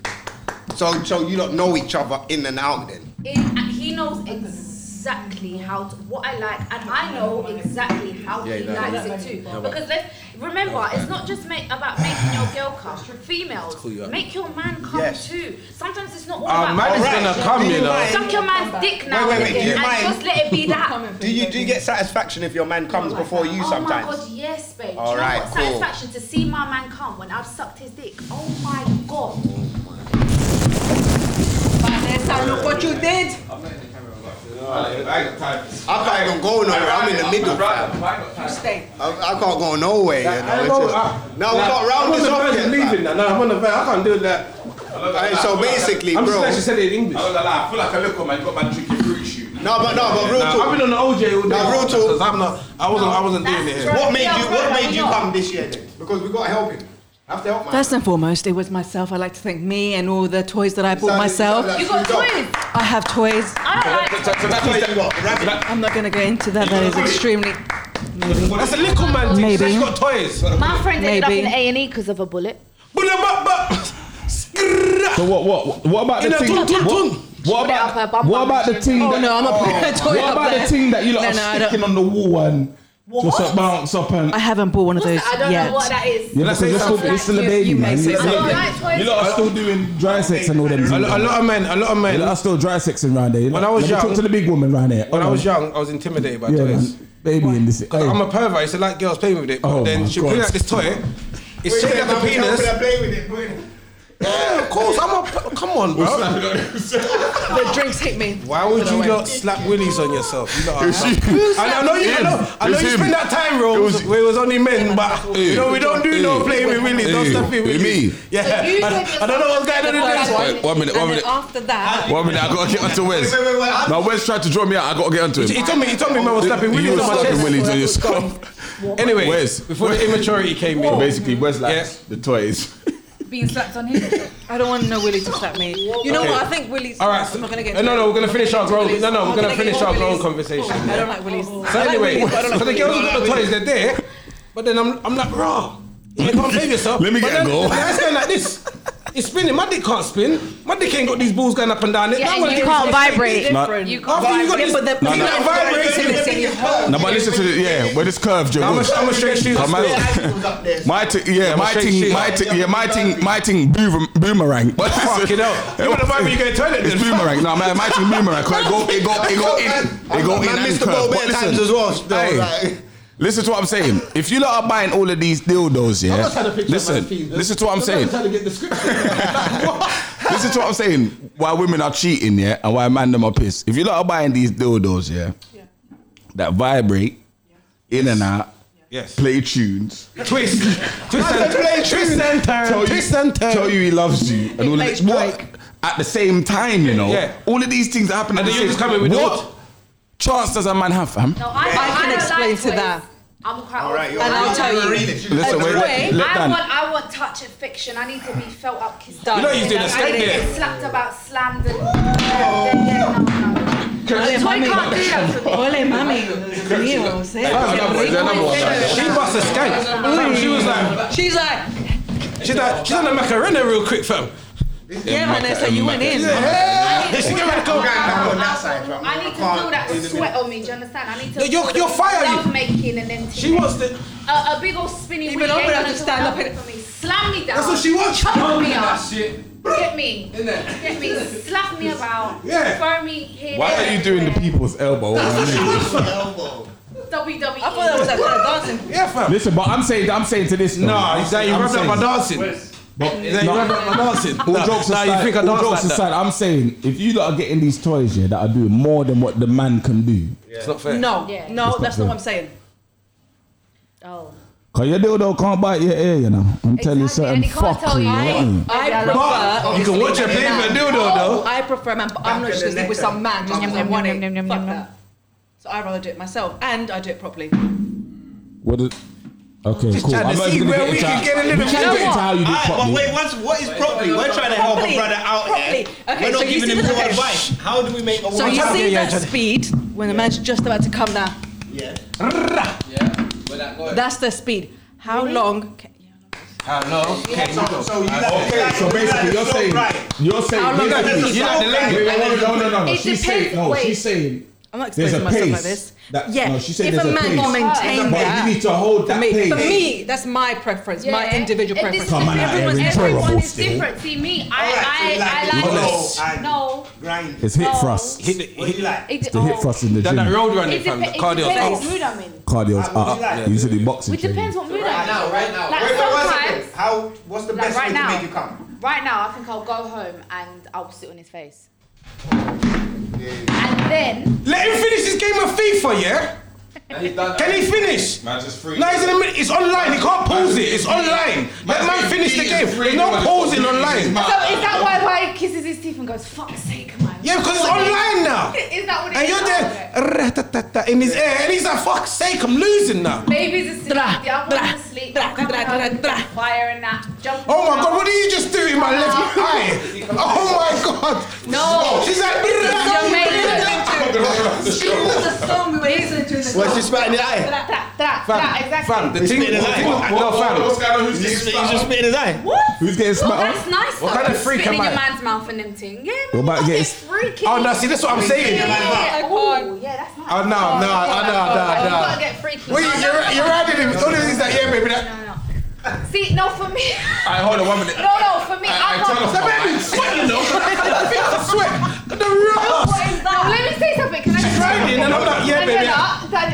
Speaker 5: So so you lot know each other in and out then.
Speaker 7: It, he knows exactly how to, what I like, and I know exactly how he
Speaker 5: no,
Speaker 7: likes it too. because let's remember, it's not just make, about making your girl come. Females, make your man come
Speaker 5: Yes.
Speaker 7: too. Sometimes it's not all
Speaker 2: Our
Speaker 7: about.
Speaker 2: man is
Speaker 5: Alright.
Speaker 2: gonna come, you know.
Speaker 7: Suck your man's dick now
Speaker 5: wait,
Speaker 7: and
Speaker 5: wait, do
Speaker 7: again,
Speaker 5: you
Speaker 7: and
Speaker 5: mind?
Speaker 7: just let it be that.
Speaker 5: Do you do you get satisfaction if your man comes before you
Speaker 7: oh
Speaker 5: sometimes?
Speaker 7: my god, yes, babe. Do you know
Speaker 5: Alright,
Speaker 7: what
Speaker 5: cool.
Speaker 7: satisfaction to see my man come when I've sucked his dick. Oh my god.
Speaker 4: Vanessa, look what you did.
Speaker 24: I'm not in the camera. but-
Speaker 8: I got time.
Speaker 5: I can't even go nowhere. I'm in the middle. fam.
Speaker 4: Stay.
Speaker 5: I, I can't go nowhere. You know.
Speaker 2: I
Speaker 5: it's
Speaker 2: know,
Speaker 5: just-
Speaker 2: I-
Speaker 5: now we got round
Speaker 2: I'm
Speaker 5: this
Speaker 2: on the
Speaker 5: up
Speaker 2: verge
Speaker 5: yet.
Speaker 2: of leaving
Speaker 5: fam.
Speaker 2: now. No, I'm on the verge. I can't do that.
Speaker 5: Alright, so basically,
Speaker 2: I'm just
Speaker 5: bro.
Speaker 2: glad she said it in English.
Speaker 8: I feel like a little man got my tricky fruit shoot.
Speaker 5: No, but no, but real
Speaker 2: Nah, I've
Speaker 5: talk.
Speaker 2: been on the OJ all day.
Speaker 5: Nah, real talk.
Speaker 2: Because I'm not. I wasn't. I wasn't doing it.
Speaker 7: That's
Speaker 2: Here.
Speaker 7: true.
Speaker 5: What made
Speaker 7: Yeah,
Speaker 5: you
Speaker 7: bro,
Speaker 5: What
Speaker 7: why
Speaker 5: made you
Speaker 7: not?
Speaker 5: come this year then? Because we gotta help him. I have to help my.
Speaker 4: First and foremost, it was myself. I like to thank me and all the toys that I bought
Speaker 5: sounded-
Speaker 4: myself.
Speaker 5: sounded
Speaker 7: You got
Speaker 5: Sweet dog.
Speaker 7: twins.
Speaker 4: I have toys.
Speaker 7: I don't like.
Speaker 8: So that's
Speaker 5: What
Speaker 8: what
Speaker 5: you got? Rabbit.
Speaker 4: I'm not going to go into that. That is extremely. Maybe.
Speaker 2: That's a little man. Maybe.
Speaker 4: Maybe.
Speaker 2: She's got toys.
Speaker 7: My friend ended up in
Speaker 4: Maybe.
Speaker 7: A and E because of a bullet.
Speaker 2: But the but but.
Speaker 23: So what? What? What about the
Speaker 2: In a
Speaker 23: thing?
Speaker 2: tung, tung,
Speaker 23: What,
Speaker 2: tung.
Speaker 23: what
Speaker 7: Put it up her
Speaker 23: about?
Speaker 7: bum
Speaker 23: What
Speaker 7: bum
Speaker 23: about the
Speaker 7: and
Speaker 23: thing?
Speaker 4: Oh
Speaker 23: that-
Speaker 4: no, I'm not putting a toy
Speaker 23: What
Speaker 4: up
Speaker 23: about
Speaker 4: there.
Speaker 23: the thing that you lot
Speaker 4: No,
Speaker 23: are
Speaker 4: no, I
Speaker 23: sticking on the wall and
Speaker 25: Just a bounce up and.
Speaker 4: I haven't bought one of those
Speaker 7: I don't
Speaker 4: yet.
Speaker 7: know what that is.
Speaker 25: You're not saying you're still, you're still a baby, man.
Speaker 7: say
Speaker 25: You're
Speaker 7: so.
Speaker 25: still,
Speaker 7: I don't like toys.
Speaker 25: you lot are still doing dry sex and all them.
Speaker 2: A lot- a lot of men- a lot of men-
Speaker 25: You lot are still dry sexing round there. You
Speaker 2: When
Speaker 25: lot-
Speaker 2: I was
Speaker 25: let me
Speaker 2: young-
Speaker 25: talk to the big woman round there.
Speaker 2: When I
Speaker 25: Hold
Speaker 2: was
Speaker 25: on.
Speaker 2: young, I was intimidated by
Speaker 25: yeah,
Speaker 2: toys.
Speaker 25: man. baby in this. Hey.
Speaker 2: I'm a pervert. I used to like girls playing with it, but
Speaker 25: Oh my
Speaker 2: then she
Speaker 25: God.
Speaker 2: pulling out this toy. It's shaped like a penis. Yeah, of course. I'm a. p- Come on, bro.
Speaker 4: The drinks hit me.
Speaker 2: Why would you
Speaker 4: Away.
Speaker 2: not slap willies on yourself? You know, I,
Speaker 4: you. Who
Speaker 2: I, I know you. I know, I know
Speaker 8: It's
Speaker 2: you
Speaker 8: him.
Speaker 2: spend that time, Rose. where it was only men, but you know we don't do no
Speaker 8: Hey.
Speaker 2: playing with willies. Don't
Speaker 8: Hey.
Speaker 2: step in willies.
Speaker 8: Me?
Speaker 2: Yeah.
Speaker 8: So you
Speaker 2: I,
Speaker 8: said
Speaker 2: I don't know what's going on in
Speaker 8: yourself-
Speaker 2: this one.
Speaker 8: Wait, one minute, one
Speaker 4: And then
Speaker 8: minute.
Speaker 4: after that,
Speaker 8: One minute, I gotta get onto Wes.
Speaker 2: Wait, wait, wait, I'm-
Speaker 8: Now Wes tried to draw me out. I gotta get onto him.
Speaker 2: He he told me. He told me man was slapping
Speaker 8: You
Speaker 2: willies
Speaker 8: were
Speaker 2: on my
Speaker 8: slapping
Speaker 2: chest.
Speaker 8: willies on yourself.
Speaker 2: Anyway,
Speaker 8: Wes,
Speaker 2: before the immaturity came
Speaker 8: So
Speaker 2: in.
Speaker 8: basically, Wes like the toys.
Speaker 4: being slapped on him. I don't want no Willie to slap me. You know
Speaker 2: Okay.
Speaker 4: what? I think Willie's.
Speaker 2: All right,
Speaker 4: I'm not gonna get.
Speaker 2: no,
Speaker 4: into
Speaker 2: no,
Speaker 4: it.
Speaker 2: no, we're gonna
Speaker 4: I'm
Speaker 2: finish
Speaker 4: not
Speaker 2: our grown-
Speaker 4: get
Speaker 2: no,
Speaker 4: into
Speaker 2: no, we're gonna
Speaker 4: Willies.
Speaker 2: finish
Speaker 4: I'm not
Speaker 2: our
Speaker 4: gonna
Speaker 2: grown
Speaker 4: get into
Speaker 2: conversation.
Speaker 4: Willies. I don't like Willies.
Speaker 2: So
Speaker 4: I like
Speaker 2: anyway,
Speaker 4: Willies, but I don't like
Speaker 2: for the
Speaker 4: Willies.
Speaker 2: girls who got the toys, they're there. But then I'm, I'm like, rah, you can't save yourself.
Speaker 8: Let me
Speaker 2: But
Speaker 8: get a
Speaker 2: then
Speaker 8: goal.
Speaker 2: The guy's going like this. It's spinning. My dick can't spin. My dick ain't got these balls going up and down. it.
Speaker 4: Yeah,
Speaker 2: Now
Speaker 4: and
Speaker 2: when
Speaker 4: you
Speaker 2: it
Speaker 4: can't
Speaker 2: goes-
Speaker 4: vibrate.
Speaker 2: It's
Speaker 8: No.
Speaker 2: different.
Speaker 4: You can't
Speaker 2: After you got
Speaker 4: vibrate.
Speaker 2: this,
Speaker 4: Yeah, but the-
Speaker 2: you
Speaker 4: No,
Speaker 2: can't
Speaker 4: no.
Speaker 2: vibrate.
Speaker 4: It's in your home.
Speaker 8: No, but listen to the yeah. When it's curved, you're
Speaker 2: I'm a-
Speaker 8: good.
Speaker 2: I'm a straight shooter
Speaker 8: I'm a- My thing, yeah, my
Speaker 2: straight
Speaker 8: thing,
Speaker 2: shooter.
Speaker 8: my thing, yeah, my thing, my thing, boom, boomerang.
Speaker 2: Fucking hell. You wanna buy me, you go to the toilet
Speaker 8: It's
Speaker 2: then.
Speaker 8: boomerang. No, man, my thing boomerang. 'cause It go, it go, it go in, it go in.
Speaker 26: Man
Speaker 8: and
Speaker 26: missed the ball
Speaker 8: curve.
Speaker 26: bare
Speaker 8: But listen,
Speaker 26: times as well, still,
Speaker 8: hey,
Speaker 26: like-
Speaker 8: Listen to what I'm saying. If you lot are buying all of these dildos, yeah.
Speaker 2: I'm not trying to picture
Speaker 8: listen,
Speaker 2: man's penis.
Speaker 8: listen to what I'm
Speaker 2: not
Speaker 8: saying.
Speaker 2: trying to get description.
Speaker 8: This is what I'm saying. Why women are cheating, yeah, and why man them are pissed. If you lot are buying these dildos, yeah, that vibrate in and out,
Speaker 2: Yes.
Speaker 8: play tunes,
Speaker 2: Twist, twist and turn, twist and turn,
Speaker 8: tell
Speaker 2: twist
Speaker 8: you,
Speaker 2: and turn.
Speaker 8: tell you he loves you, and all of this. What? At the same time, you know,
Speaker 2: Yeah.
Speaker 8: all of these things happen. at
Speaker 2: And
Speaker 8: the
Speaker 2: then you
Speaker 8: same-
Speaker 2: just come in with the
Speaker 8: what
Speaker 2: wood.
Speaker 8: chance does a man have, fam?
Speaker 7: No, I,
Speaker 4: I can
Speaker 7: don't
Speaker 4: explain
Speaker 7: like
Speaker 4: to
Speaker 7: toys.
Speaker 4: that.
Speaker 7: I'm quite
Speaker 26: All right,
Speaker 7: old
Speaker 26: you're
Speaker 4: And
Speaker 7: school.
Speaker 4: I'll tell you.
Speaker 8: Listen,
Speaker 4: A
Speaker 8: wait,
Speaker 4: toy-
Speaker 8: let, let
Speaker 7: I
Speaker 8: Dan.
Speaker 7: want, I want touch and fiction. I need to be felt up, kissed up.
Speaker 4: You know he's
Speaker 2: doing a
Speaker 7: I
Speaker 2: skate
Speaker 7: need to
Speaker 2: there.
Speaker 7: get slapped about, slammed, and. Yeah, yeah, no, no.
Speaker 4: Ole,
Speaker 7: A toy
Speaker 4: mami.
Speaker 7: can't do that for me.
Speaker 4: Ole, mami. Dios, eh.
Speaker 2: She bust a skank. Fam, She was like,
Speaker 4: She's like,
Speaker 2: she's like, she's on the macarena real quick, fam.
Speaker 4: yeah, man. So you went in.
Speaker 2: Yeah. She get ready to go.
Speaker 7: I need to feel that sweat on me. Do you understand? I need to.
Speaker 2: No, you're-
Speaker 7: feel
Speaker 2: you're
Speaker 7: that
Speaker 2: fire, you-
Speaker 7: Love-making and then.
Speaker 2: She wants to.
Speaker 7: a, a big old spinny
Speaker 4: Even
Speaker 7: wheel.
Speaker 4: I'm
Speaker 7: ain't
Speaker 4: gonna
Speaker 7: gonna
Speaker 4: have to
Speaker 7: do
Speaker 4: stand up
Speaker 7: nothing
Speaker 4: and-
Speaker 7: for me. Slam me down.
Speaker 2: That's what she wants.
Speaker 7: Choke me
Speaker 27: That
Speaker 7: up.
Speaker 27: shit.
Speaker 7: Get me.
Speaker 27: Innit?
Speaker 7: Get me. Slap me about.
Speaker 2: Yeah.
Speaker 7: Throw me here.
Speaker 8: Why
Speaker 7: there,
Speaker 8: are you doing the
Speaker 7: everywhere.
Speaker 8: people's elbow?
Speaker 7: WWE.
Speaker 4: I thought that was like kind of dancing.
Speaker 2: Yeah, fam.
Speaker 25: Listen, but I'm saying, I'm saying to this. though.
Speaker 2: Nah, is that you
Speaker 25: I'm
Speaker 2: rubbed up
Speaker 25: saying-
Speaker 2: my dancing?
Speaker 25: But
Speaker 2: Is that you rubbed up my dancing?
Speaker 25: All
Speaker 2: Nah,
Speaker 25: jokes
Speaker 2: nah,
Speaker 25: aside,
Speaker 2: you think I
Speaker 25: all
Speaker 2: dance
Speaker 25: jokes
Speaker 2: like that?
Speaker 25: aside, I'm saying if you lot are getting these toys yeah, that are doing more than what the man can do,
Speaker 2: It's not fair.
Speaker 4: No,
Speaker 7: Yeah.
Speaker 4: no, that's
Speaker 25: fair.
Speaker 4: not what I'm saying.
Speaker 7: Oh.
Speaker 25: cause your dildo can't bite your ear, you know. I'm telling you
Speaker 7: Exactly,
Speaker 25: certain
Speaker 7: and he can't tell
Speaker 25: fuckery.
Speaker 7: you.
Speaker 25: you know what I mean?
Speaker 4: I
Speaker 2: But
Speaker 4: prefer.
Speaker 2: you can watch her play with a dildo, though.
Speaker 4: I prefer, man. But I'm not just gonna sleep with some man just because I
Speaker 28: Yum,
Speaker 4: want
Speaker 28: yum, yum,
Speaker 4: it.
Speaker 28: yum,
Speaker 4: Fuck
Speaker 28: yum, yum.
Speaker 4: that. So I would rather do it myself, and I do it properly.
Speaker 25: What? Is, okay, cool.
Speaker 2: trying to
Speaker 25: I'm not
Speaker 2: see
Speaker 25: even
Speaker 2: where
Speaker 25: gonna
Speaker 2: we
Speaker 25: get
Speaker 2: can
Speaker 25: into
Speaker 2: get a
Speaker 25: how-
Speaker 2: little
Speaker 25: we
Speaker 4: bit
Speaker 25: can get
Speaker 4: more.
Speaker 25: into how you do
Speaker 9: Alright, but
Speaker 25: properly.
Speaker 9: wait, what's, what is properly? We're trying to help
Speaker 4: Properly,
Speaker 9: a brother out
Speaker 4: properly.
Speaker 9: there.
Speaker 4: Okay,
Speaker 9: We're not
Speaker 4: so you
Speaker 9: giving
Speaker 4: see
Speaker 9: him
Speaker 4: the-
Speaker 9: good
Speaker 4: okay.
Speaker 9: advice. How do we make a
Speaker 4: So
Speaker 9: woman
Speaker 4: you
Speaker 9: happy?
Speaker 4: see
Speaker 2: yeah,
Speaker 4: that
Speaker 2: yeah.
Speaker 4: speed when the man's just about to come now.
Speaker 9: Yeah.
Speaker 27: that guy.
Speaker 4: That's the speed. How long? ca-
Speaker 2: Hello. Okay.
Speaker 9: So you like-
Speaker 8: Okay, so basically, you're
Speaker 9: so
Speaker 8: saying,
Speaker 9: right.
Speaker 8: you're saying,
Speaker 4: long
Speaker 8: you
Speaker 4: does
Speaker 8: like,
Speaker 4: it
Speaker 8: you
Speaker 9: take?
Speaker 8: like the language.
Speaker 9: Wait, wait, wait,
Speaker 8: No, no, no, no.
Speaker 7: It
Speaker 8: She's saying,
Speaker 7: depends-
Speaker 8: no,
Speaker 7: wait.
Speaker 8: she's saying.
Speaker 4: I'm not
Speaker 25: There's a
Speaker 4: exposing myself like
Speaker 25: pace
Speaker 4: this.
Speaker 25: that-
Speaker 4: yeah,
Speaker 25: no, she said
Speaker 4: if
Speaker 25: there's
Speaker 4: a
Speaker 25: a
Speaker 4: man
Speaker 25: pace.
Speaker 4: can maintain
Speaker 25: But
Speaker 4: that,
Speaker 25: you need to hold
Speaker 4: for
Speaker 25: that
Speaker 4: me, for
Speaker 25: pace.
Speaker 4: me, that's my preference, my
Speaker 7: Yeah.
Speaker 4: individual
Speaker 7: It-
Speaker 4: preference.
Speaker 7: This,
Speaker 25: Come on, I
Speaker 7: everyone,
Speaker 25: am
Speaker 7: everyone
Speaker 25: terrible
Speaker 7: is
Speaker 25: still.
Speaker 7: different. See me, I,
Speaker 9: Alright, so you
Speaker 7: I,
Speaker 9: like
Speaker 7: I like.
Speaker 9: honest and
Speaker 7: No.
Speaker 9: Grind.
Speaker 25: It's hit
Speaker 7: Oh.
Speaker 25: thrust.
Speaker 2: Hit the-
Speaker 9: What do you like?
Speaker 7: It,
Speaker 25: The hit
Speaker 7: oh.
Speaker 25: thrust in the
Speaker 2: That, that
Speaker 25: gym.
Speaker 2: road running,
Speaker 7: It,
Speaker 2: fam. The
Speaker 7: dep- it
Speaker 2: cardio.
Speaker 7: depends what
Speaker 2: Oh.
Speaker 7: mood I'm in.
Speaker 25: Cardio's
Speaker 9: Ah, what
Speaker 25: up.
Speaker 9: do you like?
Speaker 25: You used to do boxing.
Speaker 7: It depends what mood
Speaker 27: Right
Speaker 7: I'm in.
Speaker 27: now, right now.
Speaker 7: Like
Speaker 9: Wait, wait, one
Speaker 7: sometimes,
Speaker 9: second. How? What's the
Speaker 7: like
Speaker 9: best
Speaker 7: right
Speaker 9: way to
Speaker 7: now,
Speaker 9: make you come?
Speaker 7: right now, I think I'll go home and I'll sit on his face. And then,
Speaker 2: Let him finish this game of FIFA, yeah?
Speaker 27: And he's done that.
Speaker 2: Can he finish?
Speaker 8: Man, just free.
Speaker 2: No, he's in the mid- It's online. He can't pause it. It's online. Let man finish the game. There's no pausing online.
Speaker 7: so is that why why he kisses his teeth and goes, "Fuck's sake, man"?
Speaker 2: Yeah, because it's online now.
Speaker 7: Is that what it
Speaker 2: And
Speaker 7: is?
Speaker 2: you're there ra-ta-ta-ta, in his ear, and he's like, "Fuck's sake, I'm losing now."
Speaker 7: Baby's asleep.
Speaker 4: Dra,
Speaker 7: The other
Speaker 4: dra,
Speaker 7: one's asleep.
Speaker 4: dra,
Speaker 7: I'm coming
Speaker 4: dra,
Speaker 7: home,
Speaker 4: dra, dra.
Speaker 7: Fire and that. Jump.
Speaker 2: Oh my god, what did you just do in my left eye? Oh my god.
Speaker 7: No.
Speaker 2: Oh, She's like,
Speaker 26: Well, she spat in the eye.
Speaker 7: Dra, dra, dra, dra,
Speaker 2: Fam,
Speaker 7: exactly.
Speaker 2: fam, the thing, the
Speaker 9: Spit in
Speaker 2: thing,
Speaker 9: his eye.
Speaker 2: no fam.
Speaker 9: He's just spit in his eye.
Speaker 7: What?
Speaker 25: Who's getting
Speaker 7: Well,
Speaker 25: smacked?
Speaker 7: that's nice.
Speaker 2: What
Speaker 7: though.
Speaker 2: kind of freak
Speaker 7: Spitting
Speaker 2: am
Speaker 7: in your
Speaker 2: I?
Speaker 7: man's mouth and them thing. Yeah.
Speaker 25: We're about to get-
Speaker 7: It's freaky.
Speaker 8: Oh,
Speaker 2: Oh no, see, that's what I'm saying.
Speaker 7: Yeah,
Speaker 2: Oh
Speaker 7: yeah, yeah. Ooh, yeah, that's nice.
Speaker 2: no, no, oh, no, no,
Speaker 7: You
Speaker 2: no.
Speaker 7: gotta get freaky.
Speaker 8: Wait,
Speaker 7: No, no,
Speaker 8: you're-
Speaker 7: no,
Speaker 8: you're
Speaker 7: no.
Speaker 8: adding him. It's only things that, yeah, baby, that-
Speaker 7: No, no, no. See, no, for me.
Speaker 8: I hold on one minute.
Speaker 7: No, no, for me,
Speaker 8: I,
Speaker 7: I'm
Speaker 8: I
Speaker 7: not-
Speaker 8: turn off.
Speaker 7: That
Speaker 8: my-
Speaker 7: baby's sweating, though.
Speaker 8: I feel the sweat. The rough.
Speaker 7: What is that? let me say something. Can I
Speaker 8: She's riding, and I'm like, yeah,
Speaker 7: Daniela,
Speaker 8: baby.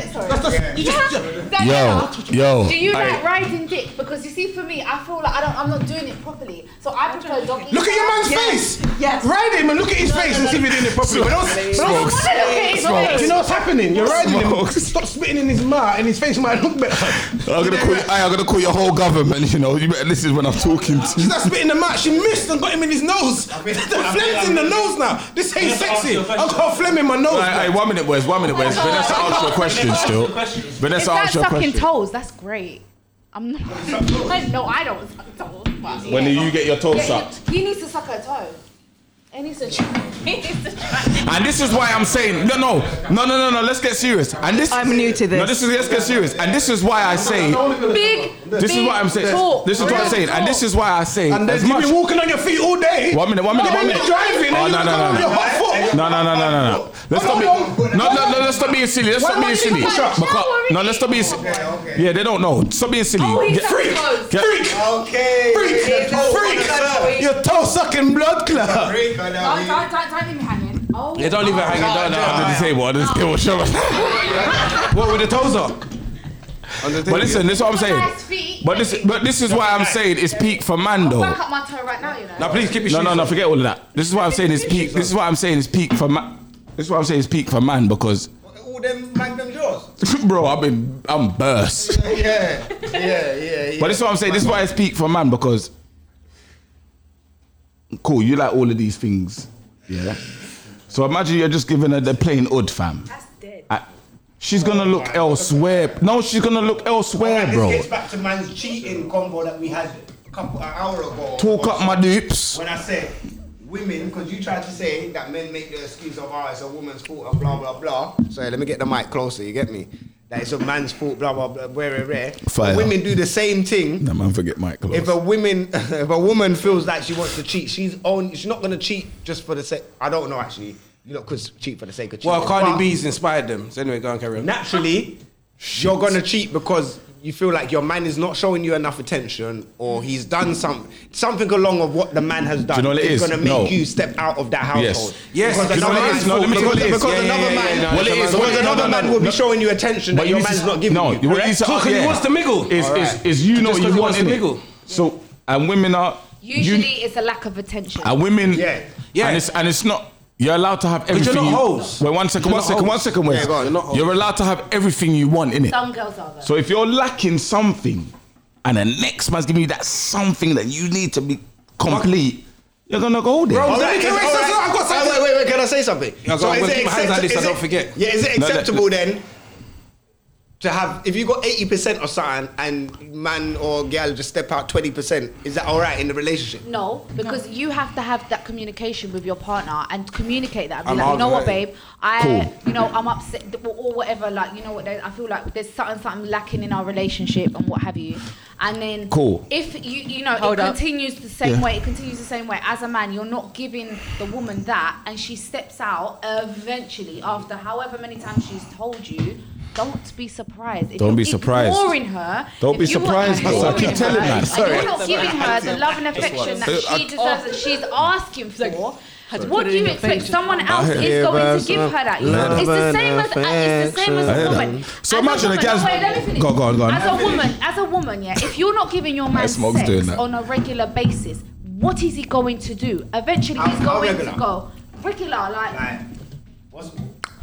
Speaker 7: Dani- sorry.
Speaker 8: That's just- you just-
Speaker 7: Daniela,
Speaker 8: Yo, yo,
Speaker 7: Do you
Speaker 8: I-
Speaker 7: like riding dick? Because you see, for me, I feel like I don't. I'm not doing it properly. So I prefer doggy.
Speaker 2: Look at your man's
Speaker 7: style.
Speaker 2: face. Yes. Ride him and look at his face and see if he's doing it properly. But don't, but don't,
Speaker 7: Smokes. Smokes. Smokes.
Speaker 2: Do you know what's happening? You're riding him.
Speaker 8: Smokes.
Speaker 2: Stop spitting in his mouth and his face might look better.
Speaker 8: I'm gonna call. You, aye, I'm gonna call your whole government. You know, you better listen when I'm talking. To
Speaker 2: She's not spitting the match. She missed and got him in his nose. the phlegm's in the nose now. This ain't sexy. I've got phlegm in my nose.
Speaker 8: Aye, aye, one minute, Wes. One minute, Wes. Vanessa, ask your question still.
Speaker 7: If
Speaker 8: Vanessa,
Speaker 7: that's
Speaker 8: ask your
Speaker 7: sucking
Speaker 8: question.
Speaker 7: toes, that's great. I'm not. no, I don't suck toes. but-
Speaker 8: When do you get your toes
Speaker 7: Yeah,
Speaker 8: sucked?
Speaker 7: He, he needs to suck her toe. He needs to. Try. He needs to try.
Speaker 8: And this is why I'm saying no, no, no, no, no, no. Let's get serious. And this. I'm new to this. No, this is. Let's get serious. And this is why I say.
Speaker 7: Big.
Speaker 8: This is
Speaker 7: big
Speaker 8: what I'm saying.
Speaker 7: talk.
Speaker 8: This is what I'm
Speaker 7: Real
Speaker 8: saying, and
Speaker 7: talk.
Speaker 8: this is why I say.
Speaker 2: And
Speaker 8: as
Speaker 2: then you've
Speaker 8: much.
Speaker 2: been walking on your feet all day.
Speaker 8: One minute, one minute,
Speaker 2: No,
Speaker 8: one
Speaker 2: you're
Speaker 8: minute.
Speaker 2: driving and
Speaker 8: Oh,
Speaker 2: you've
Speaker 8: no,
Speaker 2: been
Speaker 8: no,
Speaker 2: going
Speaker 8: no,
Speaker 2: on your hot
Speaker 8: no,
Speaker 2: foot.
Speaker 8: no, no, no, no, no. Let's stop being. No, no, no. Let's stop being silly. Let's
Speaker 2: Why
Speaker 8: stop
Speaker 2: not leave
Speaker 8: being silly.
Speaker 2: the contract?
Speaker 8: Because- No, let's stop being. silly. Yeah, they don't know. Stop being silly.
Speaker 2: Oh, he's
Speaker 8: Get-
Speaker 2: a freak.
Speaker 8: Get-
Speaker 2: Freak.
Speaker 5: Okay.
Speaker 2: Freak. Freak. Your toe sucking blood clot.
Speaker 7: Don't, don't, don't, don't leave me hanging. Oh.
Speaker 8: Yeah, don't leave it hanging down no, under the table. Under the table, show us. What with the toes up? But listen, this is what I'm
Speaker 7: Nice
Speaker 8: saying.
Speaker 7: feet.
Speaker 8: But this, but this is why I'm saying it's peak for man though.
Speaker 7: Back up my toe right now, you know.
Speaker 8: Now please keep your No, no, no. Forget all of that. This is why I'm saying it's peak. This is why I'm saying it's peak for man. This is why I'm saying it's peak for man because,
Speaker 5: All them magnum jaws.
Speaker 8: bro, I've been, I'm burst.
Speaker 5: Yeah, yeah, yeah, yeah.
Speaker 8: But this is what I'm saying. This is why it's peak for man because, cool, you like all of these things, yeah. So imagine you're just giving her the plain odd, fam. That's dead. she's gonna look elsewhere. No, she's gonna look elsewhere,
Speaker 29: This
Speaker 8: bro.
Speaker 29: gets back to man's cheating combo that we had a couple an hour ago.
Speaker 8: Talk up my dupes.
Speaker 5: When I said women, because you tried to say that men make the excuse of, oh, it's a woman's fault and blah, blah, blah. Sorry, let me get the mic closer, you get me? That it's a man's fault, blah, blah, blah, where, where, where.
Speaker 8: Fire.
Speaker 5: Women do the same thing.
Speaker 8: That man forget Mike.
Speaker 5: If a woman, if a woman feels like she wants to cheat, she's on. She's not gonna cheat just for the sake. I don't know actually. You know, could cheat for the sake of cheating.
Speaker 2: Well, Cardi
Speaker 5: But
Speaker 2: B's inspired them. So anyway, go and carry on.
Speaker 5: Naturally, you're gonna cheat because you feel like your man is not showing you enough attention, or he's done some something along of what the man has done.
Speaker 8: you know what it
Speaker 5: is
Speaker 8: is?
Speaker 5: gonna make
Speaker 8: No.
Speaker 5: you step out of that
Speaker 8: Yes.
Speaker 5: household.
Speaker 8: Yes,
Speaker 5: because
Speaker 8: you know
Speaker 5: another
Speaker 8: what it
Speaker 5: man,
Speaker 8: is? No, let me tell you
Speaker 5: because,
Speaker 8: what it is.
Speaker 5: because
Speaker 8: Yeah, yeah,
Speaker 5: another
Speaker 8: yeah,
Speaker 5: man,
Speaker 8: yeah, no,
Speaker 5: because
Speaker 8: it is. What it is,
Speaker 5: another
Speaker 8: no, no,
Speaker 5: man
Speaker 8: no,
Speaker 5: will be
Speaker 8: no.
Speaker 5: showing you attention that
Speaker 8: But
Speaker 5: your
Speaker 8: you
Speaker 5: man's
Speaker 8: see-
Speaker 5: not giving
Speaker 8: no,
Speaker 5: you.
Speaker 8: what you see-
Speaker 5: Correct?
Speaker 8: oh, yeah. Is, is, is you know
Speaker 2: Just
Speaker 8: what
Speaker 2: 'cause he
Speaker 8: you want
Speaker 2: wants to
Speaker 8: in
Speaker 2: mingle.
Speaker 8: it. So and women are
Speaker 7: Usually,
Speaker 8: you,
Speaker 7: it's a lack of attention.
Speaker 8: and women.
Speaker 7: Yeah.
Speaker 8: Yeah. And it's and it's not. You're allowed to have
Speaker 2: you're
Speaker 8: everything.
Speaker 2: not
Speaker 8: you-
Speaker 2: hoes.
Speaker 8: Wait, one second,
Speaker 2: You're
Speaker 8: one
Speaker 2: not
Speaker 8: second, one
Speaker 2: hoes.
Speaker 8: second,
Speaker 2: Yeah, go on, you're not
Speaker 8: Wes.
Speaker 2: hoes.
Speaker 8: You're allowed to have everything you want in it.
Speaker 7: Some girls are though.
Speaker 8: So if you're lacking something, and the next man's giving you that something that you need to be complete, you're gonna go there.
Speaker 5: All right, it's Oh, all right.
Speaker 2: I've got
Speaker 5: Wait,
Speaker 2: something.
Speaker 5: Wait, wait, wait, can I say something?
Speaker 2: Yeah, go on,
Speaker 5: is
Speaker 2: we'll
Speaker 5: it
Speaker 2: keep my hands like
Speaker 5: accept-
Speaker 2: this, I
Speaker 5: is it-
Speaker 2: don't forget.
Speaker 5: Yeah, is it
Speaker 2: No, no,
Speaker 5: acceptable then to have, if you got 80% of something and man or girl just step out 20%, is that all right in the relationship?
Speaker 7: No, because you have to have that communication with your partner and communicate that. And be
Speaker 5: I'm
Speaker 7: like, you know what,
Speaker 5: arguing.
Speaker 7: babe, I,
Speaker 5: Cool.
Speaker 7: you know, I'm upset th- or or whatever. Like, you know what, there- I feel like there's something, something lacking in our relationship and what have you. And then,
Speaker 8: Cool.
Speaker 7: If you, you know, it
Speaker 4: Hold up.
Speaker 7: continues the same
Speaker 8: Yeah.
Speaker 7: way. It continues the same way. As a man, you're not giving the woman that, and she steps out eventually after however many times she's told you. Don't be surprised. If
Speaker 8: Don't
Speaker 7: you're
Speaker 8: be surprised.
Speaker 7: Ignoring her.
Speaker 8: Don't
Speaker 7: if
Speaker 8: be
Speaker 7: you are
Speaker 8: surprised, Hassan.
Speaker 7: ignoring
Speaker 8: Keep telling
Speaker 7: her
Speaker 8: that.
Speaker 7: and
Speaker 8: Sorry.
Speaker 7: You're not giving her the love and affection that
Speaker 8: Uh, I-
Speaker 7: she deserves that she's asking for.
Speaker 4: Had to
Speaker 7: What
Speaker 4: put it
Speaker 7: do you
Speaker 4: in your
Speaker 7: expect?
Speaker 4: face.
Speaker 7: Someone else is going to give her that. You know? It's the same as it's the same as a woman.
Speaker 8: So
Speaker 7: As
Speaker 8: imagine a
Speaker 7: woman-
Speaker 8: girl's-
Speaker 7: no, wait, let me finish.
Speaker 8: Go on, go on, go on.
Speaker 7: As a woman, as a woman, yeah, if you're not giving your man
Speaker 8: smoke's
Speaker 7: sex
Speaker 8: doing that.
Speaker 7: on a regular basis, what is he going to do? Eventually, he's
Speaker 5: How- how
Speaker 7: going
Speaker 5: regular?
Speaker 7: to go regular, like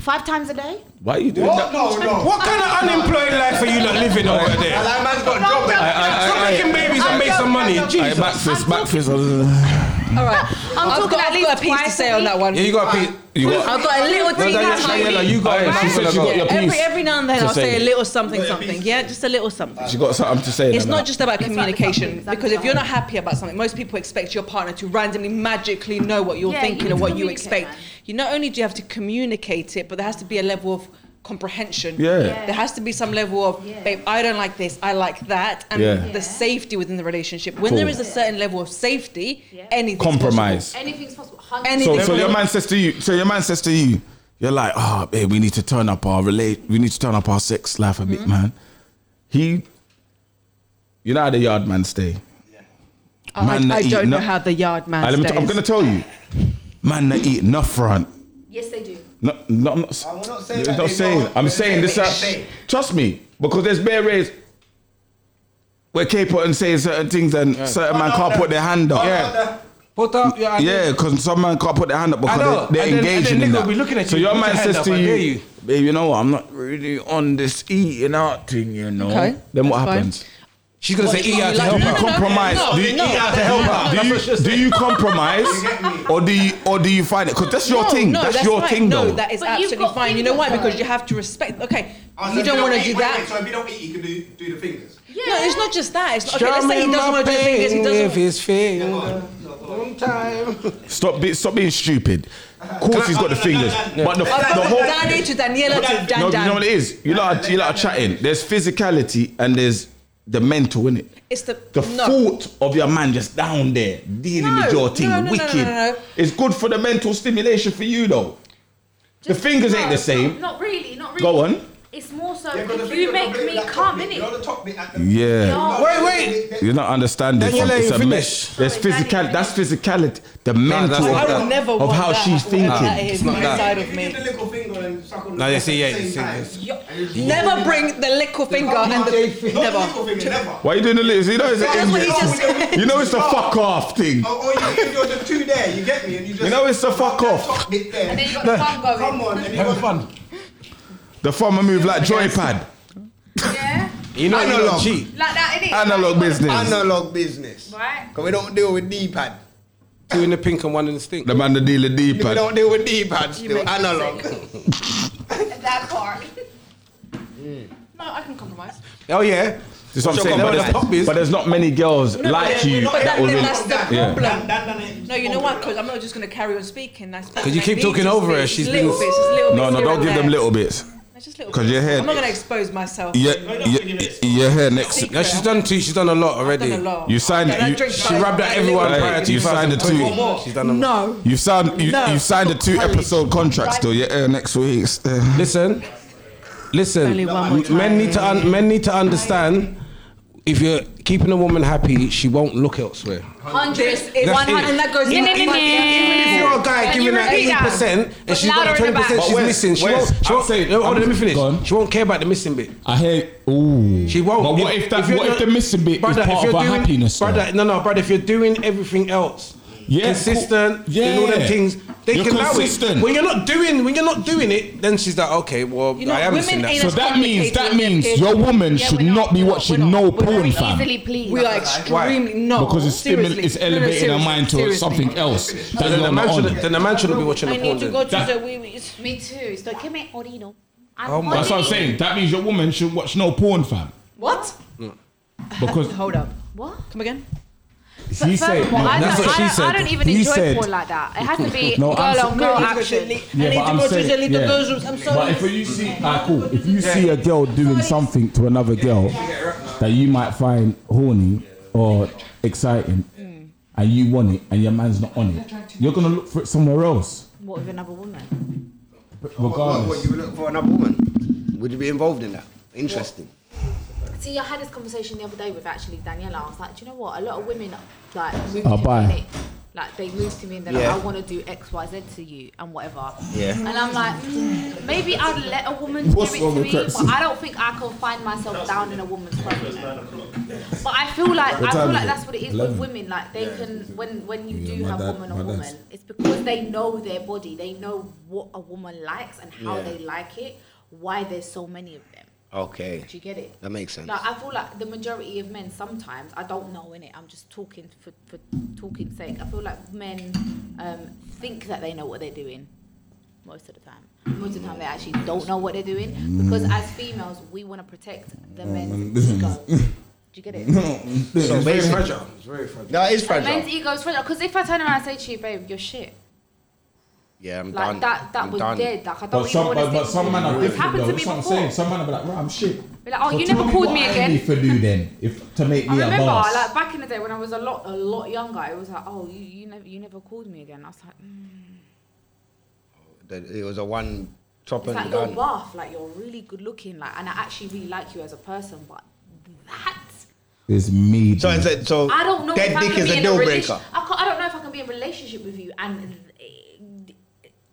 Speaker 7: five times a day.
Speaker 8: Why are you doing that?
Speaker 2: What kind of unemployed life are you not living over there?
Speaker 5: That man's got a
Speaker 2: No,
Speaker 5: job.
Speaker 2: no,
Speaker 5: eh?
Speaker 2: Stop making babies and make some money. Jesus.
Speaker 8: back fist, back fist. Yeah,
Speaker 4: All right.
Speaker 7: I'm
Speaker 4: I've
Speaker 7: talking
Speaker 4: got,
Speaker 7: at
Speaker 4: I've got a
Speaker 7: least
Speaker 4: piece to
Speaker 7: twice
Speaker 4: say
Speaker 7: a
Speaker 4: on that
Speaker 7: week.
Speaker 4: one.
Speaker 8: you got a pe- you got.
Speaker 4: I've got a little
Speaker 8: No,
Speaker 4: thing
Speaker 8: no,
Speaker 4: that's
Speaker 8: yeah,
Speaker 4: my
Speaker 8: Shayla,
Speaker 4: week.
Speaker 8: you got it. She said you got your
Speaker 4: Every,
Speaker 8: piece
Speaker 4: every now and then
Speaker 8: to
Speaker 4: I'll
Speaker 8: say.
Speaker 4: say a little something something. Yeah, just a little something.
Speaker 8: She got something to say.
Speaker 4: It's
Speaker 8: then,
Speaker 4: not
Speaker 8: like.
Speaker 4: just about communication because if you're not happy about something, most people expect your partner to randomly magically know what you're
Speaker 7: Yeah, you
Speaker 4: thinking
Speaker 7: need
Speaker 4: or
Speaker 7: to
Speaker 4: what you
Speaker 7: communicate,
Speaker 4: expect.
Speaker 7: man.
Speaker 4: You not only do you have to communicate it, but there has to be a level of comprehension.
Speaker 8: Yeah. Yeah.
Speaker 4: There has to be some level of, babe, I don't like this, I like that, and
Speaker 8: Yeah.
Speaker 4: the safety within the relationship. When
Speaker 8: Cool.
Speaker 4: there is a certain level of safety, anything
Speaker 8: Compromise.
Speaker 7: Anything's possible.
Speaker 8: So, so your man says to you. So your man says to you. you're like, oh, babe, we need to turn up our relate, we need to turn up our sex life a
Speaker 4: Mm-hmm.
Speaker 8: bit, man. He, you know how the yard man stay.
Speaker 4: Oh, I-
Speaker 8: Man
Speaker 4: I,
Speaker 8: that eat
Speaker 4: don't know
Speaker 8: nut-
Speaker 4: how the yard man
Speaker 8: Ah, let me t- I'm
Speaker 4: stays.
Speaker 8: gonna tell you, man, that eat enough front.
Speaker 7: Yes, they do.
Speaker 8: No, no, I'm not, s-
Speaker 7: we're not
Speaker 5: saying
Speaker 8: I'm
Speaker 5: that
Speaker 8: not
Speaker 5: they
Speaker 8: saying-
Speaker 5: don't.
Speaker 8: I'm
Speaker 5: We're
Speaker 8: saying this.
Speaker 5: saying
Speaker 8: out-
Speaker 5: they say.
Speaker 8: trust me, because there's bare rays where K-pop and saying certain things, and certain man can't put their hand up.
Speaker 2: Yeah. Put up your hand.
Speaker 8: Yeah, because some man can't put their hand up
Speaker 2: I know,
Speaker 8: because they, are
Speaker 2: and then- and then
Speaker 8: engaging in
Speaker 2: nigga
Speaker 8: that.
Speaker 2: will be looking at
Speaker 8: so
Speaker 2: you,
Speaker 8: your
Speaker 2: put
Speaker 8: man
Speaker 2: your hand
Speaker 8: says
Speaker 2: up,
Speaker 8: to
Speaker 2: I
Speaker 8: you,
Speaker 2: dare you.
Speaker 8: babe, you know what? I'm not really on this eating out thing, you know.
Speaker 2: Okay,
Speaker 8: Then what
Speaker 2: that's fine.
Speaker 8: happens?
Speaker 2: She's gonna What, say, you "Eat out to like- help
Speaker 8: Do you
Speaker 2: her." No, no, no,
Speaker 8: compromise?
Speaker 2: no,
Speaker 8: do you
Speaker 2: no,
Speaker 8: eat out to
Speaker 2: no,
Speaker 8: help
Speaker 2: no,
Speaker 8: her?
Speaker 2: no,
Speaker 8: Do
Speaker 2: no.
Speaker 8: you, do you compromise, or do you or do you find it? Because that's your
Speaker 4: No,
Speaker 8: thing.
Speaker 4: no,
Speaker 8: that's, your
Speaker 4: fine.
Speaker 8: thing,
Speaker 4: No,
Speaker 8: though.
Speaker 4: that is
Speaker 7: But you've
Speaker 4: absolutely
Speaker 7: got
Speaker 4: fine. You know why?
Speaker 7: fingers,
Speaker 4: Because
Speaker 7: though.
Speaker 4: you have to respect. Okay,
Speaker 7: Oh, so
Speaker 4: you
Speaker 7: if
Speaker 4: don't
Speaker 7: you
Speaker 4: want to
Speaker 7: don't
Speaker 4: do
Speaker 7: eat- wait,
Speaker 4: that.
Speaker 7: wait, so
Speaker 30: if you don't eat, you can do, do the fingers.
Speaker 4: No, it's not just that. It's not, okay, let's say he doesn't want to do fingers. He doesn't.
Speaker 2: his finger. One time.
Speaker 8: Stop, be, stop being stupid. Of course, he's got the fingers, but the, the
Speaker 4: I've got
Speaker 8: whole.
Speaker 4: Danny to Daniela to Dan
Speaker 8: No, you know
Speaker 4: Dan.
Speaker 8: what it is. You lot, are, you lot are chatting. There's physicality and there's the mental in it.
Speaker 4: It's the
Speaker 8: The
Speaker 4: no.
Speaker 8: thought of your man just down there dealing
Speaker 4: No,
Speaker 8: with your thing,
Speaker 4: no, no, no,
Speaker 8: wicked.
Speaker 4: no, no, no.
Speaker 8: It's good for the mental stimulation for you though. the fingers ain't the same.
Speaker 7: Not really, not really.
Speaker 8: Go on.
Speaker 7: It's more so
Speaker 30: Yeah, 'cause
Speaker 7: if
Speaker 30: the
Speaker 7: you
Speaker 30: finger
Speaker 7: make
Speaker 30: complete
Speaker 7: me
Speaker 30: that
Speaker 7: come,
Speaker 30: bit,
Speaker 7: innit?
Speaker 30: you know the top bit at the-
Speaker 8: Yeah.
Speaker 7: No.
Speaker 30: Wait, wait.
Speaker 8: You're not understanding.
Speaker 30: Daniela, you
Speaker 8: something. It's a
Speaker 30: finish.
Speaker 8: me- there's physical. That's physicality. The mental
Speaker 2: not
Speaker 8: of,
Speaker 2: that. I
Speaker 8: that-
Speaker 2: would never
Speaker 8: of
Speaker 2: want
Speaker 8: how
Speaker 2: that,
Speaker 8: she's
Speaker 2: whatever
Speaker 8: thinking.
Speaker 2: that is, It's not that.
Speaker 4: inside of
Speaker 30: If you
Speaker 4: me.
Speaker 30: give the little finger and suck on
Speaker 2: No,
Speaker 30: the
Speaker 2: they
Speaker 30: top
Speaker 2: see,
Speaker 30: at
Speaker 2: yeah,
Speaker 30: the
Speaker 2: you see,
Speaker 30: same time.
Speaker 2: yes.
Speaker 4: Never bring the little finger and the
Speaker 30: Not the
Speaker 4: never.
Speaker 30: little finger, never.
Speaker 8: Why are you doing the lips? You know it's
Speaker 30: That's what he just
Speaker 8: an
Speaker 30: said.
Speaker 8: You know it's the fuck off thing.
Speaker 30: Or, or Oh, you, if you're the two there, you get me, and you just
Speaker 8: You know it's the fuck off.
Speaker 30: top bit there.
Speaker 7: And then you got
Speaker 8: No.
Speaker 7: the thumb going.
Speaker 30: Come on, and you got
Speaker 8: fun. The farmer move like joypad.
Speaker 2: You know
Speaker 5: Analog.
Speaker 2: you don't cheat.
Speaker 7: Like that, innit?
Speaker 8: Analog business.
Speaker 5: Analog business.
Speaker 7: Right?
Speaker 5: Because we don't deal with D-pad.
Speaker 2: Two in the pink and one in the stink.
Speaker 8: The man the dealer
Speaker 5: We
Speaker 8: deeper.
Speaker 5: don't deal with D-pad
Speaker 7: make
Speaker 5: still.
Speaker 7: me
Speaker 5: Analog.
Speaker 7: That part.
Speaker 4: No, I can compromise.
Speaker 2: Oh yeah.
Speaker 8: That's what I'm
Speaker 2: Sure,
Speaker 8: saying.
Speaker 2: but
Speaker 8: But
Speaker 2: the top
Speaker 8: there's,
Speaker 2: is-
Speaker 8: but there's not many girls like you
Speaker 4: But
Speaker 8: that
Speaker 4: that,
Speaker 8: will.
Speaker 4: that's the
Speaker 8: Yeah.
Speaker 4: problem. No, you know what? Because I'm not just going to carry on speaking. Because
Speaker 2: Because you keep talking over her. She's
Speaker 4: little
Speaker 2: been-
Speaker 4: bits. it's little
Speaker 8: No,
Speaker 4: bits
Speaker 8: no,
Speaker 4: here
Speaker 8: don't
Speaker 4: and
Speaker 8: give them
Speaker 4: there.
Speaker 8: little bits.
Speaker 4: It's just little
Speaker 8: 'Cause
Speaker 4: bits.
Speaker 8: your hair-
Speaker 4: I'm not going to expose myself.
Speaker 8: Yeah, yeah, your hair next.
Speaker 4: Secret.
Speaker 2: No, she's done two. She's done a lot already.
Speaker 4: done a lot.
Speaker 8: You signed.
Speaker 4: And I
Speaker 8: You,
Speaker 4: drink
Speaker 2: She rubbed out everyone
Speaker 8: Hey,
Speaker 2: prior to
Speaker 8: you signed the two.
Speaker 2: 2024. She's done a lot.
Speaker 4: No.
Speaker 8: you signed. You,
Speaker 4: No.
Speaker 8: you signed a two episode contract still. Your hair uh, next week. uh. is there.
Speaker 2: Listen, listen.
Speaker 4: Only one more
Speaker 2: Men
Speaker 4: time.
Speaker 2: need to un- men need to understand. If you're keeping a woman happy, she won't look elsewhere.
Speaker 4: This is
Speaker 2: That's
Speaker 4: 100.
Speaker 2: it.
Speaker 4: And that goes
Speaker 7: Yeah, yeah,
Speaker 4: in-
Speaker 7: yeah,
Speaker 2: Even if you're a guy
Speaker 7: Can you
Speaker 2: giving her
Speaker 7: repeat
Speaker 2: eighty
Speaker 7: that?
Speaker 2: percent and
Speaker 7: But
Speaker 2: she's got
Speaker 7: louder
Speaker 2: the
Speaker 7: in the
Speaker 2: twenty percent
Speaker 7: back.
Speaker 2: she's
Speaker 8: But wait,
Speaker 2: missing, she
Speaker 8: wait,
Speaker 2: won't. She
Speaker 8: I'm
Speaker 2: won't.
Speaker 8: saying-
Speaker 2: no, hold on, let me finish.
Speaker 31: Go on.
Speaker 2: She won't care about the missing bit.
Speaker 31: I hear. Ooh.
Speaker 2: She won't.
Speaker 31: But what if that?
Speaker 2: you're
Speaker 31: What if
Speaker 2: not-
Speaker 31: the missing bit
Speaker 2: Brother,
Speaker 31: is
Speaker 2: if
Speaker 31: part
Speaker 2: you're
Speaker 31: of our
Speaker 2: doing-
Speaker 31: happiness? though?
Speaker 2: Brother, no, no, brother. If you're doing everything else,
Speaker 31: Yeah,
Speaker 2: consistent,
Speaker 31: cool.
Speaker 2: doing all them
Speaker 31: Yeah.
Speaker 2: things, they
Speaker 31: You're
Speaker 2: can allow it.
Speaker 31: consistent.
Speaker 2: When you're not doing, when you're not doing it, then she's like, okay, well,
Speaker 4: You know,
Speaker 2: I am
Speaker 4: women
Speaker 2: missing that.
Speaker 4: ain't
Speaker 31: So
Speaker 4: as
Speaker 31: that means that
Speaker 4: complicated as
Speaker 31: means
Speaker 4: kids.
Speaker 31: your woman
Speaker 7: Yeah,
Speaker 31: should
Speaker 7: we're
Speaker 31: not be
Speaker 7: not,
Speaker 31: watching
Speaker 7: we're
Speaker 31: no
Speaker 7: not. We're
Speaker 31: porn,
Speaker 7: very
Speaker 31: fam.
Speaker 7: easily pleased.
Speaker 4: We are extremely no.
Speaker 31: Because it's, stimul-
Speaker 4: seriously.
Speaker 31: it's
Speaker 4: No, no,
Speaker 31: elevating her
Speaker 4: seriously,
Speaker 31: mind to
Speaker 4: seriously.
Speaker 31: something else.
Speaker 2: So
Speaker 31: That's
Speaker 2: then the
Speaker 31: not
Speaker 2: man
Speaker 31: on.
Speaker 2: shouldn't. Then the man shouldn't be watching
Speaker 4: I
Speaker 2: the porn.
Speaker 4: need to go
Speaker 2: Then.
Speaker 4: to
Speaker 31: That-
Speaker 4: the wee wee's.
Speaker 7: Me too. It's like, que me orino. I'm
Speaker 2: Oh my-
Speaker 31: That's what I'm saying. That means your woman should watch no porn, fam.
Speaker 4: What?
Speaker 31: Because
Speaker 4: Hold up.
Speaker 7: What?
Speaker 4: Come again?
Speaker 7: But
Speaker 31: he said.
Speaker 7: furthermore, I
Speaker 2: that's
Speaker 7: don't,
Speaker 2: what
Speaker 7: I
Speaker 2: she
Speaker 7: don't, I
Speaker 2: said.
Speaker 7: don't even
Speaker 31: He
Speaker 7: enjoy
Speaker 31: said-
Speaker 7: porn like that. It has to be
Speaker 31: No,
Speaker 7: girl
Speaker 31: I'm
Speaker 7: on girl
Speaker 4: I need to go
Speaker 7: action.
Speaker 4: to the-
Speaker 31: Yeah,
Speaker 4: I need
Speaker 31: but
Speaker 4: to
Speaker 31: I'm
Speaker 4: go to
Speaker 31: saying-
Speaker 4: the little
Speaker 31: yeah.
Speaker 4: girls' rooms. I'm
Speaker 31: But
Speaker 4: sorry.
Speaker 31: if you see, ah, cool. If you see a girl doing something to another girl that you might find horny or exciting, and you want it, and your man's not on it, you're gonna look for it somewhere else,
Speaker 7: What with another woman?
Speaker 5: What, what, what,
Speaker 31: regardless.
Speaker 5: you look for another woman? Would you be involved in that? Interesting.
Speaker 7: See, I had this conversation the other day with actually Daniela. I was like, do you know what? A lot of women like move
Speaker 31: I'll
Speaker 7: to
Speaker 31: buy.
Speaker 7: me. innit? Like they move to me and they're
Speaker 5: Yeah.
Speaker 7: like, I want to do X, Y, Z to you and whatever.
Speaker 5: Yeah.
Speaker 7: And I'm like, mm, maybe I'd let a woman
Speaker 31: What's
Speaker 7: do it
Speaker 31: wrong
Speaker 7: to
Speaker 31: with
Speaker 7: me,
Speaker 31: Crepsy?
Speaker 7: but I don't think I can find myself down in a woman's presence. But I feel like I
Speaker 31: time
Speaker 7: feel
Speaker 31: is
Speaker 7: like
Speaker 31: it?
Speaker 7: that's what it is
Speaker 31: Eleven.
Speaker 7: with women. Like they can when when you do
Speaker 31: my
Speaker 7: have
Speaker 31: dad-
Speaker 7: woman
Speaker 31: my
Speaker 7: on
Speaker 31: dad's-
Speaker 7: woman, it's because they know their body. They know what a woman likes and how
Speaker 5: Yeah.
Speaker 7: they like it. Why there's so many of them.
Speaker 5: Okay.
Speaker 7: Do you get it?
Speaker 5: That makes sense.
Speaker 7: Like I feel like the majority of men sometimes I don't know in it. I'm just talking for for talking sake. I feel like men um, think that they know what they're doing most of the time. Most of the time they actually don't know what they're doing because as females we want to protect the
Speaker 31: Mm.
Speaker 7: men's ego. Do you get it?
Speaker 5: So
Speaker 2: It's
Speaker 5: basically,
Speaker 2: fragile. It's very fragile.
Speaker 5: that is
Speaker 7: And
Speaker 5: fragile.
Speaker 7: men's ego is fragile because if I turn around and say to you, babe, you're shit,
Speaker 5: Yeah, I'm
Speaker 7: like
Speaker 5: done.
Speaker 7: that that
Speaker 5: I'm
Speaker 7: was
Speaker 5: done.
Speaker 7: dead. Like I don't
Speaker 31: But
Speaker 7: even
Speaker 31: some,
Speaker 7: want to
Speaker 31: but, but some men are
Speaker 7: It's
Speaker 31: different
Speaker 7: happened
Speaker 31: though.
Speaker 7: to
Speaker 31: That's
Speaker 7: me
Speaker 31: what I'm
Speaker 7: before.
Speaker 31: saying. Some men are like, right, I'm shit.
Speaker 7: Be like, oh,
Speaker 31: So
Speaker 7: you
Speaker 31: tell
Speaker 7: never called
Speaker 31: what
Speaker 7: me
Speaker 31: I
Speaker 7: again.
Speaker 31: need to do then, if to make
Speaker 7: I
Speaker 31: me a
Speaker 7: remember,
Speaker 31: boss.
Speaker 7: like back in the day when I was a lot, a lot younger, it was like, oh, you, you never, you never called me again. I was like, mm.
Speaker 5: The- It was a one top
Speaker 7: It's
Speaker 5: and
Speaker 7: like you're
Speaker 5: done.
Speaker 7: buff, like you're really good looking, like, and I actually really like you as a person, but
Speaker 3: It's me.
Speaker 5: So, it's a, so
Speaker 7: I don't know
Speaker 5: dead
Speaker 7: if I
Speaker 5: dick
Speaker 7: can
Speaker 5: is
Speaker 7: be
Speaker 5: a
Speaker 7: in a
Speaker 5: deal
Speaker 7: relationship.
Speaker 5: breaker.
Speaker 7: I, can't- I don't know if I can be in a relationship with you, and it,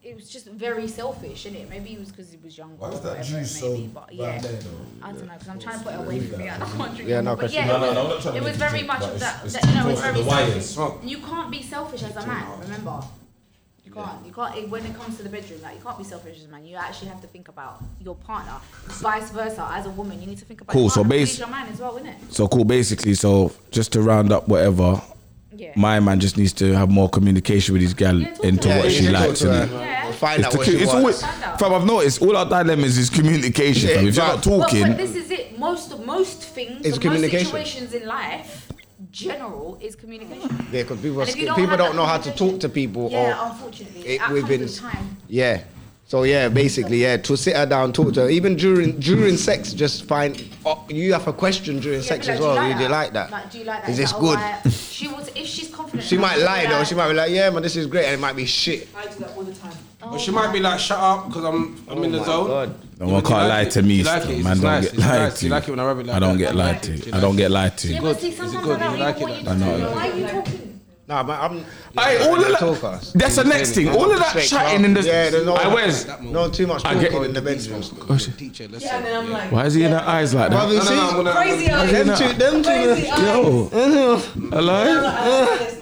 Speaker 7: it was just very selfish, innit? Maybe it was because he was younger.
Speaker 32: Why was
Speaker 7: or
Speaker 32: that
Speaker 7: whatever
Speaker 32: juice
Speaker 7: it
Speaker 32: so
Speaker 7: may be,
Speaker 32: bad
Speaker 7: but yeah.
Speaker 32: then,
Speaker 7: I don't know because I'm trying to put it away from me. I can't drink.
Speaker 5: Yeah, no,
Speaker 7: no, but
Speaker 5: question.
Speaker 7: yeah,
Speaker 5: No,
Speaker 7: it
Speaker 5: no,
Speaker 7: was-
Speaker 5: no, I'm not trying to
Speaker 7: It
Speaker 5: make
Speaker 7: was
Speaker 5: you
Speaker 7: very
Speaker 5: drink,
Speaker 7: much
Speaker 5: but
Speaker 7: of
Speaker 5: it's-
Speaker 7: that.
Speaker 5: it's
Speaker 7: that- You know,
Speaker 5: too
Speaker 7: it's
Speaker 5: close to
Speaker 7: very
Speaker 5: the wire, it's
Speaker 7: selfish.
Speaker 5: smoke.
Speaker 7: You can't be selfish as a man. Remember. You can't. You can't. It, when it comes to the bedroom, like you can't be selfish as a man. You actually have to think about your partner. Vice versa, as a woman, you need to think about.
Speaker 8: Cool,
Speaker 7: Your
Speaker 8: so
Speaker 7: partner, please
Speaker 8: basi-
Speaker 7: your man as well, innit?
Speaker 8: So cool. Basically, so just to round up whatever,
Speaker 7: Yeah.
Speaker 8: my man just needs to have more communication with his gal into
Speaker 5: her.
Speaker 8: what
Speaker 5: Yeah,
Speaker 8: she
Speaker 5: you can
Speaker 8: likes.
Speaker 5: talk to
Speaker 8: innit?
Speaker 5: her. Yeah. Find
Speaker 8: It's
Speaker 5: out
Speaker 8: the
Speaker 5: what
Speaker 8: key-
Speaker 5: she
Speaker 8: it's
Speaker 5: wants.
Speaker 8: always, fam. I've noticed all our dilemmas is communication. fam. If you're not
Speaker 7: Well,
Speaker 8: talking,
Speaker 7: but this is it. Most of most things,
Speaker 8: It's
Speaker 7: or most
Speaker 8: communication.
Speaker 7: situations in life, general is communication.
Speaker 5: Yeah, because people,
Speaker 7: And if you don't
Speaker 5: people
Speaker 7: have
Speaker 5: don't
Speaker 7: that
Speaker 5: know how to talk to people.
Speaker 7: yeah,
Speaker 5: or
Speaker 7: unfortunately,
Speaker 5: it-
Speaker 7: that
Speaker 5: we've
Speaker 7: comes
Speaker 5: been-
Speaker 7: with time.
Speaker 5: yeah. So yeah, basically yeah, to sit her down, talk to her, even during during sex, just find oh, you have a question during
Speaker 7: Yeah,
Speaker 5: sex
Speaker 7: be
Speaker 5: as
Speaker 7: like,
Speaker 5: well.
Speaker 7: do you
Speaker 5: you do like
Speaker 7: that?
Speaker 5: that?
Speaker 7: Like, do you like that?
Speaker 5: Is
Speaker 7: that
Speaker 5: this
Speaker 7: all
Speaker 5: good?
Speaker 7: right? She was, if she's confident.
Speaker 5: She
Speaker 7: enough
Speaker 5: might
Speaker 7: to
Speaker 5: lie
Speaker 7: do
Speaker 5: though.
Speaker 7: that-
Speaker 5: She might be like, yeah, man, this is great, and it might be shit.
Speaker 7: I do that all the time.
Speaker 2: But she might be like, shut up, because I'm, I'm in the zone.
Speaker 8: No one can't lie to me.
Speaker 2: You like it,
Speaker 8: still,
Speaker 2: it's
Speaker 8: man, don't
Speaker 2: nice,
Speaker 8: get
Speaker 2: it's
Speaker 8: lied
Speaker 2: nice,
Speaker 8: to.
Speaker 2: you like it when I rub it like
Speaker 8: I don't
Speaker 2: that.
Speaker 8: get lied to. I don't get lied to.
Speaker 7: Yeah, but see, sometimes I don't even want you
Speaker 8: I
Speaker 7: to
Speaker 8: know.
Speaker 7: do that. Why are you talking?
Speaker 5: Nah, man, I'm.
Speaker 8: Aye, all of that- that's the next thing. All of that chatting in the-
Speaker 5: Yeah, there's no,
Speaker 8: I was-
Speaker 5: no too much
Speaker 8: I get-
Speaker 5: talking in the bedroom.
Speaker 2: Teacher, let's
Speaker 4: Yeah, and then I'm like,
Speaker 8: Why is he in her eyes like that?
Speaker 5: Brother, you see?
Speaker 4: Crazy eyes.
Speaker 5: Them two, them two.
Speaker 8: Yo, Oh. hello.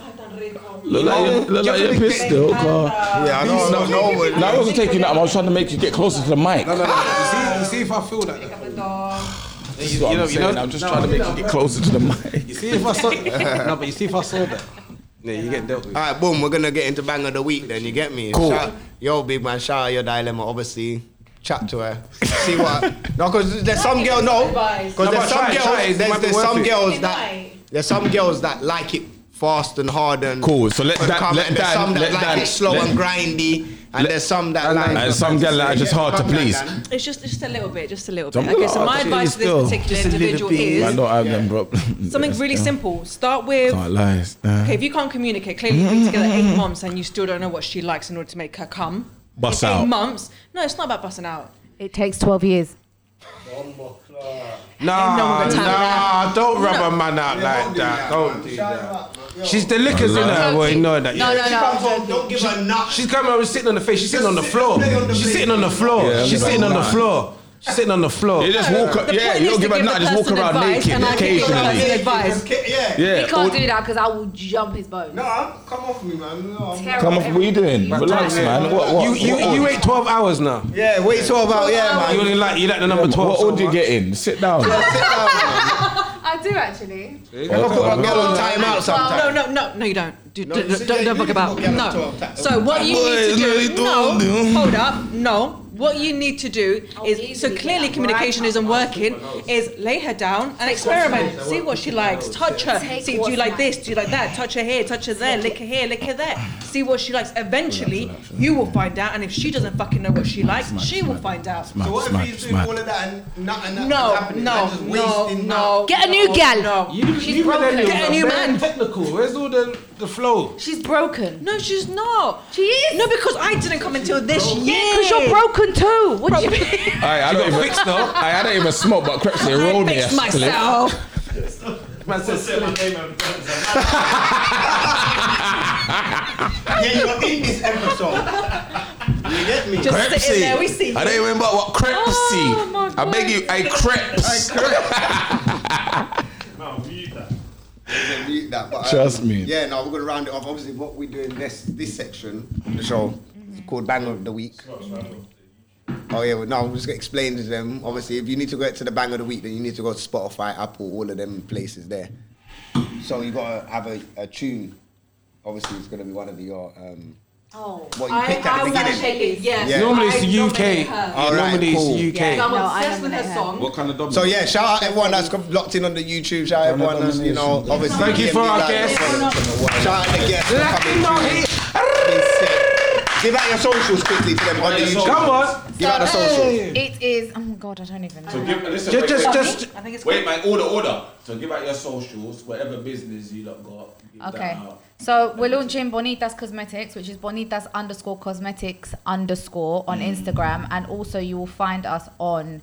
Speaker 8: Look like you look like you're pissed still, car.
Speaker 5: Yeah, I know, I know, no one.
Speaker 8: No, I wasn't taking that. I was trying to make you get closer to the mic.
Speaker 2: No, no, no. You see, you see if I feel like that.
Speaker 8: This is what I'm saying. I'm just trying to make you get closer to the mic.
Speaker 2: You see if I saw No, but you see if I saw that. Yeah, you get dealt with.
Speaker 5: All right, boom. We're gonna get into bang of the week. Then you get me.
Speaker 8: Cool.
Speaker 5: Shout- yo, big man, shout out your dilemma. Obviously, chat to her. See what? No, because there's some girl.
Speaker 4: Oh.
Speaker 5: No,
Speaker 4: Advice.
Speaker 5: because
Speaker 2: No,
Speaker 5: there's
Speaker 2: but
Speaker 5: some
Speaker 2: try it, try it.
Speaker 5: girls.
Speaker 2: It
Speaker 5: There's,
Speaker 2: might be
Speaker 5: there's
Speaker 2: worth
Speaker 5: some
Speaker 2: it.
Speaker 5: girls
Speaker 4: It
Speaker 5: that
Speaker 4: might.
Speaker 5: there's some girls that like it fast and hard and
Speaker 8: Cool, so let
Speaker 5: and
Speaker 8: that-
Speaker 5: come,
Speaker 8: let
Speaker 5: and there's
Speaker 8: Dan-
Speaker 5: some that
Speaker 8: let
Speaker 5: like
Speaker 8: Dan-
Speaker 5: it slow
Speaker 8: let-
Speaker 5: and grindy, and there's some that like
Speaker 8: And some girl that are just hard to
Speaker 5: Come, Dan,
Speaker 8: please.
Speaker 5: Dan.
Speaker 4: It's just just a little bit, just a little bit.
Speaker 8: Don't
Speaker 4: Okay, so
Speaker 8: laugh,
Speaker 4: my
Speaker 8: please,
Speaker 4: advice to
Speaker 8: girl.
Speaker 4: this particular
Speaker 8: Just a little
Speaker 4: individual
Speaker 8: I
Speaker 4: is
Speaker 8: don't have them problems.
Speaker 4: something really simple. Start with
Speaker 8: Can't lie. nah.
Speaker 4: okay, if you can't communicate, clearly you've been together eight months and you still don't know what she likes in order to make her come.
Speaker 8: Bust
Speaker 4: It's Eight
Speaker 8: out.
Speaker 4: months. No, it's not about busting out.
Speaker 7: Oh. It takes 12 years.
Speaker 2: Nah,
Speaker 4: time
Speaker 2: nah, don't rub
Speaker 4: No.
Speaker 2: a man out like that. Don't do that. She's the liquors in her,
Speaker 8: Hello.
Speaker 2: boy. Know that.
Speaker 4: No, no,
Speaker 5: She comes
Speaker 4: no.
Speaker 5: home, Don't give her nuts.
Speaker 2: She's coming over, sitting on the face. She's sitting on the floor. She's sitting on the
Speaker 8: Yeah,
Speaker 2: floor. She's
Speaker 8: no,
Speaker 2: sitting on the
Speaker 8: nah.
Speaker 2: floor. She's sitting on the floor.
Speaker 8: You just walk.
Speaker 4: The
Speaker 8: Yeah,
Speaker 4: point
Speaker 8: you
Speaker 4: is
Speaker 8: don't
Speaker 4: to
Speaker 8: give a
Speaker 4: give
Speaker 8: nut.
Speaker 4: the
Speaker 8: Just walk
Speaker 4: person
Speaker 8: around
Speaker 4: advice,
Speaker 8: naked
Speaker 4: and I give the person
Speaker 8: occasionally.
Speaker 4: advice.
Speaker 5: Yeah.
Speaker 8: Yeah.
Speaker 7: He can't do that because I will jump his bone.
Speaker 5: No, I'm- come off me, man. No, I'm-
Speaker 7: Terrible.
Speaker 8: Come off. What are you doing? Relax, man. What? What?
Speaker 2: You, you,
Speaker 8: what-
Speaker 2: you ate 12 hours now.
Speaker 5: Yeah, wait till about yeah, man.
Speaker 2: You only like, you like the number 12.
Speaker 8: What
Speaker 2: so
Speaker 8: old you
Speaker 2: much.
Speaker 8: getting? Sit down.
Speaker 7: I do actually.
Speaker 5: I'll put my girl on time out sometime.
Speaker 4: No, no, no, no, you don't. Do,
Speaker 5: No,
Speaker 4: do,
Speaker 5: you
Speaker 4: do,
Speaker 5: see,
Speaker 4: don't
Speaker 5: yeah,
Speaker 4: don't
Speaker 5: you
Speaker 4: book
Speaker 5: need
Speaker 4: about.
Speaker 5: to book out
Speaker 4: No.
Speaker 5: twelve times.
Speaker 4: So what you need
Speaker 8: Boys,
Speaker 4: to
Speaker 8: no,
Speaker 4: do? No.
Speaker 8: they don't do.
Speaker 4: Hold up. No. What you need to do is
Speaker 7: easily
Speaker 4: so
Speaker 7: get
Speaker 4: clearly
Speaker 7: that
Speaker 4: communication
Speaker 7: right
Speaker 4: isn't working. Is lay her down and experiment. See what she likes. Touch her.
Speaker 7: Take
Speaker 4: See do you
Speaker 7: what's
Speaker 4: like this?
Speaker 7: nice.
Speaker 4: Do you like that? Touch her here. Touch her there. Lick her here. Lick her there. See what she likes. Eventually, you will find out. And if she doesn't fucking know what she likes, she will find out.
Speaker 8: Smart,
Speaker 5: So what
Speaker 8: smart,
Speaker 5: if he's doing
Speaker 8: smart.
Speaker 5: all of that and not and
Speaker 4: No,
Speaker 5: happening?
Speaker 4: no,
Speaker 5: and just
Speaker 4: no,
Speaker 5: wasting
Speaker 4: no.
Speaker 7: Get a new
Speaker 4: no,
Speaker 7: gal.
Speaker 4: No.
Speaker 2: You,
Speaker 7: She's
Speaker 2: you
Speaker 7: broken.
Speaker 2: millennials
Speaker 4: Get a
Speaker 2: are
Speaker 4: new
Speaker 2: very
Speaker 4: man.
Speaker 2: Technical. Where's all the, the flow?
Speaker 7: She's broken.
Speaker 4: No, she's not.
Speaker 7: She is.
Speaker 4: No, because I didn't come until this year.
Speaker 7: Because you're broken too. What do you mean?
Speaker 8: I, I don't even fix though. I, I don't even smoke, but crepes they roll me.
Speaker 4: I fixed myself.
Speaker 2: Man says,
Speaker 6: Say my name and
Speaker 5: Yeah, you're in this episode. You get me?
Speaker 4: Just
Speaker 8: Crepesy.
Speaker 4: sitting there, we see.
Speaker 8: I don't even remember what crepesy.
Speaker 4: Oh, my
Speaker 8: I beg
Speaker 4: God.
Speaker 8: you, I crepes.
Speaker 6: No, mute that.
Speaker 5: Mute that, but, um,
Speaker 8: Trust me.
Speaker 5: Yeah, no, we're gonna round it off. Obviously, what we're doing this this section of the show is called Bang of the Week. Oh yeah, well, no, I'm just gonna explain to them. Obviously, if you need to go to the Bang of the Week, then you need to go to Spotify, Apple, all of them places there. So you gotta have a, a tune. Obviously, it's gonna be one of your um,
Speaker 12: Oh.
Speaker 5: what you
Speaker 4: I,
Speaker 5: picked at
Speaker 4: I
Speaker 5: the
Speaker 4: was
Speaker 5: beginning.
Speaker 4: actually yes.
Speaker 5: Yeah.
Speaker 2: Normally it's
Speaker 4: I
Speaker 2: the UK.
Speaker 4: nominate her.
Speaker 5: All right,
Speaker 2: Normally
Speaker 5: cool.
Speaker 2: it's the UK.
Speaker 4: So I'm
Speaker 7: No, I
Speaker 4: obsessed with her
Speaker 7: nominate her.
Speaker 4: song.
Speaker 32: What kind of dog?
Speaker 5: So yeah, shout out everyone that's got locked in on the YouTube. Shout out everyone that's you know obviously.
Speaker 2: Thank you for our
Speaker 5: like,
Speaker 2: guests.
Speaker 5: Shout out the guests. for
Speaker 2: Let
Speaker 5: coming
Speaker 2: me know
Speaker 5: through.
Speaker 2: here.
Speaker 5: It's been sick. Give out your socials quickly to them on the YouTube.
Speaker 2: Come on.
Speaker 5: Give out the socials.
Speaker 7: It is. Oh my god, I don't even know.
Speaker 32: So give listen.
Speaker 7: Ju-
Speaker 32: wait,
Speaker 7: just-
Speaker 32: wait.
Speaker 7: just- I think it's
Speaker 32: wait, man. Order, order. So give out your socials, whatever business you lot got. Give
Speaker 7: Okay.
Speaker 32: That out.
Speaker 7: So we're launching Bonitas Cosmetics, which is Bonitas underscore cosmetics underscore on
Speaker 2: Mm.
Speaker 7: Instagram, and also you will find us on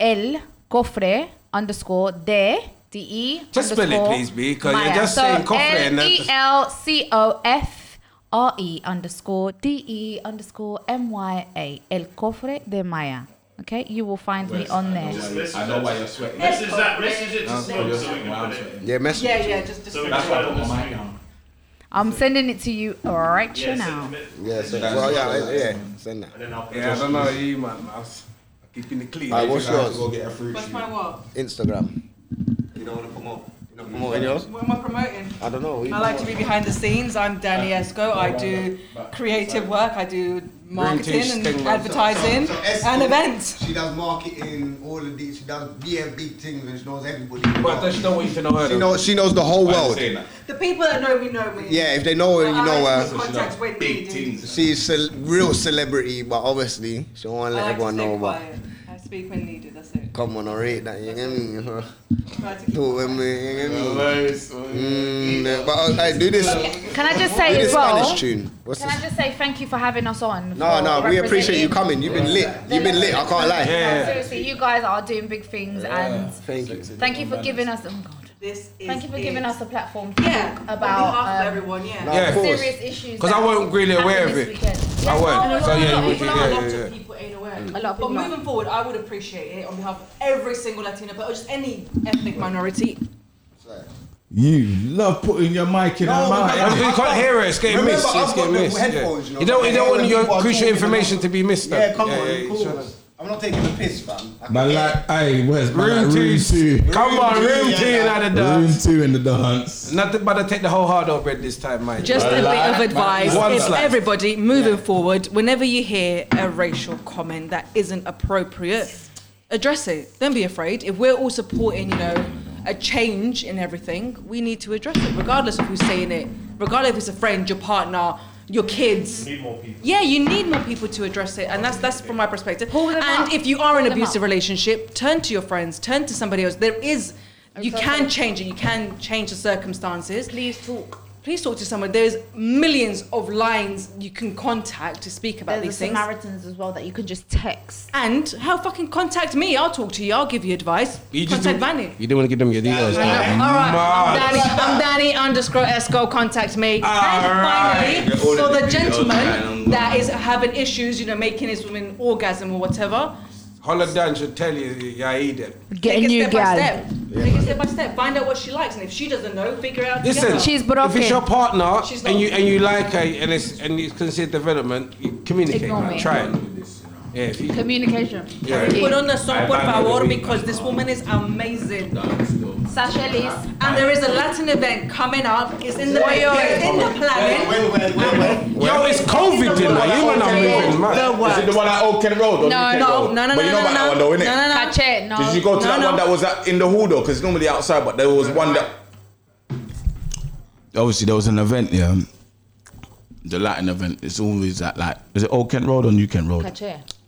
Speaker 7: El Cofre underscore de de
Speaker 2: Just spell it,
Speaker 7: underscore
Speaker 2: please, B, 'cause you're
Speaker 7: Maya.
Speaker 2: just
Speaker 7: so
Speaker 2: saying cofre and then
Speaker 7: L E
Speaker 2: just-
Speaker 7: L C O F R E underscore D E underscore M Y A El Cofre de Maya. Okay, you will find me
Speaker 32: Wes, I
Speaker 7: on
Speaker 32: know
Speaker 7: there.
Speaker 32: why- I know why you're sweating.
Speaker 6: Message that. Message it to Snow so we
Speaker 32: Why
Speaker 6: can
Speaker 32: I'm
Speaker 6: put it.
Speaker 32: sweating.
Speaker 5: Yeah, message.
Speaker 4: Yeah, yeah, just- just-
Speaker 32: So That's why I put my mind down.
Speaker 7: I'm sending it to you right
Speaker 32: Yeah,
Speaker 7: now.
Speaker 5: Yeah, so,
Speaker 2: That's
Speaker 5: well, yeah,
Speaker 2: what-
Speaker 5: yeah, send that.
Speaker 2: Yeah, I don't know you, man. I was keeping it clean.
Speaker 5: Alright, what's
Speaker 2: I have to
Speaker 5: yours?
Speaker 2: Go get a fruit
Speaker 4: What's
Speaker 2: shoot.
Speaker 4: my what?
Speaker 5: Instagram.
Speaker 2: You don't want to promote. You don't
Speaker 5: Promoting yours?
Speaker 4: What am I promoting?
Speaker 5: I don't know.
Speaker 4: I like to be behind the scenes. I'm Danny Esco. I do creative work. I do marketing and advertising and events.
Speaker 33: She does marketing, all of these. She does BM big things and she knows everybody.
Speaker 2: But does she know what you to know her?
Speaker 5: She knows, she knows the whole world.
Speaker 4: The people that know me know me.
Speaker 5: Yeah, if they know her, you know uh,
Speaker 4: Contact
Speaker 5: her.
Speaker 4: with me. dude.
Speaker 5: She's a real celebrity, but obviously she won't
Speaker 4: I
Speaker 5: let
Speaker 4: like
Speaker 5: everyone
Speaker 4: to stay
Speaker 5: know about.
Speaker 4: quiet. I speak when needed. That's it.
Speaker 5: Come on, alright, that you get me. huh?
Speaker 4: Try to
Speaker 5: Do it with me, you get me. Mm, But uh, hey, do this.
Speaker 7: Can I just
Speaker 5: do
Speaker 7: say
Speaker 5: this
Speaker 7: as well?
Speaker 5: Spanish tune. What's
Speaker 7: Can
Speaker 5: this?
Speaker 7: I just say thank you for having us on?
Speaker 5: No,
Speaker 7: for
Speaker 5: no, we appreciate you
Speaker 7: representing-
Speaker 5: coming. You've been lit. You've been lit. I can't lie.
Speaker 7: No, seriously, you guys are doing big things, and
Speaker 5: Thank you.
Speaker 7: thank you for giving us. Oh God.
Speaker 4: This is
Speaker 7: thank you for giving
Speaker 4: it.
Speaker 7: us a platform to
Speaker 4: Yeah,
Speaker 7: talk
Speaker 4: on
Speaker 7: about
Speaker 4: behalf of
Speaker 7: um,
Speaker 4: everyone, yeah.
Speaker 5: No, of course.
Speaker 7: serious issues.
Speaker 2: Because I
Speaker 7: that
Speaker 2: wasn't really
Speaker 7: happened
Speaker 2: aware of
Speaker 7: this
Speaker 2: it.
Speaker 7: weekend.
Speaker 2: I
Speaker 4: No, no,
Speaker 2: wasn't. So
Speaker 4: no,
Speaker 2: yeah,
Speaker 4: no,
Speaker 2: you would.
Speaker 4: no, no,
Speaker 2: Yeah,
Speaker 4: lots
Speaker 2: yeah, Mm.
Speaker 4: of
Speaker 2: yeah.
Speaker 4: people ain't
Speaker 7: A
Speaker 4: aware.
Speaker 7: lot of
Speaker 4: But
Speaker 7: people
Speaker 4: moving forward, I would appreciate it on behalf of every single Latina, but just any ethnic minority.
Speaker 3: You love putting your mic in her mouth.
Speaker 2: Because you can't hear it. It's getting
Speaker 3: Remember,
Speaker 2: missed. It's
Speaker 3: I've
Speaker 2: getting
Speaker 3: got the
Speaker 2: missed.
Speaker 3: headphones,
Speaker 2: yeah.
Speaker 3: you
Speaker 2: you,
Speaker 3: know,
Speaker 2: don't. You
Speaker 3: so
Speaker 2: don't
Speaker 3: I
Speaker 2: want
Speaker 3: hear
Speaker 2: your
Speaker 3: when people are
Speaker 2: crucial
Speaker 3: talking,
Speaker 2: information to be missed. though.
Speaker 33: Yeah, come on,
Speaker 2: you
Speaker 33: cool.
Speaker 2: sure?
Speaker 33: I'm not taking the piss, fam.
Speaker 3: Man, like, hey, where's man?
Speaker 2: Room
Speaker 3: like, room
Speaker 2: two.
Speaker 3: two.
Speaker 2: Come on, room two in the
Speaker 4: uh,
Speaker 3: Room
Speaker 2: dance.
Speaker 3: two in the dance.
Speaker 2: Nothing but I take the whole hard out bread this time, man.
Speaker 4: Just a bit of advice.
Speaker 2: One
Speaker 4: It's
Speaker 2: slice.
Speaker 4: everybody moving forward. Whenever you hear a racial comment that isn't appropriate, address it. Don't be afraid. If we're all supporting, you know, a change in everything, we need to address it, regardless of who's saying it, regardless if it's a friend, your partner, your kids.
Speaker 6: Need more people.
Speaker 4: Yeah, you need more people to address it, and that's that's from my perspective. And
Speaker 7: up.
Speaker 4: if you are
Speaker 7: Pull
Speaker 4: in an
Speaker 7: them
Speaker 4: abusive
Speaker 7: up.
Speaker 4: relationship, turn to your friends, turn to somebody else. There is, you can change it. You can change the circumstances.
Speaker 7: Please talk.
Speaker 4: Please talk to someone. There's millions of lines you can contact to speak about
Speaker 7: There's
Speaker 4: these
Speaker 7: the
Speaker 4: things.
Speaker 7: Samaritans as well that you can just text.
Speaker 4: And how fucking contact me? I'll talk to you. I'll give you advice.
Speaker 2: You just
Speaker 4: contact
Speaker 2: do-
Speaker 4: Vanny.
Speaker 2: You don't want to give them your details.
Speaker 4: All right, I'm Danny, I'm Danny underscore Esco. Contact me. and
Speaker 2: right.
Speaker 4: finally,
Speaker 2: All
Speaker 4: for
Speaker 2: of
Speaker 4: the
Speaker 2: the details,
Speaker 4: gentleman
Speaker 2: man.
Speaker 4: that is having issues, you know, making his woman orgasm or whatever,
Speaker 2: Holodan should tell you, yeah, I eat it.
Speaker 4: take it step by step.
Speaker 2: Yeah,
Speaker 4: Take it step by step. Find out what she likes, and if she doesn't know, figure it out
Speaker 2: Listen,
Speaker 4: together.
Speaker 2: If it's your partner
Speaker 4: She's
Speaker 2: and you
Speaker 4: not.
Speaker 2: and you like her and it's and it's considered development, you communicate,
Speaker 4: Ignore
Speaker 2: man.
Speaker 4: me.
Speaker 2: Try it. Yeah, if you,
Speaker 7: Communication.
Speaker 2: Yeah.
Speaker 4: Put on the
Speaker 2: I
Speaker 4: song, por
Speaker 2: bang on the
Speaker 4: favor,
Speaker 2: beat.
Speaker 4: because this woman is amazing.
Speaker 7: Sasha Elise.
Speaker 4: And there is a Latin event coming up. It's in the it's in the planning.
Speaker 2: yo, it's COVID, you know. You man are moving, man.
Speaker 4: The
Speaker 32: Is it the one at Old Kent Road? or
Speaker 4: No,
Speaker 32: New Kent
Speaker 4: no,
Speaker 32: Road?
Speaker 4: no, no,
Speaker 32: But you
Speaker 4: no,
Speaker 32: know about
Speaker 4: no,
Speaker 32: that one
Speaker 4: no.
Speaker 32: though, innit?
Speaker 4: No, no, no. Cache, no.
Speaker 32: Did you go to
Speaker 4: No,
Speaker 32: that
Speaker 4: no.
Speaker 32: one that was at, in the hall though? Because normally outside, but there was one that.
Speaker 8: obviously there was an event yeah the Latin event it's always at like is it Old Kent Road or New Kent Road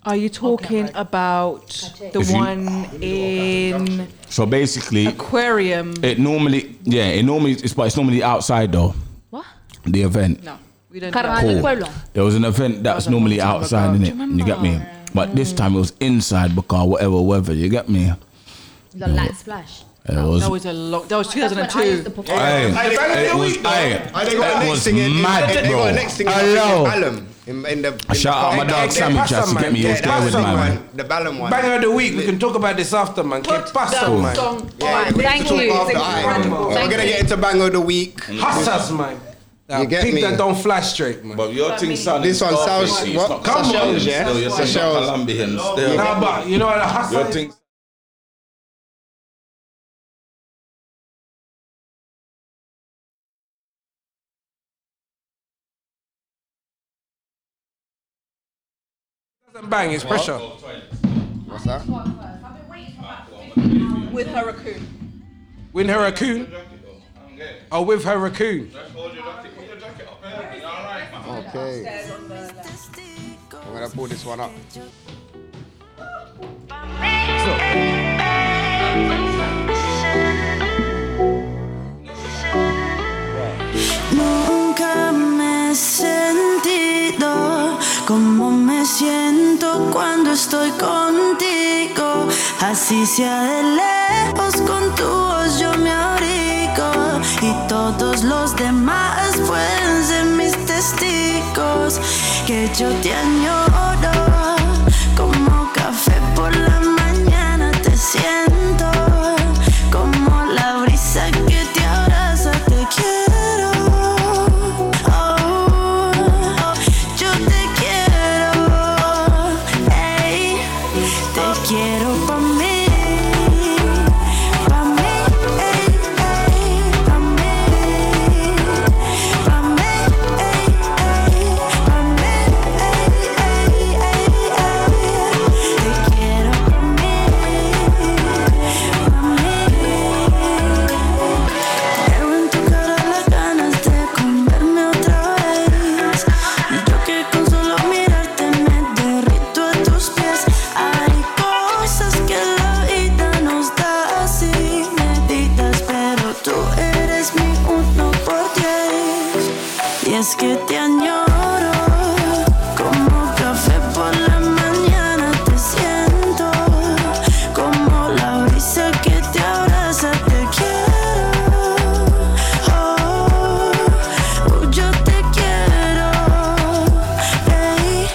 Speaker 4: Are you talking about the
Speaker 8: If you-
Speaker 4: one in
Speaker 8: so basically
Speaker 4: Aquarium?
Speaker 8: it normally yeah it normally it's but it's normally outside though
Speaker 4: What?
Speaker 8: the event
Speaker 4: No, we don't.
Speaker 8: Carnaval del Cool. Pueblo. there was an event that's normally outside in it you get me but this time it was inside because whatever weather you get me it
Speaker 7: The light splash.
Speaker 8: was
Speaker 4: That was a long. That was 2002.
Speaker 8: Hey, it was- hey,
Speaker 5: And they got
Speaker 8: that
Speaker 5: the
Speaker 8: was
Speaker 5: next thing in,
Speaker 8: mad,
Speaker 5: and they
Speaker 8: bro.
Speaker 5: got the next thing in,
Speaker 8: Hello.
Speaker 5: in Ballum. In, in the, in
Speaker 8: Shout
Speaker 5: the
Speaker 8: out
Speaker 5: park.
Speaker 8: my
Speaker 5: They-
Speaker 8: dog
Speaker 5: they-
Speaker 8: Sammy
Speaker 5: they pass
Speaker 8: Chas, you
Speaker 5: on,
Speaker 8: get me? He
Speaker 5: man.
Speaker 8: was
Speaker 5: Yeah,
Speaker 8: there
Speaker 5: that's
Speaker 8: with
Speaker 5: on,
Speaker 8: my man.
Speaker 5: The Ballum one.
Speaker 2: Banger of the week. We can talk about this after, man.
Speaker 4: Put
Speaker 2: Que pasa,
Speaker 4: that
Speaker 2: man.
Speaker 4: song
Speaker 5: Yeah, we
Speaker 4: on.
Speaker 5: need to
Speaker 4: Thank
Speaker 5: talk
Speaker 4: you.
Speaker 5: after,
Speaker 4: It's
Speaker 5: aight?
Speaker 4: incredible.
Speaker 5: We're
Speaker 4: Thank
Speaker 5: gonna
Speaker 4: you.
Speaker 5: get into bang of the week.
Speaker 2: Hussas, man.
Speaker 5: You get
Speaker 2: Pig
Speaker 5: me?
Speaker 2: that don't fly straight, man.
Speaker 32: But your thing sound
Speaker 5: This one sounds- what?
Speaker 32: Come
Speaker 5: Seychelles,
Speaker 32: on,
Speaker 5: yeah?
Speaker 32: Still, you're saying
Speaker 5: Seychelles.
Speaker 32: Colombian still.
Speaker 2: Nah, but you know what? Hussas.
Speaker 32: Your thing
Speaker 2: doesn't bang. It's pressure.
Speaker 5: What's that?
Speaker 4: With her raccoon.
Speaker 2: Win her raccoon. Oh, with her raccoon.
Speaker 32: Hold your jacket. Put your jacket up.
Speaker 5: Oh, Okay.
Speaker 4: Upstairs on the left.
Speaker 5: I'm gonna pull this one up.
Speaker 9: Nunca me he sentido como me siento cuando estoy contigo. Así sea de lejos con tu voz yo me abrigo y todos los demás pueden ser mis testigos que yo te añoro. Como café por la mañana te siento, como la brisa que te abraza te quiero. Oh, yo te quiero, ey, te quiero pa' mí, pa' mí, ey, ey, pa' mí, pa' mí, ey, ey, pa' mí, ey, ey, ey, ey. Te quiero pa' mí, pa' mí. Veo en tu cara las ganas de comerme otra vez Y yo que con solo mirarte me derrito a tus pies Hay cosas que la vida nos da sin medidas Pero tú eres mi uno por diez Y es que te añoro Como café por la mañana te siento Como la brisa que te abraza te quiero Oh, yo te quiero, ey.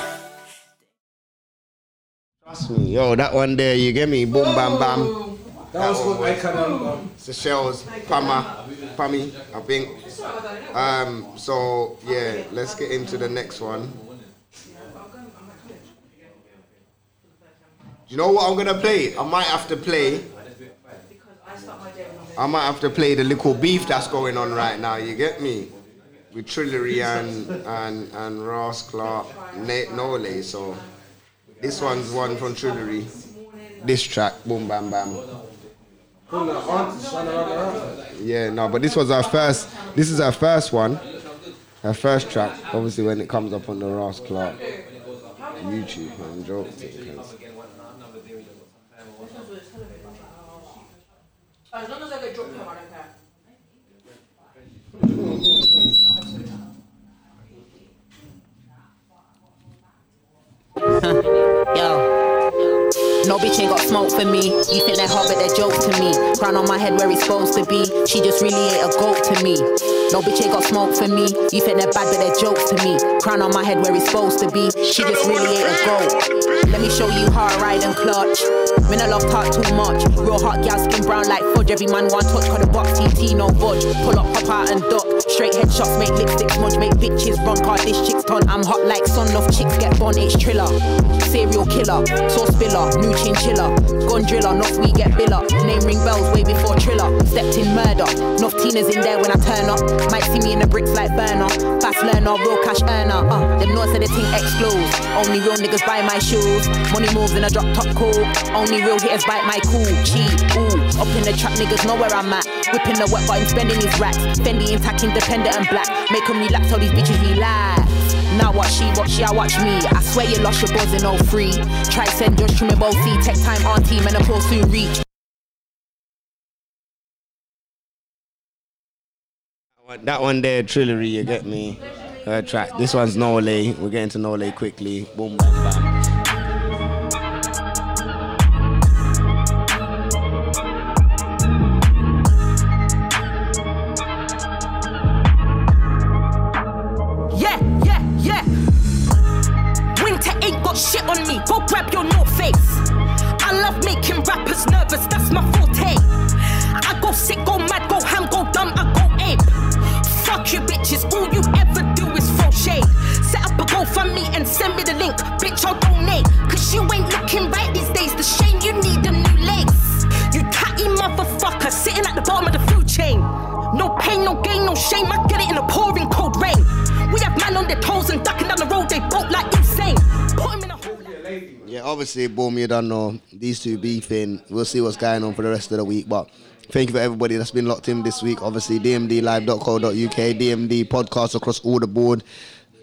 Speaker 5: Trust me, yo, that one there, you get me? Boom, bam, bam.
Speaker 34: That was good. I can. um,
Speaker 5: Seychelles, Pama, Pami, I think. Um, so yeah, let's get into the next one. You know what I'm gonna play? I might have to play. I might have to play the little beef that's going on right now. You get me? With Trillery and and and Ross Clark, Nate Nole. So this one's one from Trillery. This track, boom, bam, bam.
Speaker 34: Come now, aunt's trying to run around.
Speaker 5: Yeah, no, but this was our first. This is our first one, our first track. Obviously, when it comes up on the Ross Clark YouTube, I'm joking.
Speaker 4: As long as I get dropped home, I don't care.
Speaker 7: No bitch ain't got smoke for me. You think they're hard, but they're joke to me. Crown on my head where it's supposed to be. She just really ain't a goat to me. No bitch ain't got smoke for me. You think they're bad, but they're jokes to me. Crown on my head where it's supposed to be. She just really ain't a goat. Let me show you hard ride and clutch. Men I love talk too much. Real hot gal skin brown like fudge. Every man one touch, cut the box, TT, no budge. Pull up, pop out and duck. Straight headshots, make lipsticks, smudge, make bitches run. Card this chick's ton. I'm hot like sun, love chicks get bun. It's triller. Serial killer, sauce spiller, new chinchilla. Gun driller, not we get biller. Name ring bells way before triller. Stepped in murder. Enough Tina's in there when I turn up. Might see me in the bricks like burner. Fast learner, real cash earner. Uh, them noise of the thing explodes. Only real niggas buy my shoes. Money moves in a drop top cool. Only real hitters bite my cool. Cheat, ooh. Up in the trap, niggas know where I'm at. Whipping the work, but I'm spending these racks. Fendi intact, independent and black. Make 'em relax, all these bitches relax. Now watch she, watch she, I watch me. I swear you lost your buzz in 03. Try send Josh to me both see. Tech time auntie, menopause soon reach.
Speaker 5: That one there, Trillery, you get me? Her track. This one's Nole. We're getting to Nole quickly. Boom, bam, bam.
Speaker 7: Yeah, yeah, yeah. Winter ain't got shit on me. Go grab your North Face. I love making rappers nervous. That's my forte. I go sick, go mad, go ham, go dumb, I go ape. Fuck you bitches. All you ever do is throw shade. Set up a GoFundMe and send me the link. Bitch, I'll donate. Cause you ain't looking right these days. The shame you need a new lace. You catty motherfucker sitting at the bottom of the food chain. No pain, no gain, no shame. I get it in a pouring cold rain. We have man on their toes and ducking down the road. They bolt like insane. Put 'em in a hole.
Speaker 5: Yeah, obviously, boom, you don't know. These two beefing. We'll see what's going on for the rest of the week. But thank you for everybody that's been locked in this week. Obviously, dmdlive.co.uk, DMD podcast across all the board.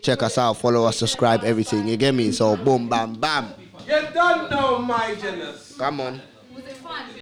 Speaker 5: Check us out, follow us, subscribe, everything. You get me? So boom, bam, bam.
Speaker 8: You're done now, my goodness.
Speaker 5: Come on.
Speaker 35: Was it fun?